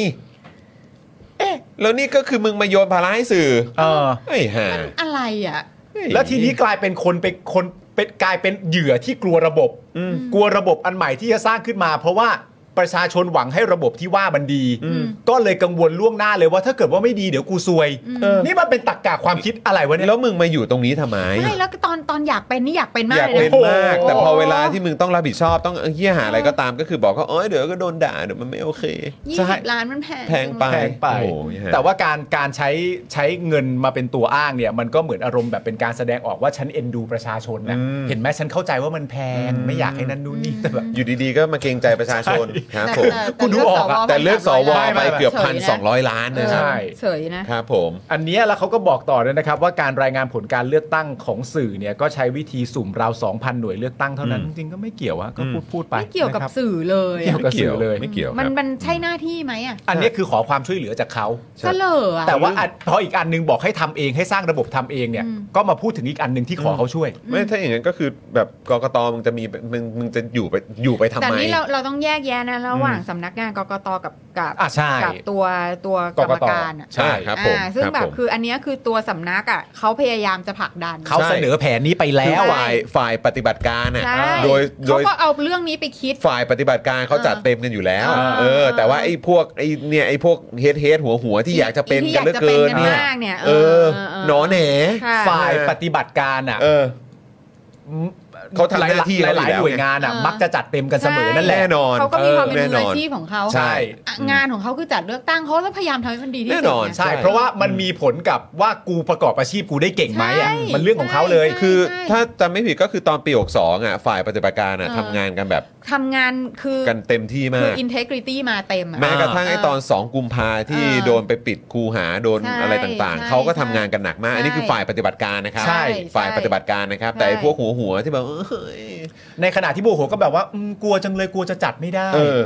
S1: เอ๊ะแล้วนี่ก็คือมึงมาโยนภาระให้สื่อ
S2: เออ
S1: ไอ้ห่า
S3: มันอะไรอ่ะ
S2: แล้วทีนี้กลายเป็นคนเป็นคนเป็นกลายเป็นเหยื่อที่กลัวระบบ กลัวระบบอันใหม่ที่จะสร้างขึ้นมา เพราะว่าประชาชนหวังให้ระบบที่ว่ามันดี ก็เลยกังวลล่วงหน้าเลยว่าถ้าเกิดว่าไม่ดีเดี๋ยวกูซวย นี่มันเป็นตรกกะความคิดอะไรวะเนี่ย
S1: แล้วมึงมาอยู่ตรงนี้ทำไม
S3: ไม่แล้วก็ตอนตอนอยากเป็นนี่อยากเป็น
S1: อ
S3: มา
S1: ก ยาก
S3: เลย
S1: เป็น
S3: นะ
S1: มาก
S2: โอ้โห
S1: แต่พอเวลาที่มึงต้องรับผิดชอบต้องเอ้ยเฮียหาอะไรก็ตามก็คือบอกก็เอ้ยเดี๋ยวก็โดนด่าเดี๋ยวมันไม่โอเค
S3: ยี่
S2: ใช่
S3: สิบล้านมันแพง
S1: แพงไป
S2: แพงไป
S1: โอ้โหเหี้ย
S2: แต่ว่าการการใช้ใช้เงินมาเป็นตัวอ้างเนี่ย มันก็เหมือนอารมณ์แบบเป็นการแสดงออกว่าฉันเอ็นดูประชาชนนะเห็นไหมฉันเข้าใจว่ามันแพงไม่อยากให้นั่นนู่นนี่ แต่แบบ
S1: อยู่ดีๆก็มาเกรงใจประชาชนครับ
S3: แต่
S1: ผม
S3: แต่
S2: คุณดูออกอะ
S1: แต่เลือกสว
S3: 300ล้าน
S1: ไปเกือบ
S3: ฉ
S1: พัน
S3: ยะ
S1: สองร้อยล้านนะ
S3: เออ
S1: ครับ
S2: ใช่
S3: เฉยนะ
S1: ครับผม
S2: อันเนี้ยแล้วเขาก็บอกต่อด้วยนะครับ ว่าการรายงานผลการเลือกตั้งของสื่อเนี่ยก็ใช้วิธีสุ่มราว 2,000 หน่วยเลือกตั้งเท่านั้น จริงๆก็ไม่เกี่ยวอะก็พูดพูดไป
S3: ไม่เกี่ยวกับ
S2: นะครับ
S3: สื่อเลย
S2: เกี่ยว
S3: อะ
S2: กับสื่อเลย
S1: ไม่เกี่ยวค
S3: มั
S1: รั
S3: น
S1: บ
S3: มันใช่หน้าที่ไหมอ่ะ
S2: อันเนี้ยคือขอความช่วยเหลือจากเขา
S3: เสลออ่ะ
S2: แต่ว่าอันพออีกอันนึงบอกให้ทำเองให้สร้างระบบทำเองเนี่ย
S3: อืม
S2: ก็มาพูดถึงอีกอันหนึ่งที่ขอเขาช่วย
S1: ไม่ถ้าอย่างนั้นก็คือแบบกกตมึงจะมีมึงมึงจะอยู่ไปอยู่ไปทำ
S3: แต่
S1: ไม
S3: นี่เราเราต้องแยกแยะนะ นั้นระหว่างสำนักงานกกตกับกับ
S2: อ่ะใช่
S3: กับตัวตัวกรรมการอะ
S2: ใช่
S1: อ่าครับผม
S3: อ่าซึ่ง
S1: ครับ
S3: แบบ
S1: ผม
S3: คืออันเนี้ยคือตัวสำนักอ่ะเขาพยายามจะผลักดัน
S2: เขาเสนอแผนนี้ไปแล้
S1: คือ
S2: วอ่ะ
S1: ฝ่ายฝ่ายปฏิบัติการน่ะ
S3: ใช่
S1: โดยโด
S3: เขา
S1: ย
S3: ก็เอาเรื่องนี้ไปคิด
S1: ฝ่ายปฏิบัติการเขาจัด
S3: อ่า
S1: เต็มกันอยู่แล้ว
S3: อ่า
S1: เออ แต่ว่าไอ้พวกไอ้เนี่ยไอ้พวกเฮดเฮดหัวหัวที่อยากจะเป็น
S3: ที่
S1: กันเหลือเกิน
S3: อยาจะ
S1: เนี่ย
S3: ป็มากเนี่ย
S1: เออหนอแหน
S3: ค่ะ
S2: ฝ่ายปฏิบัติการอ่ะ
S1: เออ เขาทำหน้าที่
S2: ห
S1: เขาอยู่
S2: ลาย
S1: แล้
S2: ๆ
S1: ว
S2: หน่วยงานอ่ะ
S3: ไง
S2: มักจะจัดเต็มกันเสมอนั่นแหละ
S1: แน่นอน
S3: เขาก็มีความเป็น
S1: แน่น
S3: มือ
S1: อน
S3: อาชีพของเขา
S2: ใช่
S3: อ่ะงานของเขาคือจัดเลือกตั้งเขาจะพยายามทำให้มันดีที่สุด
S1: แน่นอน
S3: ไง
S2: ใช่ เพราะว่ามันมีผลกับว่ากูประกอบอาชีพกูได้เก่งไหมอ่ะ
S3: ใช่
S2: มันเรื่องของเขาเลย
S3: ใช่
S1: คือถ้าจำไม่ผิดก็คือตอนปี 62อ่ะฝ่ายปฏิบัติการอ่ะ
S3: เออ
S1: ทำงานกันแบบ
S3: ทำงานคือ
S1: กันเต็มที่มา
S3: คือก อินเทกริตี้มาเต็มอะ
S1: แม้กระทั่งไอ้ตอน 2 กุมภาที่
S3: เออ
S1: โดนไปปิดคูหาโดน
S3: ใช่
S1: อะไรต่างๆ
S3: ใช่
S1: เขาก็ทำงานกันหนักมาก อันนี้คือ
S3: ใช่
S1: ฝ่ายปฏิบัติการนะครับ
S3: ใช่
S1: ฝ่าย
S3: ใช่
S1: ปฏิบัติการนะครับ
S3: ใช่
S1: แต่ไอ้พวกหัวหัวๆที่แบบเอ้ย
S2: ในขณะที่บูโหก็แบบว่าอืมกลัวจังเลยกลัวจะจัดไม่ได้
S1: เออ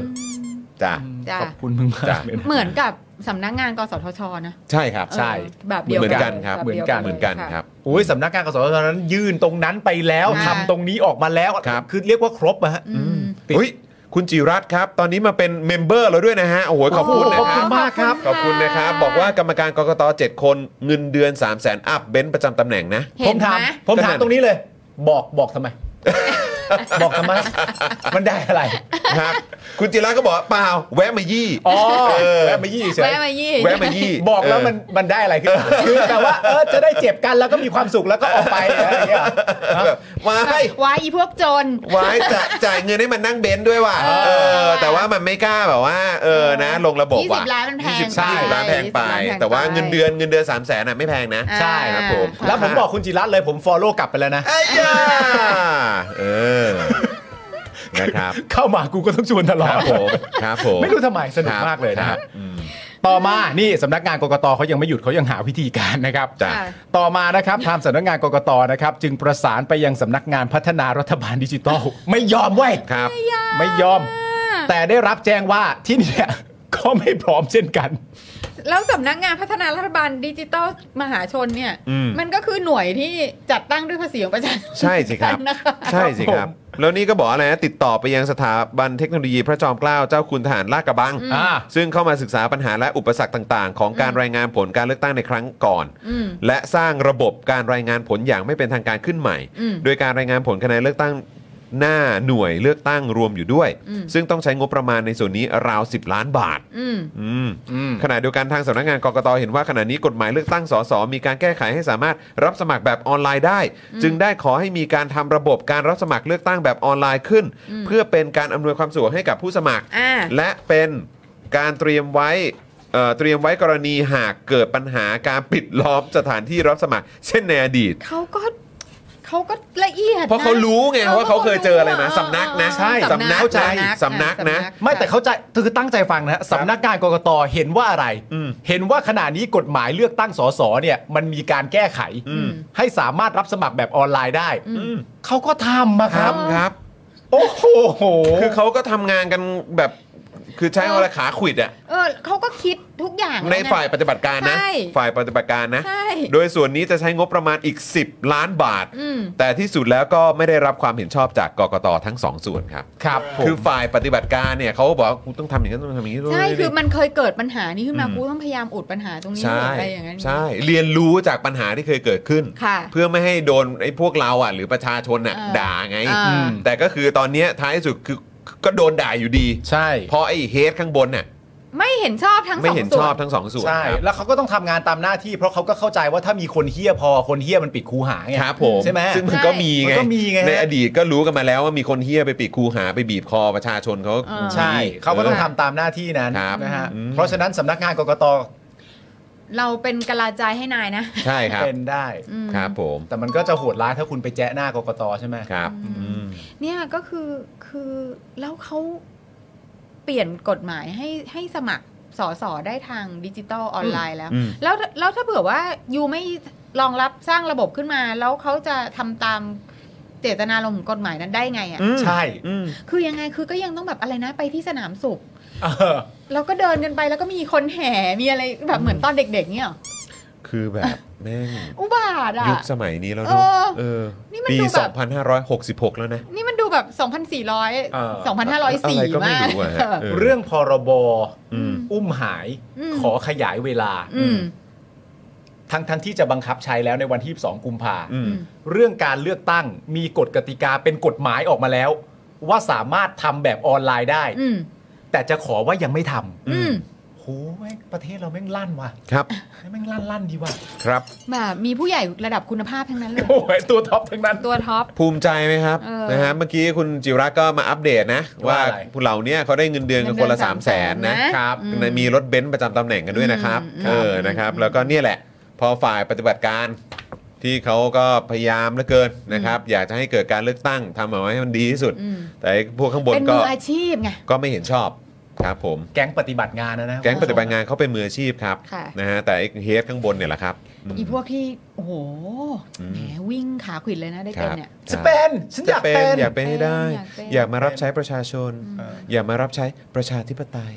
S1: จ้ะ
S3: จ้ะ
S2: ขอบคุณมึงมาก
S1: จ้ะ
S2: เลยนะ
S3: เหมือนกับสำนักงานกสทชนะ
S1: ใช่ครับ
S3: เออ
S2: ใช่
S3: แบบเดียว
S1: เหมือนกั
S3: กัน
S1: ครับ
S3: แบบ
S2: เหมือน
S3: ดียว
S2: กัน
S3: ลย
S1: เหมือนกันะ ครับ
S2: อุ้ยสำนักงานกสทชนั้น ยื่นตรงนั้นไปแล้ว
S3: อ่า
S2: ทำตรงนี้ออกมาแล้ว
S1: ครับ
S2: คือเรียกว่าครบอะฮะ
S3: อืม
S2: ติด
S1: อุ้ยคุณจิรัตน์ครับ ตอนนี้มาเป็นเมมเบอร์เราด้วยนะฮะโอ้โหขอบคุณนะ
S2: ขอบ
S1: ค
S2: คุ
S1: รั
S2: ณ
S1: บ
S2: มากครับ
S1: ขอบคุณนะครับ บอกว่ากรรมการกกต7คนเงินเดือน 3 0 0 0 0 0อัพเบนซ์ประจำตำแหน่งนะ
S3: เห็
S2: ผม
S3: นไหม
S2: ถามผมถามตรงนี้เลย บอกบอกทำไม บอกทำไม มันได้อะไร
S1: ครับ คุณจิรัตน์ก็บอกว่าเปล่า แวะมายี่
S2: อ๋อ
S1: เออ
S2: แวะมายี่เฉย
S3: แวะมายี่
S1: แวะมายี่
S2: บอกแล้วมัน
S1: เ
S2: มันได้อะไรขึ้นมาคือแต่ว่าเออจะได้เจ็บกันแล้วก็มีความสุขแล้วก็ออกไปอะไรอย่างเงี้ย
S1: ออแบบวาย
S3: ไว้อีพวกโจร
S1: วาย จะจ่ายเงินให้มันนั่งเบนซ์ด้วยว่ะ
S3: เออ
S1: เออ แต่ว่ามันไม่กล้าแบบว่า เออนะ ลงระบบ
S3: ยี่สิ
S1: ว่ะ
S3: บล้านมันแพง
S1: ใช่
S3: ไป
S1: ล้านแพงไป
S3: ยี่สิบล้นพ
S1: แต่ว่าเงินเดือนเงินเดือน3 0 0 0 0นอ่ะไม่แพงนะ
S3: อ่า
S2: ใช่ครับผม
S3: ค่ะ
S2: แล้วผมบอกคุณจิรัตน์เลยผมฟอลโล่กลับไปแล้วนะ
S1: ไอ้ยาเออ นะครับ
S2: เข้ามากูก็ต้องชวนตล
S1: ค
S2: อด
S1: รับผมครับผม
S2: ไม่รู้ทำไมสนุกมากเลยนะ
S1: ค
S2: ค
S1: รั
S2: รั
S1: บบ อืม
S2: ต่อมา นี่สำนักงานกกตเขายังไม่หยุดเขายังหาวิธีการนะครับ
S1: จ้ะ
S2: ต่อมานะครับทางสำนักงานกกตนะครับจึงประสานไปยังสำนักงานพัฒนารัฐบาลดิจิทัล ไม่ยอมเว้ย
S1: ครับ
S2: ไม่ยอม แต่ได้รับแจ้งว่าที่เนี่ยก็ไม่พร้อมเช่นกัน
S3: แล้วสำนักงานพัฒนารัฐบาลดิจิตอลมหาชนเนี่ย
S1: อืม
S3: มันก็คือหน่วยที่จัดตั้งด้วยภาษีของประชาชน
S1: ใช่สิครับ
S3: นะคะ
S1: ใช่สิครับ แล้วนี่ก็บอกอะไรนะติดต่อไปยังสถาบันเทคโนโลยีพระจอมเกล้าเจ้าคุณทหารลาดกระบัง
S2: อ่า
S1: ซึ่งเข้ามาศึกษาปัญหาและอุปสรรคต่าง ๆ ของการรายงานผลการเลือกตั้งในครั้งก่อน
S3: อืม
S1: และสร้างระบบการรายงานผลอย่างไม่เป็นทางการขึ้นใหม่
S3: อืม
S1: โดยการรายงานผลคะแนนเลือกตั้งหน้าหน่วยเลือกตั้งรวมอยู่ด้วย
S3: อืม
S1: ซึ่งต้องใช้งบประมาณในส่วนนี้ราว 10 ล้านบาท
S3: อืม
S1: อืม
S2: อืม
S1: ขณะเดียวกันทางสำนักงานกกตเห็นว่าขณะนี้กฎหมายเลือกตั้งสสมีการแก้ไขให้สามารถรับสมัครแบบออนไลน์ได้ จึงได้ขอให้มีการทำระบบการรับสมัครเลือกตั้งแบบออนไลน์ขึ้น
S3: อืม
S1: เพื่อเป็นการอำนวยความสะดวกให้กับผู้สมัคร
S3: อ่า
S1: และเป็นการเตรียมไว้เอ่อเตรียมไว้กรณีหากเกิดปัญหาการปิดล้อมสถานที่รับสมัคร เช่นในอดีต
S3: เขาก็เขาก็ละเอียดน
S1: เพราะเขารู้ไงว่าเขาเคยเจออะไรมาสำนักนะ
S2: ใช่
S1: สำนัก
S3: เข้าใจ
S1: สำนักนะ
S2: ไม่แต่เข้าใจคือตั้งใจฟังนะฮะสำนักงานกกตเห็นว่าอะไร
S1: อืม
S2: เห็นว่าขณะนี้กฎหมายเลือกตั้งสสเนี่ยมันมีการแก้ไข
S1: อืม
S2: ให้สามารถรับสมัครแบบออนไลน์ได้
S1: อืม
S2: เขาก็ทำอะ
S1: ค
S2: ค
S1: รั
S2: รับ บ
S1: ครับ
S2: โอ้โห
S1: คือเขาก็ทำงานกันแบบคือใช้เอาละขาขวิดอะ
S3: เออเขาก็คิดทุกอย่าง
S1: ใน
S3: แล้วะ
S1: ฝ่ายปฏิบัติการนะ
S3: ใช่
S1: ฝ่ายปฏิบัติการนะ
S3: ใช่
S1: โดยส่วนนี้จะใช้งบประมาณอีก 10 ล้านบาท
S3: อืม
S1: แต่ที่สุดแล้วก็ไม่ได้รับความเห็นชอบจากกกตทั้งสองส่วนครับ
S2: ครับผม
S1: คือฝ่ายปฏิบัติการเนี่ยเขาก็บอกว่ากูต้องทำอย่างนั้นต้องทำอย่างนี้
S3: ใช่
S1: ด้วย
S3: คือมันเคยเกิดปัญหานี้ขึ้นมา
S1: อืม
S3: กูต้องพยายามอุดปัญหาตรงนี้
S1: ใช่
S3: อะไรอย่างนั้น
S1: ใช่เรียนรู้จากปัญหาที่เคยเกิดขึ้น
S3: ค่ะ
S1: เพื่อไม่ให้โดนไอ้พวกเราอ่ะหรือประชาชนอ่ะ
S3: เออ
S1: ด่าไง
S3: เอออื
S1: มแต่ก็คือตอนเนี้ยท้ายสุดคือก็โดนด่าอยู่ดี
S2: ใช่
S1: เพราะไอ้เฮดข้างบนน่ะ
S3: ไม่เห็นชอบทั้งส
S1: ไม่
S3: อง
S1: เห็น
S3: ส่
S1: ช
S3: ว
S1: อบ
S3: น
S1: ทั้งสองส่วน
S2: ใช่
S1: ครับ
S2: แล้วเขาก็ต้องทำงานตามหน้าที่ เพราะเขาก็เข้าใจว่าถ้ามีคนเฮี้ยพอคนเฮี้ยมันปิดคูหาไง
S1: ครับผม
S2: ใช่ไหม
S1: ซึ่งมัน
S3: ใช่
S1: ก็มี
S2: มันก็มีไงฮะ
S1: ในอดีตก็รู้กันมาแล้วว่ามีคนเฮี้ยไปปิดคูหาไปบีบคอประชาชนเขา
S3: เออ
S2: ใช่
S1: มี
S2: เขาก็ต้องทำตามหน้าที่นั้น
S1: ครับ
S2: นะฮะ
S1: อืม
S2: เพราะฉะนั้นสำนักงานกกต
S3: เราเป็นกระลาใจายให้นายนะ
S1: ใช่ครับ
S2: เป็นได้
S3: อืม
S1: ครับผม
S2: แต่มันก็จะโหดร้ายถ้าคุณไปแจ้หน้ากกตใช่ไหม
S1: ครับ
S3: อื เนี่ยก็คือคือแล้วเขาเปลี่ยนกฎหมายให้ให้สมัครสอสอได้ทางดิจิตอลออนไลน์แล้ว
S1: อืม
S3: แล้วแล้วถ้าเผื่อว่ายูไม่รองรับสร้างระบบขึ้นมา แล้วเขาจะทำตามเจตนารมณ์ของกฎหมายนั้นได้ไงอะ่ะ
S1: อืม
S2: ใช่
S1: อืม
S3: คือยังไงคือก็ยังต้องแบบอะไรนะไปที่สนามสุข
S2: เออ
S3: แล้วก็เดินกันไปแล้วก็มีคนแห่มีอะไรแบบเหมือนตอนเด็กๆเนี่ยเหรอ
S1: คือ แบบแม่ง
S3: อุบาทอ่ะ
S1: ยุคสมัยนี้แล้วเนอะ
S3: เออ
S1: เออ
S3: นี่มัน
S1: ปี
S3: ดูแบบ
S1: 2566 แล้วนะ
S3: นี่มันดู แบบ
S1: เออ
S3: 2,400
S1: อะไรก็
S3: 2,504
S1: ไม่
S3: มาก
S1: รู้อะฮะ
S2: เรื่องพรบ
S3: อืม
S2: อุ้มหาย
S3: อืม
S2: ขอขยายเวลา
S3: อืม
S2: ทั้งทั้งที่จะบังคับใช้แล้วในวันที่22กุมภา
S1: อืม
S2: เรื่องการเลือกตั้งมีกฎกติกาเป็นกฎหมายออกมาแล้ว ว่าสามารถทำแบบออนไลน์ได้
S3: อืม
S2: แต่จะขอว่ายังไม่ทำ
S3: อืม
S2: โหแม่งประเทศเราแม่งลั่นว่ะ
S1: ครับ
S2: แม่งลั่นลั่นดีว่ะ
S1: ครับ
S3: แบบมีผู้ใหญ่ระดับคุณภาพทั้งนั้ นเลย
S2: โอ้ยตัวท็อปทั้งนั้น
S3: ตัวท็อป
S1: ภูมิใจไหมครับ
S3: เออ
S1: นะฮะเมื่อกี้คุณจิระก็มาอัปเดตนะ
S2: ว่า
S1: ว่า
S2: อะไร
S1: ผู้เหล่าเนี้ยเขาได้เงินเดือนกันคนละ
S3: เงินเดือ
S1: 3 0
S3: น
S1: 0แสนนะ
S3: สามแสนนะครับ อืม
S1: มีรถเบนซ์ประจำตำแหน่งกันด้วยนะครับ
S3: อืม
S1: เออนะครับแล้วก็เนี่ยแหละ พอฝ่ายปฏิบัติการที่เขาก็พยายามเหลือเกินนะครับ อยากจะให้เกิดการเลือกตั้งทำออกมาให้มันดีที่สุด
S3: อืม
S1: แต่ไอ้พวกข้างบน
S3: เป็น
S1: ก็
S3: มืออาชีพไง
S1: ก็ไม่เห็นชอบครับผม
S2: แก๊งปฏิบัติงานนะนะ
S1: แก๊งปฏิบัติงานเขาเป็นมืออาชีพครับ
S3: ค่ะ
S1: นะฮะแต่ไอ้เฮดข้างบนเนี่ยแหละครับม
S3: อีพวกที่ โอ้โห
S1: อืม
S3: แหมวิ่งขาขวิดเลยนะได้
S1: ค
S3: เป็น
S1: รับ
S3: เนี่ย
S2: จะเป็นฉันอ
S1: จะ
S2: ยาก
S1: เป็
S2: เป็น น
S1: อยากเป็นให้ได้
S3: อยากเป็น
S1: อยากมารับใช้ประชาชน
S2: เออ
S1: อย่ามารับใช้ประชาธิปไตย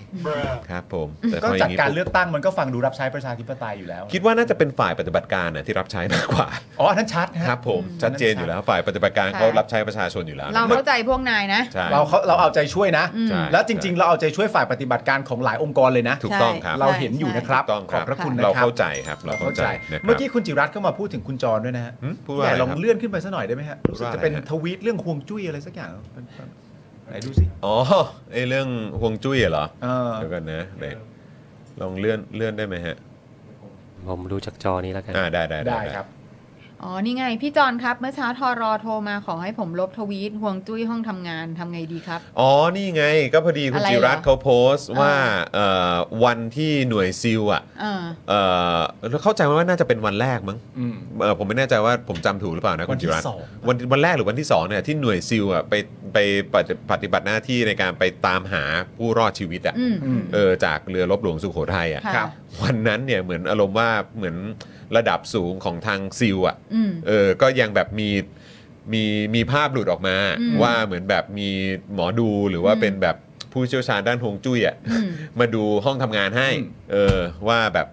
S1: ครับผมแต่
S2: ก็
S1: พออ
S2: จัด
S1: ย่งนี้
S2: การเลือกตั้งมันก็ฟังดูรับใช้ประชาธิปไตยอยู่แล้ว
S1: คิดว่าน่าจะเป็นฝ่ายปฏิบัติการนะที่รับใช้มากกว่า
S2: อ๋ออันนั้นชัด
S1: ครั
S2: ฮะ
S1: บผมชัดเจนอยู่แล้วฝ่ายปฏิบัติการ
S3: ค่ะ
S1: เขารับใช้ประชาชนอยู่แล้ว
S3: เราเข้าใจพวกนายนะ
S1: ใช่
S2: เราเขาเราเอาใจช่วยนะ
S3: อืม
S1: ใช่
S2: แล้วจริง ๆ เราเอาใจช่วยฝ่ายปฏิบัติการของหลายองค์กรเลยนะ
S1: ถูกต้องครับ
S2: เราเห็นอยู่นะครับ
S1: ถูกต้อง
S2: ขอบพระคุณนะ
S1: เรา
S2: ครั
S1: เข้าใจครับเรา
S2: เรา
S1: เข้า
S2: เข้า
S1: ใจ
S2: ใจ
S1: นะครับ
S2: เมื่อกี้คุณจิรัตน์ก็มาพูดถึงคุณจรด้วยนะฮะ
S1: หืมพูดว่า
S2: ใหญ่
S1: อะไร
S2: ล
S1: ค
S2: อง
S1: รับ
S2: เลื่อนขึ้นไปสักหน่อยได้ไหมฮะรู้สึก
S1: ว่าอะไร
S2: จะเป็น
S1: ฮะ
S2: ทวีตเรื่องควงจุ้ยอะไรสักอย่างเป็นเป็นไหนดูสิ
S1: อ๋อไอ้เรื่องห่วงจุ้ยเหรอ
S2: เออ
S1: เดี๋ยวกันนะไหนลองเลื่อนเลื่อนได้ไหมฮะ
S5: ผมดูจากจอนี้แล้วกัน
S1: อ่าได้ได้
S2: ได้ครับ
S3: อ๋อ นี่ไง พี่จอนครับ เมื่อเช้าทอรอโทรมาขอให้ผมลบทวีตห่วงจุ้ยห้องทำงานทำไงดีครับ
S1: อ๋อนี่ไงก็พอดีคุณ
S3: อะไร
S1: จิรัตน์
S3: เหรอ
S1: เขาโพสต์ว่าเอ่อวันที่หน่วยซิลอ่ะ
S3: เออ
S1: เออแล้วเข้าใจว่าน่าจะเป็นวันแรกมั้ง
S2: อืม
S1: เออผมไม่แน่ใจว่าผมจำถูกหรือเปล่านะ
S2: วั
S1: คุ
S2: น
S1: ณ
S2: ที่
S1: จิรัตน์
S2: สอง
S1: วันวันแรกหรือวันที่สองเนี่ยที่หน่วยซิลอ่ะไปไปปฏิปฏิบัติหน้าที่ในการไปตามหาผู้รอดชีวิตอ่ะ
S3: อืม
S2: อืม
S1: เออจากเรือรบหลวงสุโขทัยอ่ะ
S3: ค่ะ
S2: ครับ
S1: วันนั้นเนี่ยเหมือนอารมณ์ว่าเหมือนระดับสูงของทางซิลอ่ะ
S3: อืม
S1: เออก็ยังแบบมีมีมีภาพหลุดออกมา
S3: อืม
S1: ว่าเหมือนแบบมีหมอดูหรือว่า
S3: อืม
S1: เป็นแบบผู้เชี่ยวชาญด้านฮวงจุ้ยอ่ะ
S3: อืม
S1: มาดูห้องทำงานให้
S2: อืม
S1: เออ ว่าแบบ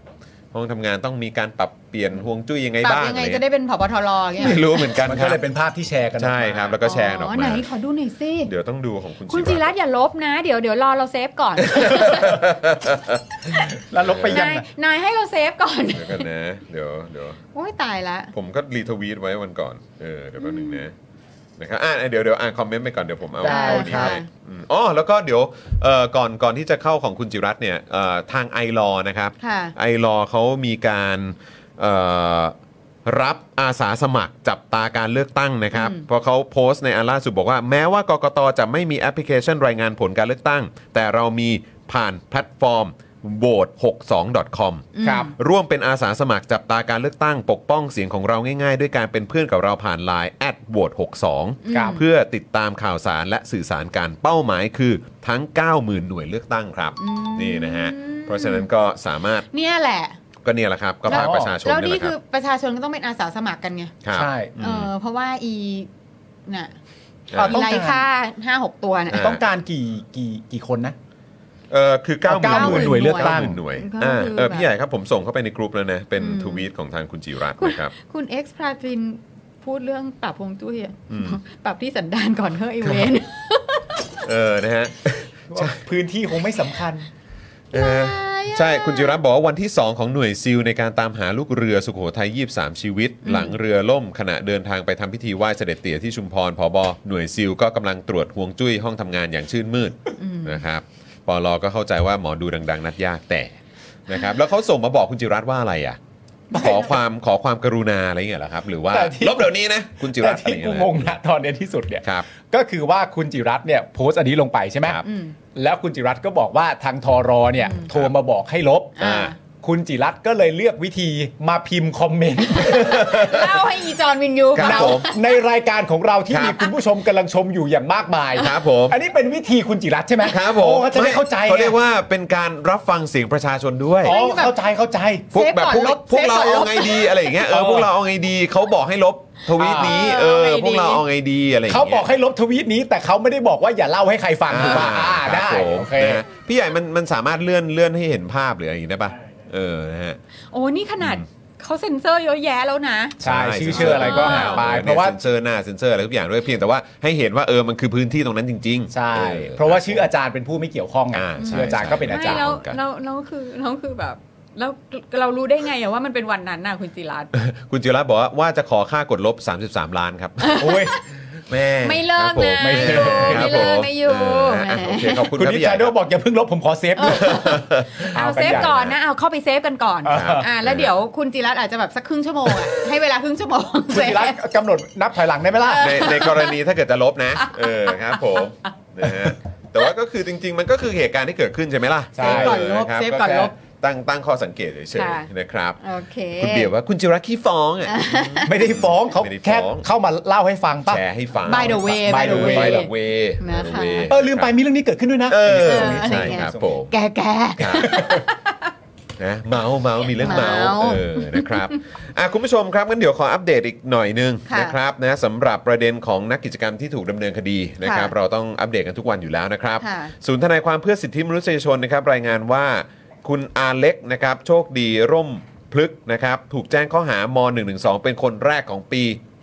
S1: ห้องทำงานต้องมีการปรับเปลี่ยนห่วงจุ้ยยังไง
S3: ปรับ
S1: บ้าง
S3: ยังไง
S1: อร
S3: จะได้เป็นผบทรเงี้ย
S1: ไม่รู้เหมือนกัน
S2: มัน
S1: ค
S2: ก็
S1: รับ
S2: เลยเป็นภาพที่แชร์กันออกมา
S1: ใช่ครับ แล้วก็แชร์กันออก
S3: ไหน
S1: มา
S3: ขอดูหน่อยสิ
S1: เดี๋ยวต้องดูของคุณ
S3: คุณจิรัตน์อย่าลบนะ เดี๋ยวเดี๋ยวรอเราเซฟก่อน
S2: แล้วลบไปยัง
S3: นาย
S2: อะ
S3: นายให้เราเซฟก่อน
S1: เดี๋ยวกันนะ เดี๋ยวเดี๋ยว
S3: โอ้ยตายละ
S1: ผมก็รีทวีตไว้วันก่อน เออ เดี๋ยวแป๊บนึงนะ นะครับ อ่ะเดี๋ยวเดี๋ยวอ่านคอมเมนต์ไปก่อน เดี๋ยวผมเอา
S3: ได้
S1: เอานี้
S3: ค่ะ
S1: ให้อืมอ๋อ แล้วก็เดี๋ยวเอ่อก่อน ก่อนที่จะเข้าของคุณจิรัตน์เนี่ยเอ่อทางไอรอนะครับ
S3: ค่ะ
S1: ไอรอเขามีการเอ่อรับอาสาสมัครจับตาการเลือกตั้งนะครับ
S3: อืม
S1: เพราะเขาโพสต์ในอันล่าสุดบอกว่า แม้ว่ากกตจะไม่มีแอปพลิเคชันรายงานผลการเลือกตั้ง แต่เรามีผ่านแพลตฟอร์ม vote62.com
S2: ครับ
S1: ร่วมเป็นอาสาสมัครจับตาการเลือกตั้งปกป้องเสียงของเราง่ายๆ ด้วยการเป็นเพื่อนกับเราผ่าน Line แอดโหวต
S2: ครั
S1: 62
S2: บ
S1: เพื่อติดตามข่าวสารและสื่อสารการเป้าหมายคือทั้ง 90,000 หน่วยเลือกตั้งครับ นี่นะฮะเพราะฉะนั้นก็สามารถ
S3: เนี่ยแหละ
S1: ก็เนี่ยแหละครับ ก็ภาค
S2: แล้ว
S1: ประชาชน
S3: แล้ว
S1: เนี่ย
S3: นี่
S1: แหละค
S3: คื
S1: รั
S3: อบประชาชนก็ต้องเป็นอาสาสมัครกันไง
S1: ครับ
S2: ใช่
S1: อื
S3: เอ
S1: ม
S3: อ เพราะว่าอีน่ะ
S1: อ่า
S3: อีไรค่าห้าหกตัวน่ะ
S2: ต้องการกี่กี่กี่คนนะ
S1: เออคือ9ก้า
S2: เก้าหมื่นหน่วยเลือกตั้ง
S1: หมื่นหน่วย
S3: ก็
S1: อ่า
S3: คือ
S1: เออ
S3: แบบ
S1: พี่ใหญ่ครับผมส่งเข้าไปในกลุ่มแล้วนะ เป็น
S3: อืม
S1: ทวีตของทางคุณจิรัตน์นะครับ
S3: คุณเอ็กซ์พลาตินพูดเรื่องปรับฮวงจุ้ยอะ
S1: อืม
S3: ปรับที่สันดานก่อนเฮ้ยไอ้เวน
S1: เออนะฮะ
S2: พื้นที่คงไม่สำคัญ
S1: เออใช่คุณจิรัตน์บอกว่าวันที่ 2 ของหน่วยซิลในการตามหาลูกเรือสุโขทัย23 ชีวิต หลังเรือล่มขณะเดินทางไปทำพิธีไหว้เสด็จเตี่ยที่ชุมพรพบหน่วยซิลก็กำลังตรวจห่วงจุ้ยห้องทำงานอย่างชื่นมืดนะครับปลก็เข้าใจว่าหมอดูดัง ๆ นัดยากแต่นะครับแล้วเขาส่งมาบอกคุณจิรัตน์ว่าอะไรอ่ะ ขอความขอความกรุณาอะไรอย่างเงี้ยเหรอครับ หรือว่า
S2: แต่ที่
S1: ลบเดี๋ยวนี้นะคุณจิ
S2: แต่
S1: รัตน์อะไร
S2: ที่
S1: อย่าง
S2: กู
S1: เงี้ย
S2: ง
S1: นะ
S2: งนะตอนเนี้ยที่สุดเนี่ย
S1: ครับ
S2: ก็คือว่าคุณจิรัตน์เนี่ยโพสต์อันนี้ลงไปใช่ไหม
S1: ครับ
S3: อืม
S2: แล้วคุณจิรัตน์ก็บอกว่าทางทอรอเนี่ย
S3: อืม
S2: โทรมาบอกให้ลบ
S3: อ่า
S2: คุณจิรัตน์ก็เลยเลือกวิธีมาพิมพ์คอมเมนต์
S3: เล่าให้อีจอนวินยู
S1: ครั
S3: ฟั
S1: บ
S3: ง
S1: ผม
S2: ในรายการของเราที่
S1: ครับ
S2: มีคุณผู้ชมกำลังชมอยู่อย่างมากมาย
S1: ครับผม
S2: อันนี้เป็นวิธีคุณจิรัตน์ใช่ไหม
S1: ครับผม
S2: โอ้เขาจะได้เข้าใจ
S1: เขาเรียกว่าเป็นการรับฟังเสียงประชาชนด้วย
S2: อ๋อเข้าใจเข้าใจ
S1: พวก
S3: เซฟ
S1: แบบ
S3: ก่
S1: พว
S3: อน
S1: ก
S3: ลบ
S1: พวกเรา
S3: เซฟก่อนลบ
S1: เอาไงดีอะไรอย่างเงี้ยเอ
S2: เอ
S1: อ
S2: อ
S1: พวกเราเอาไงดีเขาบอกให้ลบทวีตนี้
S3: อ่า
S1: เออ
S3: เอาไงดี
S1: พวกเราเอาไงดีอะไรอย่าง
S2: เขา
S1: เงี้ย
S2: บอกให้ลบทวีตนี้ แต่เขาไม่ได้บอกว่าอย่าเล่าให้ใครฟังถูกป่ะอ่า
S1: ครับ
S2: ได้
S1: ผม
S2: โอเค
S1: นะฮะพี่ใหญ่มันมันสามารถเลื่อนเลื่อนให้เห็นภาพหรืออะไรอย่างงี้ได้ปะเออนะฮะ
S3: โอ้นี่ขนาด เขาเซ็นเซอร์เยอะแยะแล้วนะ
S2: ใช่ชื่อเชื่ออะไรก็หาไป
S1: ออ
S2: เพราะว่า
S1: เซ็นเซอร์หน้าเซ็นเซอร์อะไรทุกอย่างด้วยเพียงแต่ว่าให้เห็นว่าเออมันคือพื้นที่ตรงนั้นจริงๆ
S2: ใช่
S1: ออ
S2: เพราะว่าชื่ออาจารย์เป็นผู้ไม่เกี่ยวข้องไง
S1: อ่าใช่
S2: ชื่ออาจารย์ก็เป็นอาจาร
S3: ไม่
S2: ย์
S3: แล้ว
S1: เหมือนกัน
S3: แล้วแล้วคือแล้วคือแบบ แล้วเรารู้ได้ไงอะว่ามันเป็นวันนั้นน่ะคุณจิรัตน์
S1: คุณจิรัตน์บอกว่าว่าจะขอค่ากดลบ 33 ล้าน ครับ
S2: โอ้ย
S1: แม่
S3: ไม่เลิ
S1: ค
S3: ก
S1: รับผม
S3: นะ
S1: ไม่เลิกค
S3: ไม่
S1: รับ
S3: เลิ
S1: ผ
S3: ก
S1: ม
S3: ไม่อยู่
S1: เอออ่ะ
S3: แหม
S1: โอเคขอบคุณ
S2: คุณ
S1: ครับ
S2: นิ
S1: พี่ให
S2: ชา
S1: ญ่
S2: โดบอกอย่าเพิ่งลบผมขอเซฟด้วย
S3: เอา
S2: เอากัน
S3: เซฟ
S2: ใหญ่
S3: ก่อนนะเอาเข้าไปเซฟกันก่อน
S2: อ่า
S3: อ่าแล้วเดี๋ยวคุณจิรัตน์อาจจะแบบสักครึ่งชั่วโมงอะให้เวลาครึ่งชั่วโมง
S2: คุณจิรัตน์กำหนดนับถอยหลังได้ไหมล่ะ
S1: ในในกรณีถ้าเกิดจะลบนะ เออครับผมนะฮะแต่ว่าก็คือจริง ๆ มันก็คือเหตุการณ์ที่เกิดขึ้นใช่ไหมล่ะ
S2: ใช่
S3: ก่อนลบ
S1: ะครั
S3: เซฟก่อนลบ
S1: แค่ตั้งตั้งข้อสังเกตเฉย
S3: ค่ะ
S1: ๆนะครับ
S3: โอเค
S1: คุณเบียร์ว่าคุณจิรัตน์ขี้ฟ้องอ่ะ
S2: ไม่ได้ฟ้องเขา
S1: ไม่ได้ฟ้อง
S2: แค่เข้ามาเล่าให้ฟังป่ะ
S1: แชร์ให้ฟัง
S3: By the way
S2: by the way
S1: by the way
S3: นะคะ
S2: เออลืมไปมีเรื่องนี้เกิดขึ้นด้วยนะ
S1: เออ
S3: เออ
S1: ใช่
S3: อะไรเงี้ย
S1: ครับผม
S3: แกแก
S1: ครับนะเมาส์เมาส์มีเรื่องเมาส์
S3: เมาส์
S1: เออนะครับอ่ะคุณผู้ชมครับงั้นเดี๋ยวขออัปเดตอีกหน่อยนึง
S3: ค่ะ
S1: นะครับนะสำหรับประเด็นของนักกิจกรรมที่ถูกดำเนินคดีนะครับ
S3: ค่ะ
S1: เราต้องอัปเดตกันทุกวันอยู่แล้วนะครับ
S3: ค่ะ
S1: ศูนย์ทนายความเพื่อสิทธิมนุษยชนนะครับรายงานว่าคุณอาเล็กนะครับโชคดีร่มพลึกนะครับถูกแจ้งข้อหาม .112 เป็นคนแรกของปี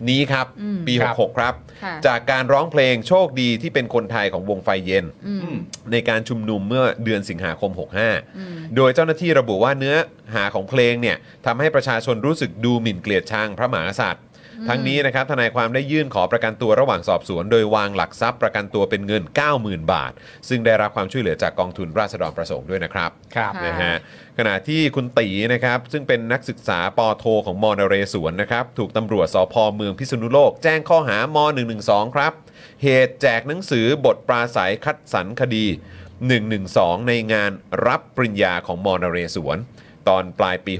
S1: นี้ครับ
S3: อืม
S1: ปี
S2: ครับ
S1: 66 ครับ
S3: ค่ะ
S1: จากการร้องเพลงโชคดีที่เป็นคนไทยของวงไฟเย็น
S3: อืม
S1: ในการชุมนุมเมื่อเดือนสิงหาคม
S3: อืม
S1: 65 โดยเจ้าหน้าที่ระบุว่าเนื้อหาของเพลงเนี่ยทำให้ประชาชนรู้สึกดูหมิ่นเกลียดชังพระมหากษัตริย์ ทั้งนี้นะครับทนายความได้ยื่นขอประกันตัวระหว่างสอบสวน โดยวางหลักทรัพย์ประกันตัวเป็นเงิน 90,000 บาท ซึ่งได้รับความช่วยเหลือจากกองทุนราษฎรประสงค์ด้วยนะครับ
S2: ครับ
S3: ค่ะ
S1: นะฮะขณะที่คุณตีนะครับซึ่งเป็นนักศึกษาปอโทของมอนเรสวนนะครับถูกตำรวจสพเมืองพิษณุโลก แจ้งข้อหาม112 ครับ เหตุแจกหนังสือบทปราศัยคัดสรรคดี 112 ในงานรับปริญญาของมอนเรสวน ตอนปลายปี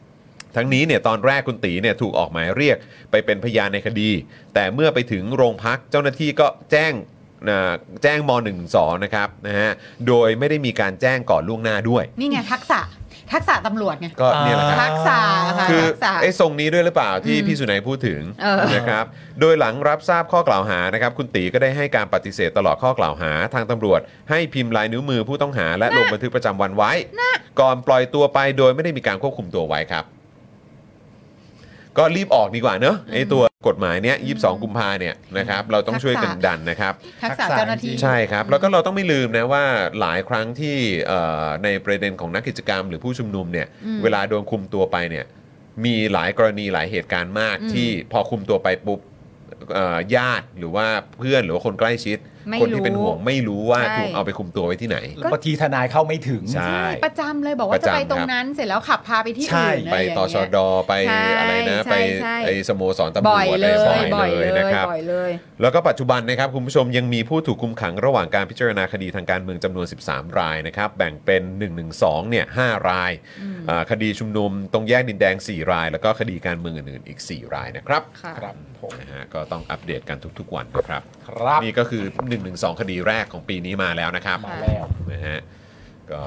S1: 64 ทั้งนี้เนี่ยตอนแรกคุณตีเนี่ยถูกออกหมายเรียกไปเป็นพยานในคดี แต่เมื่อไปถึงโรงพักเจ้าหน้าที่ก็แจ้งเอ่อแจ้งม .12 นะครับนะฮะโดยไม่ได้มีการแจ้งก่อนล่วงหน้าด้วย
S3: นี่ไงทักษะ ทักษะตำรวจไง
S1: ก็เนี่ยแหละครับ
S3: ทักษะค่ะ
S1: คือ
S3: ทักษะ
S1: ไอ้ทรงนี้ด้วยหรือเปล่าที่
S3: อืม
S1: พี่สุนัยพูดถึง
S3: เออ
S1: นะครับโดยหลังรับทราบข้อกล่าวหานะครับคุณตีก็ได้ให้การปฏิเสธตลอดข้อกล่าวหา ทางตำรวจ ให้พิมพ์ลายนิ้วมือผู้ต้องหา และลงบันทึกประจำวันไว้ ก่อนปล่อยตัวไปโดยไม่ได้มีการควบคุมตัวไว้ครับ ก็รีบออกดีกว่าเนอะไอ้ตัวกฎหมายเนี้ย22 กุมภาเนี่ยนะครับเราต้องช่วยกันดันนะครับ
S3: ทักษะ
S2: ทักษะ
S3: เจ้าหน้าที่
S1: ใช่ครับ แล้วก็เราต้องไม่ลืมนะว่าหลายครั้งที่เอ่อในประเด็นของนักกิจกรรมหรือผู้ชุมนุมเนี่ย
S3: อืม
S1: เวลาโดนคุมตัวไปเนี่ยมีหลายกรณีหลายเหตุการณ์มาก
S3: อืม
S1: ที่พอคุมตัวไปปุ๊บเอ่อญาติหรือว่าเพื่อนหรือว่าคนใกล้ชิด
S3: ไม่
S1: คนที่เป็นห่วงไม่รู้ว่า
S3: ใช่
S1: ถูกเอาไปคุมตัวไว้ที่ไหน
S3: ก็
S2: บางทีทนายเข้าไม่ถึง
S1: ใช่
S3: ใช่ประจำเลยบอก
S1: ป
S3: ว่า
S1: ระ
S3: จะ
S1: จำ
S3: ไปตร
S1: ค
S3: ง
S1: รับ
S3: นั้นเสร็จแล้วขับพาไปที่
S2: ใช่
S3: อื่น
S1: ไป
S3: เลย
S1: ต่อช
S3: ย่าง
S1: ด
S3: เงี้ย
S1: ไป
S3: ใช่
S1: อะไรนะ
S3: ใช่
S1: ไป
S3: ใช่
S1: ไอสโมสรตำรวจ
S3: บ่อยเลย
S1: ะไร
S3: บ่อยเลย
S1: นะครับ
S3: บ่อยเลย
S1: แล้วก็ปัจจุบันนะครับคุณผู้ชมยังมีผู้ถูกคุมขังระหว่างการพิจารณาคดีทางการเมืองจำนวน 13 รายนะครับแบ่งเป็น 112เนี่ย5รายอ่าคดีชุมนุมตรงแยกดินแดง 4 ราย แล้วก็คดีการเมืองอื่นๆอีก 4 รายนะครับ
S3: ค่ะ
S2: ครับผม
S1: นะฮะก็ต้องอัปเดตกันทุกๆวันนะครับ
S2: ครับ
S1: นี่ก็คือ 112 คดีแรกของปีนี้มาแล้วนะครับ
S2: มาแล้ว
S1: นะฮะก็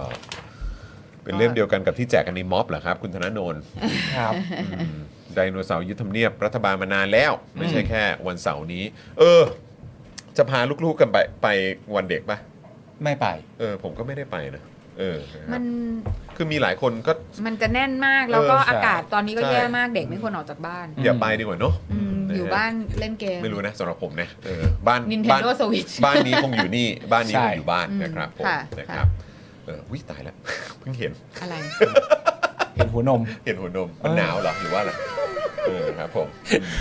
S1: เป็นเล่มเดียวกันกับที่แจกกันในม็อบเหรอครับ คุณธนาโนน
S2: ครับ
S1: ไดโนเสาร์ยึดทำเนียบรัฐบาลมานานแล้ว ไม่ใช่แค่วันเสาร์นี้ เออ จะพาลูกๆกันไปไปวันเด็กปะ
S2: ไม่ไป
S1: เออ ผมก็ไม่ได้ไปนะเออนะครับ
S3: มัน
S1: คือมีหลายคนก็
S3: มันจะแน่นมากแล้วก็
S1: เออใช่
S3: อากาศตอนนี้ก็
S1: ใช่
S3: แย่มากเด็กไม่ควรออกจากบ้าน
S1: อย่าไปดีกว่าเนอะ
S3: อืม
S1: ะฮะ
S3: อยู่บ้านเล่นเกม
S1: ไม่รู้นะสำหรับผมนะเออบ้านบ้าน
S3: Nintendo Switch
S1: บ้านนี้คงอยู่นี่ บ้านนี้
S2: ใช่
S1: คงอยู่บ้าน
S3: อืม
S1: นะครับผม
S3: ค่ะ
S1: นะครับ
S3: ค่ะ
S1: เออวิตายแล้ว เพิ่งเห็น
S3: อะไร
S2: เห็นหัวนม
S1: เห็นหัวนมมันหนาวเหรอหรือว่าอะไรเออครับผม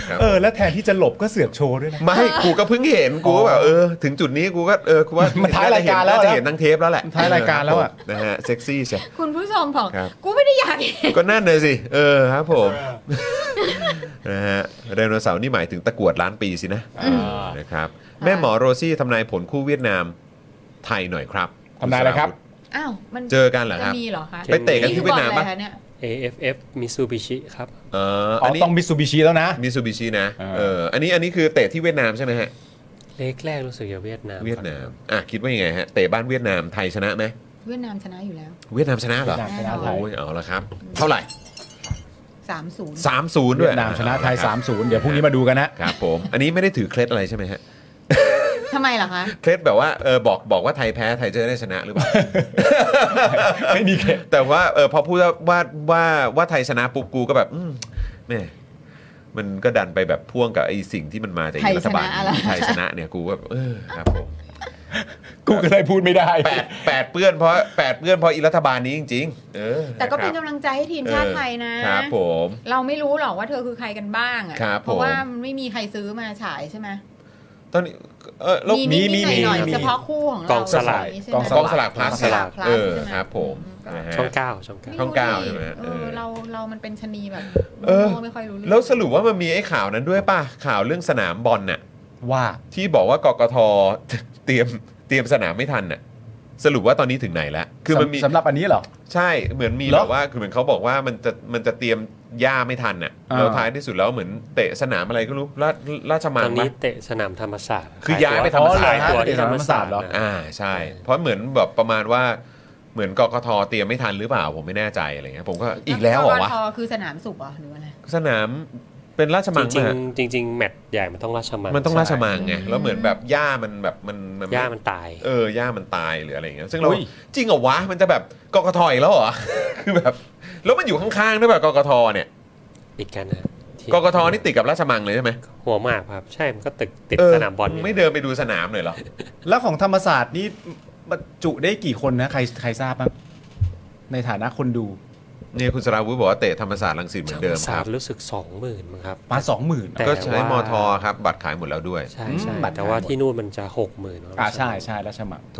S1: ครับ
S2: เออ แล้วแทนที่จะหลบก็เสือกโชว์ด้วยนะ
S1: ไม่ กูก็เพิ่งเห็น กูก็แบบเออ ถึงจุดนี้กูก็เออ กูว่า
S2: มั
S1: มัน
S2: ท้ายรายการแล้ว
S1: จะเห็นทั้งเทปแล้วแหละ
S2: ท้ายรายการแล้วอะ
S1: เนะฮะ เซ็กซี่ใช่
S3: คุณผู้ชมบอก
S1: ครับ
S3: กูไม่ได้อยากเห็น
S1: ก็นั่นเลยสิ เออครับผม นะฮะไดโนเสาร์นี่หมายถึงตะกรวดล้านปีสินะนะครับ แม่หมอโรซี่ทำนายผลคู่เวียดนามไทยหน่อยครับ
S2: ทำนายอะไรครับ
S3: อ้าวมัน
S1: เจอกันเหรอ
S3: จะ
S1: ครับ
S3: มีเหรอคะ
S1: ไปเตะกันที่เวียดนามปะ
S3: บอลอะไรคเนี่ย
S5: AFF Mitsubishi ครับ
S1: เออ
S2: อ๋
S1: อั
S2: อน
S1: นี้
S2: ต้องมิซูบิชิแล้วนะ
S1: มิซูบิชินะ
S2: อ่า
S1: เออ อันนี้อันนี้คือเตะที่เวียดนามใช่ไหมฮะ
S5: เลขแรกรู้สึกจะเวียดนาม
S1: เวียดนาม อ่ะคิดว่ายังไงฮะ เตะบ้านเวียดนามไทยชนะไหม
S3: เวียดนามชนะอยู่แล้ว
S1: เวียดนามชนะเหรอ
S2: เวียดนามชนะไทย
S1: โอ้ยเอาละครับ เท่าไหร่
S3: สามศูนย์
S1: สามศูนย์ด้วย
S2: เวียดนามชนะไทย
S1: อ่ครับ
S2: 3-0 เดี๋ยวพรุ่งนี้มาดูกันนะ
S1: ครับผม อันนี้ไม่ได้ถือเคล็ดอะไรใช่ไหมฮะ
S3: ทำไมเหรอคะ
S1: เคล็ดแบบว่าเออบอกบอกว่าไทยแพ้ไทยเจอได้ชนะห รือเปล่า
S2: ไม่มีเคล็ด
S1: แต่ว่าเออพอพูดว่าว่าว่าว่าไทยชนะปุ๊บกูก็แบบอืมแม่มันก็ดันไปแบบพ่วงกับไอ้สิ่งที่มันมาจาก
S3: ไทย
S1: รัฐบาล
S3: ชนะอะไร
S1: ไทยชนะเนี่ยกูแบบเออครับผม
S2: กูก็เลยพูดไม่ได้
S1: แปดแปดเปื้อนเพราะแปดเปื้อนเพราะอีรัฐบาลนี้จริง ๆ เออ
S3: แต่ก็เป็
S1: ะ
S3: น
S1: ค
S3: กำ
S1: รับ
S3: ลังใจให้ทีมชาติไทยนะ
S1: เออครับผม
S3: เราไม่รู้หรอกว่าเธอคือใครกันบ้างอะ
S1: ครับ
S3: เพราะว่า
S1: ผม
S3: มันไม่มีใครซื้อมาฉายใช่ไหม
S1: ตอนนี้เออแล้ว
S3: มี
S2: มี
S3: นิดๆหน่อย
S2: มี
S3: ๆเฉพาะคู่ของ
S5: ก
S3: เรา
S5: องสลาก
S3: ใช่
S2: ก
S3: ไหม
S2: อง
S1: กองสลากพลัส
S3: กองสลาก plus
S1: เออ
S3: ใช่ไหม
S1: ครับผมนะฮะ
S5: ช่องเก้าช่องเก้า
S1: ช่องเก้าใช่ไหม
S3: เอ
S1: เอ
S3: อ
S1: อ
S3: เราเรามันเป็นชะนีแบบ
S1: เออ
S3: โง่ไม่ค่อยรู้เรื่อง
S1: แล้วสรุปว่ามันมีไอ้ข่าวนั้นด้วยป่ะ ข่าวเรื่องสนามบอลน่ะ
S2: ว่า
S1: ที่บอกว่ากกท เตรียมเตรียมสนามไม่ทันน่ะสรุปว่าตอนนี้ถึงไหนแล้วคือมันมี
S2: สำสำหรับอันนี้เหรอ
S1: ใช่เหมือนมี
S2: เหร
S1: แบ
S2: อบ
S1: ว่าคือเหมือนเขาบอกว่ามันจะมันจะเตรียมหญ้าไม่ทันน่ะ
S2: อ่า
S1: แล้วท้ายที่สุดแล้วเหมือนเตะสนามอะไรก็รู้ราชราชมั
S5: ต
S1: ง
S5: อน
S1: มั้
S5: นี้
S1: ย
S5: เตะสนามธรรมศาสตร์
S1: คือย้ายไปธรรมศาสตร์
S5: ขยตัวที่ธรรมศาสตร์
S2: เหรอ
S5: นะ
S1: อ่าใช่ เพราะเหมือนแบบประมาณว่าเหมือนกกทเตรียมไม่ทันหรือเปล่าผมไม่แน่ใจอะไรเงี้ยผมก็อีกแล้วเหรอวะ
S3: ทคือสนามสุขเหรอหรืออะไร
S1: สนามเป็นราชมัง
S5: จริง
S1: นะ
S5: ๆจริงๆแมตช์ใหญ่มันต้องราชมัง
S1: มันต้องราชมังไง
S3: ใช่
S1: แล้วเหมือนแบบหญ้ามันแบบมันมัน
S5: ย่ามันตาย
S1: เออหญ้ามันตายหรืออะไรอย่างเงี้ยซึ่งเรา
S2: อุ้ย
S1: จริงเหรอวะมันจะแบบกกทอีกแล้วเหรอ คือแบบแล้วมันอยู่ข้างๆด้วยแบบกกทเนี่ย
S5: ติดกันนะที่
S1: กกทนี่ติดกับราชมังเลยใช่ไหม
S5: หัวหมากครับ ใช่มันก็ตึกติด
S1: เออ
S5: สนามบอล
S1: ไม่เดินไปดูสนามเลยเหรอ
S2: แล้วของธรรมศาสตร์นี่บรรจุได้กี่คนนะ ใครใครทราบบ้างในฐานะคนดู
S1: เนี่ยคุณสราวุธบอกว่าเตะธรรมศาสตร์ลังสิตเหมือนเดิม
S5: ธรร
S1: ค
S5: ศาส
S1: รั
S5: ต
S1: บ
S5: ร์รู้สึกสองหมื่นมั้งครับ
S2: มาสองหมื่น
S5: แต่
S1: ก็ใช้
S5: ว่าม ม
S1: ทครับบัตรขายหมดแล้วด้วย
S5: ใช่
S2: อืม
S5: ใช่
S2: บัตร
S5: แต่ว่า
S2: ขายหมด
S5: ที่นู่นมันจะหกหมื่น
S2: อ่าใช่ใช่ราชมัง
S1: โถ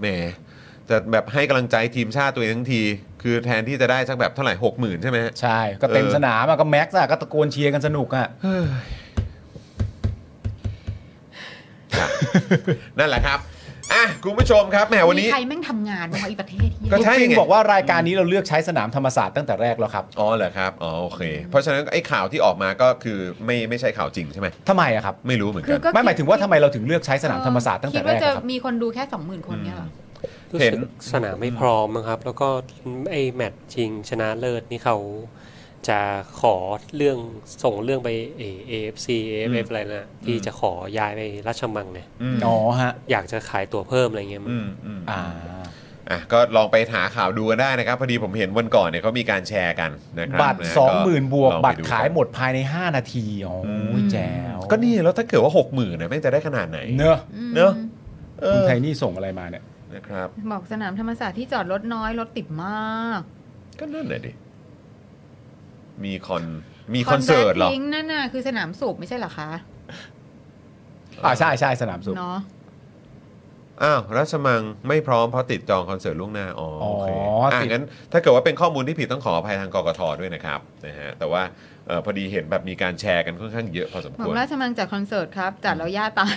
S1: แหมแต่แบบให้กำลังใจทีมชาติตัวเองทั้งที คือแทนที่จะได้สักแบบเท่าไหร่หกหมื่นใช่ไหมฮะ
S2: ใช่ ก็เต็ม
S1: เออ
S2: สนามอะก็แม็กซ์อะก็ตะโกนเชียร์กันสนุกอะ
S1: นั่นแหละครับอ่ะคุณผู้ชมครับแหมวันนี้
S3: มีใครแม่งทำงานบ้างวะอีประเทศเหี้ย
S1: ก็ ใช่
S2: ใช่
S1: ไง
S2: จริงบอกว่ารายการนี้เราเลือกใช้สนามธรรมศาสตร์ตั้งแต่แรกแล้วครับ
S1: อ๋อเหรอครับ อ๋อโอเค เพราะฉะนั้นไอ้ข่าวที่ออกมาก็คือไม่ไม่ใช่ข่าวจริงใช่ไหม
S2: ทำไมอะครับ
S1: ไม่รู้เหมือน
S3: คื
S1: กั
S3: อน ก็
S2: ไม่หมายถึงว่าทำไมเราถึงเลือกใช้สนามธรรมศาสตร์ตั้งแต่
S3: คิด
S2: แร
S3: ว่ากจะ
S2: อะครับ
S3: มีคนดูแค่สองหมื่นคนเนี่ยเหรอ
S5: รู้
S1: เห็
S5: สึ
S1: น
S5: กสนามไม่พร้อมมั้งครับ แล้วก็ไอ้แมตช์ชิงชนะเลิศนี่เขาจะขอเรื่องส่งเรื่องไปเอเอฟซีเอฟเอฟอะไรนะที่จะขอย้ายไปราชมังเนี่ย
S1: อืม
S2: อ๋อฮะ
S5: อยากจะขายตัวเพิ่มอะไรเงี้ยมั้ง
S1: อืมอืม
S2: อ่า
S1: อ่ะก็ลองไปหาข่าวดูกันได้นะครับ พอดีผมเห็นวันก่อนเนี่ยเขามีการแชร์กันนะครั
S2: บัตร
S1: นะก็
S2: 20,000 บวก
S1: ลอง
S2: บัต
S1: ไป
S2: ร
S1: ดู
S2: ขายหมดภายใน 5 นาทีอ๋ออ
S3: ม
S2: แจ๋ว
S1: ก็นี่แล้วถ้าเกิดว่า 6 0,000เนี่ยแม่งจะได้ขนาดไหน
S2: เนอะ
S3: อืม
S1: เนอะ เอ
S2: คุณ
S1: อ
S2: ไทยนี่ส่งอะไรมาเนี่ย
S1: นะครับ
S3: บอกสนามธรรมศาสตร์ที่จอดรถน้อยรถติดมาก
S1: ก็นั่นแหละดิ มีคอนมีคอนเสิร์ตเหรอ
S3: แบ็คพิงค์นั่นน่ะคือสนามสูบไม่ใช่เหรอคะ
S2: อ่าใช่ใช่สนามสุข
S3: เนาะ
S1: อ้าวราชมังไม่พร้อมเพราะติดจองคอนเสิร์ตล่วงหน้า อ๋อโอเค
S2: อ๋ออ่
S1: อ่า
S2: ติด
S1: งั้นถ้าเกิดว่าเป็นข้อมูลที่ผิดต้องขออภัยทางกกทด้วยนะครับนะฮะแต่ว่าเอ่อพอดีเห็นแบบมีการแชร์กันค่อนข้างเยอะพอสม
S3: บอ
S1: ค
S3: ก
S1: วร
S3: ราชมังจัดคอนเสิร์ตครับจัดแล้วย่าตาย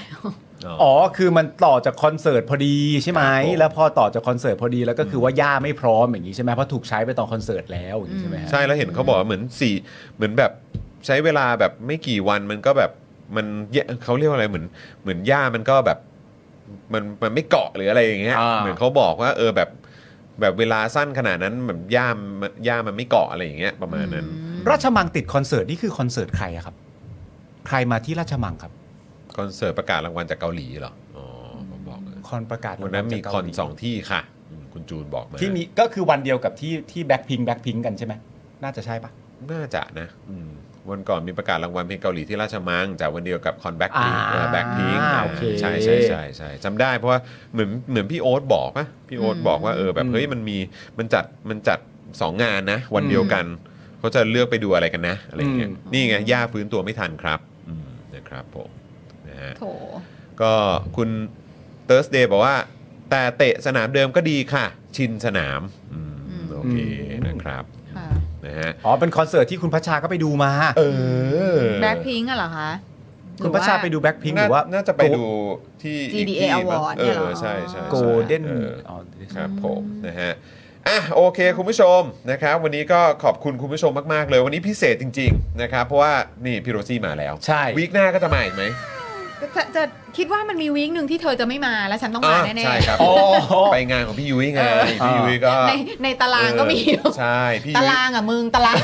S2: อ๋อ คือมันต่อจากคอนเสิร์ตพอดีใช่ไหม
S1: ครับผม
S2: แล้วพอต่อจากคอนเสิร์ตพอดีแล้วก็คือว่าย่าไม่พร้อมอย่างนี้ใช่ไหมเพราะถูกใช้ไปตอนคอนเสิร์ตแล้วอย่างนี้ใช่ไหมฮะ
S1: ใช่แล้วเห็นเขาบอกว่าเหมือนสี่เหมือนแบบใช้เวลาแบบไม่กี่วันมันก็แบบมันแยเขาเรียกว่าอะไรเหมือนเหมือนหญ้ามันก็แบบมันมันไม่เกาะหรืออะไรอย่างเงี้ย
S2: า
S1: เหมือนเขาบอกว่า เออแบบแบบเวลาสั้นขนาดนั้นแบบหญ้ามันหญ้ามันไม่เกาะอะไรอย่างเงี้ยประมาณนั้น
S2: ราชมังติดคอนเสิร์ตนี่คือคอนเสิร์ตใครอะครับ ใครมาที่ราชมังครับ
S1: คอนเสิร์ตประกาศรางวัลจากเกาหลีเหรอ อ๋อผมบอกเลย
S2: คอนประกาศ
S1: วันนั้นมี
S2: จาก
S1: ค
S2: เกา
S1: อน
S2: หลี
S1: สองที่ค่ะอืมคุณจูนบอกมา
S2: ที่มีก็คือวันเดียวกับที่ที่แบ็คพิงแบ็คพิงกันใช่ไหมน่าจะใช่ปะ
S1: น่าจะนะอืมวันก่อนมีประกาศรางวัลเพลงเกาหลีที่ราชมังจากวันเดียวกับคอนแบ็คพิงแบ็คพิง
S2: อ่าโอเค
S1: ใช่ใช่ใช่ใช่จำได้เพราะว่าเหมือนเหมือนพี่โอ๊ตบอกปะพี่โอ๊ต
S3: อืม
S1: บอกว่าเออแบบเฮ้ยมันมีมันจัดมันจัดสองงานนะ วันเดียวกันเขาจะเลือกไปดูอะไรกันนะอะไรอย่างเงี้ยนี่ไงย่าฟื้นตัวไม่ทันครับอืมนะครับผมนะฮะ
S3: โถ
S1: ก็คุณเ u ิร์สเดย์บอกว่า แต่เตะสนามเดิมก็ดีค่ะ ชินสนามอืม
S3: อืม
S1: โอเคนะครับ
S3: ค่ะ
S1: นะฮะ
S2: อ๋อเป็นคอนเสิร์ตที่คุณพัชชาก็ไปดูมา
S1: เออ
S3: แบ็คพิงค์อะเหรอคะ
S2: คุณพัชชา
S3: หรือว่
S2: ไปดูแบ็คพิงหรือว่า
S1: น่าจะไปดูที่
S3: GDA
S1: อีกที่
S3: Award
S1: เอ
S3: เนี่ย
S1: อ
S3: เหรอ
S1: ใช่ใช่ใช่
S2: โกลเด้น
S1: ออ
S2: อ๋อ
S1: ครับผมนะฮะอ่ะโอเคคุณผู้ชมนะครับวันนี้ก็ขอบคุณคุณผู้ชมมากๆเลย วันนี้พิเศษจริง ๆ นะครับ เพราะว่านี่พี่โรซี่มาแล้ว
S2: ใช่
S1: วีคหน้าก็จะมาอีกไหม
S3: ก็ จะจะคิดว่ามันมีวีคหนึ่งที่เธอจะไม่มาแล้วฉันต้องมา
S1: อ่ะ
S3: แน่
S1: ใช่ครับ
S2: อ๋อ
S1: ไปงานของพี่ยุ้ยไงพี่ยุ้ยก็
S3: ๆในในตารางก็มีอยู่
S1: เออใช่พี่ยุ้
S3: ตาย รางอ่ะมึงตาราง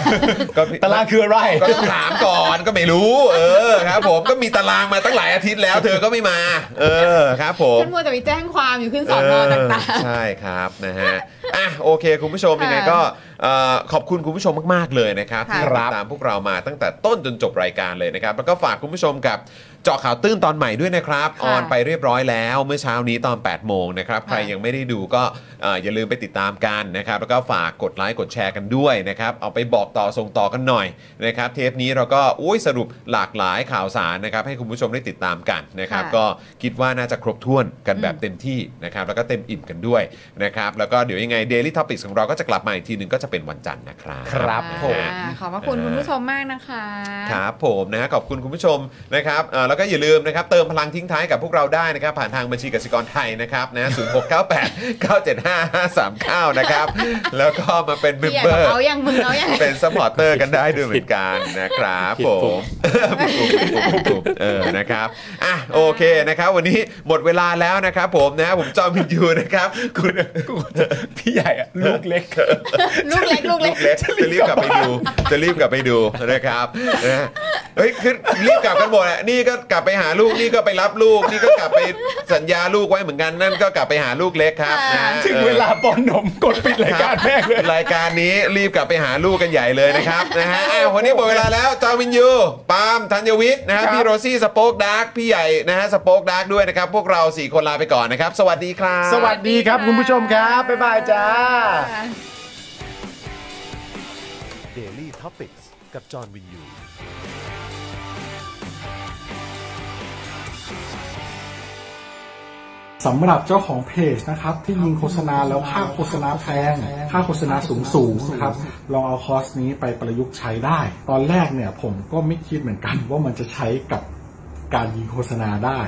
S1: ก็พี่
S2: ตารางคืออะไร
S1: ก็ต้องถามก่อนก็ไม่รู้ เออครับผมก็มีตารางมาตั้งหลายอาทิตย์แล้ว เธอก็ไม่มา เออครับผม
S3: ฉันมัวแต่ไปแจ้งความอยู่ขึ้นสอนอ
S1: เ
S3: ต่าง
S1: ใช่ครับนะฮะอ่ะโอเค คุณผู้ชมยังไงก็เอ่อขอบคุณคุณผู้ชมมาก ๆ เลยนะครับ
S3: ค่ะ
S1: ที่ติดตามพวกเรามาตั้งแต่ต้นจนจบรายการเลยนะครับ แล้วก็ฝากคุณผู้ชมกับเจาะข่าวตื้นตอนใหม่ด้วยนะครับ
S3: ค่ะ
S1: ออนไปเรียบร้อยแล้วเมื่อเช้านี้ตอน 8 โมงนะครับ
S3: ค่ะ
S1: ใครยังไม่ได้ดูก็เอ่ออย่าลืมไปติดตามกันนะครับแล้วก็ฝากกดไลค์กดแชร์กันด้วยนะครับเอาไปบอกต่อส่งต่อกันหน่อยนะครับเทปนี้เราก็อุ้ยสรุปหลากหลายข่าวสารนะครับให้คุณผู้ชมได้ติดตามกันนะครับ
S3: ค่ะ
S1: ก็คิดว่าน่าจะครบถ้วนกัน
S3: อืม
S1: แบบ เต็มที่นะครับแล้วก็เต็มอิ่มกันด้วยนะครับแล้วก็เดี๋ยวยังไง Daily Topics ของเราก็จะกลับมาอีกทีหนึ่งก็จะเป็นวันจันทร์นะครับ
S2: ค รับ
S3: ๆ
S2: ผม
S3: อ่าขอบพระคุณคุณผู้ชมมากนะคะ
S1: ครับผมนะฮะขอบคุณคุณผู้ชมนะครับเอ่อแล้วก็อย่าลืมนะครับเติมพลังทิ้งท้ายกับพวกเราได้นะครับผ่านทางบัญชีกสิกรไทยนะครับนะศูนย์หกเก้าแปดเก้าเจ็ดห้าห้าสามเก้านะครับแล้วก็มาเป็นเม
S3: พี่
S1: ม
S3: ใหญ่
S1: เบ
S3: บอก
S1: ร์
S3: เอายังมึงเอา ยัง
S1: เป็นสปอร์ตเตอร์กันได้ด้วยเหมือนกันนะครับ
S5: ผิด
S1: ผ
S5: ปุ่
S1: ม
S5: ม
S1: ปุ่มปุ่มปุ่ม ปุ่มเออนะครับอ่ะโอเคนะครับ วันนี้หมดเวลาแล้วนะครับ ผมนะผมจอมพินยูนะครับ คุณ
S2: พี่ใหญ่อะลูกเล็ก
S3: ลูกเล็กลูกเล็ก
S1: เล็กจะรีบกลับไปดู จะรีบกลับไปดูนะครับนะเฮ้ยคือรีบกลับกันหมดอะนี่ก็กลับไปหาลูกนี่ก็ไปรับลูก นี่ก็กลับไปสัญญาลูกไว้เหมือนกันนั่นก็กลับไปหาลูกเล็กครับนะ
S2: ถึงเวลาปอนนมกดปิดรายการแม่งเลย
S1: รายการนี้รีบกลับไปหาลูกกันใหญ่เลยนะครับ นะฮะอ้าววันนี้หมดเวลาแล้วจอมินยูปาล์มธัญวิทย์นะครั
S2: ค
S1: บ
S2: รับ
S1: พี่โรซี่สโป๊กดาร์กพี่ใหญ่นะฮะสโป๊กดาร์กด้วยนะครับ พวกเราสี่คนลาไปก่อนนะครับ สวัสดีครับ
S2: สวัสดีครับคุณผู้ชมครับ บ๊ายบายจ้า
S6: Daily Topics กับจอห์นวินยู
S7: สำหรับเจ้าของเพจนะครับ ที่ยิงโฆษณาแล้วค่าโฆษณาแพงค่าโฆษณาสูงสูงๆนะครับลองเอาคอร์สนี้ไปประยุกต์ใช้ได้ ตอนแรกเนี่ยผมก็ไม่คิดเหมือนกัน ว่ามันจะใช้กับการยิงโฆษณาได้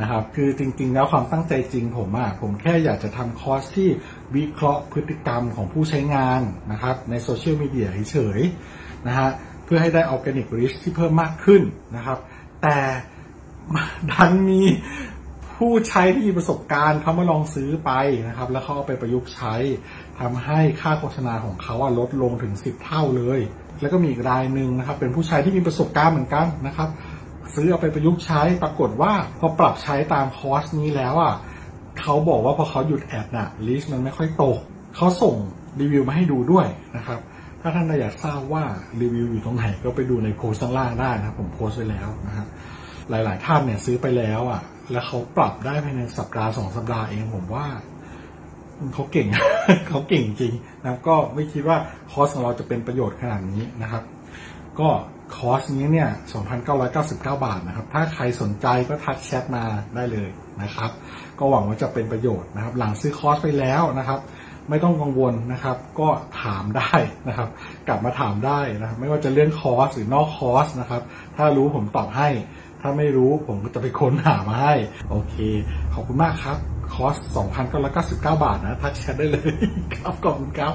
S7: นะครับ คือจริงๆ แล้วความตั้งใจจริงผมอะผมแค่อยากจะทำคอร์สที่วิเคราะห์พฤติกรรมของผู้ใช้งานนะครับในโซเชียลมีเดียเฉยๆนะฮะเพื่อให้ได้ออร์แกนิกริชที่เพิ่มมากขึ้นนะครับ แต่ ดันมีผู้ใช้ที่มีประสบการณ์เขามาลองซื้อไปนะครับ แล้วเขาเอาไปประยุกต์ใช้ทำให้ค่าโฆษณาของเขาอะลดลงถึง 10 เท่าเลย แล้วก็มีอีกรายหนึ่งนะครับ เป็นผู้ใช้ที่มีประสบการณ์เหมือนกันนะครับ ซื้อเอาไปประยุกต์ใช้ปรากฏว่าพอปรับใช้ตามคอร์สนี้แล้วอ่ะเขาบอกว่าพอเขาหยุดแอดน่ะลิสต์มันไม่ค่อยตกเขาส่งรีวิวมาให้ดูด้วยนะครับ ถ้าท่านอยากทราบว่ารีวิวอยู่ตรงไหนก็ไปดูในโพสต์ข้างล่างได้นะครับผมโพสต์ไว้แล้วนะครับ หลาย ๆ ท่านเนี่ยซื้อไปแล้วอ่ะ แล้วเขาปรับได้ภายในสัปดาห์สองสัปดาห์เองผมว่าเขาเก่ง เขาเก่งจริงนะครับก็ไม่คิดว่าคอร์สของเราจะเป็นประโยชน์ขนาดนี้นะครับ ก็คอร์สนี้เนี่ย 2,999 บาทนะครับ ถ้าใครสนใจก็ทักแชทมาได้เลยนะครับ ก็หวังว่าจะเป็นประโยชน์นะครับ หลังซื้อคอร์สไปแล้วนะครับ ไม่ต้องกังวลนะครับ ก็ถามได้นะครับ กลับมาถามได้นะครับไม่ว่าจะเรื่องคอร์สหรือนอกคอร์สนะครับ ถ้ารู้ผมตอบให้ ถ้าไม่รู้ผมก็จะไปค้นหามาให้ โอเค ขอบคุณมากครับ คอร์ส 2,999 บาทนะ ทักแชทได้เลย ครับ ขอบคุณครับ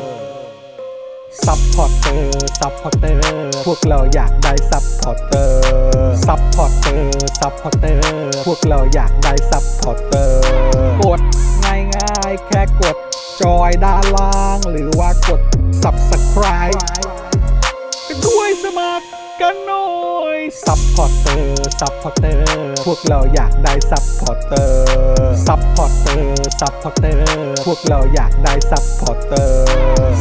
S8: ซัพพอร์เตอร์ ซัพพอร์เตอร์ พวกเราอยากได้ซัพพอร์เตอร์ ซัพพอร์เตอร์ ซัพพอร์เตอร์ พวกเราอยากได้ซัพพอร์เตอร์ กดง่ายง่ายๆแค่กด จอยด้านล่าง หรือว่ากด subscribe ก็ด้วยสมัครกันหน่อย ซัพพอร์เตอร์ ซัพพอร์เตอร์ พวกเราอยากได้ซัพพอร์เตอร์ ซัพพอร์เตอร์ ซัพพอร์เตอร์ พวกเราอยากได้ซัพพอร์เตอร์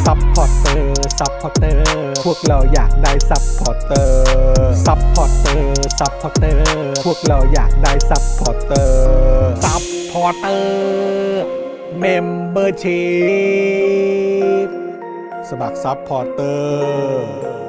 S8: ซัพพอร์เตอร์ ซัพพอร์เตอร์ พวกเราอยากได้ซัพพอร์เตอร์ ซัพพอร์เตอร์ ซัพพอร์เตอร์ พวกเราอยากได้ซัพพอร์เตอร์ ซัพพอร์เตอร์ เมมเบอร์ชีพสมัครซัพพอร์เตอร์